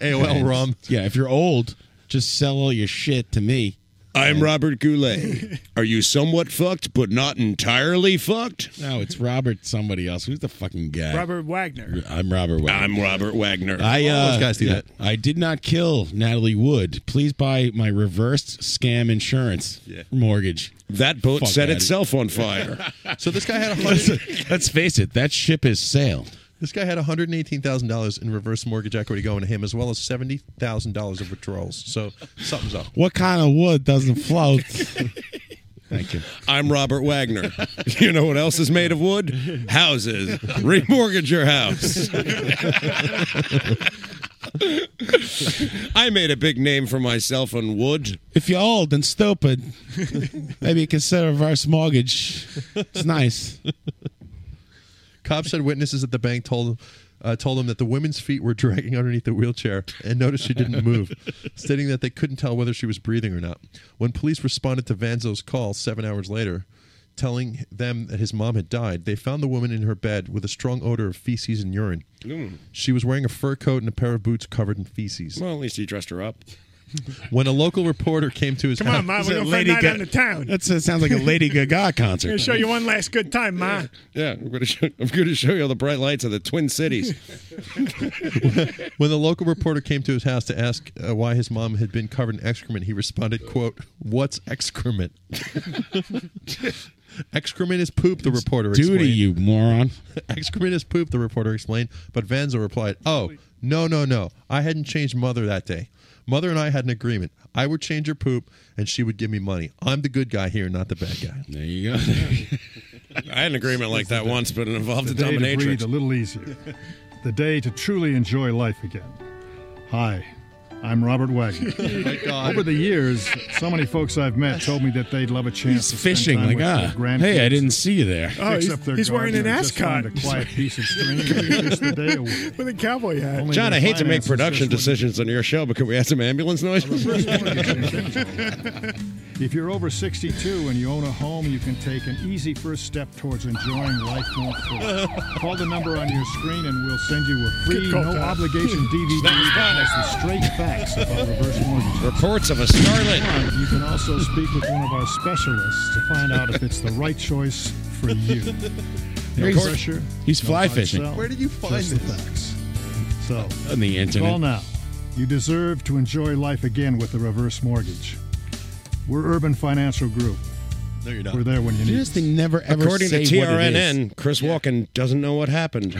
Speaker 16: AOL
Speaker 2: And-
Speaker 16: ROM.
Speaker 2: Yeah, if you're old, just sell all your shit to me.
Speaker 17: I'm Robert Goulet. Are you somewhat fucked, but not entirely fucked?
Speaker 2: No, it's Robert somebody else. Who's the fucking guy?
Speaker 13: Robert Wagner.
Speaker 2: I'm Robert Wagner.
Speaker 17: I'm Robert Wagner.
Speaker 2: I uh,
Speaker 17: All those guys do
Speaker 2: yeah,
Speaker 17: that.
Speaker 2: I did not kill Natalie Wood. Please buy my reversed scam insurance mortgage.
Speaker 17: That boat
Speaker 2: Fuck
Speaker 17: set
Speaker 2: outta
Speaker 17: itself on fire.
Speaker 16: So this guy had a
Speaker 2: Let's,
Speaker 16: hundred.
Speaker 2: let's face it, that ship has sailed.
Speaker 16: This guy had $118,000 in reverse mortgage equity going to him, as well as $70,000 of withdrawals. So something's up.
Speaker 2: What kind of wood doesn't float? Thank you.
Speaker 17: I'm Robert Wagner. You know what else is made of wood? Houses. Remortgage your house. I made a big name for myself on wood.
Speaker 2: If you're old and stupid, maybe consider reverse mortgage. It's nice.
Speaker 16: Cops said witnesses at the bank told uh, told him that the women's feet were dragging underneath the wheelchair and noticed she didn't move, stating that they couldn't tell whether she was breathing or not. When police responded to Vanzo's call seven hours later, telling them that his mom had died, they found the woman in her bed with a strong odor of feces and urine. She was wearing a fur coat and a pair of boots covered in feces.
Speaker 17: Well, at least he dressed her up.
Speaker 16: When a local reporter came to his
Speaker 13: Come
Speaker 16: house,
Speaker 13: on, Ma, we're going for a night out of town.
Speaker 2: That sounds like a Lady Gaga
Speaker 13: I'm
Speaker 2: concert.
Speaker 13: going to show you one last good time, Ma.
Speaker 17: Yeah, I'm going to show, I'm going to show you all the bright lights of the Twin Cities.
Speaker 16: When the local reporter came to his house to ask uh, why his mom had been covered in excrement, he responded, "quote What's excrement? excrement is poop." The reporter
Speaker 2: Duty,
Speaker 16: explained.
Speaker 2: you moron.
Speaker 16: excrement is poop. The reporter explained, but Vanzo replied, "Oh no, no, no! I hadn't changed mother that day. Mother and I had an agreement. I would change her poop, and she would give me money. I'm the good guy here, not the bad guy."
Speaker 2: There you go.
Speaker 17: I had an agreement like that once, but it involved a
Speaker 9: the day to breathe a
Speaker 17: dominatrix.
Speaker 9: little easier. the day to truly enjoy life again. Hi, I'm Robert Wagner.
Speaker 2: Oh
Speaker 16: my God.
Speaker 9: Over the years, so many folks I've met told me that they'd love a chance
Speaker 2: He's
Speaker 9: to
Speaker 2: fishing
Speaker 9: spend
Speaker 2: like
Speaker 9: time
Speaker 2: ah.
Speaker 9: with their grandkids.
Speaker 2: Hey, I didn't see you there.
Speaker 20: Oh,
Speaker 25: Oh,
Speaker 9: Fix up their garden or just find A quiet piece of string and fish the day away.
Speaker 13: With a cowboy hat.
Speaker 9: Only
Speaker 17: John,
Speaker 9: their
Speaker 17: I hate to make
Speaker 9: finances
Speaker 17: production
Speaker 9: just wouldn't
Speaker 17: decisions on your show, but can we have some ambulance noise?
Speaker 9: If you're over 62 and you own a home, you can take an easy first step towards enjoying life more fully. Call the number on your screen and we'll send you a free,
Speaker 17: Good call,
Speaker 9: no
Speaker 17: pal.
Speaker 9: obligation DVD that has the straight facts about reverse mortgages.
Speaker 17: Reports of a starlet.
Speaker 9: You can also speak with one of our specialists to find out if it's the right choice for you.
Speaker 2: He's- he's fly
Speaker 9: by
Speaker 2: fishing.
Speaker 9: itself,
Speaker 25: Where did you find
Speaker 9: just the
Speaker 25: this?
Speaker 9: facts. So
Speaker 2: On the internet.
Speaker 9: Call now. You deserve to enjoy life again with a reverse mortgage. We're Urban Financial Group.
Speaker 2: No, you're
Speaker 20: not.
Speaker 9: We're there when you need.
Speaker 2: Just they never ever
Speaker 20: According to
Speaker 2: say what it
Speaker 20: TRNN, Chris Walken doesn't know what happened.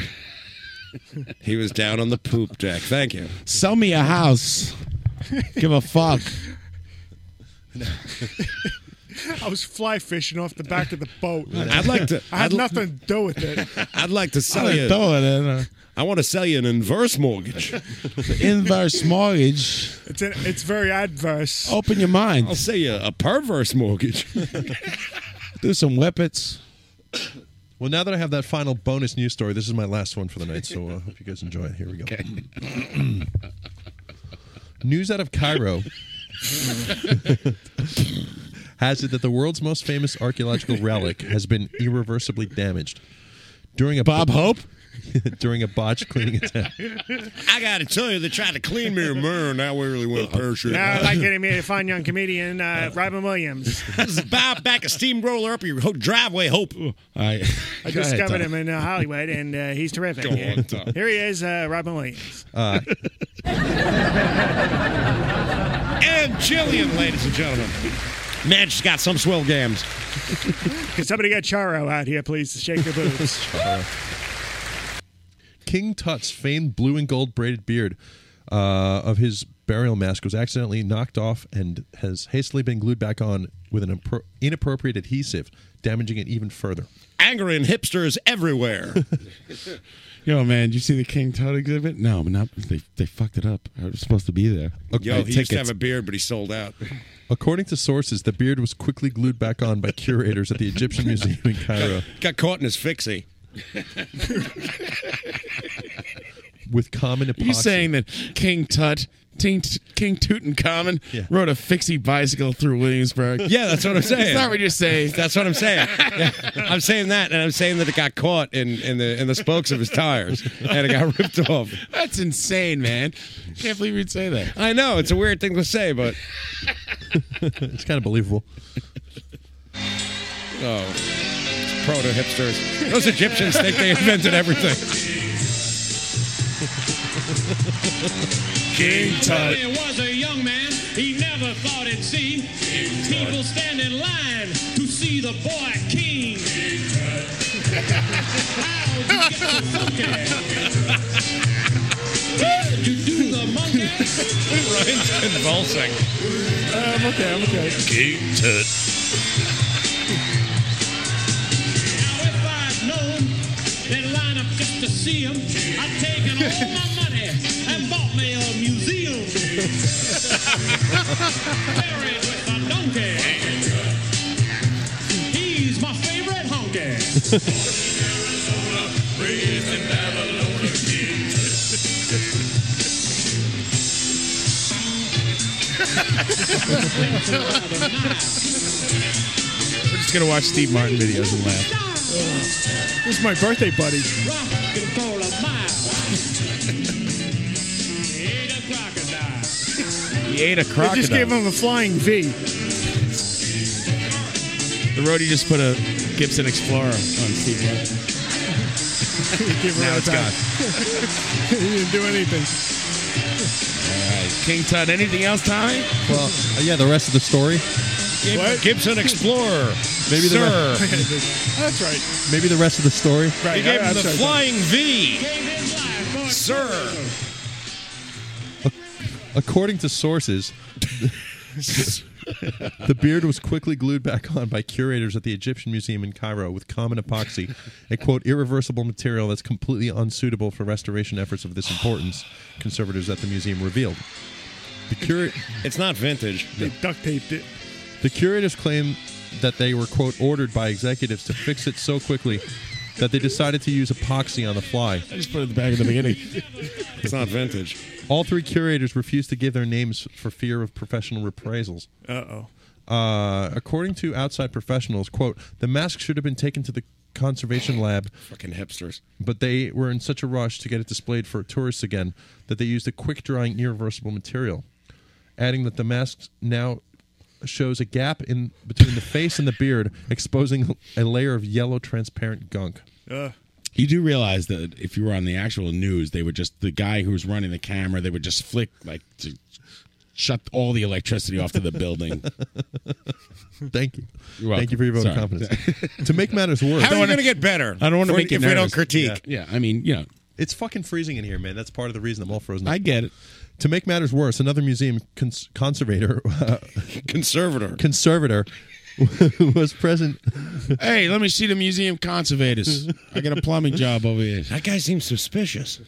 Speaker 20: he was down on the poop deck. Thank you.
Speaker 2: Sell me a house. Give a fuck.
Speaker 13: I was fly fishing off the back of the boat.
Speaker 20: I'd like to-
Speaker 13: I had
Speaker 20: I'd-
Speaker 13: nothing to do with it.
Speaker 20: I'd like to sell
Speaker 2: I'd
Speaker 20: you.
Speaker 2: throw it in, uh,
Speaker 20: I want to sell you an inverse mortgage.
Speaker 2: The inverse mortgage.
Speaker 13: It's an, it's very adverse.
Speaker 2: Open your mind.
Speaker 20: I'll sell you a perverse mortgage.
Speaker 2: Do some whippets.
Speaker 16: Well, now that I have that final bonus news story, this is my last one for the night. So, uh, hope you guys enjoy it. Here we go. news out of Cairo has it that the world's most famous archaeological relic has been irreversibly damaged during a Bob
Speaker 2: Hope
Speaker 16: during a botched cleaning attempt.
Speaker 20: I got to tell you, they tried to clean me a mirror. Now we really went pear shaped.
Speaker 13: Now, I like getting me a fine young comedian, uh, Robin Williams.
Speaker 20: This is Bob back a steamroller up your ho- driveway. Hope.
Speaker 2: I,
Speaker 13: I discovered him in uh, Hollywood, and uh, he's terrific.
Speaker 20: Go on, Tom.
Speaker 13: Here he is, uh, Robin Williams.
Speaker 16: Uh,
Speaker 20: and Jillian, ladies and gentlemen. Man, she's got some swell gams.
Speaker 13: Can somebody get Charo out here, please, to shake the boots?
Speaker 16: King Tut's famed blue and gold braided beard uh, of his burial mask was accidentally knocked off and has hastily been glued back on with an impro- inappropriate adhesive, damaging it even further.
Speaker 20: Angering hipsters everywhere.
Speaker 2: Yo, man, did you see the King Tut exhibit? No, but not they. They fucked it up. I was supposed to be there.
Speaker 20: Yo, he
Speaker 2: Tickets.
Speaker 20: used to have a beard, but he sold out.
Speaker 16: According to sources, the beard was quickly glued back on by curators at the Egyptian Museum in Cairo
Speaker 20: Got caught in his fixie.
Speaker 16: with common
Speaker 2: Are
Speaker 16: epoxy.
Speaker 2: you saying that King Tut, King, King Tutankhamun, rode a fixie bicycle through Williamsburg?
Speaker 20: Yeah, that's what I'm saying.
Speaker 2: It's not what you're saying.
Speaker 20: That's what I'm saying. Yeah. I'm saying that, and I'm saying that it got caught in, in the in the spokes of his tires, and it got ripped off.
Speaker 2: That's insane, man. Can't believe you'd say that.
Speaker 20: I know it's a weird thing to say, but
Speaker 16: it's kind of believable.
Speaker 20: Oh, proto hipsters. Those Egyptians think they invented everything.
Speaker 7: King Tut.
Speaker 3: Napoleon was a young man he never thought he'd see. People stand in line to see the boy king. How'd you get the monkey? How'd you do the monkey?
Speaker 20: Ryan's convulsing.
Speaker 13: I'm okay, I'm okay.
Speaker 3: King Tut. Now if I'd known they'd line up just to see him, I'd taken all my money and bought me a museum. Buried with a donkey. He's my favorite honky. Raised in Babylon, King
Speaker 2: We're just gonna watch Steve Martin videos and laugh.
Speaker 13: This is my birthday buddy.
Speaker 2: He ate a crocodile.
Speaker 13: They just gave him a flying V.
Speaker 2: the roadie just put a Gibson Explorer on Steve Martin.
Speaker 13: Give her
Speaker 2: Now
Speaker 13: a
Speaker 2: it's
Speaker 13: time. he didn't do anything.
Speaker 2: All right, King Tut. Anything else, Tommy?
Speaker 16: Well, uh, yeah, the rest of the story.
Speaker 20: Gibson Explorer.
Speaker 16: Maybe the
Speaker 20: Sir.
Speaker 13: That's right.
Speaker 16: Maybe the rest of the story.
Speaker 20: He gave him the
Speaker 13: sorry,
Speaker 20: flying V. Sir.
Speaker 16: According to sources, the beard was quickly glued back on by curators at the Egyptian Museum in Cairo with common epoxy, a quote irreversible material that's completely unsuitable for restoration efforts of this importance. Conservators at the museum revealed. The cura-
Speaker 20: it's not vintage.
Speaker 13: They duct taped it.
Speaker 16: The curators claim that they were quote ordered by executives to fix it so quickly that they decided to use epoxy on the fly.
Speaker 2: I just put it at the back at the beginning.
Speaker 20: It's not vintage.
Speaker 16: All three curators refused to give their names for fear of professional reprisals.
Speaker 13: Uh-oh.
Speaker 16: Uh, according to outside professionals, quote, the mask should have been taken to the conservation lab.
Speaker 20: Fucking hipsters.
Speaker 16: But they were in such a rush to get it displayed for tourists again that they used a quick drying irreversible material. Adding that the masks now shows a gap in between the face and the beard, exposing a layer of yellow, transparent gunk.
Speaker 2: Uh, You do realize that if you were on the actual news, they would just the guy who's running the camera, they would just flick like to shut all the electricity off to the building.
Speaker 16: Thank you.
Speaker 2: You're welcome.
Speaker 16: Thank you for your vote
Speaker 2: Sorry.
Speaker 16: of confidence. to make matters worse,
Speaker 2: How are you gonna
Speaker 20: get better?
Speaker 2: I don't want to
Speaker 16: If we-
Speaker 2: make you
Speaker 16: if we don't
Speaker 2: nervous.
Speaker 16: critique.
Speaker 2: Yeah. Yeah, I mean, you know,
Speaker 16: It's fucking freezing in here, man. That's part of the reason I'm all frozen.
Speaker 2: I get it.
Speaker 16: To make matters worse, another museum cons- conservator,
Speaker 20: conservator,
Speaker 16: conservator, was present.
Speaker 2: hey, let me see the museum conservators. I got a plumbing job over here.
Speaker 20: That guy seems suspicious.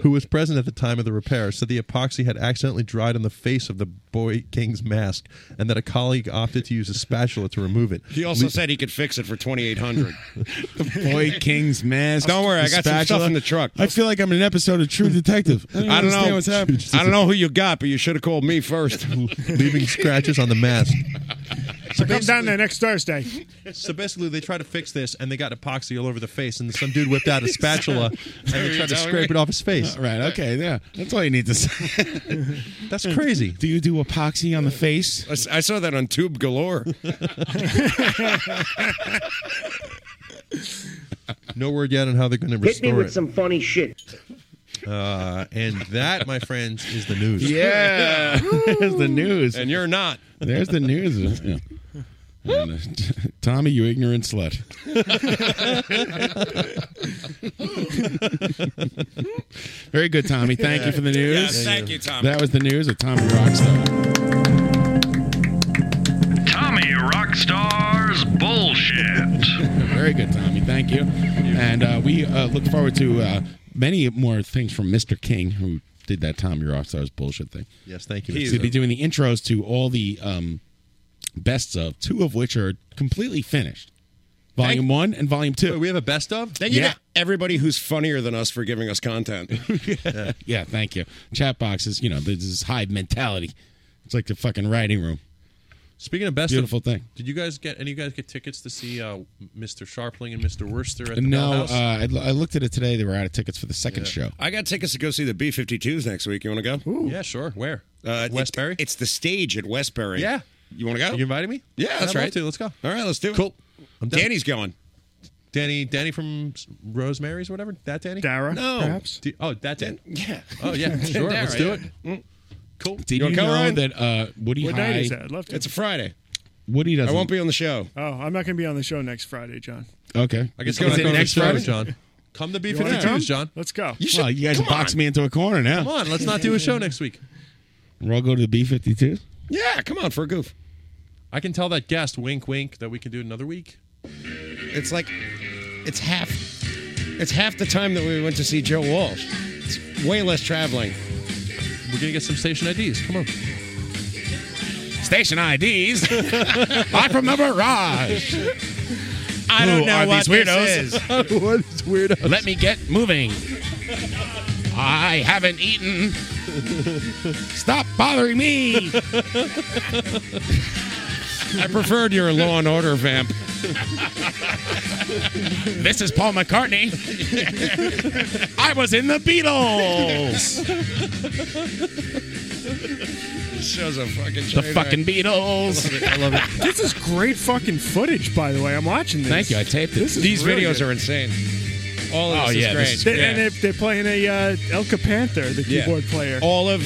Speaker 16: Who was present at the time of the repair said the epoxy had accidentally dried on the face of the boy king's mask, and that a colleague opted to use a spatula to remove it.
Speaker 20: He also
Speaker 16: Le-
Speaker 20: said he could fix it for twenty eight hundred.
Speaker 2: the boy king's mask.
Speaker 20: Don't worry,
Speaker 2: the
Speaker 20: I got some
Speaker 2: spatula.
Speaker 20: stuff in the truck.
Speaker 2: I feel like I'm in an episode of True Detective. I don't,
Speaker 20: I don't
Speaker 2: understand
Speaker 20: know
Speaker 2: what's happening.
Speaker 20: I don't know who you got, but you should have called me first.
Speaker 16: leaving scratches on the mask.
Speaker 13: So come down there next Thursday.
Speaker 16: So basically, they tried to fix this, and they got epoxy all over the face, and some dude whipped out a spatula and
Speaker 2: Are
Speaker 16: they
Speaker 2: you
Speaker 16: tried to
Speaker 2: telling
Speaker 16: scrape
Speaker 2: me?
Speaker 16: it off his face.
Speaker 2: All right. Okay. Yeah. That's all you need to say.
Speaker 16: That's crazy.
Speaker 2: Do you do epoxy on the face?
Speaker 20: I s- I saw that on Tube Galore.
Speaker 16: No word yet on how they're going to
Speaker 26: Hit me
Speaker 16: restore
Speaker 26: with
Speaker 16: it.
Speaker 26: some funny shit.
Speaker 16: Uh, and that, my friends, is the news.
Speaker 2: Yeah. There's the news.
Speaker 20: And you're not.
Speaker 2: There's the news. Yeah. And, uh, Tommy, you ignorant slut. Very good, Tommy. Thank you for the news.
Speaker 20: Yes, thank you, Tommy.
Speaker 2: That was the news of Tommy Rockstar.
Speaker 27: Tommy Rockstar's bullshit.
Speaker 2: Very good, Tommy. Thank you. And uh, we uh, look forward to uh, many more things from Mr. King, who did that Tommy Rockstar's bullshit thing.
Speaker 16: Yes, thank you.
Speaker 2: He's
Speaker 16: Mr.
Speaker 2: going to be doing the intros to all the um, bests of, two of which are completely finished. Volume one and volume two.
Speaker 16: we have a best of?
Speaker 20: Thank you
Speaker 2: Yeah.
Speaker 20: to everybody who's funnier than us for giving us content.
Speaker 2: yeah. thank you. Chat boxes, you know, there's this hive mentality. It's like the fucking writing room.
Speaker 16: Speaking of best,
Speaker 2: beautiful
Speaker 16: of,
Speaker 2: thing.
Speaker 16: Did you guys get any? Of you guys get tickets to see uh, Mr. Sharpling and Mr. Worcester at the
Speaker 2: No, uh,
Speaker 16: Bauhaus?
Speaker 2: I, l- I looked at it today. They were out of tickets for the second show.
Speaker 20: I got tickets to go see the B 52s next week. You want to go?
Speaker 16: Yeah, sure. Where?
Speaker 20: Uh, Westbury? It's the stage at Westbury.
Speaker 16: Yeah.
Speaker 20: You want to go?
Speaker 16: You invited me?
Speaker 20: Yeah, that's
Speaker 16: I'd love
Speaker 20: right.
Speaker 16: to. Let's go. All
Speaker 20: right, let's do it.
Speaker 16: Cool.
Speaker 20: Danny's going.
Speaker 16: Danny, Danny from S- Rosemary's, whatever. That Danny?
Speaker 20: Dara, No. perhaps?
Speaker 16: D- oh, that Danny.
Speaker 20: Yeah.
Speaker 16: Oh yeah. Sure.
Speaker 20: Dara,
Speaker 16: let's do it.
Speaker 20: yeah.
Speaker 16: Cool.
Speaker 2: Did you, know that uh, Woody
Speaker 13: What
Speaker 2: High?
Speaker 13: night is that? I'd love to.
Speaker 20: It's a Friday.
Speaker 2: Woody doesn't.
Speaker 20: be on the show.
Speaker 13: Oh, I'm not going to be on the show next Friday, John.
Speaker 2: Okay.
Speaker 16: I guess
Speaker 2: Is
Speaker 16: go
Speaker 2: it
Speaker 16: to
Speaker 2: next
Speaker 16: next
Speaker 2: Friday?
Speaker 16: Friday, John. Come to
Speaker 13: You wanna
Speaker 16: B52s,
Speaker 13: come?
Speaker 16: John.
Speaker 13: Let's go.
Speaker 2: well, you guys boxed me into a corner now.
Speaker 16: Come on, let's not do a show next week.
Speaker 2: We're all go to the B 52s.
Speaker 20: Yeah, come on for a goof.
Speaker 16: I can tell that guest, wink, wink, that we can do it another week.
Speaker 20: It's like, it's half, it's half the time that we went to see Joe Walsh. It's way less traveling.
Speaker 16: We're gonna get some station IDs. Come on.
Speaker 2: Station IDs. Live Mm. from the barrage.
Speaker 20: I
Speaker 2: Who
Speaker 20: don't know
Speaker 2: are
Speaker 20: what
Speaker 2: these weirdos?
Speaker 20: this is.
Speaker 16: what is weirdos?
Speaker 2: Let me get moving. I haven't eaten. Stop bothering me.
Speaker 20: I preferred your Law and Order vamp.
Speaker 2: This is Paul McCartney. I was in the Beatles.
Speaker 20: Shows a fucking
Speaker 2: The fucking Beatles.
Speaker 20: I love it.
Speaker 13: This is great fucking footage, by the way. I'm watching this.
Speaker 2: Thank you. I taped it.
Speaker 13: This is
Speaker 20: These
Speaker 13: really
Speaker 20: videos
Speaker 13: good.
Speaker 20: are insane. All of
Speaker 2: Oh,
Speaker 20: this
Speaker 2: yeah,
Speaker 20: is great.
Speaker 2: this is
Speaker 13: They- And they're, they're playing a uh, Elka Panther, the
Speaker 20: Yeah.
Speaker 13: keyboard player.
Speaker 20: All of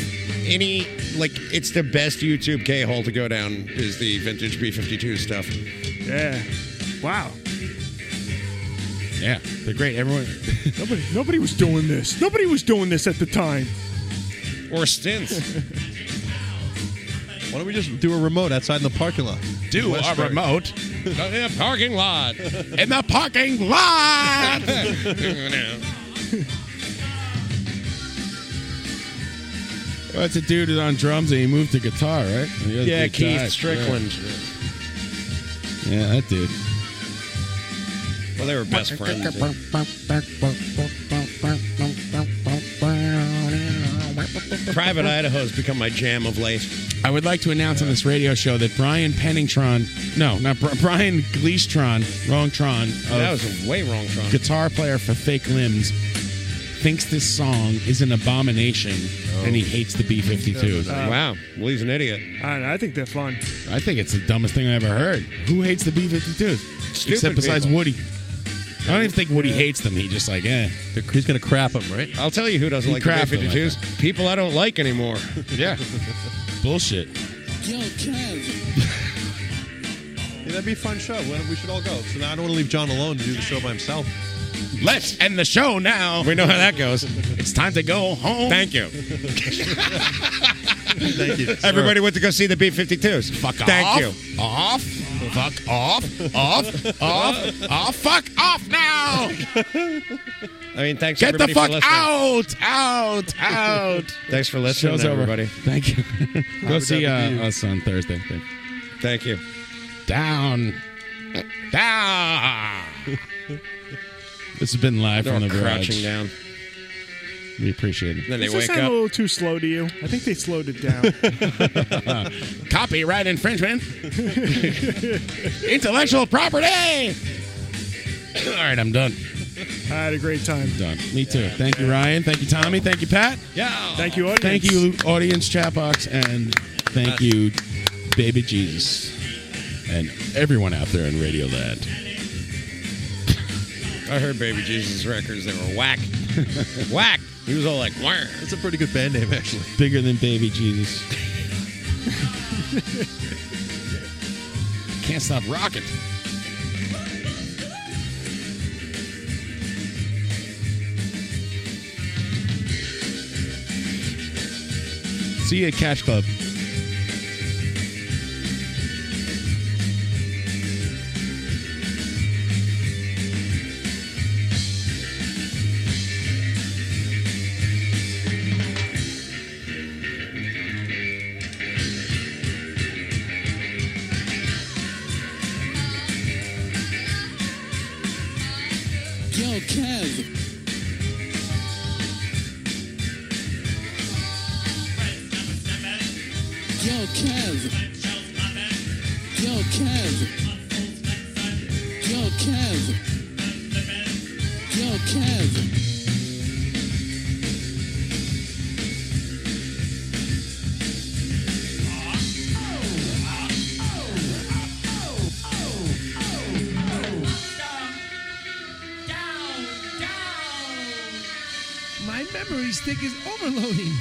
Speaker 20: any like it's the best YouTube K hole to go down is the vintage B fifty two stuff.
Speaker 13: Yeah. Wow.
Speaker 2: Yeah, they're great. Everyone.
Speaker 13: Nobody, nobody was doing this. Nobody was doing this at the time.
Speaker 20: Or stints.
Speaker 16: Why don't we just do a remote outside in the parking lot?
Speaker 2: Do a
Speaker 16: Westbury.
Speaker 2: remote.
Speaker 20: in the parking lot.
Speaker 2: In the parking lot. Well, it's a dude who's on drums and he moved to guitar, right? He has
Speaker 20: yeah,
Speaker 2: big
Speaker 20: Keith
Speaker 2: ties.
Speaker 20: Strickland.
Speaker 2: Yeah. Yeah, that dude.
Speaker 20: Well, they were best friends. Private Idaho's become my jam of late.
Speaker 2: I would like to announce on this radio show that Brian Penningtron, no, not Bri- Brian Gleestron, wrong Tron,
Speaker 20: that
Speaker 2: of
Speaker 20: was a way wrong, Tron.
Speaker 2: guitar player for Fake Limbs, thinks this song is an abomination and he hates the B-52s.
Speaker 20: Oh. Uh, Wow. Well, he's an idiot.
Speaker 13: I, I think they're fun.
Speaker 2: I think it's the dumbest thing I ever heard. Who hates the B-52s?
Speaker 13: Stupid
Speaker 2: Except besides
Speaker 13: people.
Speaker 2: Woody. I don't even think Woody hates them. He just like, eh.
Speaker 16: He's gonna crap them, right?
Speaker 20: I'll tell you who doesn't
Speaker 2: He
Speaker 20: like the
Speaker 2: crapped them, I
Speaker 20: B-52s. People I don't like anymore.
Speaker 2: Yeah. Bullshit.
Speaker 3: Yo, Kev.
Speaker 16: that'd be a fun show. Why don't- We should all go. So now I don't want to leave John alone to do the show by himself.
Speaker 2: Let's end the show now.
Speaker 20: We know how that goes.
Speaker 2: It's time to go home.
Speaker 20: Thank you.
Speaker 2: Thank you.
Speaker 20: Everybody went to go see the B-52s. Fuck Thank
Speaker 2: off,
Speaker 20: you.
Speaker 2: Off. Fuck off. Off. off. Off. Fuck off now.
Speaker 20: I mean, thanks.
Speaker 2: Get the
Speaker 20: everybody for
Speaker 2: fuck
Speaker 20: listening.
Speaker 2: out. Out. Out.
Speaker 20: Thanks for listening,
Speaker 2: Show's over.
Speaker 20: everybody.
Speaker 2: Thank you. go
Speaker 20: Robert
Speaker 2: see uh,
Speaker 20: W.
Speaker 2: us on Thursday. Thank
Speaker 20: Thank you.
Speaker 2: Down. Down. This has been live
Speaker 20: They're
Speaker 2: from
Speaker 20: all
Speaker 2: the garage.
Speaker 20: crouching down.
Speaker 2: We appreciate it.
Speaker 20: Then
Speaker 13: Does that sound a little too slow to you? I think they slowed it down.
Speaker 2: Copyright infringement. Intellectual property. All right, I'm done.
Speaker 13: I had a great time.
Speaker 2: Done. Me too. Thank you, Ryan. Thank you, Tommy. Thank you, Pat.
Speaker 13: Yeah. Thank you, audience.
Speaker 2: Thank you, audience chat box, and thank you, baby Jesus, and everyone out there in Radio Land.
Speaker 20: I heard Baby Jesus records. They were whack. whack. He was all like, whack.
Speaker 16: That's a pretty good band name, actually.
Speaker 2: Bigger than baby Jesus. Can't stop rocking. See you at Cash Club.
Speaker 3: Yo, Kev. Yo, Kev. Yo, Kev. Yo, Kev. Yo, Kev.
Speaker 28: My memory stick is overloading.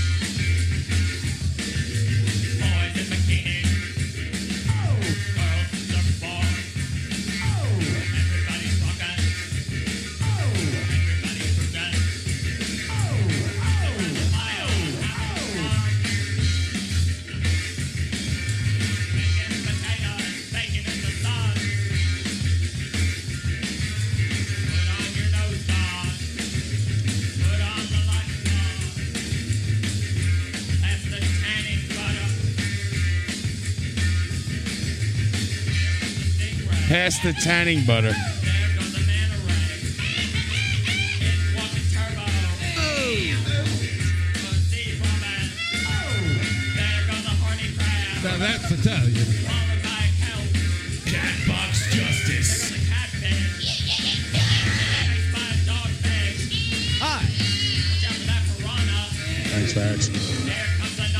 Speaker 3: Oh,
Speaker 2: Pass the tanning butter.
Speaker 29: Now that's Italian.
Speaker 30: Catbox Justice.
Speaker 2: Thanks, Larry.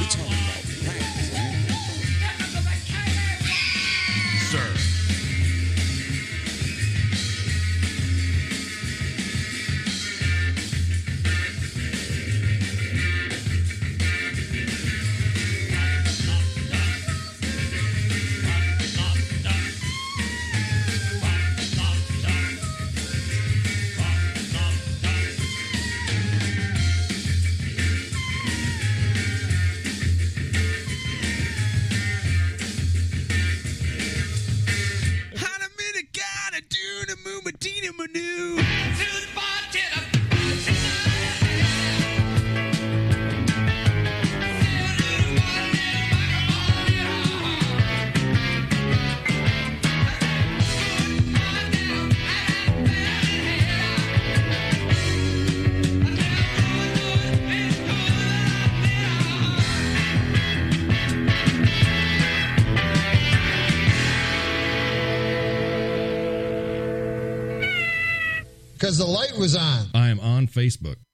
Speaker 30: Sir.
Speaker 31: because the light was on.
Speaker 9: I am on Facebook.